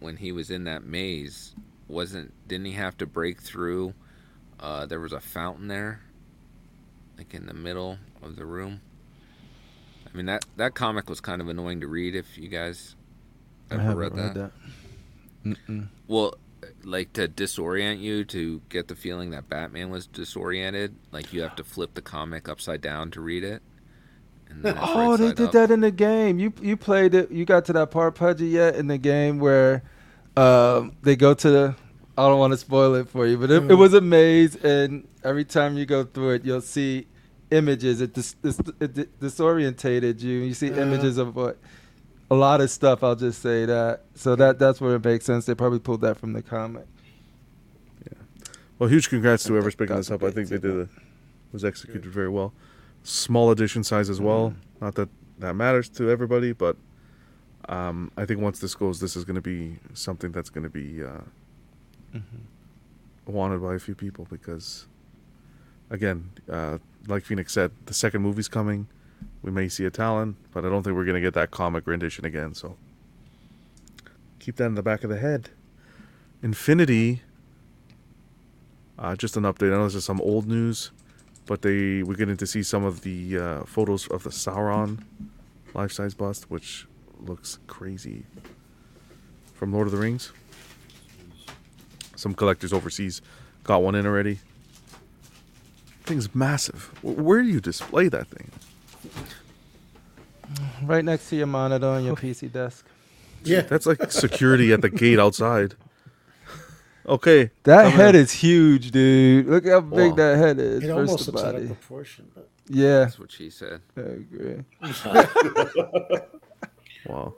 Speaker 3: when he was in that maze, wasn't didn't he have to break through? Uh, there was a fountain there, like in the middle of the room. I mean that that comic was kind of annoying to read. If you guys
Speaker 4: I
Speaker 3: ever
Speaker 4: haven't
Speaker 3: read, that.
Speaker 4: Mm-mm.
Speaker 3: well, like to disorient you to get the feeling that Batman was disoriented. Like you have to flip the comic upside down to read it. And then it's
Speaker 4: Oh,
Speaker 3: right
Speaker 4: they
Speaker 3: side
Speaker 4: did
Speaker 3: up.
Speaker 4: that in the game. You you played it. You got to that part, Pudgy, yet in the game where um, they go to the. I don't want to spoil it for you, but it, it
Speaker 12: Mm.
Speaker 4: was a maze, and every time you go through it, you'll see images. It, dis, dis, it di- disorientated you. You see
Speaker 12: Uh.
Speaker 4: images of what a lot of stuff. I'll just say that. So that that's where it makes sense. They probably pulled that from the comic.
Speaker 1: Well, huge congrats to whoever's picking this up. I think they did it. Was executed very well. Small edition size as well. Not that that matters to everybody, but um, I think once this goes, this is going to be something that's going to be uh, wanted by a few people because, again, uh, like Phoenix said, the second movie's coming. We may see a Talon, but I don't think we're going to get that comic rendition again. So keep that in the back of the head. Infinity. Uh, just an update. I know this is some old news, but they we're getting to see some of the uh, photos of the Sauron life-size bust, which looks crazy. From Lord of the Rings. Some collectors overseas got one in already. Thing's massive. Wh- Where do you display that thing?
Speaker 4: Right next to your monitor on your PC desk.
Speaker 1: Yeah, that's like security at the gate outside. Okay,
Speaker 4: That
Speaker 1: I'm
Speaker 4: head
Speaker 1: in.
Speaker 4: is huge, dude. Look how big
Speaker 1: Wow.
Speaker 4: that head is.
Speaker 10: It
Speaker 4: versus
Speaker 10: almost
Speaker 4: the
Speaker 10: looks out
Speaker 4: body.
Speaker 10: of proportion, but
Speaker 4: Yeah.
Speaker 3: That's what she said.
Speaker 4: I agree.
Speaker 1: wow.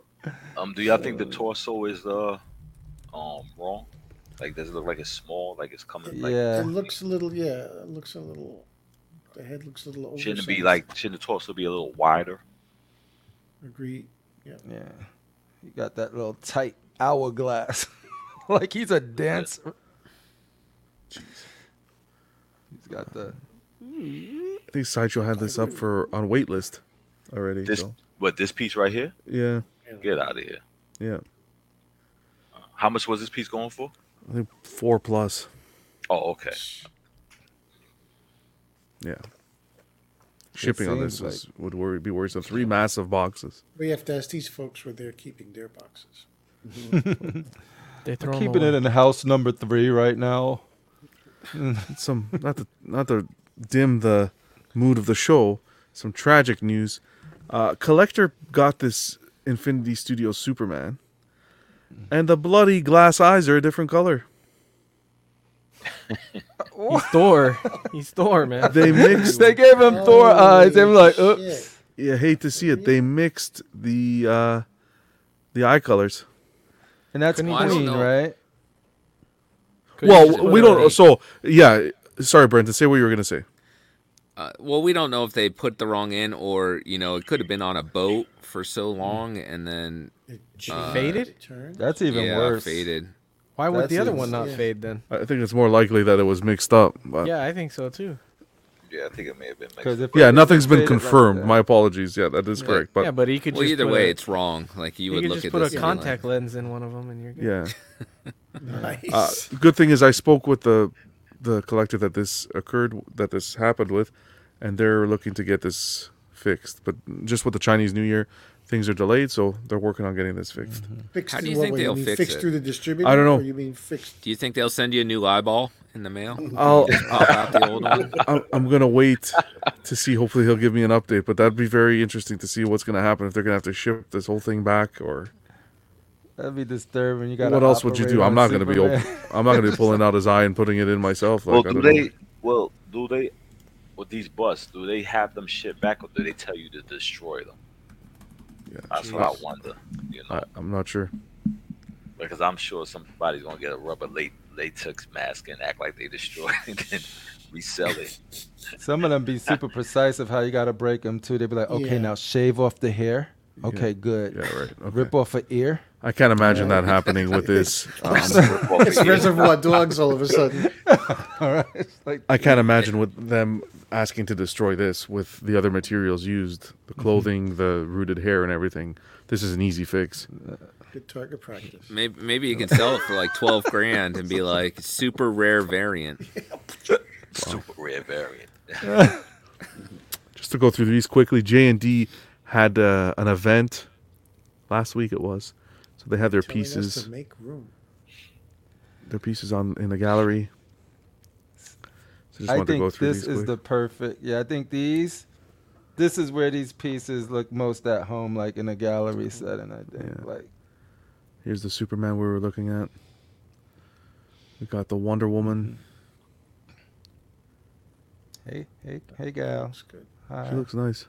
Speaker 11: Um, do y'all think the torso is uh um wrong? Like, does it look like it's small? Like it's coming? Like,
Speaker 4: Yeah.
Speaker 10: it looks a little. Yeah, it looks a little. The head looks a little. Oversized.
Speaker 11: Shouldn't it be like? Shouldn't the torso be a little wider?
Speaker 10: Agreed. Yeah.
Speaker 4: Yeah. He got that little tight hourglass. like he's a dancer. He's got the
Speaker 1: I think Sideshow had this up for on waitlist already.
Speaker 11: This,
Speaker 1: so.
Speaker 11: what this piece right here?
Speaker 1: Yeah,
Speaker 11: Get out of here.
Speaker 1: yeah.
Speaker 11: How much was this piece going for?
Speaker 1: I think four plus.
Speaker 11: Oh, okay.
Speaker 1: Yeah. Shipping on this
Speaker 4: seems
Speaker 1: is, would worry, be worrisome. Three massive boxes.
Speaker 10: We have to ask these folks where they're keeping their boxes.
Speaker 2: They
Speaker 4: I'm
Speaker 2: throw 'em
Speaker 4: keeping it
Speaker 2: away.
Speaker 4: in house number three right now.
Speaker 1: some not to not to dim the mood of the show. Some tragic news. Uh, Collector got this Infinity Studio Superman, and the bloody glass eyes are a different color.
Speaker 2: He's Thor. He's Thor, man. Oh,
Speaker 1: They mixed.
Speaker 4: They gave him Thor eyes. They were like, oops.
Speaker 1: Yeah, hate to see it. They mixed the uh, the eye colors.
Speaker 4: And that's
Speaker 2: Couldn't
Speaker 3: even
Speaker 4: Queen,
Speaker 3: know.
Speaker 4: right?
Speaker 1: well, we don't. So yeah, sorry, Brenton. Say what you were gonna say.
Speaker 3: Uh, well, we don't know if they put the wrong in, or you know, it could have been on a boat for so long and then uh,
Speaker 2: Mm-hmm. Faded?
Speaker 4: That's even
Speaker 3: yeah,
Speaker 4: worse.
Speaker 3: Faded.
Speaker 2: Why would
Speaker 4: That
Speaker 2: the other
Speaker 4: seems-
Speaker 2: one not
Speaker 10: yeah.
Speaker 2: fade then?
Speaker 1: I think it's more likely that it was mixed up. But yeah,
Speaker 2: Yeah, I think so too.
Speaker 11: Yeah, I think it may have been.
Speaker 4: Because if it-
Speaker 1: nothing's
Speaker 4: if
Speaker 1: been
Speaker 4: it faded like
Speaker 1: confirmed.
Speaker 4: that-
Speaker 1: My apologies. Yeah, that is correct. But
Speaker 2: yeah, but he could
Speaker 3: Well,
Speaker 2: just
Speaker 3: either
Speaker 2: put
Speaker 3: way,
Speaker 2: a,
Speaker 3: it's wrong. Like you
Speaker 2: he
Speaker 3: would
Speaker 2: could
Speaker 3: look
Speaker 2: just
Speaker 3: at
Speaker 2: put
Speaker 3: this.
Speaker 2: a
Speaker 3: and be like-
Speaker 2: contact lens in one of them, and you're good.
Speaker 1: yeah.
Speaker 10: Nice.
Speaker 1: Uh, good thing is I spoke with the the collector that this occurred that this happened with, and they're looking to get this fixed. But just with the Chinese New Year, things are delayed, so they're working on getting this fixed.
Speaker 2: Mm-hmm.
Speaker 10: fixed
Speaker 3: how do
Speaker 10: through
Speaker 3: you
Speaker 10: what
Speaker 3: think
Speaker 10: way?
Speaker 3: they'll
Speaker 10: mean
Speaker 3: fix
Speaker 10: fixed
Speaker 3: it?
Speaker 10: through the distributor?
Speaker 1: I don't know.
Speaker 10: Or you mean fixed?
Speaker 3: Do you think they'll send you a new eyeball in the mail?
Speaker 1: I'll,
Speaker 3: Pop out the old one.
Speaker 1: I'm, I'm gonna wait to see. Hopefully, he'll give me an update. But that'd be very interesting to see what's gonna happen if they're gonna have to ship this whole thing back or
Speaker 4: That'd be disturbing. You got
Speaker 1: what else would you do? I'm not gonna be open. I'm not gonna be pulling out his eye and putting it in myself. Like,
Speaker 11: well,
Speaker 1: I
Speaker 11: do
Speaker 1: don't know.
Speaker 11: they? Well, do they? With these busts, do they have them shit back, or do they tell you to destroy them?
Speaker 1: Yeah.
Speaker 11: That's what I wonder. You know,
Speaker 1: I, I'm not sure.
Speaker 11: because I'm sure somebody's gonna get a rubber late latex mask and act like they destroyed it and then resell it.
Speaker 4: Some of them be super precise of how you gotta break them too. They'd be like, okay,
Speaker 10: Yeah.
Speaker 4: now shave off the hair. Okay, good.
Speaker 1: Yeah, right.
Speaker 4: Rip off an ear.
Speaker 1: I can't imagine that happening with this. um,
Speaker 4: It's Reservoir Dogs all of a sudden. All right, it's like-
Speaker 1: I can't imagine with them asking to destroy this with the other materials used,
Speaker 4: Mm-hmm.
Speaker 1: the clothing, the rooted hair, and everything. This is an easy fix.
Speaker 4: Uh,
Speaker 10: Good target practice.
Speaker 3: Maybe maybe you can sell it for like twelve grand and be like super rare variant.
Speaker 11: Super rare variant.
Speaker 1: Just to go through these quickly, J and D had uh, an event last week. It was so they had their
Speaker 10: Telling us
Speaker 1: pieces,
Speaker 10: to make room.
Speaker 1: their pieces on in the gallery. So just
Speaker 4: I
Speaker 1: wanted to go
Speaker 4: think
Speaker 1: through
Speaker 4: this
Speaker 1: these
Speaker 4: is
Speaker 1: quick.
Speaker 4: the perfect. Yeah, I think these. This is where these pieces look most at home, like in a gallery setting. I think. Like,
Speaker 1: Here's the Superman we were looking at. We got the Wonder Woman.
Speaker 4: hey, hey, hey, gal. Hi.
Speaker 1: She looks nice.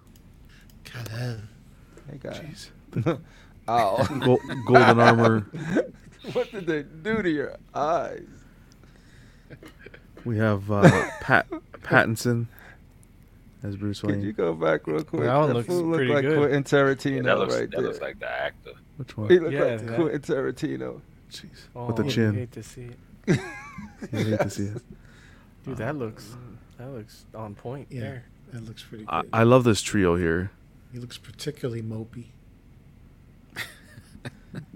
Speaker 4: Hey, guys. Ow.
Speaker 1: Gol- golden armor.
Speaker 4: what did they do to your eyes?
Speaker 1: We have uh, Pat Pattinson as Bruce Wayne.
Speaker 4: Could you go back real quick?
Speaker 2: That one looks
Speaker 4: fool looked
Speaker 2: pretty
Speaker 4: like
Speaker 2: good.
Speaker 4: Quentin Tarantino
Speaker 11: Yeah, that looks,
Speaker 4: right
Speaker 11: that
Speaker 4: there.
Speaker 11: looks like the actor.
Speaker 1: Which one?
Speaker 4: He looked
Speaker 2: Yeah,
Speaker 4: like
Speaker 2: that-
Speaker 4: Quentin Tarantino.
Speaker 2: Oh,
Speaker 1: With the chin.
Speaker 2: I hate to see it.
Speaker 1: I hate to see it.
Speaker 2: Dude, that looks that looks on point
Speaker 10: Um, mm. Yeah,
Speaker 2: there.
Speaker 10: that looks pretty
Speaker 1: I,
Speaker 10: good.
Speaker 1: I love this trio here.
Speaker 10: he looks particularly mopey.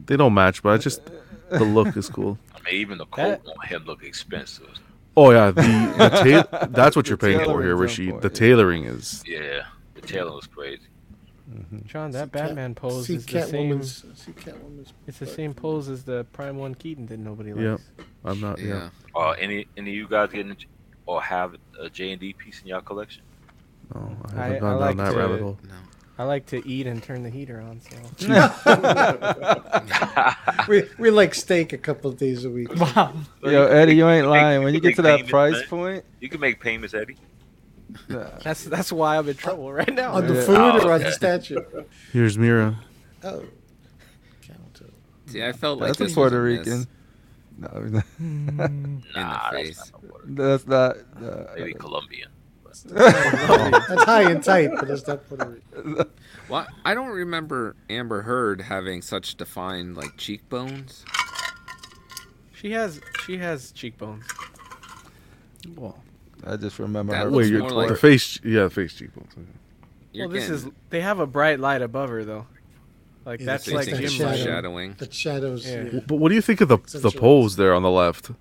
Speaker 1: They don't match, but I just the look is cool.
Speaker 11: I mean, even the coat on him look expensive.
Speaker 1: Oh yeah, the, the ta- that's what you're paying for here,
Speaker 4: Tailoring's on
Speaker 1: Rashid.
Speaker 4: point,
Speaker 1: The
Speaker 4: yeah.
Speaker 1: tailoring is
Speaker 11: Yeah, the tailor was crazy.
Speaker 1: Mm-hmm.
Speaker 2: John, that Batman pose
Speaker 10: see
Speaker 2: is the same.
Speaker 10: Catwoman's. See Catwoman's.
Speaker 2: It's the same pose as the Prime One Keaton that nobody likes.
Speaker 1: yeah. I'm not yeah.
Speaker 3: Yeah.
Speaker 11: Uh, any any of you guys getting or have a J and D piece in your collection?
Speaker 1: No, I
Speaker 2: I-
Speaker 1: haven't gone
Speaker 2: I
Speaker 1: down
Speaker 2: like
Speaker 1: that
Speaker 2: to-
Speaker 1: rabbit hole.
Speaker 2: I like to eat and turn the heater on. So
Speaker 10: we we like steak a couple of days a week.
Speaker 5: Wow.
Speaker 4: Yo, Eddie, you ain't
Speaker 11: can make-
Speaker 4: lying. When you
Speaker 11: can
Speaker 4: get to
Speaker 11: make payments,
Speaker 4: that price
Speaker 11: man.
Speaker 4: point,
Speaker 11: You can make payments, Eddie.
Speaker 2: that's that's why I'm in trouble right now.
Speaker 10: On the
Speaker 4: Yeah.
Speaker 10: food or on
Speaker 11: okay.
Speaker 10: the statue?
Speaker 1: Here's Mira.
Speaker 10: Oh. Count it.
Speaker 3: See, I felt like
Speaker 4: that's a
Speaker 3: this
Speaker 4: Puerto
Speaker 3: was a miss
Speaker 4: Rican. No,
Speaker 3: in
Speaker 11: Nah,
Speaker 3: the
Speaker 11: that's
Speaker 3: face.
Speaker 11: not no water.
Speaker 4: that's not. Uh,
Speaker 11: Maybe Colombian.
Speaker 10: That's high and tight, but that's not Puerto Rican.
Speaker 3: Well, I don't remember Amber Heard having such defined like cheekbones.
Speaker 2: She has she has cheekbones.
Speaker 4: I just remember
Speaker 3: That
Speaker 4: her.
Speaker 3: looks
Speaker 1: Wait, you're,
Speaker 3: more
Speaker 1: the
Speaker 3: like-
Speaker 1: face yeah, the face cheekbones. okay.
Speaker 3: You're
Speaker 2: well, this
Speaker 3: getting-
Speaker 2: is they have a bright light above her though. Like
Speaker 10: Yeah,
Speaker 2: that's
Speaker 10: the
Speaker 3: so
Speaker 2: like
Speaker 3: you're
Speaker 10: same
Speaker 2: gym
Speaker 3: thinking
Speaker 10: shadow.
Speaker 3: of
Speaker 2: light.
Speaker 3: shadowing.
Speaker 10: The shadows.
Speaker 2: Yeah.
Speaker 10: Yeah.
Speaker 1: But what do you think of the the
Speaker 10: Accentuates.
Speaker 1: pose there on the left?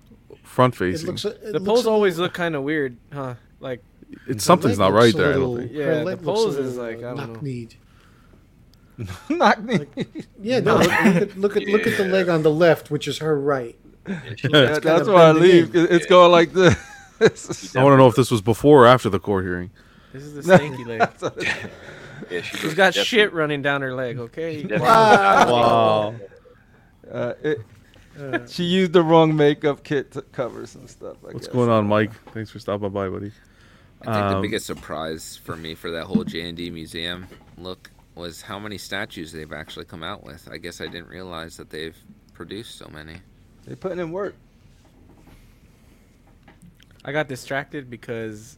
Speaker 1: Front
Speaker 10: It
Speaker 1: facing.
Speaker 10: looks. It
Speaker 2: The
Speaker 10: looks
Speaker 2: poles
Speaker 10: a-
Speaker 2: always look kind of weird, huh? Like
Speaker 1: it's something's
Speaker 10: leg
Speaker 1: not right
Speaker 10: looks a
Speaker 1: there, I don't
Speaker 10: little-
Speaker 1: think.
Speaker 2: Yeah,
Speaker 10: her
Speaker 2: the
Speaker 10: leg looks a
Speaker 2: pose is
Speaker 10: little,
Speaker 2: like, I
Speaker 10: uh,
Speaker 2: don't know.
Speaker 10: knock-kneed.
Speaker 4: Knock me.
Speaker 10: Yeah, no. Look, look at look at, look at the
Speaker 11: Yeah.
Speaker 10: leg on the left, which is her right.
Speaker 4: Yeah,
Speaker 10: kinda
Speaker 4: that's why I
Speaker 10: bending
Speaker 4: leave.
Speaker 10: in.
Speaker 4: 'cause It's going like this.
Speaker 1: I want to know if this was before or after the court hearing.
Speaker 2: this is the stanky leg.
Speaker 11: Yeah, she
Speaker 2: She's
Speaker 11: looks
Speaker 2: got
Speaker 11: definitely-
Speaker 2: shit running down her leg. Okay.
Speaker 11: definitely-
Speaker 1: Wow.
Speaker 4: Uh, it, she used the wrong makeup kit to cover some stuff. I
Speaker 1: What's
Speaker 4: guess.
Speaker 1: going on, Mike? Thanks for stopping by, buddy.
Speaker 3: I think the
Speaker 1: Um,
Speaker 3: biggest surprise for me for that whole J&D museum look was how many statues they've actually come out with. I guess I didn't realize that they've produced so many.
Speaker 4: They putting in work.
Speaker 2: I got distracted because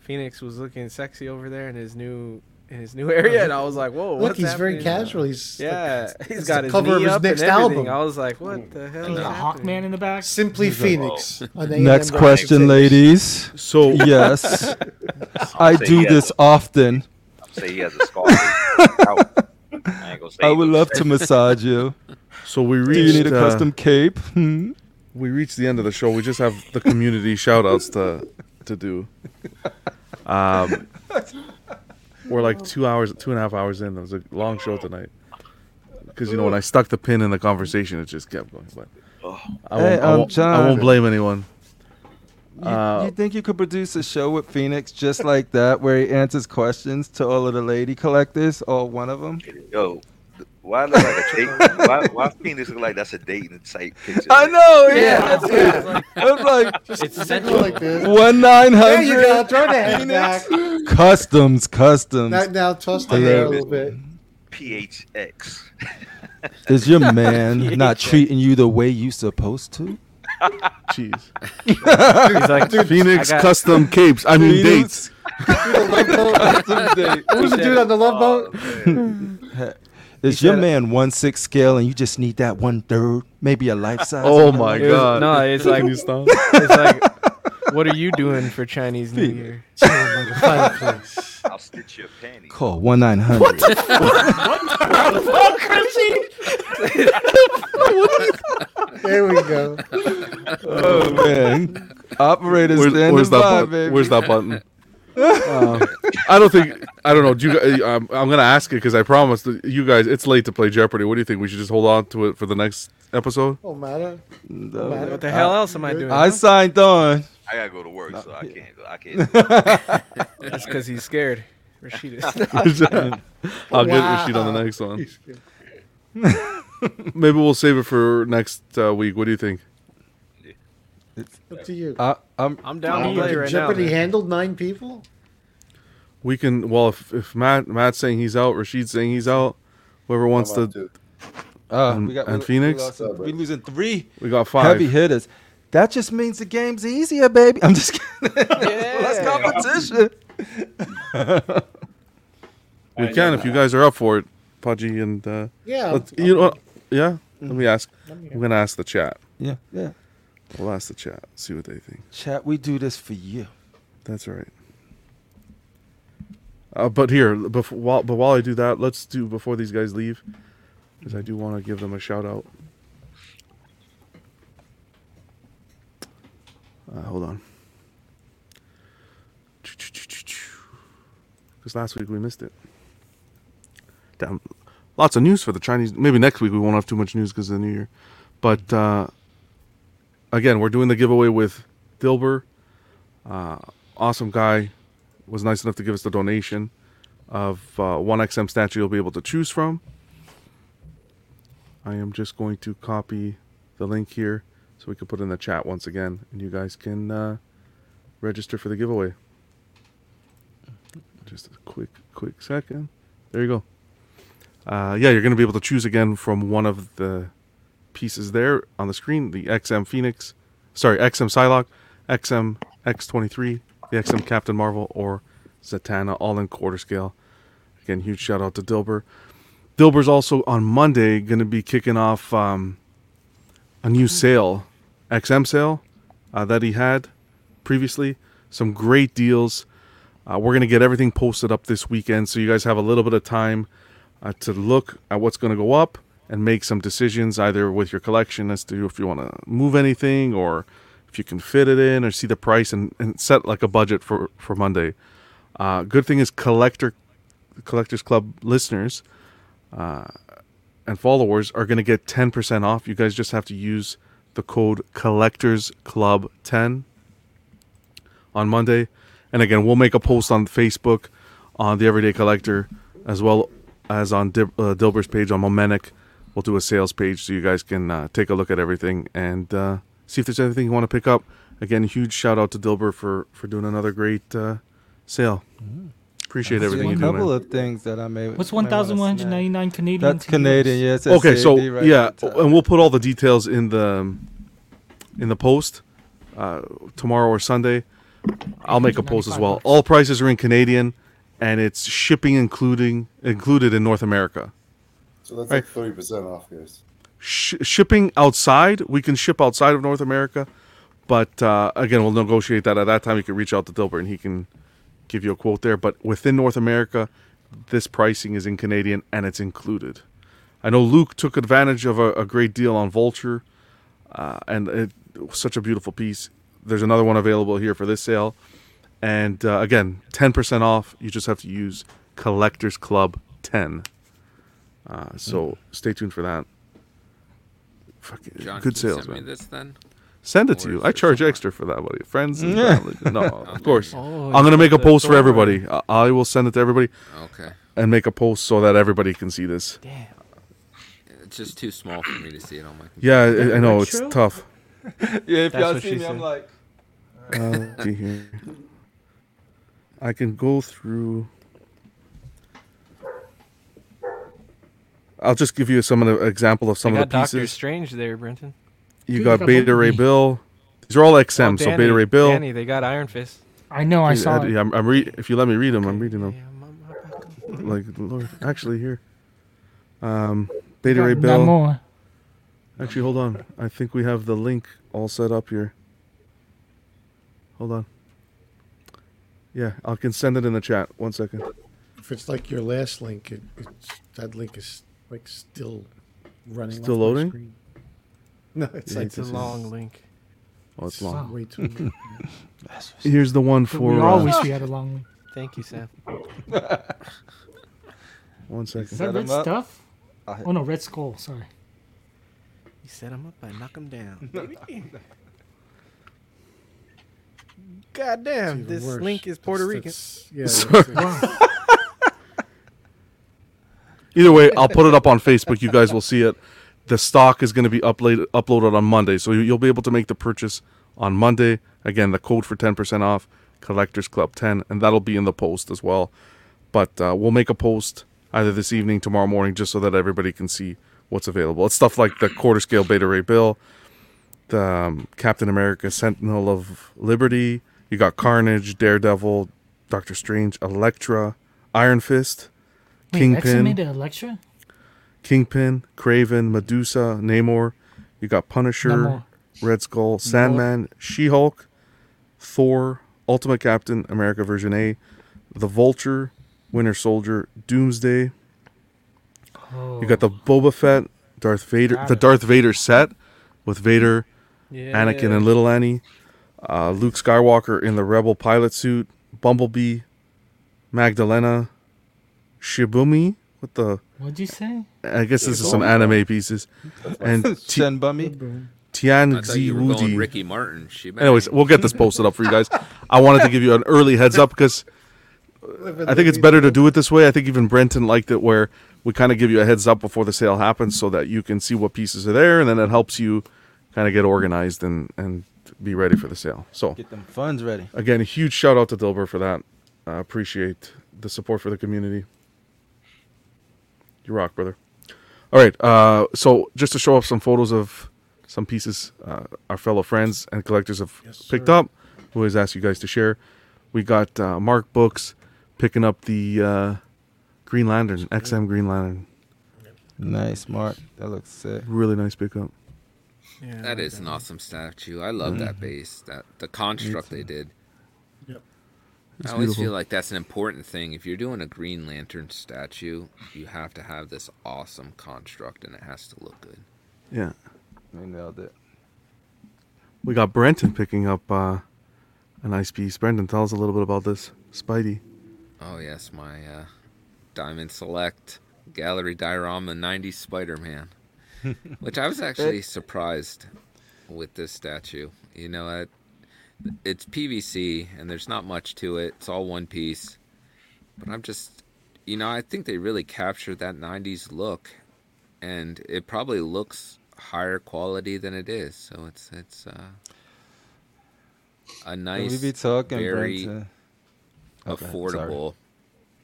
Speaker 2: Phoenix was looking sexy over there in his new in his new area, and I was like, "Whoa,
Speaker 10: Look,
Speaker 2: what's
Speaker 10: he's very
Speaker 2: happening?
Speaker 10: casual. He's like-
Speaker 2: Yeah, he's
Speaker 10: it's
Speaker 2: got
Speaker 10: the
Speaker 2: his
Speaker 10: cover
Speaker 2: cover
Speaker 10: of his
Speaker 2: up
Speaker 10: next
Speaker 2: and everything.
Speaker 10: album.
Speaker 2: I was like, "What the hell?"
Speaker 5: And
Speaker 2: is
Speaker 5: the
Speaker 2: happening?
Speaker 5: Hawkman in the back.
Speaker 10: Simply Phoenix. on AM
Speaker 4: Next
Speaker 10: Rock
Speaker 4: question,
Speaker 10: Sensation.
Speaker 4: ladies.
Speaker 1: So
Speaker 4: Yes, I
Speaker 11: I'll say
Speaker 4: do
Speaker 11: yes.
Speaker 4: this often.
Speaker 11: Say he has a scar. I ain't gonna say
Speaker 4: I
Speaker 11: he
Speaker 4: would
Speaker 11: looks
Speaker 4: love to massage you.
Speaker 1: so we
Speaker 4: Do
Speaker 1: reached
Speaker 4: you need a
Speaker 1: uh,
Speaker 4: custom cape? Hmm?
Speaker 1: we reached the end of the show. We just have the community shout outs to to do. Um, we're like two hours, two and a half hours in. It was a long show tonight. Because you know when I stuck the pin in the conversation, it just kept going. But I won't,
Speaker 4: Hey,
Speaker 1: I
Speaker 4: I'm
Speaker 1: won't, I
Speaker 4: John.
Speaker 1: won't blame anyone. Uh,
Speaker 4: You,
Speaker 11: Uh,
Speaker 4: you think you could produce a show with Phoenix just like that, where he answers questions to all of the lady collectors, or one of them?
Speaker 11: Yo, why look like a date? why, why Phoenix look like that's a dating site picture?
Speaker 4: I know. Yeah,
Speaker 2: Yeah.
Speaker 4: that's it. I'm like
Speaker 2: It's
Speaker 10: Go
Speaker 2: central.
Speaker 10: like this.
Speaker 4: one nine
Speaker 10: There you go.
Speaker 4: hundred
Speaker 10: Turn the head back.
Speaker 4: customs, customs.
Speaker 10: Now, now toss the hair a little bit.
Speaker 11: PHX.
Speaker 4: Is your man not treating you the way you supposed to?
Speaker 1: Jeez,
Speaker 2: He's like,
Speaker 1: Phoenix
Speaker 2: I got-
Speaker 1: custom capes. I mean
Speaker 4: Phoenix?
Speaker 1: dates.
Speaker 10: Dude, the love boat.
Speaker 11: Oh, man.
Speaker 4: Ha- Is
Speaker 2: He
Speaker 4: your
Speaker 2: said-
Speaker 4: man one six scale and you just need that one third, maybe a life size?
Speaker 1: Oh my
Speaker 2: It was- No, it's like it's like what are you doing for Chinese New Year?
Speaker 11: I'll stitch your panties.
Speaker 4: Call one nine
Speaker 2: What
Speaker 4: hundred.
Speaker 2: the fuck? What the fuck, Chrissy?
Speaker 12: There we go.
Speaker 4: Oh man, operator
Speaker 1: Where's-
Speaker 4: standing
Speaker 1: where's that
Speaker 4: by,
Speaker 1: button?
Speaker 4: baby.
Speaker 1: Where's that button? Uh, I don't think I don't know. Do you, gu- I'm, I'm gonna ask it because I promised that you guys it's late to play Jeopardy. What do you think? We should just hold on to it for the next episode.
Speaker 10: Oh, matter.
Speaker 4: No.
Speaker 10: Matter.
Speaker 2: What the hell
Speaker 1: Ah,
Speaker 2: else am I doing?
Speaker 4: I signed on.
Speaker 11: I gotta go to work, so I can't. I can't.
Speaker 2: That's because he's scared. Rashida.
Speaker 1: I'll get Rashid on the next one. Maybe we'll save it for next uh, week. What do you think?
Speaker 10: Up to you.
Speaker 4: I, Uh, I'm
Speaker 2: I'm down to
Speaker 10: Can
Speaker 2: play right now.
Speaker 10: Jeopardy
Speaker 2: man.
Speaker 10: handled nine people.
Speaker 1: We can. Well, if, if Matt Matt's saying he's out, Rashid's saying he's out. Whoever wants
Speaker 7: I'm
Speaker 1: to.
Speaker 7: out too.
Speaker 4: Uh,
Speaker 1: and,
Speaker 4: we got
Speaker 1: and
Speaker 4: we-
Speaker 1: Phoenix.
Speaker 4: We, lost- we losing three
Speaker 1: We got five.
Speaker 4: heavy hitters. That just means the game's easier, baby. I'm just kidding. Less competition.
Speaker 1: We can if you guys are up for it, Pudgy and uh,
Speaker 10: Yeah,
Speaker 1: let's- you know, what? yeah. Mm-hmm. Let me ask. I'm gonna ask the chat.
Speaker 4: Yeah, yeah.
Speaker 1: We'll ask the chat. See what they think.
Speaker 4: Chat, we do this for you.
Speaker 1: That's right. Uh, but here, before while, but while I do that, let's do before these guys leave, because I do want to give them a shout out. Uh, hold on, because last week we missed it. Damn, lots of news for the Chinese. Maybe next week we won't have too much news because of the new year. But uh, again, we're doing the giveaway with Dilber. Uh, awesome guy was nice enough to give us the donation of uh, one XM statue you'll be able to choose from. I am just going to copy the link here so we can put it in the chat once again, and you guys can uh, register for the giveaway. Just a quick, quick second. There you go. Uh, yeah, you're going to be able to choose again from one of the pieces there on the screen: the XM Phoenix, sorry, XM Psylocke, XM X23, the XM Captain Marvel, or Zatanna, all in quarter scale. Again, huge shout out to Dilber. Dilber's also on Monday going to be kicking off um, a new sale, XM sale uh, that he had previously. Some great deals. Uh, we're going to get everything posted up this weekend, so you guys have a little bit of time uh, to look at what's going to go up and make some decisions, either with your collection as to if you want to move anything or if you can fit it in or see the price and, and set like a budget for, for Monday. Uh, good thing is collector collectors club listeners uh, and followers are going to get 10% off. You guys just have to use the code collectors club 10 on Monday. And again, we'll make a post on Facebook on the Everyday Collector as well as on Dil- uh, Dilber's page on Momentic. We'll do a sales page so you guys can uh, take a look at everything and uh, see if there's anything you want to pick up. Again, huge shout out to Dilber for, for doing another great uh, sale. Appreciate
Speaker 4: That's
Speaker 1: everything
Speaker 4: a
Speaker 1: you do,
Speaker 4: couple
Speaker 1: man.
Speaker 4: of things that I may.
Speaker 5: What's
Speaker 4: may wanna
Speaker 5: 1,199 Canadian?
Speaker 4: That's
Speaker 5: to you?
Speaker 4: Canadian, yeah, it says
Speaker 1: okay, so
Speaker 4: AD right
Speaker 1: yeah,
Speaker 4: at the top.
Speaker 1: and we'll put all the details in the in the post uh, tomorrow or Sunday. I'll make a post as well. All prices are in Canadian, and it's shipping including included in North America.
Speaker 7: So that's
Speaker 1: Right.
Speaker 7: like thirty percent off, guys.
Speaker 1: Sh- shipping outside, we can ship outside of North America, but uh, again, we'll negotiate that at that time. You can reach out to Dilbert, and he can give you a quote there. But within North America, this pricing is in Canadian and it's included. I know Luke took advantage of a, a great deal on Vulture, uh, and it was such a beautiful piece. There's another one available here for this sale, and uh, again, 10% off. You just have to use Collectors Club 10. Uh, so stay tuned for that. Fucking
Speaker 3: John,
Speaker 1: good
Speaker 3: can you
Speaker 1: sales,
Speaker 3: send me
Speaker 1: man.
Speaker 3: this then?
Speaker 1: Send it to you. I charge extra for that, buddy. Friends and
Speaker 4: Yeah.
Speaker 1: family. No,
Speaker 4: Okay.
Speaker 1: of course.
Speaker 2: Oh,
Speaker 1: I'm
Speaker 2: you
Speaker 1: gonna make a
Speaker 2: got the
Speaker 1: post for
Speaker 2: door.
Speaker 1: everybody. I, I will send it to everybody.
Speaker 3: Okay.
Speaker 1: And make a post so that everybody can see this.
Speaker 3: It's just too small for me to see it on my computer.
Speaker 1: Yeah, I, I know it's tough.
Speaker 4: yeah, if
Speaker 2: That's
Speaker 4: y'all
Speaker 2: what
Speaker 4: see
Speaker 2: she
Speaker 4: me,
Speaker 2: said.
Speaker 4: I'm like,
Speaker 1: Uh, see here. I can go through. I'll just give you some of the example of some
Speaker 2: You
Speaker 1: of
Speaker 2: got
Speaker 1: the
Speaker 2: Doctor
Speaker 1: pieces.
Speaker 2: Strange there, Brenton.
Speaker 1: You
Speaker 5: Dude,
Speaker 1: got
Speaker 5: look at
Speaker 1: Beta Ray
Speaker 5: Loki.
Speaker 1: Bill. These are all XM,
Speaker 2: Oh,
Speaker 1: so
Speaker 2: Danny-
Speaker 1: Beta Ray Bill.
Speaker 2: Danny, they got Iron Fist.
Speaker 5: I know, Oh, I
Speaker 1: Dude,
Speaker 5: saw
Speaker 1: Ed-
Speaker 5: it.
Speaker 1: yeah, I'm, I'm read. If you let me read them, I'm reading them. Like Lord, actually here, Um, Beta Ray
Speaker 5: Got
Speaker 1: Bill.
Speaker 5: none more.
Speaker 1: Actually, hold on. I think we have the link all set up here. Hold on. Yeah, I can send it in the chat. One second.
Speaker 12: If it's like your last link, it, it's, that link is like still running.
Speaker 1: Still
Speaker 12: off my
Speaker 1: loading?
Speaker 12: screen. No, it's
Speaker 1: Yeah,
Speaker 12: like
Speaker 1: it's a
Speaker 12: this is-
Speaker 1: long link. Oh, it's long.
Speaker 12: Way too long.
Speaker 1: Here's the one for.
Speaker 5: we
Speaker 1: uh,
Speaker 5: all wish we had a long one.
Speaker 2: Thank you, Sam.
Speaker 1: One second.
Speaker 5: Is that red stuff? Oh no, Red Skull. Sorry.
Speaker 2: You set him up, I knock him down. baby. God damn,
Speaker 12: even
Speaker 2: this
Speaker 12: worse.
Speaker 2: link is Puerto Rican.
Speaker 12: That's- yeah,
Speaker 1: Sorry.
Speaker 12: that's-
Speaker 1: Either way, I'll put it up on Facebook. You guys will see it. The stock is going to be uploaded uploaded on Monday, so you- you'll be able to make the purchase on Monday. Again, the code for ten percent off, Collectors Club ten, and that'll be in the post as well. But uh, we'll make a post either this evening, tomorrow morning, just so that everybody can see what's available. It's stuff like the quarter scale Beta Ray Bill, the um, Captain America Sentinel of Liberty. You got Carnage, Daredevil, Doctor Strange, Elektra, Iron Fist,
Speaker 5: Wait, Exa
Speaker 1: Kingpin.
Speaker 5: made an Electra.
Speaker 1: Kingpin, Craven, Medusa, Namor. You got Punisher,
Speaker 5: Namor.
Speaker 1: Red Skull, Sandman, She Hulk, Thor, Ultimate Captain, America Version A, The Vulture, Winter Soldier, Doomsday. You got the Boba Fett, Darth Vader,
Speaker 2: Oh. Got
Speaker 1: the
Speaker 2: it.
Speaker 1: Darth Vader set with Vader, Anakin,
Speaker 2: Yeah.
Speaker 1: and Little Annie, uh, Luke Skywalker in the Rebel pilot suit, Bumblebee, Magdalena, Shibumi with the
Speaker 5: What'd you say?
Speaker 1: I guess this is some anime pieces. And Ti-
Speaker 4: Shen Bummy.
Speaker 1: Tian
Speaker 3: I thought you were going
Speaker 1: Xiudi.
Speaker 3: Ricky Martin. She bang.
Speaker 1: Anyways, we'll get this posted up for you guys. I wanted to give you an early heads up because I think it's better to do it this way. I think even Brenton liked it where we kind of give you a heads up before the sale happens so that you can see what pieces are there and then it helps you kind of get organized and, and be ready for the sale. So
Speaker 4: Get them funds ready.
Speaker 1: again, a huge shout out to Dilber for that. I appreciate the support for the community. You rock, brother. All right. Uh, so just to show off some photos of some pieces uh, our fellow friends and collectors have picked up, who has asked you guys to share. We got uh, Mark Books picking up the uh, Green Lantern, XM Green Lantern.
Speaker 4: Nice, Mark. That looks sick.
Speaker 1: Really nice pickup.
Speaker 3: that is an awesome statue. I love
Speaker 1: Mm.
Speaker 3: that base. That the construct they did.
Speaker 12: Yep.
Speaker 1: It's
Speaker 3: I always
Speaker 1: beautiful.
Speaker 3: feel like that's an important thing. If you're doing a Green Lantern statue, you have to have this awesome construct, and it has to look good.
Speaker 1: Yeah.
Speaker 4: They nailed it.
Speaker 1: We got Brenton picking up uh, a nice piece. Brenton, tell us a little bit about this Spidey.
Speaker 3: Oh yes, my uh, Diamond Select Gallery Diorama '90s Spider-Man, which I was actually surprised with this statue. You know, it, it's PVC and there's not much to it. It's all one piece, but I'm just, you know, I think they really captured that '90s look, and it probably looks higher quality than it is. So it's it's uh, a
Speaker 4: Can
Speaker 3: nice,
Speaker 4: we be talking,
Speaker 3: very
Speaker 4: Brent, uh, okay,
Speaker 3: affordable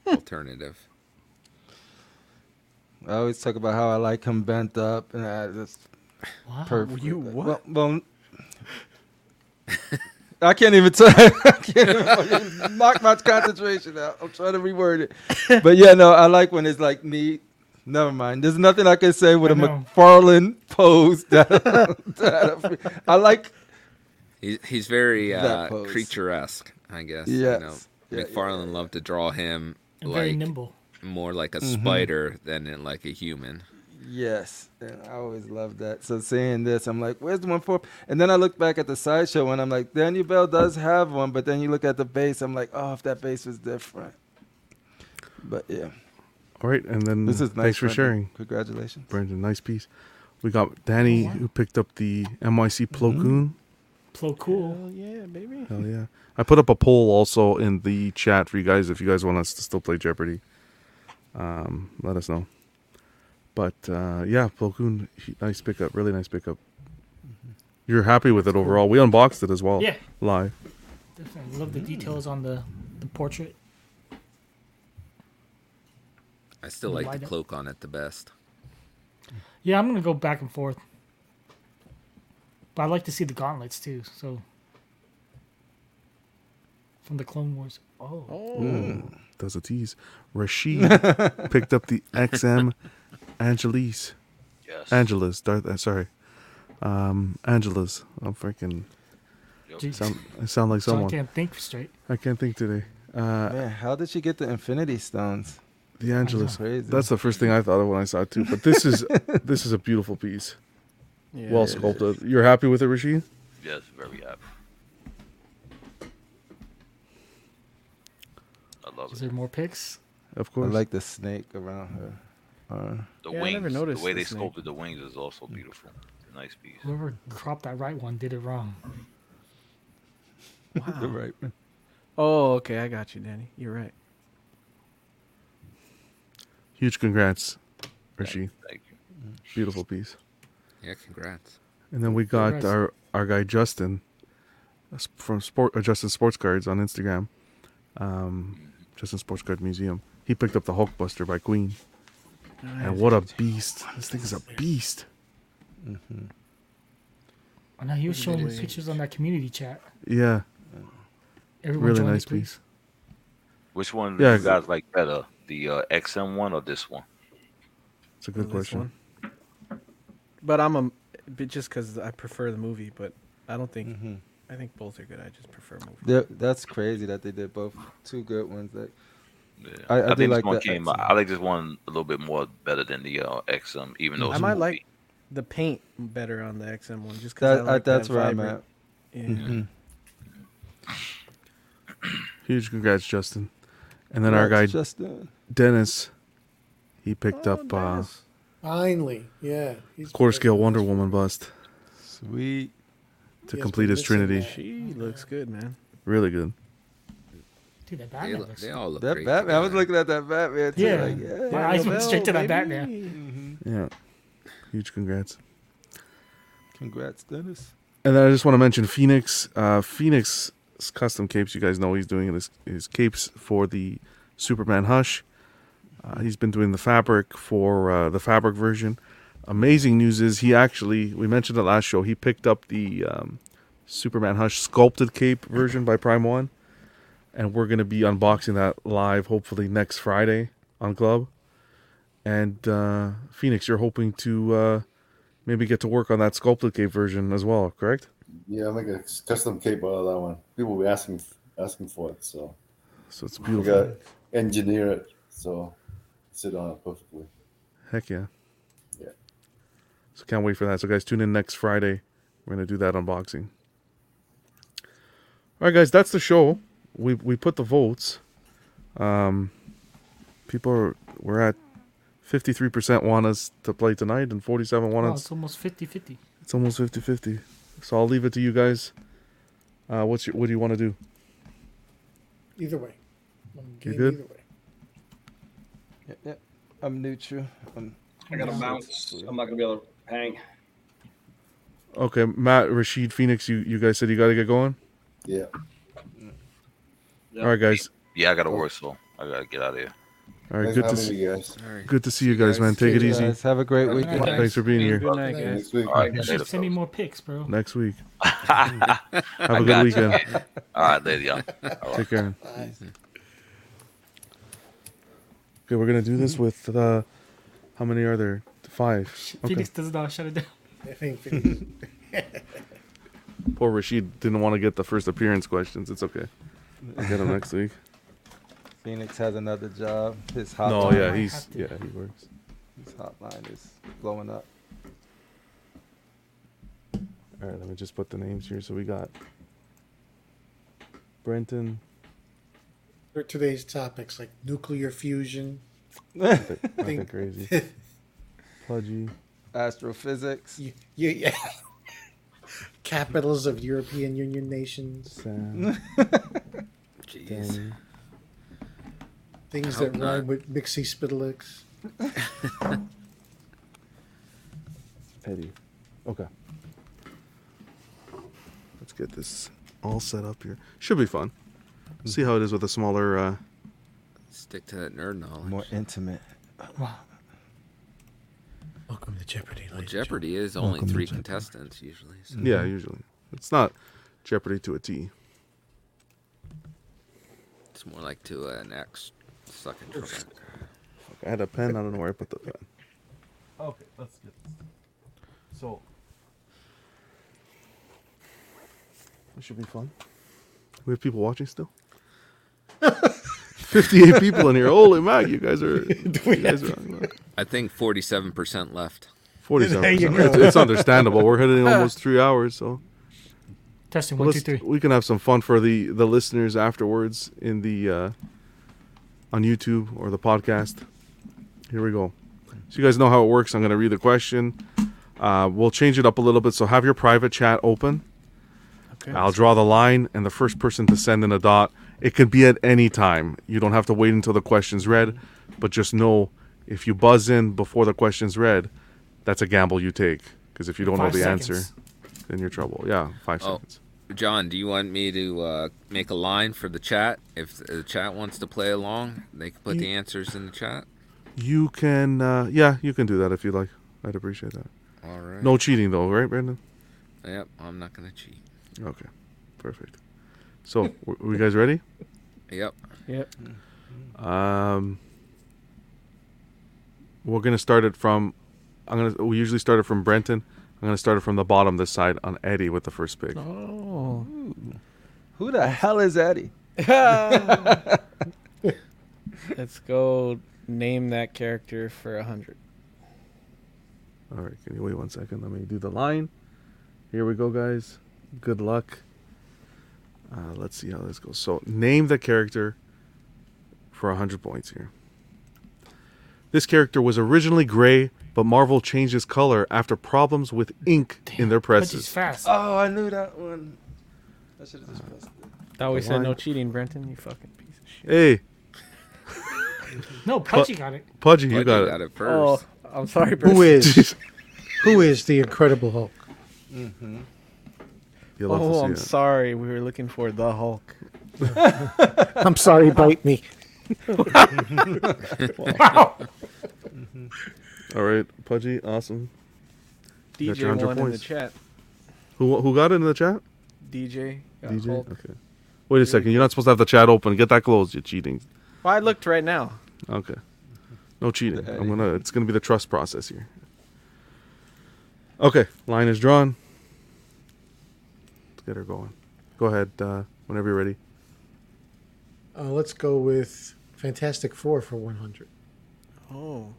Speaker 3: alternative.
Speaker 4: I always talk about how I like him bent up, and I just
Speaker 5: Wow.
Speaker 4: perfect.
Speaker 2: You
Speaker 4: Well, well I can't even tell. I can't even fucking knock my concentration out. I'm trying to reword it, but yeah, no, I like when it's like me. Never mind. There's nothing I can say with
Speaker 5: I
Speaker 4: a
Speaker 5: know.
Speaker 4: McFarlane pose. That, that I like.
Speaker 3: He's he's very
Speaker 4: That
Speaker 3: uh,
Speaker 4: pose.
Speaker 3: creature-esque, I guess. You know,
Speaker 4: Yes. Yeah,
Speaker 3: McFarlane loved to draw him
Speaker 5: And
Speaker 3: like
Speaker 5: very nimble.
Speaker 3: more like a
Speaker 4: Mhm.
Speaker 3: spider than in, like a human.
Speaker 4: Yes, and I always love that. So seeing this, I'm like, "Where's the one for?" And then I look back at the sideshow, and I'm like, "Daniel Bell does have one," but then you look at the base, I'm like, "Oh, if that base was different." But yeah,
Speaker 1: All right, and then
Speaker 4: This is
Speaker 1: thanks
Speaker 4: nice,
Speaker 1: for
Speaker 4: Brendan.
Speaker 1: sharing.
Speaker 4: Congratulations.
Speaker 1: Brendan. Nice piece. We got Danny who picked up the NYC Plo
Speaker 5: Hmm?
Speaker 1: Koon.
Speaker 5: Plo cool.
Speaker 2: Hmm? yeah, baby.
Speaker 1: Hell yeah! I put up a poll also in the chat for you guys if you guys want us to still play Jeopardy. Um, let us know. But uh, yeah, Plo Koon, he- nice pickup. Really nice pickup. You're happy with it overall. We unboxed it as well.
Speaker 5: Yeah.
Speaker 1: Live.
Speaker 5: Definitely love the
Speaker 2: Hmm.
Speaker 5: details on the the portrait.
Speaker 3: I still
Speaker 5: You
Speaker 3: like
Speaker 5: like
Speaker 3: the
Speaker 5: it?
Speaker 3: cloak on it the best.
Speaker 5: Yeah, I'm gonna go back and forth. But I like to see the gauntlets too. So from the Clone Wars. Oh,
Speaker 1: Hmm. Ooh, That's a tease. Rashid picked up the XM Angeles.
Speaker 11: Yes.
Speaker 1: Angeles. Darth, uh, sorry. Um, Angeles. I'm freaking.
Speaker 5: Jeez.
Speaker 1: Sound, I sound like
Speaker 5: So I
Speaker 1: someone.
Speaker 5: can't think straight.
Speaker 1: I can't think today. Uh,
Speaker 4: Man, how did she get the Infinity Stones?
Speaker 1: The Angeles.
Speaker 4: Crazy.
Speaker 1: That's the first thing I thought of when I saw it too. But this is this is a beautiful piece.
Speaker 11: Yeah, it
Speaker 1: well
Speaker 11: is.
Speaker 1: sculpted. You're happy with it, Rashid?
Speaker 11: Yes, very happy. I love
Speaker 5: Is
Speaker 11: it.
Speaker 5: there more picks?
Speaker 1: Of Uh,
Speaker 4: course. I like the snake around her. arm.
Speaker 11: The
Speaker 5: Yeah, I
Speaker 11: wings,
Speaker 5: never noticed
Speaker 11: the way they
Speaker 5: this thing.
Speaker 11: sculpted the wings is also beautiful. Nice piece.
Speaker 5: Whoever cropped that right one did it wrong.
Speaker 4: The right one.
Speaker 2: Oh, okay, I got you, Danny. You're right.
Speaker 1: Huge congrats, Rashid.
Speaker 11: Thank you.
Speaker 1: Beautiful piece.
Speaker 3: Yeah, congrats.
Speaker 1: And then we got
Speaker 3: Congrats.
Speaker 1: our our guy Justin uh, s- from Sport uh, Justin Sports Cards on Instagram. Um, Justin Sports Card Museum. He picked up the Hulkbuster by Queen. And what a beast! This thing is a beast.
Speaker 5: Mm-hmm. Oh, no, he was showing me
Speaker 2: Really?
Speaker 5: pictures on that community chat.
Speaker 1: Yeah.
Speaker 5: Everyone
Speaker 1: really
Speaker 5: join me,
Speaker 1: nice
Speaker 5: please.
Speaker 1: piece.
Speaker 11: Which one
Speaker 1: Yeah,
Speaker 11: do you guys like better, the uh, XM one or this one?
Speaker 1: It's a good
Speaker 2: This
Speaker 1: question.
Speaker 2: one. But I'm a, but just because I prefer the movie, but I don't think
Speaker 4: Mm-hmm.
Speaker 2: I think both are good. I just prefer movie.
Speaker 4: They're- that's crazy that they did both two good ones. Like,
Speaker 11: I,
Speaker 4: I, I, do
Speaker 11: think
Speaker 4: like
Speaker 11: this one
Speaker 4: that.
Speaker 11: came. uh, I like this one a little bit more better than the uh, XM, even though
Speaker 2: I
Speaker 11: it's
Speaker 2: might like the paint better on the XM one, just
Speaker 4: That-
Speaker 2: because
Speaker 4: I-
Speaker 2: like
Speaker 4: that's
Speaker 2: that
Speaker 4: where I'm
Speaker 2: vibrant-
Speaker 4: at.
Speaker 2: Yeah.
Speaker 4: Mhm.
Speaker 1: Huge congrats, Justin. And then our guy
Speaker 4: Congrats, Justin.
Speaker 1: Dennis, he picked up
Speaker 10: Finally, yeah.
Speaker 1: uh,
Speaker 10: He's
Speaker 1: quarter scale Wonder Woman bust
Speaker 4: Sweet.
Speaker 1: to
Speaker 10: Yes,
Speaker 1: complete his
Speaker 10: we're missing
Speaker 1: trinity.
Speaker 2: She looks good, man.
Speaker 1: Really good.
Speaker 5: Dude, that
Speaker 3: They,
Speaker 5: Batman
Speaker 3: look-
Speaker 5: looks
Speaker 3: they all look
Speaker 4: That
Speaker 3: great.
Speaker 4: Batman. I was looking at that Batman too.
Speaker 5: Yeah.
Speaker 4: like, yeah.
Speaker 5: My eyes went straight to that Batman.
Speaker 1: Yeah. Huge congrats.
Speaker 4: Congrats, Dennis.
Speaker 1: And then I just want to mention Phoenix. Uh, Phoenix custom capes. You guys know he's doing his, his capes for the Superman Hush. Uh, he's been doing the fabric for uh, the fabric version. Amazing news is he actually we mentioned it last show. He picked up the um, Superman Hush sculpted cape version by Prime One, and we're going to be unboxing that live hopefully next Friday on Club. And uh, Phoenix, you're hoping to uh, maybe get to work on that sculpted cape version as well, correct?
Speaker 7: Yeah, I'll make a custom cape out of that one. People will be asking asking for it, so
Speaker 1: So it's
Speaker 7: we
Speaker 1: beautiful.
Speaker 7: gotta engineer it so sit on it perfectly.
Speaker 1: Heck yeah.
Speaker 7: Yeah.
Speaker 1: So can't wait for that. So guys, tune in next Friday. We're gonna do that unboxing. All right, guys, that's the show. We we put the votes. Um, people are we're at fifty three percent want us to play tonight, and forty seven want
Speaker 5: Wow,
Speaker 1: us.
Speaker 5: it's almost 50 50.
Speaker 1: It's almost 50-50. So I'll leave it to you guys. Uh, what's your, what do you want to do?
Speaker 10: Either way. I'm
Speaker 1: You
Speaker 10: game
Speaker 1: good?
Speaker 10: Either way.
Speaker 4: Yep, yep. I'm neutral. I'm,
Speaker 8: I got to bounce. I'm not gonna be able to hang.
Speaker 1: Okay, Matt, Rashid, Phoenix, you you guys said you got to get going.
Speaker 7: Yeah.
Speaker 1: All right, guys.
Speaker 11: Yeah, I gotta work, so I gotta get out of here.
Speaker 1: All right,
Speaker 7: Thanks
Speaker 1: good
Speaker 7: for having
Speaker 1: to see
Speaker 7: me, guys. All right.
Speaker 1: Good to see you guys, man. Take it
Speaker 4: you
Speaker 1: easy.
Speaker 4: guys. Have a great
Speaker 1: week.
Speaker 4: weekend.
Speaker 1: Thanks for being here.
Speaker 2: Good night, guys.
Speaker 7: Next week.
Speaker 11: All right,
Speaker 5: You
Speaker 11: later.
Speaker 5: should send me more picks, bro.
Speaker 1: Next week.
Speaker 11: Have
Speaker 1: a good weekend.
Speaker 11: All right, later, y'all. All right.
Speaker 1: Take care. Okay, we're gonna do this with uh, how many are there? Five. Okay.
Speaker 5: Phoenix doesn't know how to shut it down.
Speaker 10: I think Phoenix.
Speaker 1: Poor Rashid didn't want to get the first appearance questions. It's okay. I'll get him next week.
Speaker 4: Phoenix has another job. His
Speaker 1: No,
Speaker 4: hotline.
Speaker 1: yeah, he's yeah he works.
Speaker 4: His hotline is blowing up.
Speaker 1: All right, let me just put the names here. So we got Brenton.
Speaker 10: For today's topics like nuclear fusion,
Speaker 1: Nothing, nothing
Speaker 10: Think-
Speaker 1: crazy. Pudgy.
Speaker 4: Astrophysics.
Speaker 10: you, you, yeah. capitals of European Union nations,
Speaker 1: Sam.
Speaker 3: Jeez.
Speaker 1: Danny.
Speaker 10: things
Speaker 3: Hope
Speaker 10: that rhyme with Mixie Spitalix.
Speaker 1: Eddie. Okay. Let's get this all set up here. Should be fun. See how it is with a smaller. Uh,
Speaker 3: Stick to that nerd knowledge.
Speaker 4: More intimate.
Speaker 5: Wow.
Speaker 12: Welcome to Jeopardy.
Speaker 3: Well, Jeopardy is only three contestants usually. So.
Speaker 1: Yeah, usually it's not Jeopardy to a T.
Speaker 3: It's more like to an ex sucking Trebek.
Speaker 1: Fuck, I had a pen. I don't know where I put the pen.
Speaker 4: Okay, let's get this. So,
Speaker 1: This should be fun. We have people watching still. Fifty-eight people in here. Holy mac, you guys are. you guys are on, uh,
Speaker 3: I think 47% left.
Speaker 1: 47. It's, it's understandable. We're hitting almost three hours, so.
Speaker 5: Testing
Speaker 1: Well,
Speaker 5: one, two,
Speaker 1: let's-
Speaker 5: three.
Speaker 1: We can have some fun for the the listeners afterwards in the uh, on YouTube or the podcast. Here we go. So you guys know how it works. I'm going to read the question. Uh, we'll change it up a little bit. So have your private chat open.
Speaker 2: Okay.
Speaker 1: I'll draw the line, and the first person to send in a dot. It could be at any time. You don't have to wait until the question's read, but just know if you buzz in before the question's read, that's a gamble you take. Because if you don't
Speaker 3: Five
Speaker 1: know the
Speaker 3: seconds.
Speaker 1: answer, then you're trouble. Yeah, five
Speaker 3: Oh,
Speaker 1: seconds.
Speaker 3: John, do you want me to uh, make a line for the chat? If the chat wants to play along, they can put
Speaker 1: You-
Speaker 3: the answers in the chat.
Speaker 1: You can, uh, yeah, you can do that if you like. I'd appreciate that.
Speaker 3: All right.
Speaker 1: No cheating, though, right, Brandon?
Speaker 3: Yep, I'm not going to cheat.
Speaker 1: Okay, perfect. So, w- were you guys ready?
Speaker 3: Yep.
Speaker 2: Yep.
Speaker 1: Um, we're gonna start it from. I'm gonna. We usually start it from Brenton. I'm gonna start it from the bottom this side on Eddie with the first pick.
Speaker 2: Oh.
Speaker 4: who the hell is Eddie?
Speaker 2: Let's go name that character for a hundred.
Speaker 1: All right, can you wait one second? Let me do the line. Here we go, guys. Good luck. Uh, let's see how this goes. So, name the character for 100 points here. This character was originally gray, but Marvel changed his color after problems with ink in their
Speaker 4: he's
Speaker 1: presses.
Speaker 5: fast.
Speaker 4: Oh, I knew that one. I should have just pressed it.
Speaker 2: Thought we
Speaker 1: The
Speaker 2: said no
Speaker 1: line-
Speaker 2: cheating, Brenton. You fucking piece of shit.
Speaker 1: Hey,
Speaker 5: No, Pudgy got it.
Speaker 1: Pudgy, you got, it.
Speaker 2: Oh, I'm sorry, Brenton.
Speaker 12: Who is who is the Incredible Hulk?
Speaker 2: Mm-hmm.
Speaker 1: You'll love to
Speaker 2: Oh,
Speaker 1: see
Speaker 2: I'm
Speaker 1: it.
Speaker 2: sorry. We were looking for the Hulk.
Speaker 12: I'm sorry, bite me.
Speaker 2: wow.
Speaker 1: All right, Pudgy, awesome. You got your
Speaker 2: DJ
Speaker 1: 100
Speaker 2: one in the
Speaker 1: points.
Speaker 2: chat.
Speaker 1: Who, who got it in the chat?
Speaker 2: DJ. got
Speaker 1: DJ?
Speaker 2: Hulk.
Speaker 1: Okay. Wait a second. You're not supposed to have the chat open. Get that closed. You're cheating.
Speaker 2: Well, I looked right now.
Speaker 1: Okay. No cheating. I'm gonna. It's gonna be the trust process here. Okay, line is drawn. Let's get her going. Go ahead. Uh, whenever you're ready.
Speaker 12: Uh, let's go with Fantastic Four for 100.
Speaker 2: Oh,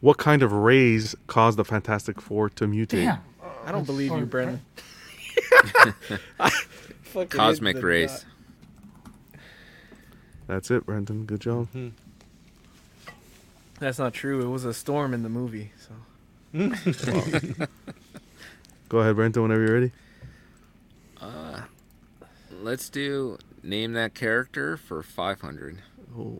Speaker 1: What kind of rays caused the Fantastic Four to mutate?
Speaker 2: I don't believe you, Brendan. Fucking
Speaker 3: Cosmic
Speaker 2: hit the
Speaker 3: rays.
Speaker 2: dot.
Speaker 1: That's it, Brenton. Good job.
Speaker 2: That's not true. It was a storm in the movie. So.
Speaker 1: Go ahead, Brenton. Whenever you're ready.
Speaker 3: Uh, let's do name that character for 500.
Speaker 1: Oh.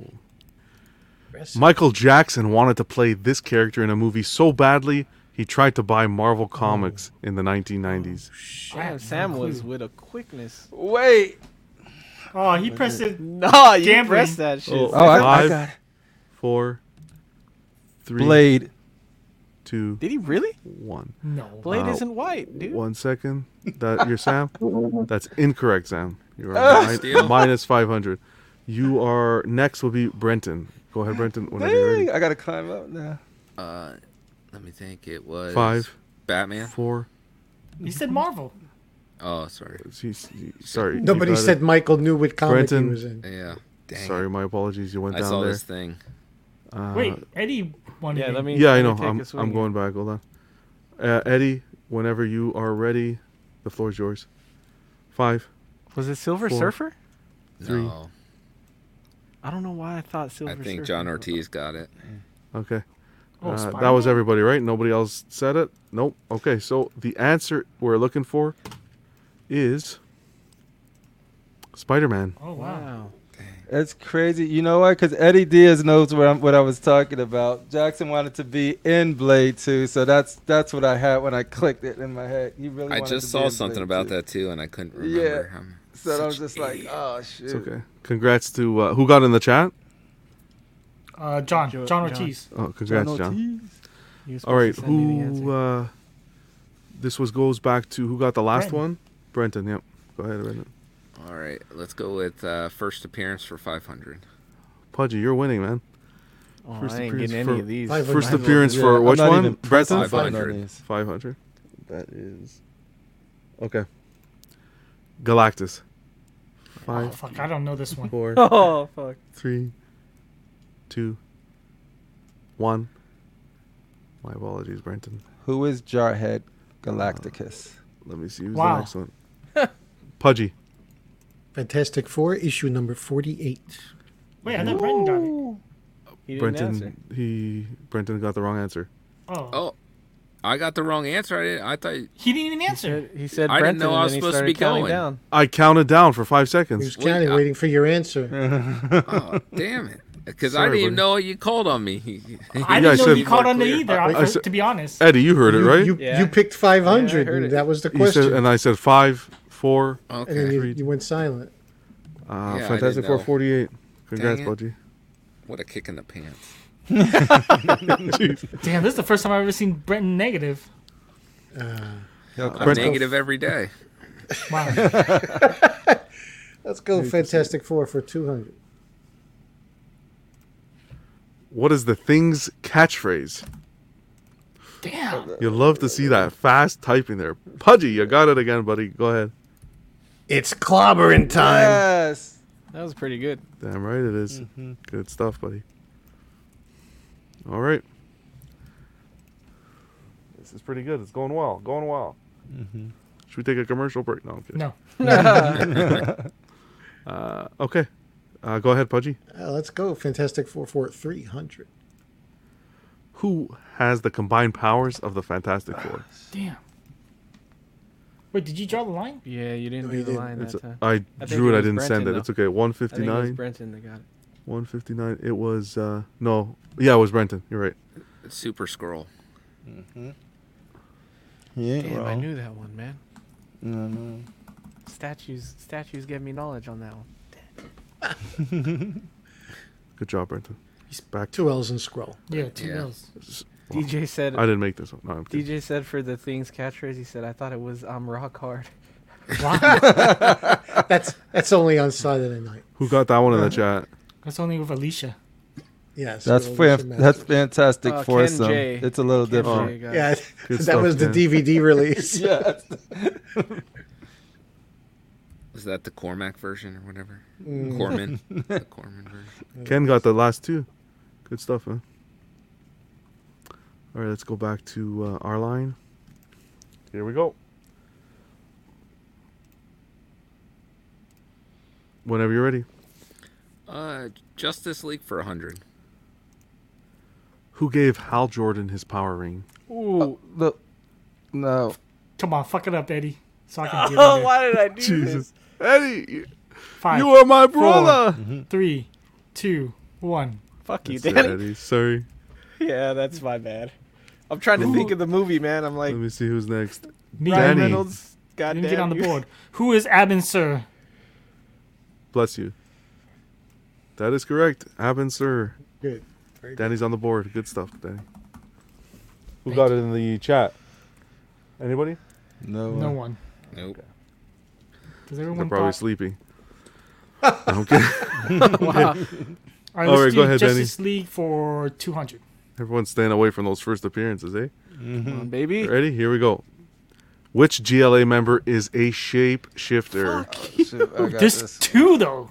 Speaker 1: Michael Jackson wanted to play this character in a movie so badly he tried to buy Marvel comics in the 1990s.
Speaker 2: Damn, Sam was with a quickness.
Speaker 4: Wait.
Speaker 5: Oh, he pressed it.
Speaker 2: Nah, you
Speaker 5: Gambling.
Speaker 2: pressed that shit.
Speaker 1: Oh,
Speaker 4: Oh, I- I
Speaker 1: five,
Speaker 4: got it.
Speaker 1: four, three,
Speaker 4: Blade.
Speaker 1: two,
Speaker 2: Did he really?
Speaker 1: one.
Speaker 5: No.
Speaker 2: Blade
Speaker 1: Uh,
Speaker 2: isn't white, dude.
Speaker 1: One second. That you're Sam. That's incorrect, Sam. You
Speaker 12: Ah,
Speaker 1: are
Speaker 3: Steal.
Speaker 1: mi- minus five hundred. You are next. Will be Brenton. Go ahead, Brenton. Whenever you're ready.
Speaker 4: Dang, I gotta climb up now.
Speaker 3: Uh, let me think. It was
Speaker 1: Five,
Speaker 3: Batman.
Speaker 1: Four.
Speaker 5: He said Marvel.
Speaker 3: Oh, sorry.
Speaker 1: He's, he- sorry. you
Speaker 12: Nobody
Speaker 1: got it.
Speaker 12: said Michael knew what comic
Speaker 1: Brenton.
Speaker 12: he was in.
Speaker 3: Yeah. Dang.
Speaker 1: Sorry, my apologies. You went
Speaker 3: I
Speaker 1: down
Speaker 3: saw
Speaker 1: there.
Speaker 3: this thing.
Speaker 1: Uh,
Speaker 5: Wait, Eddie wanted
Speaker 2: Yeah,
Speaker 5: it.
Speaker 2: let me.
Speaker 1: yeah, I
Speaker 2: let me
Speaker 1: know.
Speaker 2: take
Speaker 1: I'm,
Speaker 2: a swing
Speaker 1: I'm
Speaker 2: here.
Speaker 1: going back. Hold on. Uh, Eddie, whenever you are ready, the floor is yours. Five,
Speaker 2: Was it Silver
Speaker 1: Four.
Speaker 2: Surfer?
Speaker 1: three.
Speaker 3: No,
Speaker 2: I don't know why I thought Silver
Speaker 3: I
Speaker 2: Surfer.
Speaker 3: think John Ortiz got it.
Speaker 1: Okay.
Speaker 5: Oh,
Speaker 1: Uh, that
Speaker 5: Spider-Man?
Speaker 1: was everybody, right? Nobody else said it? Nope. Okay, so the answer we're looking for is Spider Man.
Speaker 5: Oh wow.
Speaker 2: Wow.
Speaker 4: That's crazy. You know why? Because Eddie Diaz knows what, I'm, what I was talking about. Jackson wanted to be in Blade too, so that's that's what I had when I clicked it in my head. He really.
Speaker 3: I
Speaker 4: wanted
Speaker 3: just
Speaker 4: to be
Speaker 3: saw
Speaker 4: in
Speaker 3: something
Speaker 4: Blade
Speaker 3: about
Speaker 4: too.
Speaker 3: that too, and I couldn't remember.
Speaker 4: Yeah.
Speaker 3: I'm
Speaker 4: So I was
Speaker 3: such
Speaker 4: just
Speaker 3: an
Speaker 4: like,
Speaker 3: idiot.
Speaker 4: oh shoot.
Speaker 1: It's okay. Congrats to uh, who got in the chat?
Speaker 5: Uh, John.
Speaker 2: Jo-
Speaker 5: John
Speaker 2: John.
Speaker 5: Ortiz.
Speaker 1: Oh, congrats, John.
Speaker 2: You were supposed
Speaker 1: All right,
Speaker 2: to send me the
Speaker 1: who? Uh, this was goes back to who got the last
Speaker 5: Brenton.
Speaker 1: one? Brenton. Yep. Go ahead, Brenton.
Speaker 3: All right, let's go with uh, first appearance for 500.
Speaker 1: Pudgy, you're winning, man.
Speaker 2: Oh,
Speaker 1: First
Speaker 2: I ain't
Speaker 1: appearance
Speaker 2: getting any
Speaker 1: for-
Speaker 2: of these.
Speaker 1: First appearance for which one? Breton? 500. That is. Okay. Galactus. Five.
Speaker 5: Oh, fuck, I don't know this one.
Speaker 1: Four.
Speaker 5: Oh, fuck.
Speaker 1: Three. Two. One. My apologies, Brenton. Uh,
Speaker 4: Who is Jarhead Galacticus?
Speaker 1: let me see who's
Speaker 10: Wow.
Speaker 1: one. Pudgy.
Speaker 10: Fantastic Four, issue number 48.
Speaker 5: Wait, I thought Brenton got it.
Speaker 2: He
Speaker 1: Brenton. He. Brenton got the wrong answer.
Speaker 5: Oh.
Speaker 3: I got the wrong answer. I, didn't, I thought
Speaker 5: He didn't even answer.
Speaker 2: He said
Speaker 3: I didn't
Speaker 2: Brenton,
Speaker 3: know I
Speaker 2: and
Speaker 3: was
Speaker 2: then he
Speaker 3: supposed to
Speaker 2: started
Speaker 3: be
Speaker 2: counting
Speaker 3: going.
Speaker 2: down.
Speaker 1: I counted down for five seconds.
Speaker 10: He was counting, waiting for your answer.
Speaker 3: Oh, damn it! Because I
Speaker 1: Sorry,
Speaker 3: didn't even
Speaker 1: buddy.
Speaker 3: know you called on me.
Speaker 5: I
Speaker 1: Yeah, I
Speaker 5: didn't know
Speaker 1: said-
Speaker 5: you called on it
Speaker 1: Clear.
Speaker 5: either.
Speaker 1: I-
Speaker 5: I,
Speaker 1: I
Speaker 5: was-
Speaker 1: said-
Speaker 5: to be honest,
Speaker 1: Eddie, you heard it,
Speaker 10: You-
Speaker 1: right?
Speaker 10: You, you picked 500, and that was the
Speaker 1: You said,
Speaker 10: question.
Speaker 1: and I said five, four.
Speaker 10: and then you, you went silent.
Speaker 1: Uh,
Speaker 3: Yeah, I
Speaker 1: Fantastic
Speaker 3: didn't
Speaker 1: Four
Speaker 3: know.
Speaker 1: 48. Congrats,
Speaker 3: Dang it.
Speaker 1: Pudgy.
Speaker 3: What a kick in the pants.
Speaker 5: damn, this is the first time I've ever seen Brenton negative.
Speaker 1: Uh,
Speaker 3: I'm negative every day.
Speaker 10: Let's go Fantastic Four for 200.
Speaker 1: What is the thing's catchphrase?
Speaker 5: Damn.
Speaker 1: You love to see that fast typing there. Pudgy, you got it again, buddy. Go ahead.
Speaker 12: It's clobbering time.
Speaker 4: Yes.
Speaker 2: That was pretty good.
Speaker 1: Damn right it is.
Speaker 5: Mm-hmm.
Speaker 1: Good stuff, buddy. All right. This is pretty good. It's going well. Going well.
Speaker 5: Mm-hmm.
Speaker 1: Should we take a commercial break? No, I'm kidding.
Speaker 10: No.
Speaker 1: uh, okay. Uh, go ahead, Pudgy.
Speaker 10: Uh, let's go Fantastic Four for 300.
Speaker 1: Who has the combined powers of the Fantastic Four?
Speaker 5: Damn. Wait, did you draw the line?
Speaker 2: Yeah, you didn't
Speaker 5: No,
Speaker 2: do
Speaker 5: you
Speaker 2: the
Speaker 5: didn't.
Speaker 2: line
Speaker 1: It's
Speaker 2: that
Speaker 1: a-
Speaker 2: time.
Speaker 1: I
Speaker 2: think
Speaker 1: drew it. I
Speaker 2: was
Speaker 1: didn't send
Speaker 2: Brenton,
Speaker 1: it.
Speaker 2: though.
Speaker 1: It's okay.
Speaker 2: I think it
Speaker 1: 159.
Speaker 2: was Brenton that got it.
Speaker 1: 159. It was, uh, no. Yeah, it was Brenton. You're right.
Speaker 3: Super scroll.
Speaker 5: Mm-hmm.
Speaker 4: Yeah.
Speaker 2: Damn, I knew that one, man.
Speaker 4: No, no.
Speaker 2: Statues, statues gave me knowledge on that one.
Speaker 1: Good job, Brenton.
Speaker 10: He's
Speaker 1: back.
Speaker 10: Two L's and scroll.
Speaker 5: Yeah, two L's.
Speaker 1: Wow.
Speaker 2: DJ said.
Speaker 1: I didn't make this one. No, I'm kidding.
Speaker 2: DJ said for the things catchphrase, he said, "I thought it was I'm rock hard."
Speaker 10: that's that's only on Saturday night.
Speaker 1: Who got that one in the chat?
Speaker 5: That's only with Alicia.
Speaker 10: Yes.
Speaker 4: That's
Speaker 10: fair.
Speaker 4: fan- that's fantastic
Speaker 5: Uh,
Speaker 4: for
Speaker 5: Ken
Speaker 4: some.
Speaker 5: J.
Speaker 4: It's a little
Speaker 5: Ken
Speaker 4: different.
Speaker 5: J got
Speaker 10: Yeah,
Speaker 4: Good
Speaker 10: that
Speaker 4: stuff,
Speaker 10: was the
Speaker 4: man.
Speaker 10: DVD release.
Speaker 4: yeah.
Speaker 3: Is that the Cormac version or whatever?
Speaker 10: Mm.
Speaker 3: Corman. the Corman version.
Speaker 1: Ken got the last two. Good stuff, man. All right, let's go back to uh, our line. Here we go. Whenever you're ready.
Speaker 3: Uh, Justice League for 100.
Speaker 1: Who gave Hal Jordan his power ring? Oh,
Speaker 2: Ooh,
Speaker 4: look. No.
Speaker 5: Come on, fuck it up, Eddie. So I can get
Speaker 2: Oh,
Speaker 5: in there.
Speaker 2: why did I do
Speaker 1: Jesus.
Speaker 2: this?
Speaker 1: Eddie, you-
Speaker 5: Five,
Speaker 1: you are my
Speaker 5: four,
Speaker 1: brother.
Speaker 2: Mm-hmm.
Speaker 5: three, two, one.
Speaker 2: Fuck you,
Speaker 1: That's it,
Speaker 2: Danny.
Speaker 1: Eddie. Sorry.
Speaker 2: Yeah, that's my bad. I'm trying to think of the movie, man. I'm like
Speaker 1: Let me see who's next.
Speaker 2: Ryan
Speaker 1: Danny.
Speaker 2: Reynolds. God
Speaker 5: Didn't get on the
Speaker 2: you.
Speaker 5: board. Who is Abin Sir?
Speaker 1: Bless you. That is correct. Abin Sir.
Speaker 10: Good. Very
Speaker 1: Danny's on the board. Good stuff, Danny. Who got it in the chat? Anybody?
Speaker 4: No.
Speaker 5: No one.
Speaker 3: Nope.
Speaker 5: Does
Speaker 1: They're
Speaker 5: everyone
Speaker 1: probably
Speaker 5: thought?
Speaker 1: sleeping. okay.
Speaker 5: Wow. All
Speaker 1: All right,
Speaker 5: right, let's do
Speaker 1: go ahead, Danny.
Speaker 5: Justice League for 200.
Speaker 1: Everyone's staying away from those first appearances, eh?
Speaker 2: Come on, baby.
Speaker 1: Ready? Here we go. Which GLA member is a shape shifter?
Speaker 4: Ooh,
Speaker 5: this, two though.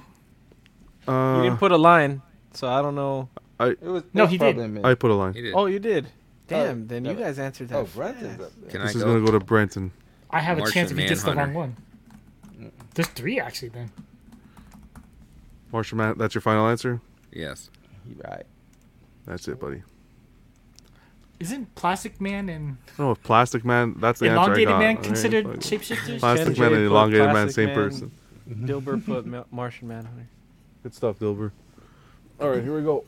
Speaker 2: You
Speaker 1: Uh,
Speaker 2: didn't put a line, so I don't know.
Speaker 1: I
Speaker 2: No, he did.
Speaker 1: I put a line.
Speaker 2: Oh, you did. Damn.
Speaker 4: Oh,
Speaker 2: then
Speaker 4: damn
Speaker 2: you
Speaker 4: it.
Speaker 2: guys answered that.
Speaker 4: Oh, Brenton's
Speaker 2: fast.
Speaker 4: up there.
Speaker 3: Can
Speaker 1: this
Speaker 3: I
Speaker 1: is
Speaker 3: go?
Speaker 1: gonna go to Brenton.
Speaker 5: I have a
Speaker 3: Martian
Speaker 5: chance if he gets the wrong
Speaker 3: Manhunter.
Speaker 5: one. There's three actually. Then
Speaker 1: Marshall, Matt, that's your final answer.
Speaker 3: Yes.
Speaker 4: Right.
Speaker 1: That's it, buddy.
Speaker 5: isn't Plastic Man and
Speaker 1: I don't know if Plastic Man. That's the
Speaker 5: Elongated
Speaker 1: answer I got.
Speaker 5: Man
Speaker 1: All right,
Speaker 5: considered
Speaker 1: fuck.
Speaker 5: shapeshifters?
Speaker 1: Plastic
Speaker 2: Ken
Speaker 1: Man
Speaker 2: J
Speaker 1: and
Speaker 2: put
Speaker 1: Elongated Man,
Speaker 2: Plastic
Speaker 1: same
Speaker 2: Man,
Speaker 1: person.
Speaker 2: Dilbert put Ma- Martian Manhunter.
Speaker 1: Good stuff, Dilber. All right, here we go.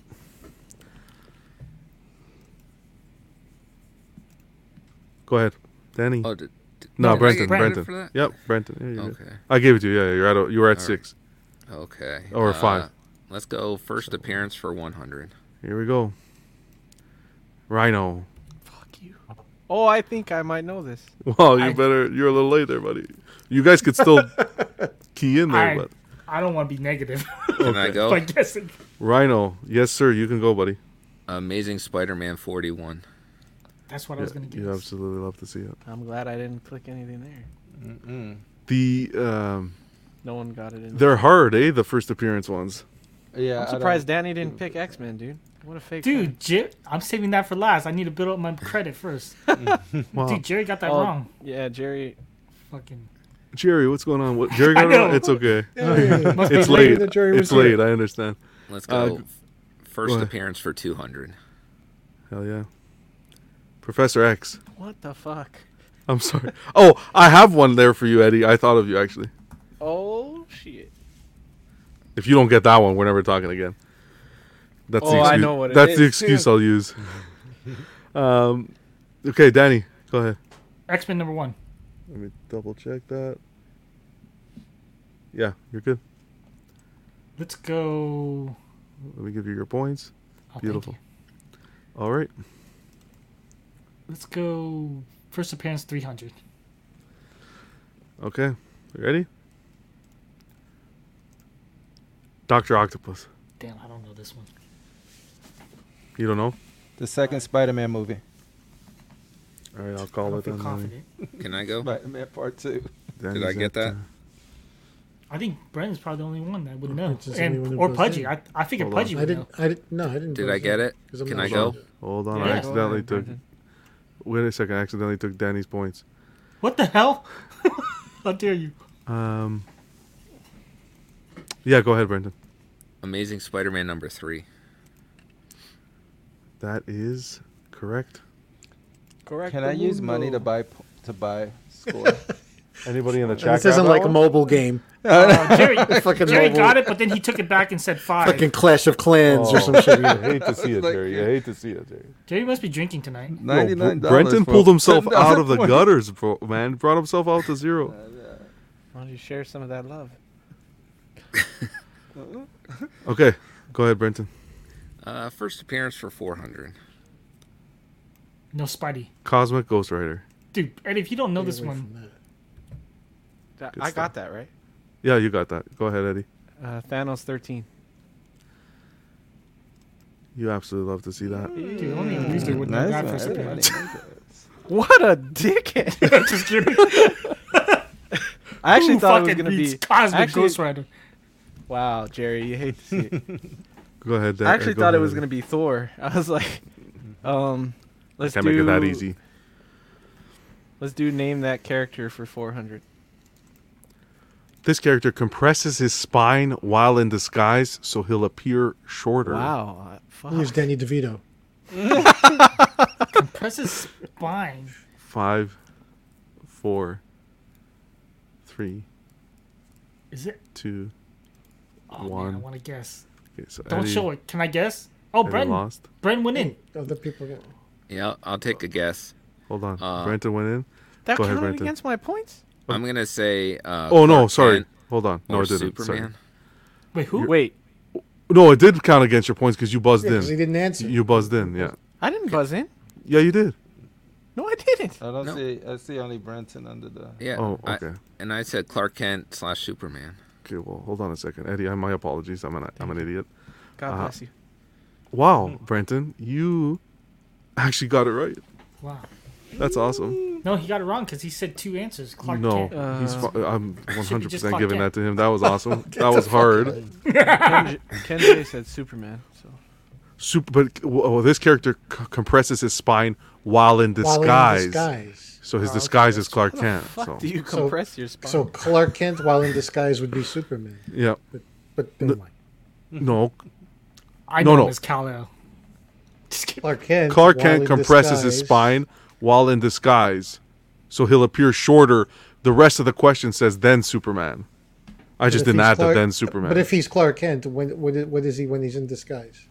Speaker 1: Go ahead, Danny.
Speaker 3: Oh, did, did-
Speaker 1: no,
Speaker 3: did I
Speaker 1: Brenton.
Speaker 3: get credit
Speaker 1: Brenton.
Speaker 3: for that?
Speaker 1: Yep, Brenton. Yeah, you're good.
Speaker 3: Okay.
Speaker 1: I gave it to you. Yeah, you're at. A, you were at
Speaker 3: All right.
Speaker 1: six.
Speaker 3: Okay. Uh,
Speaker 1: Or five.
Speaker 3: Let's go first appearance for 100.
Speaker 1: Here we go. Rhino.
Speaker 2: Oh, I think I might know this.
Speaker 1: Well, you better. You're a little late there, buddy. You guys could still key in there,
Speaker 5: I,
Speaker 1: but
Speaker 5: I don't want to be negative.
Speaker 3: Can I go?
Speaker 5: But guess it.
Speaker 1: Rhino. Yes, sir. You can go, buddy.
Speaker 3: Amazing Spider-Man 41.
Speaker 5: That's what I was gonna
Speaker 1: You absolutely love to see it.
Speaker 2: I'm glad I didn't click anything there.
Speaker 1: The um,
Speaker 2: No one got it in.
Speaker 1: they're hard, eh? The first appearance ones.
Speaker 4: Yeah,
Speaker 2: I'm surprised Danny didn't pick X Men, dude. What a fake.
Speaker 5: Dude, Jer- I'm saving that for last. I need to build up my credit first.
Speaker 1: Wow.
Speaker 5: Dude, Jerry got
Speaker 1: uh,
Speaker 5: that
Speaker 2: Oh,
Speaker 5: wrong.
Speaker 2: Yeah, Jerry.
Speaker 5: Fucking.
Speaker 1: Jerry, what's going on? What Jerry
Speaker 5: I
Speaker 1: got it wrong?
Speaker 5: know.
Speaker 1: It's okay.
Speaker 5: Yeah, yeah, yeah. Must be
Speaker 1: it's
Speaker 5: later
Speaker 1: late.
Speaker 5: than Jerry
Speaker 1: It's
Speaker 5: was here.
Speaker 1: late. I understand.
Speaker 3: Let's
Speaker 1: Uh,
Speaker 3: go. First
Speaker 1: go ahead.
Speaker 3: appearance for 200.
Speaker 1: Hell yeah. Professor X.
Speaker 2: What the fuck?
Speaker 1: I'm sorry. Oh, I have one there for you, Eddie. I thought of you actually.
Speaker 2: Oh shit.
Speaker 1: If you don't get that one, we're never talking again. That's the
Speaker 2: Oh, I
Speaker 1: excuse.
Speaker 2: know what it
Speaker 1: That's the
Speaker 2: is.
Speaker 1: excuse I'll use. um, okay, Danny, go ahead.
Speaker 5: X Men number one.
Speaker 1: Let me double check that. Yeah, you're good.
Speaker 5: Let's go.
Speaker 1: Let me give you your points.
Speaker 3: Oh,
Speaker 5: thank
Speaker 1: Beautiful. All right.
Speaker 5: Let's go. First appearance 300.
Speaker 1: Okay. You ready? Doctor Octopus.
Speaker 5: Damn, I don't know this one.
Speaker 1: You don't know?
Speaker 4: The second Spider-Man movie.
Speaker 1: All right, I'll call it then. Danny.
Speaker 3: Can I go?
Speaker 4: Spider-Man Part Two.
Speaker 3: Did I
Speaker 1: Danny's
Speaker 3: get
Speaker 1: up
Speaker 3: that?
Speaker 5: I think Brandon's probably the only one that would know,
Speaker 10: Which is the only one
Speaker 5: and
Speaker 10: who
Speaker 5: or
Speaker 10: goes
Speaker 5: Pudgy.
Speaker 10: in.
Speaker 5: I, I figured
Speaker 1: Hold on.
Speaker 5: Pudgy
Speaker 10: I
Speaker 5: would
Speaker 10: didn't.
Speaker 5: know.
Speaker 10: I didn't. No, I didn't.
Speaker 3: Did
Speaker 10: vote
Speaker 3: I
Speaker 10: for
Speaker 3: get
Speaker 10: it,
Speaker 3: it?
Speaker 10: 'cause I'm
Speaker 3: Can
Speaker 10: not
Speaker 3: I
Speaker 10: sure.
Speaker 3: go?
Speaker 1: Hold on, I
Speaker 5: Yeah.
Speaker 1: accidentally
Speaker 2: Go ahead,
Speaker 1: took. Wait a second, I accidentally took Danny's points.
Speaker 5: What the hell? How dare you?
Speaker 1: Um. Yeah, go ahead, Brendan.
Speaker 3: Amazing Spider-Man number 3.
Speaker 1: That is correct.
Speaker 2: Correct.
Speaker 4: Can I use money to buy po- to buy score?
Speaker 1: Anybody in the
Speaker 4: chat
Speaker 12: This isn't
Speaker 4: got that
Speaker 12: like a
Speaker 4: one?
Speaker 12: mobile game.
Speaker 5: Uh, Jerry,
Speaker 12: Fucking
Speaker 5: Jerry
Speaker 12: mobile.
Speaker 5: got it, but then he took it back and said five.
Speaker 12: Fucking Clash of Clans
Speaker 1: Oh.
Speaker 12: or some shit.
Speaker 1: I hate to see it, Jerry. I hate to see it, Jerry.
Speaker 5: Jerry must be drinking tonight.
Speaker 1: Brenton
Speaker 4: $99 for
Speaker 1: pulled himself
Speaker 4: $10
Speaker 1: out of the
Speaker 4: points.
Speaker 1: gutters, bro, man. Brought himself out to zero.
Speaker 2: Why don't you share some of that love?
Speaker 1: Okay, go ahead, Brenton.
Speaker 3: Uh, first appearance for 400.
Speaker 5: No Spidey,
Speaker 1: Cosmic Ghost Rider.
Speaker 5: dude. And if you don't know this one,
Speaker 2: That-
Speaker 1: Good
Speaker 2: I
Speaker 1: stuff.
Speaker 2: got that right.
Speaker 1: Yeah, you got that. Go ahead, Eddie.
Speaker 2: Uh, Thanos 13.
Speaker 1: You absolutely love to see that.
Speaker 5: dude, only a loser would know
Speaker 4: Nice
Speaker 5: that
Speaker 4: one.
Speaker 5: first
Speaker 4: I didn't
Speaker 5: appearance.
Speaker 2: What a dickhead!
Speaker 5: Just kidding.
Speaker 2: I actually
Speaker 5: Who
Speaker 2: thought it was
Speaker 5: fucking
Speaker 2: gonna
Speaker 5: reads
Speaker 2: be
Speaker 5: Cosmic
Speaker 2: actually-
Speaker 5: Ghost Rider.
Speaker 2: Wow, Jerry, you hate to see it.
Speaker 1: Go ahead. Dan-
Speaker 2: I actually
Speaker 1: go
Speaker 2: thought it
Speaker 1: ahead,
Speaker 2: was
Speaker 1: Eddie.
Speaker 2: gonna be Thor. I was like, um, let's
Speaker 1: Can't
Speaker 2: do
Speaker 1: make it that easy.
Speaker 2: Let's do name that character for 400.
Speaker 1: This character compresses his spine while in disguise, so he'll appear shorter.
Speaker 2: Wow, fuck.
Speaker 12: Who's Danny DeVito?
Speaker 5: Press his spine.
Speaker 1: Five, four, three,
Speaker 5: Is it?
Speaker 1: two,
Speaker 5: Oh man, I
Speaker 1: One.
Speaker 5: want to guess.
Speaker 1: Okay, so
Speaker 5: Don't
Speaker 1: Eddie-
Speaker 5: show it. Can I guess? Oh,
Speaker 1: Eddie
Speaker 5: Brent.
Speaker 1: lost.
Speaker 5: Brent went in.
Speaker 12: Other Oh, people get.
Speaker 3: Yeah, I'll- I'll take a guess.
Speaker 1: Hold on.
Speaker 3: Uh,
Speaker 1: Brenton went in.
Speaker 2: That
Speaker 1: Go ahead,
Speaker 2: counted
Speaker 1: Brenton.
Speaker 2: against my points.
Speaker 3: I'm going to say uh,
Speaker 1: oh no,
Speaker 3: Clark
Speaker 1: sorry.
Speaker 3: Kent
Speaker 1: Hold on. No,
Speaker 3: or
Speaker 1: it didn't. Sorry.
Speaker 3: Superman.
Speaker 5: Wait, who?
Speaker 2: Wait,
Speaker 1: No, it did count against your points because you buzzed
Speaker 12: Yeah,
Speaker 1: in.
Speaker 12: 'cause he didn't answer.
Speaker 1: You buzzed in. Yeah.
Speaker 2: I didn't buzz in.
Speaker 1: Yeah, you did.
Speaker 2: No, I didn't.
Speaker 4: I don't
Speaker 3: No.
Speaker 4: see. I see only Brenton under the.
Speaker 3: Yeah.
Speaker 1: Oh,
Speaker 3: I-
Speaker 1: okay.
Speaker 3: and I said Clark Kent slash Superman.
Speaker 1: Okay. Well, hold on a second, Eddie. I, my apologies. I'm an I'm an idiot.
Speaker 2: God
Speaker 1: Uh,
Speaker 2: bless you.
Speaker 1: Wow, Brenton, you actually got it right.
Speaker 5: Wow.
Speaker 1: That's awesome.
Speaker 5: No, he got it wrong because he said two answers. Clark
Speaker 1: no,
Speaker 5: Kent.
Speaker 1: he's
Speaker 2: Uh,
Speaker 1: fu- I'm
Speaker 5: Should be just
Speaker 1: 100%
Speaker 5: Clark
Speaker 1: giving that
Speaker 5: Kent.
Speaker 1: to him. That was awesome. that was hard.
Speaker 2: Ken, Ken Jay said Superman. So
Speaker 1: Super, but well, this character c- compresses his spine while in
Speaker 12: While in
Speaker 1: disguise.
Speaker 12: disguise.
Speaker 1: So his
Speaker 12: Oh, okay.
Speaker 1: disguise is Clark
Speaker 2: How the
Speaker 1: Kent.
Speaker 2: fuck
Speaker 1: So
Speaker 2: do you
Speaker 12: So-
Speaker 2: compress your spine?
Speaker 12: So Clark Kent, while in disguise, would be Superman.
Speaker 1: yeah,
Speaker 12: But never mind.
Speaker 1: no,
Speaker 5: I
Speaker 1: No,
Speaker 5: know
Speaker 1: no.
Speaker 5: him as Kal-El.
Speaker 12: Clark Kent.
Speaker 1: Clark
Speaker 12: while
Speaker 1: Kent
Speaker 12: in
Speaker 1: compresses his
Speaker 12: disguise-
Speaker 1: spine while in disguise, so he'll appear shorter. The rest of the question says then Superman. I
Speaker 12: But
Speaker 1: just
Speaker 12: if
Speaker 1: didn't
Speaker 12: he's
Speaker 1: add the
Speaker 12: Clark-
Speaker 1: then Superman.
Speaker 12: But if he's Clark Kent, when what is, what is he when he's in disguise?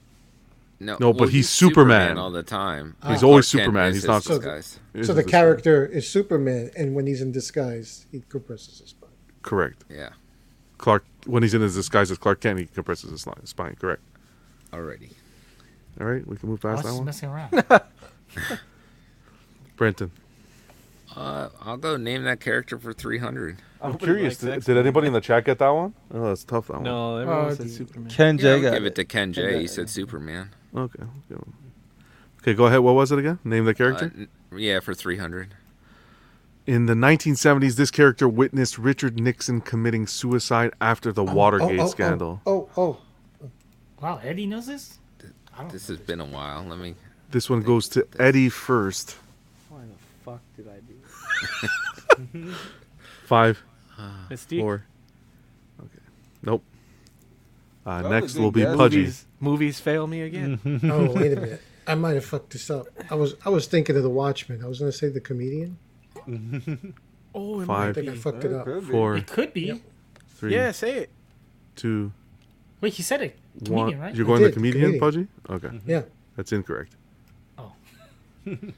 Speaker 3: No,
Speaker 1: No,
Speaker 3: Uh,
Speaker 1: but
Speaker 3: well,
Speaker 1: he's Superman.
Speaker 3: all the time. Uh,
Speaker 1: He's
Speaker 3: Clark
Speaker 1: always
Speaker 3: Kent
Speaker 1: Superman.
Speaker 3: is
Speaker 1: He's
Speaker 3: his
Speaker 1: not- So the-
Speaker 3: disguise.
Speaker 1: Is
Speaker 12: so
Speaker 1: it
Speaker 12: the
Speaker 1: disguise?
Speaker 12: character is Superman, and when he's in disguise, he compresses his spine.
Speaker 1: correct,
Speaker 3: Yeah,
Speaker 1: Clark when he's in his disguise as Clark Kent, he compresses his li- spine. Correct.
Speaker 3: already.
Speaker 1: All right, we can move
Speaker 5: I
Speaker 1: past
Speaker 5: was
Speaker 1: that
Speaker 5: just
Speaker 1: one.
Speaker 5: messing around.
Speaker 1: Brenton,
Speaker 3: Uh, I'll go name that character for 300.
Speaker 1: I'm
Speaker 2: Nobody
Speaker 1: curious.
Speaker 2: likes
Speaker 1: Did,
Speaker 2: X-Men.
Speaker 1: anybody in the chat get that one? Oh, that's tough. That
Speaker 2: No, everyone
Speaker 5: Oh,
Speaker 2: said
Speaker 5: dude.
Speaker 2: Superman.
Speaker 4: Ken
Speaker 3: Yeah,
Speaker 4: J
Speaker 3: I'll
Speaker 4: got
Speaker 3: give
Speaker 4: it.
Speaker 3: it to Ken J. He said Superman.
Speaker 1: one. Okay. we'll give him- Okay, go ahead. What was it again? Name the
Speaker 3: Uh,
Speaker 1: character.
Speaker 3: n- yeah, for 300.
Speaker 1: In the 1970s, this character witnessed Richard Nixon committing suicide after the Watergate
Speaker 5: oh, oh.
Speaker 1: scandal.
Speaker 10: Oh, oh.
Speaker 5: Wow, Eddie knows this? I don't
Speaker 3: This has been a while. Let me.
Speaker 1: This one goes to Eddie first.
Speaker 2: Why the fuck did I do?
Speaker 1: Five.
Speaker 2: Uh, Mystique?
Speaker 1: Four. Okay. Nope. Uh,
Speaker 2: That
Speaker 1: next
Speaker 2: was a
Speaker 1: will be
Speaker 2: good guess.
Speaker 1: Pudgy.
Speaker 2: Movies, movies fail me again.
Speaker 10: Oh, wait a minute. I might have fucked this up. I was I was thinking of the Watchmen. I was going to say the comedian.
Speaker 5: Mm-hmm.
Speaker 2: oh,
Speaker 1: it might
Speaker 10: I think I
Speaker 1: be.
Speaker 10: fucked it
Speaker 1: It
Speaker 10: up.
Speaker 1: could be. Four.
Speaker 5: It could be.
Speaker 1: Three.
Speaker 2: Yeah, say it.
Speaker 1: Two.
Speaker 5: Wait, he said it.
Speaker 1: one.
Speaker 5: Comedian, right?
Speaker 1: You're
Speaker 5: I
Speaker 1: going the
Speaker 5: did,
Speaker 1: comedian,
Speaker 5: comedian. Mm-hmm.
Speaker 1: Pudgy? Okay.
Speaker 10: Yeah.
Speaker 1: That's incorrect.
Speaker 5: Second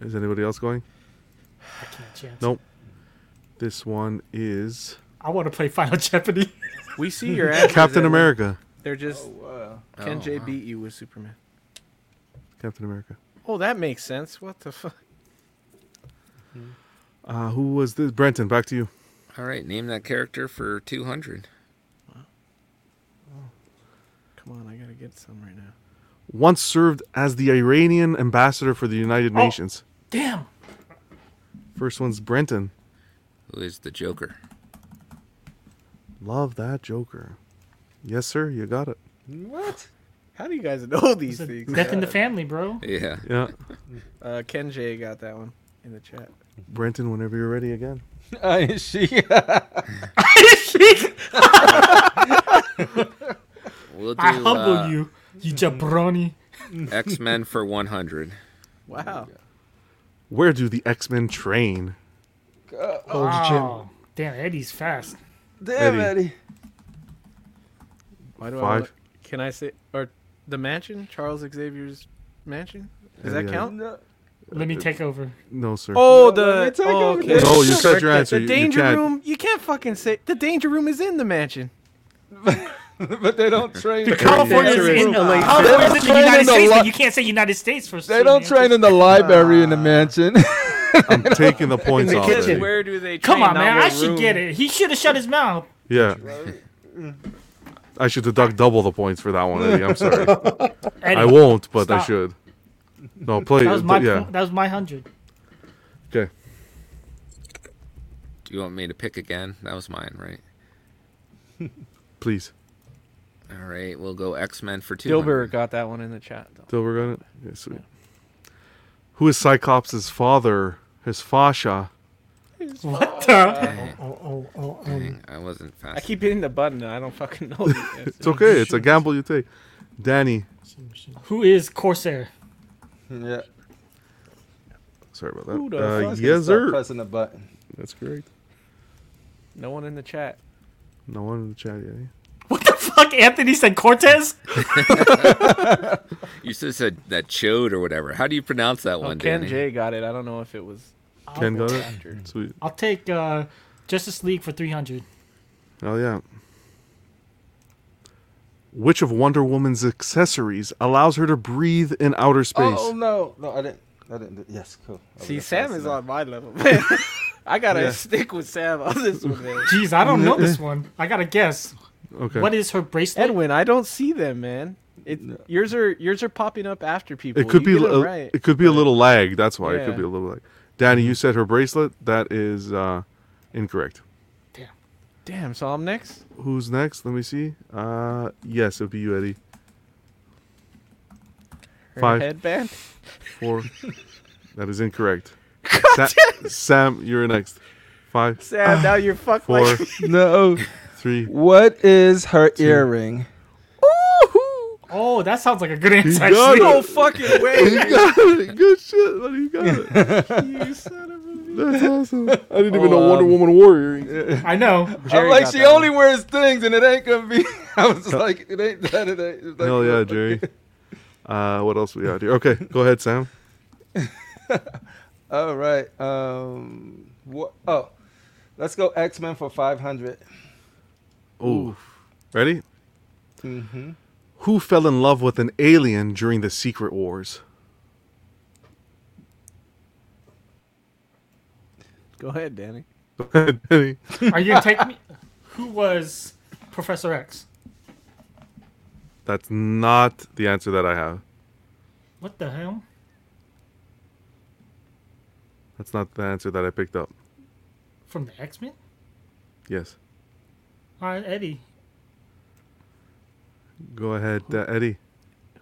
Speaker 1: Is anybody else going?
Speaker 5: chance.
Speaker 1: Nope. This one is
Speaker 5: I want to play Final Jeopardy.
Speaker 2: We see your answers
Speaker 1: Captain
Speaker 2: and
Speaker 1: America.
Speaker 2: They're just Ken
Speaker 3: Oh,
Speaker 2: J
Speaker 3: wow.
Speaker 2: beat you with Superman.
Speaker 1: Captain America.
Speaker 2: Oh, that makes sense. What the fuck?
Speaker 1: Uh, who was this? Brenton, back to you.
Speaker 3: All right, name that character for 200.
Speaker 2: Come on, I gotta get some right now.
Speaker 1: Once served as the Iranian ambassador for the United
Speaker 2: Oh.
Speaker 1: Nations.
Speaker 5: Damn.
Speaker 1: First one's Brenton.
Speaker 3: Who is the Joker?
Speaker 1: Love that Joker. Yes, sir. You got it.
Speaker 2: What? How do you guys know these things?
Speaker 5: Death in the
Speaker 2: God.
Speaker 5: family, bro.
Speaker 3: Yeah.
Speaker 1: Yeah.
Speaker 2: Uh, Ken J got that one in the chat.
Speaker 1: Brenton, whenever you're ready again.
Speaker 4: I she.
Speaker 3: We'll do
Speaker 5: I humble
Speaker 3: uh,
Speaker 5: you, you jabroni.
Speaker 3: X Men for 100.
Speaker 2: Wow.
Speaker 1: Where do the X Men train?
Speaker 5: Wow. Damn, Eddie's fast.
Speaker 1: Damn, Eddie.
Speaker 2: Why do I?
Speaker 1: Five.
Speaker 2: Wanna, can I say or the mansion? Charles Xavier's mansion. Does
Speaker 1: Yeah,
Speaker 2: that
Speaker 1: yeah.
Speaker 2: count?
Speaker 5: Let me take over.
Speaker 1: No, sir.
Speaker 2: Oh,
Speaker 4: Let me
Speaker 2: the
Speaker 4: take
Speaker 2: oh,
Speaker 4: over
Speaker 2: okay.
Speaker 1: this. No, you said your answer.
Speaker 2: The
Speaker 1: You
Speaker 2: danger
Speaker 1: can't.
Speaker 2: room. You can't fucking say the danger room is in the mansion.
Speaker 4: but they don't train.
Speaker 5: The California's
Speaker 2: Dangerous.
Speaker 5: in the
Speaker 2: They
Speaker 5: California's in the
Speaker 4: train
Speaker 5: United
Speaker 4: in the
Speaker 5: States, but
Speaker 4: li-
Speaker 5: you can't say United States for
Speaker 4: They don't train in the library in the mansion.
Speaker 1: I'm taking the points off. Eddie.
Speaker 2: Where do they?
Speaker 5: Come
Speaker 2: train,
Speaker 5: on,
Speaker 2: not
Speaker 5: man.
Speaker 2: what
Speaker 5: I should
Speaker 2: room?
Speaker 5: get it. He should have shut his mouth.
Speaker 1: Yeah. I should deduct double the points for that one, Eddie. I'm sorry. I won't, but I
Speaker 5: stop.
Speaker 1: should. No, play.
Speaker 5: that was my
Speaker 1: yeah.
Speaker 5: that was my hundred.
Speaker 1: Okay.
Speaker 3: Do you want me to pick again? That was mine, right?
Speaker 1: Please.
Speaker 3: All right, we'll go X Men for 200.
Speaker 2: Dilbert got that one in the chat. Though.
Speaker 1: Dilbert got it? Okay, sweet. Who is Cyclops' father? His fascia.
Speaker 5: What the?
Speaker 3: Dang,
Speaker 10: Oh, oh, oh, um,
Speaker 3: dang, I wasn't fast.
Speaker 2: I keep hitting the button. and I don't fucking know. the answer.
Speaker 1: It's okay. It's a gamble you take. Danny.
Speaker 5: Who is Corsair?
Speaker 4: yeah.
Speaker 1: Sorry about
Speaker 2: Who
Speaker 1: that.
Speaker 2: the
Speaker 1: Uh,
Speaker 4: Let's
Speaker 1: yes,
Speaker 4: stop
Speaker 1: sir.
Speaker 4: Pressing the button.
Speaker 1: That's correct.
Speaker 2: No one in the chat.
Speaker 1: No one in the chat yet.
Speaker 5: What the fuck? Anthony said Cortez?
Speaker 3: You should have said that chode or whatever. How do you pronounce that
Speaker 2: Oh,
Speaker 3: one,
Speaker 2: Ken
Speaker 3: Danny?
Speaker 2: J got it. I don't know if it was.
Speaker 1: Ken got
Speaker 2: After.
Speaker 1: it? Sweet.
Speaker 5: I'll take uh, Justice League for three hundred.
Speaker 1: Oh, yeah. Which of Wonder Woman's accessories allows her to breathe in outer space?
Speaker 4: Oh no, no, I didn't. I didn't. Do, yes, cool. I
Speaker 2: See,
Speaker 4: was
Speaker 2: Sam
Speaker 4: fast
Speaker 2: is
Speaker 4: enough.
Speaker 2: on my level. Man. I gotta
Speaker 4: Yeah.
Speaker 2: stick with Sam on this one. Man.
Speaker 5: Jeez, I don't know this one. I gotta guess.
Speaker 1: okay.
Speaker 5: What is her bracelet?
Speaker 2: Edwin, I don't see them, man. It, Yours are yours are popping up after people.
Speaker 1: it could
Speaker 2: You
Speaker 1: be
Speaker 2: get
Speaker 1: a,
Speaker 2: right.
Speaker 1: it could be a little lag. That's why it could
Speaker 2: Yeah. Mm-hmm.
Speaker 1: be a little lag. Danny, you said her bracelet. That is uh, incorrect.
Speaker 2: Damn, so I'm next.
Speaker 1: Who's next? Let me see. Uh, yes, it'd be you, Eddie.
Speaker 2: Her
Speaker 1: Five.
Speaker 2: headband.
Speaker 1: Four. that is incorrect. Sa- Sam, you're next. Five,
Speaker 2: Sam, now you're fucked.
Speaker 1: four,
Speaker 2: Like,
Speaker 4: No.
Speaker 1: three.
Speaker 4: What is her earring?
Speaker 2: Ooh-hoo.
Speaker 5: Oh, that sounds like a good answer.
Speaker 1: got
Speaker 5: actually.
Speaker 1: it.
Speaker 2: no fucking way.
Speaker 1: You got it. Good shit, buddy. You got it.
Speaker 2: you son of a.
Speaker 1: That's awesome. I didn't even
Speaker 4: Oh,
Speaker 1: know Wonder
Speaker 4: um,
Speaker 1: Woman warrior.
Speaker 5: I know.
Speaker 2: Jerry
Speaker 4: I'm like
Speaker 2: got
Speaker 4: she
Speaker 2: that
Speaker 4: only wears things, and it ain't gonna be. I was like, it ain't that. It ain't. It's like,
Speaker 1: Hell yeah, Jerry. Uh, what else we got here? Okay, go ahead, Sam.
Speaker 4: All right. Um. What? Oh, let's go X Men for five hundred.
Speaker 1: Ooh. Ready?
Speaker 4: Mm-hmm.
Speaker 1: Who fell in love with an alien during the Secret Wars?
Speaker 2: Go ahead, Danny.
Speaker 1: Danny.
Speaker 5: Are you gonna take me? Who was Professor X?
Speaker 1: That's not the answer that I have.
Speaker 5: What the hell?
Speaker 1: That's not the answer that I picked up.
Speaker 5: From the X Men?
Speaker 1: Yes.
Speaker 5: All right, Eddie.
Speaker 1: Go ahead, uh, Eddie.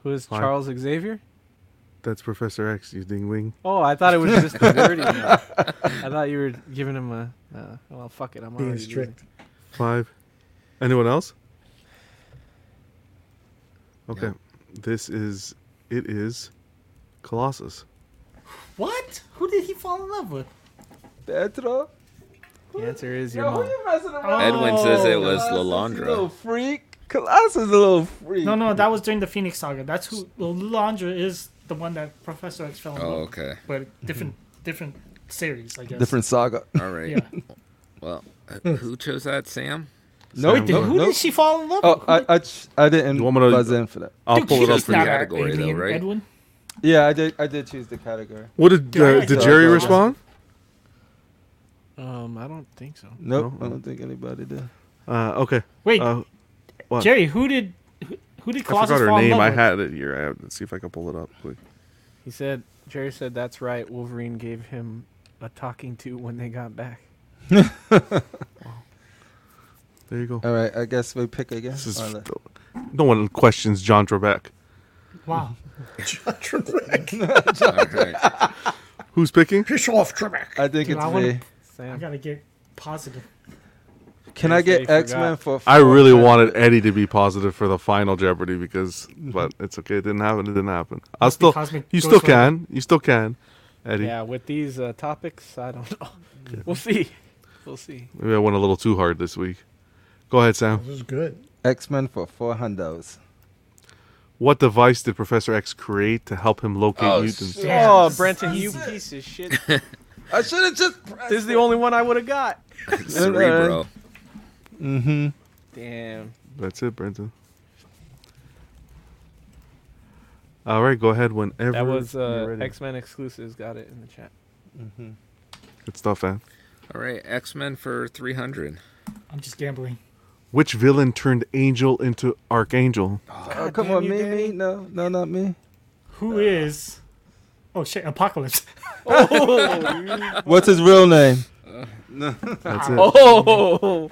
Speaker 2: Who is
Speaker 1: Fine.
Speaker 2: Charles Xavier?
Speaker 1: That's Professor X, you dingwing.
Speaker 2: Oh, I thought it was just the wording. I thought you were giving him a. Uh, well, fuck it. I'm
Speaker 1: Being
Speaker 2: already
Speaker 1: strict. Five. Anyone else? Okay. This is it is Colossus.
Speaker 5: What? Who did he fall in love with?
Speaker 4: Petra?
Speaker 2: The answer is Um,
Speaker 4: your Yo, who mom. you messing around
Speaker 3: Edwin says it
Speaker 5: Oh,
Speaker 3: was
Speaker 5: Colossus,
Speaker 3: Lalandra.
Speaker 5: you
Speaker 4: freak. Colossus is a little freak.
Speaker 5: No, no, that was during the Phoenix Saga. That's who Lilandra is the one that Professor X fell in
Speaker 3: Oh,
Speaker 5: love. with.
Speaker 3: okay.
Speaker 5: But different, different series, I guess.
Speaker 4: Different saga.
Speaker 3: All right.
Speaker 5: Yeah.
Speaker 3: Well, uh, who chose that, Sam?
Speaker 4: No,
Speaker 5: Wait, who did she fall in love
Speaker 4: Oh,
Speaker 5: with? Who
Speaker 4: I,
Speaker 5: did-
Speaker 4: I, ch- I didn't buzz in for that.
Speaker 1: I'll pull it up
Speaker 3: for you. category, though, right?
Speaker 5: Edwin?
Speaker 4: Yeah, I did. I did choose the category.
Speaker 1: What did uh, did Jerry respond?
Speaker 2: Um, I don't think so.
Speaker 4: Nope, I don't think anybody did.
Speaker 1: Uh, okay.
Speaker 5: Wait,
Speaker 1: Uh, what?
Speaker 5: Jerry, who did who, who
Speaker 1: I
Speaker 5: did Colossus
Speaker 1: forgot her
Speaker 5: fall in
Speaker 1: name.
Speaker 5: love
Speaker 1: I
Speaker 5: with?
Speaker 1: had it here. I have, let's see if I can pull it up quick.
Speaker 2: He said, Jerry said, that's right. Wolverine gave him a talking to when they got back.
Speaker 1: There you go.
Speaker 4: All right, I guess we pick again.
Speaker 1: This is
Speaker 4: Or the-
Speaker 1: no one questions John Trebek.
Speaker 5: Wow.
Speaker 1: Who's picking?
Speaker 12: Piss off, Trebek.
Speaker 4: I think
Speaker 5: Dude,
Speaker 4: it's
Speaker 5: I
Speaker 4: me.
Speaker 5: wanna- I gotta get positive.
Speaker 4: Can I get X Men for?
Speaker 1: I
Speaker 4: four
Speaker 1: really
Speaker 4: cents?
Speaker 1: wanted Eddie to be positive for the final Jeopardy because, but it's okay. It didn't happen. It didn't happen. I will
Speaker 2: Must be
Speaker 1: still,
Speaker 2: Cosmic
Speaker 1: you still
Speaker 2: Ghost Rider.
Speaker 1: can, you still can, Eddie.
Speaker 2: Yeah, with these uh, topics, I don't know. We'll see. We'll see.
Speaker 1: Maybe I went a little too hard this week. Go ahead, Sam.
Speaker 12: This is good.
Speaker 4: X Men for four hundos.
Speaker 1: What device did Professor X create to help him locate
Speaker 4: Oh,
Speaker 1: mutants?
Speaker 4: shit.
Speaker 2: Oh,
Speaker 4: Yes.
Speaker 2: Brenton, you
Speaker 4: That's it.
Speaker 2: piece of shit.
Speaker 4: I should have just.
Speaker 2: This is the only one I would have got.
Speaker 3: Cerebro.
Speaker 4: Mm-hmm.
Speaker 2: Damn.
Speaker 1: That's it, Brenton. All right, go ahead whenever.
Speaker 2: That was
Speaker 1: you're
Speaker 2: uh,
Speaker 1: ready.
Speaker 2: X Men exclusives. Got it in the chat.
Speaker 4: Mm-hmm.
Speaker 1: Good stuff, man.
Speaker 3: All right, X Men for 300.
Speaker 5: I'm just gambling.
Speaker 1: Which villain turned Angel into Archangel?
Speaker 4: Oh, come on, me, me. No, no, not me.
Speaker 5: Who is? Oh shit! Apocalypse.
Speaker 2: Oh,
Speaker 4: What's his real name?
Speaker 5: no.
Speaker 1: That's it.
Speaker 2: oh.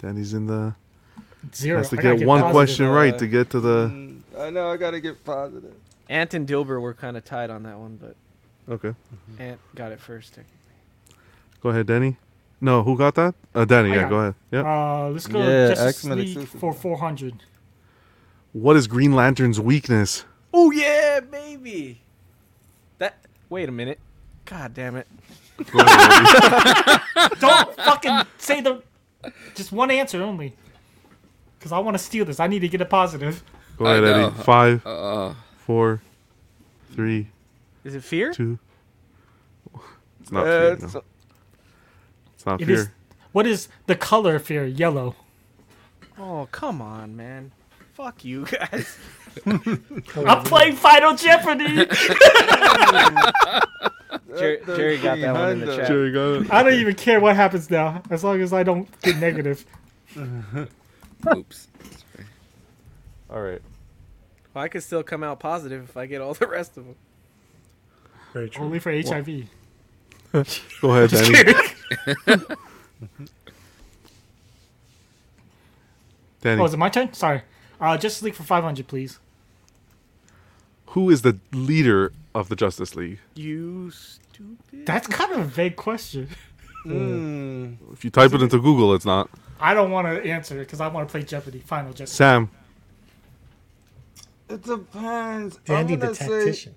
Speaker 1: Danny's in the
Speaker 5: Zero.
Speaker 1: Has to
Speaker 5: I gotta
Speaker 1: get,
Speaker 5: get
Speaker 1: one
Speaker 5: positive, mm.
Speaker 1: question right
Speaker 2: uh,
Speaker 1: to get to the.
Speaker 4: Mm, I know. I gotta get positive.
Speaker 2: Ant and Dilber were kind of tied on that one, but
Speaker 1: Okay,
Speaker 2: Ant got it first.
Speaker 1: go ahead, Danny. No, who got that? Uh, Danny.
Speaker 5: I
Speaker 1: Yeah,
Speaker 5: got
Speaker 1: go
Speaker 5: it.
Speaker 1: ahead. Yeah.
Speaker 5: Uh, let's go.
Speaker 4: Yeah,
Speaker 5: Justice
Speaker 4: X-Men
Speaker 5: League
Speaker 4: exclusive.
Speaker 5: for 400.
Speaker 1: what is Green Lantern's weakness?
Speaker 2: Oh yeah, baby. That. Wait a minute. God damn it.
Speaker 5: Don't fucking say the. Just one answer only. Because I want to steal this. I need to get a positive.
Speaker 1: Go
Speaker 3: I
Speaker 1: ahead,
Speaker 3: know.
Speaker 1: Eddie. Five,
Speaker 3: Uh,
Speaker 1: four, three,
Speaker 2: Is it fear?
Speaker 1: two. It's not
Speaker 4: Uh,
Speaker 1: fear. No.
Speaker 4: it's-
Speaker 1: It's not
Speaker 5: It
Speaker 1: fear.
Speaker 5: is. What is the color of fear? Yellow.
Speaker 2: Oh come on, man. Fuck you guys.
Speaker 5: I'm playing Final Jeopardy.
Speaker 2: Jer- Jerry got that one in the chat.
Speaker 1: Jerry got it.
Speaker 5: I don't even care what happens now, as long as I don't get negative.
Speaker 3: oops.
Speaker 1: All right.
Speaker 2: Well, I could still come out positive if I get all the rest of them.
Speaker 12: Very true.
Speaker 5: Only for HIV.
Speaker 1: Go ahead, Danny.
Speaker 5: Oh, is
Speaker 1: Danny.
Speaker 5: it my turn? Sorry. Uh, Justice League for 500, please.
Speaker 1: Who is the leader of the Justice League?
Speaker 2: You stupid.
Speaker 5: That's kind of a vague question.
Speaker 3: Hmm.
Speaker 4: Mm.
Speaker 1: If you type it into Google, it's not.
Speaker 5: I don't want to answer it because I want to play Jeopardy. Final Jeopardy.
Speaker 1: Sam.
Speaker 4: It depends.
Speaker 12: Danny
Speaker 4: I'm
Speaker 12: the
Speaker 4: gonna say
Speaker 12: tactician.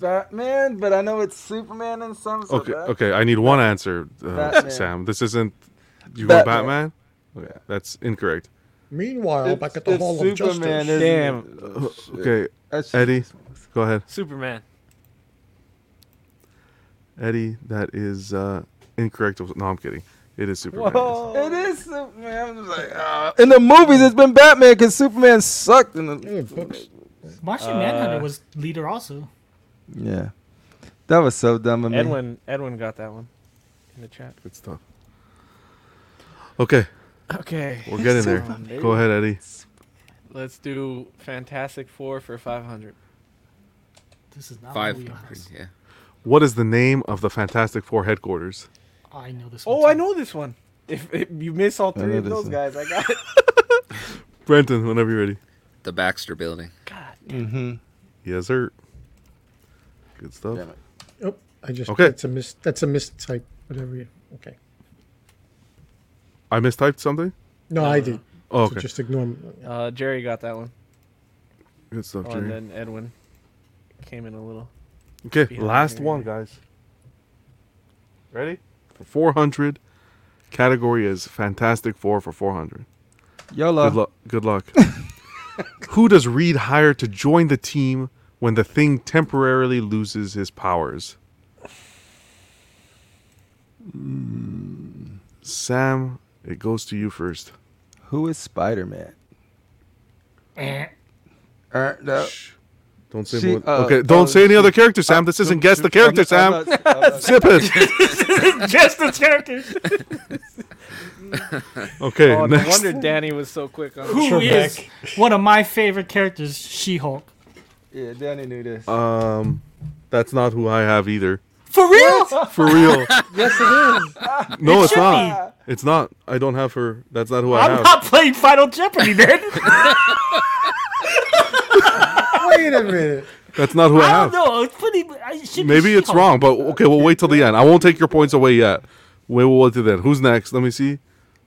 Speaker 4: Batman, but I know it's Superman and some. So
Speaker 1: Okay,
Speaker 4: Bat-
Speaker 1: okay. I need one answer, uh,
Speaker 4: Batman.
Speaker 1: Sam. This isn't. You go Batman?
Speaker 4: Batman.
Speaker 1: Okay, that's incorrect.
Speaker 12: Meanwhile,
Speaker 4: It's-
Speaker 12: back at the
Speaker 4: it's
Speaker 12: Hall of
Speaker 4: Superman,
Speaker 12: Justice.
Speaker 4: isn't
Speaker 2: Damn.
Speaker 4: it?
Speaker 1: Uh,
Speaker 4: Oh, shit.
Speaker 1: okay,
Speaker 4: That's-
Speaker 1: Eddie, go ahead.
Speaker 2: Superman.
Speaker 1: Eddie, that is uh, incorrect. No, I'm kidding. It is Superman.
Speaker 2: Whoa.
Speaker 4: It is Superman. I'm just like, ah. In the movies, it's been Batman because Superman sucked. In
Speaker 12: Yeah,
Speaker 4: the...
Speaker 12: books.
Speaker 5: Martian
Speaker 2: Uh,
Speaker 5: Manhunter was leader also.
Speaker 4: Yeah, that was so dumb of me.
Speaker 2: Edwin. Edwin got that one in the chat.
Speaker 1: Good stuff. Okay,
Speaker 2: Okay.
Speaker 1: we're getting there.
Speaker 2: Superman, baby.
Speaker 1: Go ahead, Eddie.
Speaker 2: Let's do Fantastic Four for 500.
Speaker 5: This is not
Speaker 3: Five. Yeah.
Speaker 1: What is the name of the Fantastic Four headquarters?
Speaker 5: I know this.
Speaker 2: Oh, I know this one. If, if you miss all
Speaker 1: I
Speaker 2: three
Speaker 1: know
Speaker 2: of
Speaker 1: this
Speaker 2: those
Speaker 1: one.
Speaker 2: guys, I got it.
Speaker 1: Brenton, whenever you're ready.
Speaker 3: The Baxter Building.
Speaker 4: Mm-hmm.
Speaker 1: Yes, sir. Good stuff.
Speaker 12: Oh, I just
Speaker 1: Okay.
Speaker 12: That's a mis. That's a mistype. Whatever. You, okay.
Speaker 1: I mistyped something.
Speaker 12: No, I did.
Speaker 1: Oh,
Speaker 12: So
Speaker 1: okay.
Speaker 12: just ignore. Me.
Speaker 2: Uh, Jerry got that one.
Speaker 1: Good stuff,
Speaker 2: Oh,
Speaker 1: Jerry.
Speaker 2: and then Edwin came in a little.
Speaker 1: Okay,
Speaker 2: behind
Speaker 1: last
Speaker 2: here.
Speaker 1: one, guys. Ready? For 400, category is Fantastic Four for 400.
Speaker 4: YOLO.
Speaker 1: Good, lu- good luck. Who does Reed hire to join the team when the thing temporarily loses his powers? Hmm. Sam, it goes to you first.
Speaker 4: Who is Spider Man? Uh, no.
Speaker 1: Don't say
Speaker 4: She-
Speaker 1: more.
Speaker 4: uh,
Speaker 1: okay, don't
Speaker 4: uh,
Speaker 1: say any other
Speaker 4: she-
Speaker 1: character, Sam.
Speaker 4: uh,
Speaker 1: This isn't
Speaker 4: don't-
Speaker 1: guess the
Speaker 4: I'm
Speaker 1: character,
Speaker 4: not- I'm
Speaker 1: Sam.
Speaker 4: not- I'm not-
Speaker 1: Zip it.
Speaker 5: Just the characters.
Speaker 1: Okay,
Speaker 2: oh, no
Speaker 1: next.
Speaker 2: wonder Danny was so quick on
Speaker 5: Who is one of my favorite characters? She Hulk.
Speaker 4: Yeah, Danny knew this.
Speaker 1: Um, that's not who I have either.
Speaker 5: For real?
Speaker 1: For real.
Speaker 4: yes, it is.
Speaker 1: No,
Speaker 5: It
Speaker 1: it's
Speaker 5: should
Speaker 1: not. It's not. I don't have her. That's not who I
Speaker 5: I'm
Speaker 1: have.
Speaker 5: not playing Final Jeopardy, man.
Speaker 12: Wait a minute.
Speaker 1: That's not who I,
Speaker 5: I
Speaker 1: have.
Speaker 5: don't know. It's pretty. I should be
Speaker 1: Maybe it's
Speaker 5: She-Hulk.
Speaker 1: wrong, but okay, we'll wait till the end. I won't take your points away yet. Wait, we'll wait till then. Who's next? Let me see.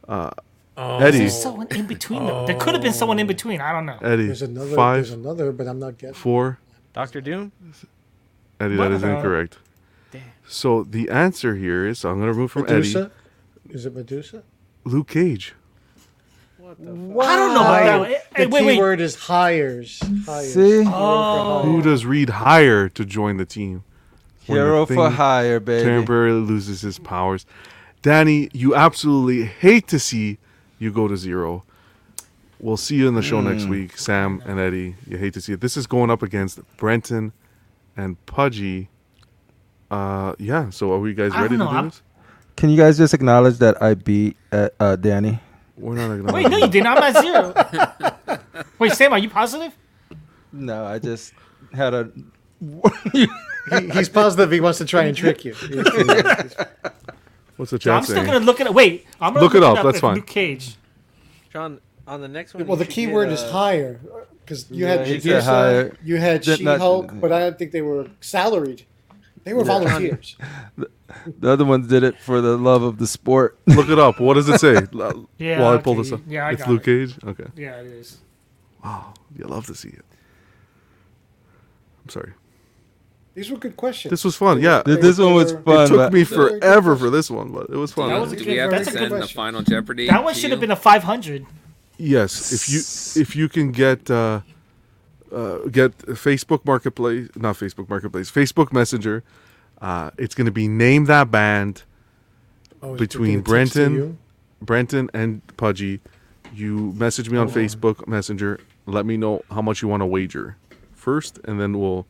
Speaker 1: Uh,
Speaker 5: Oh.
Speaker 1: Eddie. Oh.
Speaker 5: There's someone in between though. There could have been someone in between. I don't know.
Speaker 1: Eddie.
Speaker 12: There's another.
Speaker 1: Five.
Speaker 12: There's another, but I'm not guessing.
Speaker 1: Four.
Speaker 2: Doctor Doom.
Speaker 1: Eddie, that is
Speaker 12: Wow.
Speaker 1: incorrect. So the answer here is I'm going to remove from Eddie.
Speaker 12: Medusa. Is it Medusa?
Speaker 1: Luke Cage.
Speaker 12: I
Speaker 5: don't know about that one.
Speaker 12: The
Speaker 5: Hey, wait,
Speaker 12: key
Speaker 5: wait.
Speaker 12: word is hires. Hires.
Speaker 4: See?
Speaker 5: Oh.
Speaker 12: Oh.
Speaker 1: Who does Reed hire to join the team? When the
Speaker 4: Hero for
Speaker 1: thing
Speaker 4: hire, baby.
Speaker 1: Temporarily loses his powers. Danny, you absolutely hate to see you go to zero. We'll see you in the show
Speaker 5: Hmm.
Speaker 1: next week, Sam and Eddie. You hate to see it. This is going up against Brenton and Pudgy. Uh, yeah. So are we guys
Speaker 5: I don't
Speaker 1: ready to
Speaker 5: know,
Speaker 1: do
Speaker 5: I'm-
Speaker 1: this?
Speaker 4: Can you guys just acknowledge that I beat uh, uh, Danny?
Speaker 1: We're not gonna.
Speaker 5: Wait, no, you didn't. I'm at zero. Wait, Sam, are you positive?
Speaker 4: No, I just had a.
Speaker 12: He, he's positive he wants to try and trick you.
Speaker 1: What's the
Speaker 5: I'm
Speaker 1: chat
Speaker 5: still
Speaker 1: saying?
Speaker 5: gonna look it up. Wait, I'm gonna
Speaker 1: Look
Speaker 5: look,
Speaker 1: it up, that's
Speaker 5: if
Speaker 1: fine.
Speaker 5: Luke Cage.
Speaker 2: John, on the next one.
Speaker 12: Well, the
Speaker 2: you should
Speaker 12: key
Speaker 2: get,
Speaker 12: word is
Speaker 2: uh,
Speaker 12: hire because you had
Speaker 4: Yeah, he said
Speaker 12: Medusa,
Speaker 4: hire.
Speaker 12: you had
Speaker 4: Did not-
Speaker 12: She-Hulk, but I don't think they were salaried. They were
Speaker 4: Yeah.
Speaker 12: volunteers.
Speaker 4: The other ones did it for the love of the sport.
Speaker 1: Look it up. What does it say? L-
Speaker 5: Yeah,
Speaker 1: While I
Speaker 5: okay.
Speaker 1: pull this up.
Speaker 5: Yeah, I
Speaker 1: it's
Speaker 5: got
Speaker 1: Luke
Speaker 5: it.
Speaker 1: Cage. Okay.
Speaker 5: Yeah, it is.
Speaker 1: Wow, you love to see it. I'm sorry.
Speaker 12: These were good questions.
Speaker 1: This was fun. Yeah,
Speaker 4: Th- this one was fun.
Speaker 1: it took
Speaker 4: but-
Speaker 1: me forever for this one, but it was fun.
Speaker 3: Do-
Speaker 5: was a
Speaker 3: do
Speaker 5: good-
Speaker 3: we have to
Speaker 5: that's a good
Speaker 3: send the
Speaker 5: question.
Speaker 3: final Jeopardy?
Speaker 5: That one
Speaker 3: to
Speaker 5: should
Speaker 3: you?
Speaker 5: have been a 500.
Speaker 1: Yes, if you if you can get uh, uh, get Facebook Marketplace, not Facebook Marketplace, Facebook Messenger, uh, it's going to be name that band
Speaker 12: Oh, is it
Speaker 1: between
Speaker 12: gonna text to
Speaker 1: Brenton,
Speaker 12: you?
Speaker 1: Brenton and Pudgy. You message me on
Speaker 12: Oh.
Speaker 1: Facebook Messenger. Let me know how much you want to wager first, and then we'll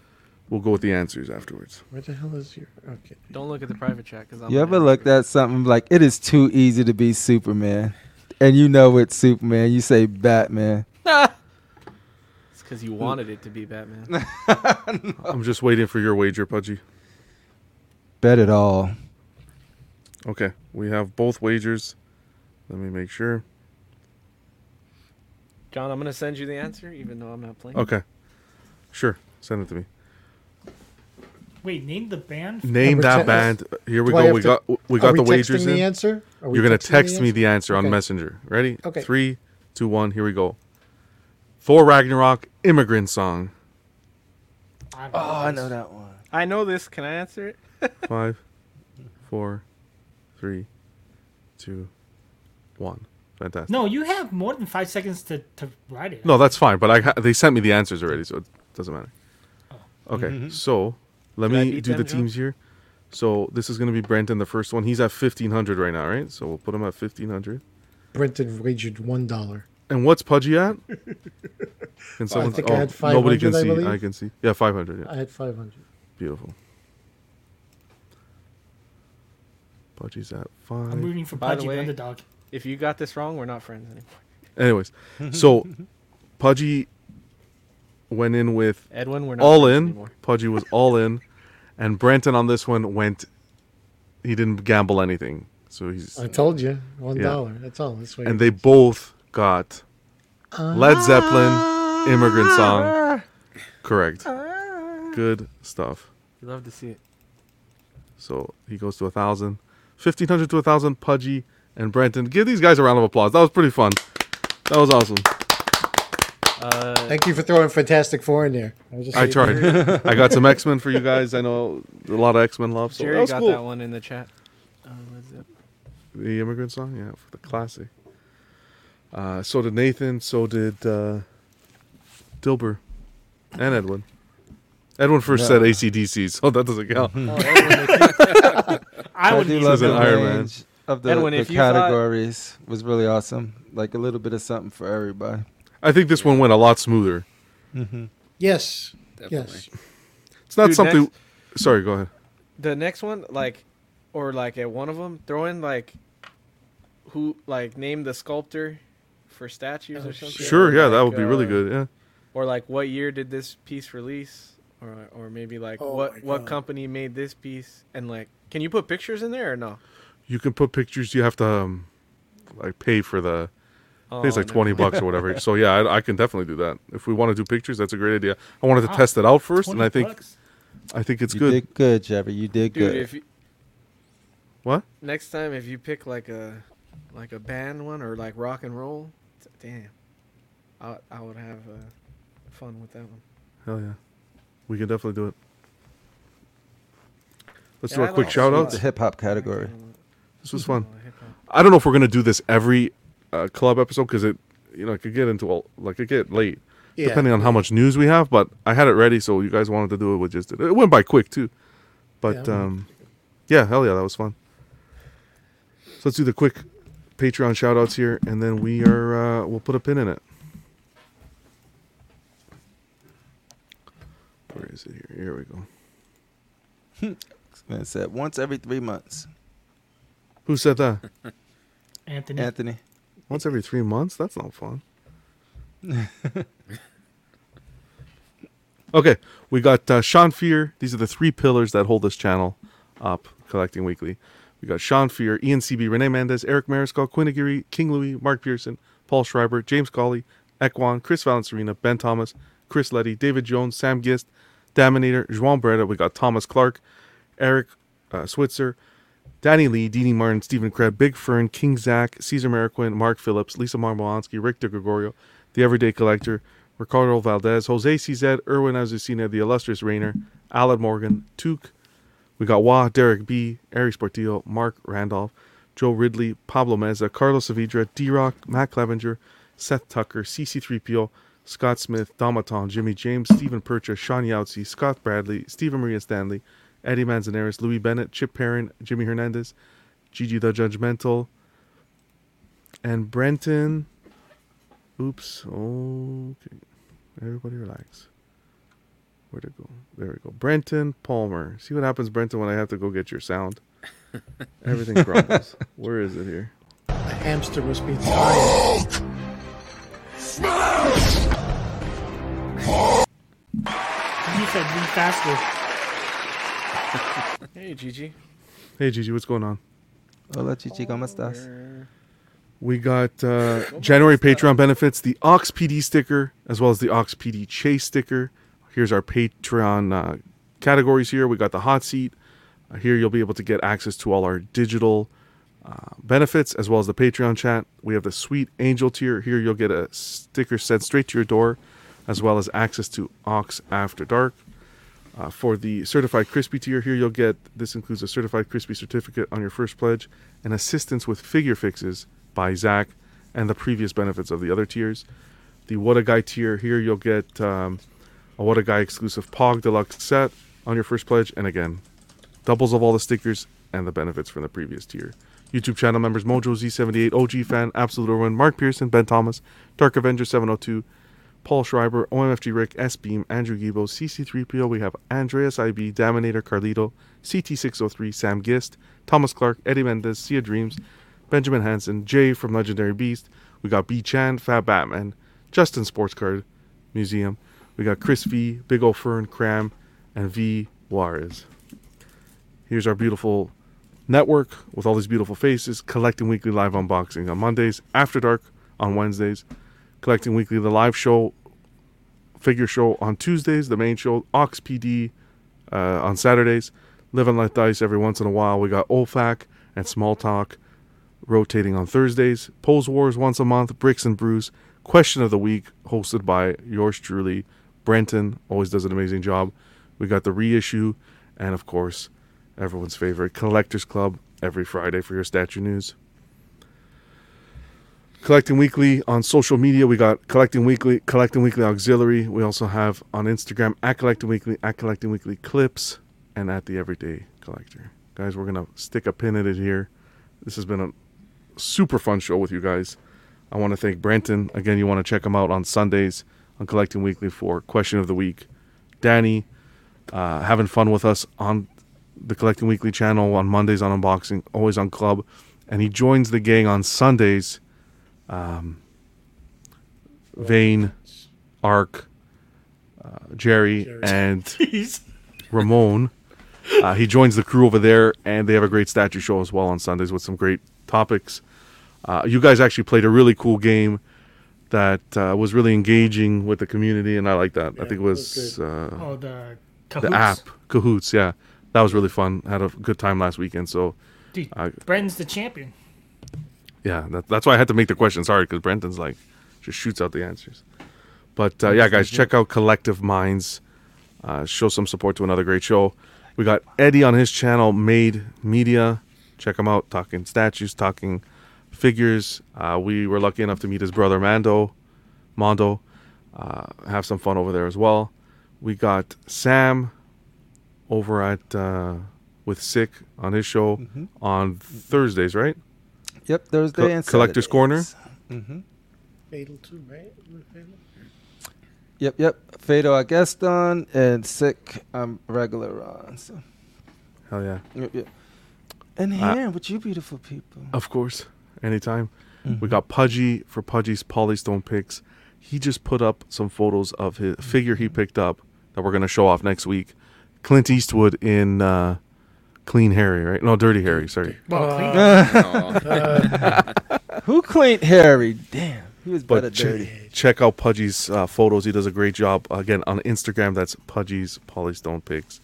Speaker 1: we'll go with the answers afterwards.
Speaker 12: Where the hell is your? Okay.
Speaker 2: Don't look at the private chat because I'm.
Speaker 4: You ever
Speaker 2: gonna-
Speaker 4: looked at something like it is too easy to be Superman, and you know it's Superman. You say Batman.
Speaker 2: It's because you wanted it to be Batman.
Speaker 1: I'm just waiting for your wager, Pudgy.
Speaker 4: Bet it all.
Speaker 1: Okay, we have both wagers. Let me make sure.
Speaker 2: John, I'm gonna send you the answer, even though I'm not playing.
Speaker 1: Okay, sure. Send it to me.
Speaker 5: Wait, name the band.
Speaker 1: Name
Speaker 12: Number
Speaker 1: that
Speaker 12: 10.
Speaker 1: band. Here we
Speaker 12: Do I
Speaker 1: go.
Speaker 12: have
Speaker 1: We
Speaker 12: to-
Speaker 1: got we
Speaker 12: are
Speaker 1: got the
Speaker 12: texting
Speaker 1: wagers
Speaker 12: The
Speaker 1: in.
Speaker 12: answer? Are we
Speaker 1: You're gonna
Speaker 12: texting
Speaker 1: text me the answer on
Speaker 12: Okay.
Speaker 1: Messenger. Ready?
Speaker 12: Okay.
Speaker 1: Three, two, one. Here we go. Thor Ragnarok, immigrant song.
Speaker 5: I don't
Speaker 4: Oh, I know that one.
Speaker 2: I know this. Can I answer it?
Speaker 1: Five, four, three, two, one. Fantastic.
Speaker 5: No, you have more than five seconds to, to write it.
Speaker 1: No, that's fine. But I ha- they sent me the answers already, so it doesn't matter.
Speaker 12: Oh.
Speaker 1: Okay,
Speaker 12: Mm-hmm.
Speaker 1: so let
Speaker 2: Did I
Speaker 1: me
Speaker 2: beat
Speaker 1: do the
Speaker 2: them, Joe?
Speaker 1: teams here. So this is going to be Brenton, the first one. He's at fifteen hundred right now, right? So we'll put him at fifteen hundred.
Speaker 12: Brenton wagered one dollar.
Speaker 1: And what's Pudgy at? Can someone?
Speaker 12: think I
Speaker 1: oh,
Speaker 12: had
Speaker 1: nobody can
Speaker 12: 500, I
Speaker 1: see.
Speaker 12: believe.
Speaker 1: I, can see. Yeah, five hundred. Yeah,
Speaker 12: I had five hundred.
Speaker 1: beautiful. Pudgy's at
Speaker 5: I'm
Speaker 1: five.
Speaker 5: rooting for
Speaker 2: By the
Speaker 5: Pudgy, the
Speaker 2: way-
Speaker 5: underdog.
Speaker 2: If you got this wrong, we're not friends anymore.
Speaker 1: Anyways, so Pudgy went in with
Speaker 2: Edwin, we're not
Speaker 1: all
Speaker 2: friends
Speaker 1: in. Pudgy was all in, and Branton on this one went. He didn't gamble anything, so he's.
Speaker 12: I told you, one
Speaker 1: Yeah.
Speaker 12: dollar. That's all. That's what
Speaker 1: and
Speaker 12: you-
Speaker 1: they both got Led Zeppelin, Immigrant Song. Correct. Good stuff.
Speaker 2: You love to see it.
Speaker 1: So he goes to a thousand. Fifteen hundred to a thousand, Pudgy and Brenton. Give these guys a round of applause. That was pretty fun. That was awesome.
Speaker 2: Uh,
Speaker 12: Thank you for throwing Fantastic Four in there. was just
Speaker 1: I tried.
Speaker 12: saying-
Speaker 1: I got some X Men for you guys. I know a lot of X Men love. So
Speaker 2: Jerry
Speaker 1: that was
Speaker 2: got
Speaker 1: cool.
Speaker 2: that one in the chat. Uh, what's up?
Speaker 1: The immigrant song, yeah, for the classic. Uh, so did Nathan. So did uh, Dilber and Edwin. Edwin first said
Speaker 4: Yeah.
Speaker 1: ACDC, so that doesn't count.
Speaker 2: Oh,
Speaker 4: I do love
Speaker 1: an
Speaker 4: the
Speaker 1: Iron Man.
Speaker 4: range of the,
Speaker 2: Edwin,
Speaker 4: the
Speaker 2: if you thought-
Speaker 4: categories. was really awesome. Like a little bit of something for everybody.
Speaker 1: I think this one went a lot smoother.
Speaker 12: Yes. Yes.
Speaker 1: It's not
Speaker 2: Dude,
Speaker 1: something. Sorry, go ahead.
Speaker 2: The next one, like, or like at one of them, throw in like, who like name the sculptor for
Speaker 5: Oh,
Speaker 2: statues or something.
Speaker 1: Sure,
Speaker 2: or,
Speaker 1: yeah, that
Speaker 2: like,
Speaker 1: would be really
Speaker 2: uh,
Speaker 1: good. Yeah.
Speaker 2: Or like, what year did this piece release? Or or maybe like,
Speaker 12: Oh
Speaker 2: what what company made this piece? And like, can you put pictures in there or no?
Speaker 1: You can put pictures. You have to um, like pay for the. I think it's
Speaker 2: Oh,
Speaker 1: like
Speaker 2: never
Speaker 1: twenty
Speaker 2: mind.
Speaker 1: bucks or whatever. So yeah, I, I can definitely do that. If we want to do pictures, that's a great idea. I wanted to
Speaker 2: Wow,
Speaker 1: test it out first, and I
Speaker 2: 20
Speaker 1: think,
Speaker 2: bucks?
Speaker 1: I think it's
Speaker 4: you
Speaker 1: good.
Speaker 4: did good, Jeffrey. You did
Speaker 2: Dude,
Speaker 4: good.
Speaker 2: if you,
Speaker 1: What?
Speaker 2: next time if you pick like a like a band one or like rock and roll, t- damn, I I would have uh, fun with that one.
Speaker 1: Hell yeah, we can definitely do it. Let's
Speaker 2: Yeah,
Speaker 1: do
Speaker 2: I
Speaker 1: our quick
Speaker 2: like
Speaker 1: shout
Speaker 2: the-
Speaker 1: outs.
Speaker 4: the hip hop category.
Speaker 1: This was fun.
Speaker 5: Oh,
Speaker 1: I don't know if we're gonna do this every uh, club episode because it, you know, it could get into a, like it get late,
Speaker 12: Yeah.
Speaker 1: depending on how much news we have. But I had it ready, so you guys wanted to do it. We just did it. It went by quick too, but
Speaker 12: Yeah.
Speaker 1: um, yeah, hell yeah, that was fun. So let's do the quick Patreon shout outs here, and then we are uh, we'll put a pin in it. Where is it here? Here we go.
Speaker 4: Man said once every three months.
Speaker 1: Who said that?
Speaker 5: Anthony.
Speaker 4: Anthony.
Speaker 1: Once every three months? That's not fun. okay, we got uh, Sean Fear. These are the three pillars that hold this channel up, collecting weekly. We got Sean Fear, Ian CB, Renee Mendez, Eric Mariscal, Quinn Aguirre, King Louis, Mark Pearson, Paul Schreiber, James Colley, Ekwan, Chris Valencerina, Ben Thomas, Chris Letty, David Jones, Sam Gist, Daminator, Juan Beretta. We got Thomas Clark, Eric uh, Switzer, Danny Lee, Deanie Martin, Stephen Kreb, Big Fern, King Zach, Caesar Mariquin, Mark Phillips, Lisa Marmolonsky, Rick DeGregorio, The Everyday Collector, Ricardo Valdez, Jose CZ, Erwin Azucena, The Illustrious Rainer, Alan Morgan, Tuke. We got Wah, Derek B, Aries Portillo, Mark Randolph, Joe Ridley, Pablo Meza, Carlos Saavedra, D Rock, Matt Clevenger, Seth Tucker, CC3PO, Scott Smith, Domaton, Jimmy James, Stephen Percha, Sean Yahtzee, Scott Bradley, Stephen Maria Stanley, Eddie Manzanares, Louis Bennett, Chip Perrin, Jimmy Hernandez, Gigi the Judgmental, and Brenton. Oops. Okay. Everybody relax. Where'd it go? There we go. Brenton Palmer. See what happens, Brenton, when I have to go get your sound. Everything crumbles. Where is it here?
Speaker 12: The hamster must be tired.
Speaker 5: You said be faster.
Speaker 2: Hey Gigi,
Speaker 1: Hey, Gigi, what's going on?
Speaker 4: Hola, Chichi, ¿cómo estás?
Speaker 1: We got uh, January Patreon benefits, the Ox PD sticker, as well as the Ox PD Chase sticker. Here's our Patreon uh, categories here. We got the hot seat. Uh, here you'll be able to get access to all our digital uh, benefits, as well as the Patreon chat. We have the Sweet Angel tier. Here you'll get a sticker sent straight to your door, as well as access to Ox After Dark. Uh, for the certified crispy tier here, you'll get this includes a certified crispy certificate on your first pledge and assistance with figure fixes by Zach and the previous benefits of the other tiers. The What a Guy tier here, you'll get um, a What a Guy exclusive Pog Deluxe set on your first pledge, and again, doubles of all the stickers and the benefits from the previous tier. YouTube channel members Mojo Z78, OG Fan, Absolute Irwin, Mark Pearson, Ben Thomas, Dark Avenger 702, Paul Schreiber, OMFG Rick, S Beam, Andrew Gibo, CC3PO. We have Andreas IB, Daminator Carlito, CT603, Sam Gist, Thomas Clark, Eddie Mendez, Sia Dreams, Benjamin Hansen, Jay from Legendary Beast. We got B Chan, Fat Batman, Justin Sports Card Museum. We got Chris V, Big O Fern, Cram, and V Juarez. Here's our beautiful network with all these beautiful faces collecting weekly live unboxing on Mondays, after dark on Wednesdays, collecting weekly the live show, figure show on Tuesdays, the main show, Ox PD uh, on Saturdays, Live and Let Dice every once in a while. We got OFAC and Small Talk rotating on Thursdays, Polls Wars once a month, Bricks and Brews, Question of the Week, hosted by yours truly, Brenton, always does an amazing job. We got the reissue, and of course, everyone's favorite Collectors Club every Friday for your statue news. Collecting Weekly on social media, we got Collecting Weekly, Collecting Weekly Auxiliary. We also have on Instagram at Collecting Weekly, at Collecting Weekly Clips, and at the Everyday Collector. Guys, we're gonna stick a pin in it here. This has been a super fun show with you guys. I want to thank Brenton. Again, you want to check him out on Sundays on Collecting Weekly for Question of the Week. Danny, uh, having fun with us on the Collecting Weekly channel on Mondays on Unboxing, always on Club. And he joins the gang on Sundays. Um, Vane, Ark, uh, Jerry,
Speaker 6: Jerry.
Speaker 1: and
Speaker 6: Jeez.
Speaker 1: Ramon. Uh, he joins the crew over there, and they have a great statue show as well on Sundays with some great topics. Uh, you guys actually played a really cool game that uh, was really engaging with the community, and I like that. I think it was, uh,
Speaker 5: Oh, the
Speaker 1: the
Speaker 5: Cahoots?
Speaker 1: app Cahoots. Yeah, that was really fun. Had a good time last weekend. So,
Speaker 5: Dude,
Speaker 1: uh,
Speaker 5: Brenton's the champion.
Speaker 1: yeah, that, that's why I had to make the question. Sorry, because Brenton's like just shoots out the answers. But uh, yeah, guys, check out Collective Minds. Uh, show some support to another great show. We got Eddie on his channel, Made Media. Check him out. Talking statues, talking figures. Uh, we were lucky enough to meet his brother Mando. Mondo. Uh, have some fun over there as well. We got Sam over at uh, with Sick on his show on Thursdays, right?
Speaker 4: Yep, Thursday
Speaker 1: Co-
Speaker 4: and
Speaker 1: Collector's Corner.
Speaker 4: Mm-hmm.
Speaker 10: Fatal too, right? Fatal?
Speaker 4: Yep, yep. Fado Auguston and sick. I'm regular on. So.
Speaker 1: Hell Oh, yeah.
Speaker 4: Yep, yep. And
Speaker 1: Uh,
Speaker 4: here with you beautiful people.
Speaker 1: Of course, anytime. We got Pudgy for Pudgy's Polystone picks. He just put up some photos of his figure he picked up that we're gonna show off next week. Clint Eastwood in uh, Clean Harry, right? No, Dirty Harry. Sorry.
Speaker 4: Uh, Who cleaned Harry? Damn, he was better
Speaker 1: but che-
Speaker 4: dirty.
Speaker 1: check out Pudgy's uh, photos. He does a great job. Again, on Instagram, that's Pudgy's Polystone Pics.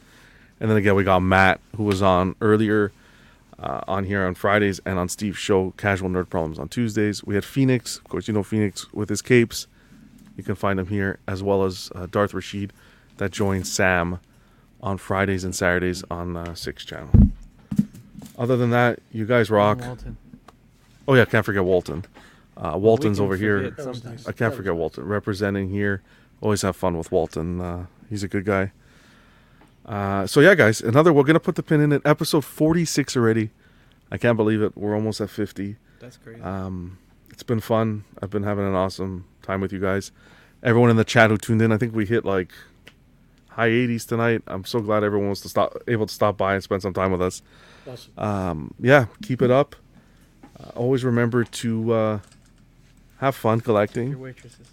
Speaker 1: And then again, we got Matt, who was on earlier uh, on here on Fridays and on Steve's show, Casual Nerd Problems on Tuesdays. We had Phoenix. Of course, you know Phoenix with his capes. You can find him here, as well as uh, Darth Rashid that joins Sam on Fridays and Saturdays on uh, Six Channel. Other than that, you guys rock.
Speaker 2: Walton.
Speaker 1: Oh yeah, can't forget Walton. Uh, Walton's
Speaker 2: can
Speaker 1: over here.
Speaker 2: forget That was sometimes.
Speaker 1: I can't forget Walton representing here. Always have fun with Walton. Uh, he's a good guy. Uh, so yeah, guys, another we're gonna put the pin in it. Episode forty six already. I can't believe it. We're almost at fifty.
Speaker 2: That's crazy.
Speaker 1: Um, it's been fun. I've been having an awesome time with you guys. Everyone in the chat who tuned in, I think we hit like high 80s tonight. I'm so glad everyone was to stop, able to stop by and spend some time with us.
Speaker 10: Awesome.
Speaker 1: Um, yeah, keep it up. Uh, always remember to uh, have fun collecting. Tip your
Speaker 2: waitresses.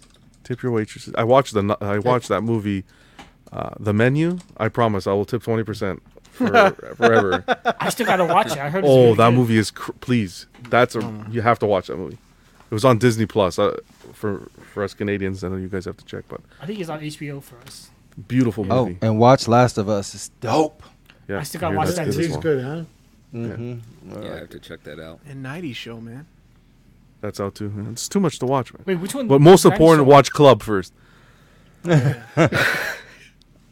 Speaker 1: Tip your waitresses. I watched the nu- I watched that movie, uh, The Menu. I promise I will tip 20% for, forever.
Speaker 5: I still gotta watch it. I heard. It's
Speaker 1: Oh,
Speaker 5: really
Speaker 1: that
Speaker 5: good.
Speaker 1: movie is cr- please. That's a you have to watch that movie. It was on Disney Plus uh, for for us Canadians. I know you guys have to check, but
Speaker 5: I think it's on HBO for us.
Speaker 1: beautiful
Speaker 4: Oh,
Speaker 1: movie.
Speaker 4: and watch Last of Us. It's dope.
Speaker 1: Yeah,
Speaker 5: I still gotta
Speaker 1: here,
Speaker 5: watch
Speaker 1: that's
Speaker 5: that
Speaker 1: good as
Speaker 5: too.
Speaker 1: well.
Speaker 10: Good, huh?
Speaker 4: Mm-hmm.
Speaker 3: Yeah, I have to check that out.
Speaker 2: And 90 show, man.
Speaker 1: That's out too. man. It's too much to watch, man.
Speaker 2: Wait, which one-
Speaker 1: But most
Speaker 2: which
Speaker 1: important,
Speaker 2: dinosaur?
Speaker 1: watch Club first.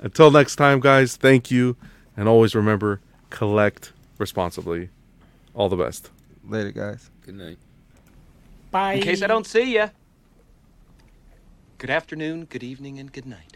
Speaker 1: Until next time, guys. Thank you, and always remember collect responsibly. All the best.
Speaker 4: Later, guys.
Speaker 3: Good night.
Speaker 5: Bye.
Speaker 13: In case I don't see ya. Good afternoon, good evening, and good night.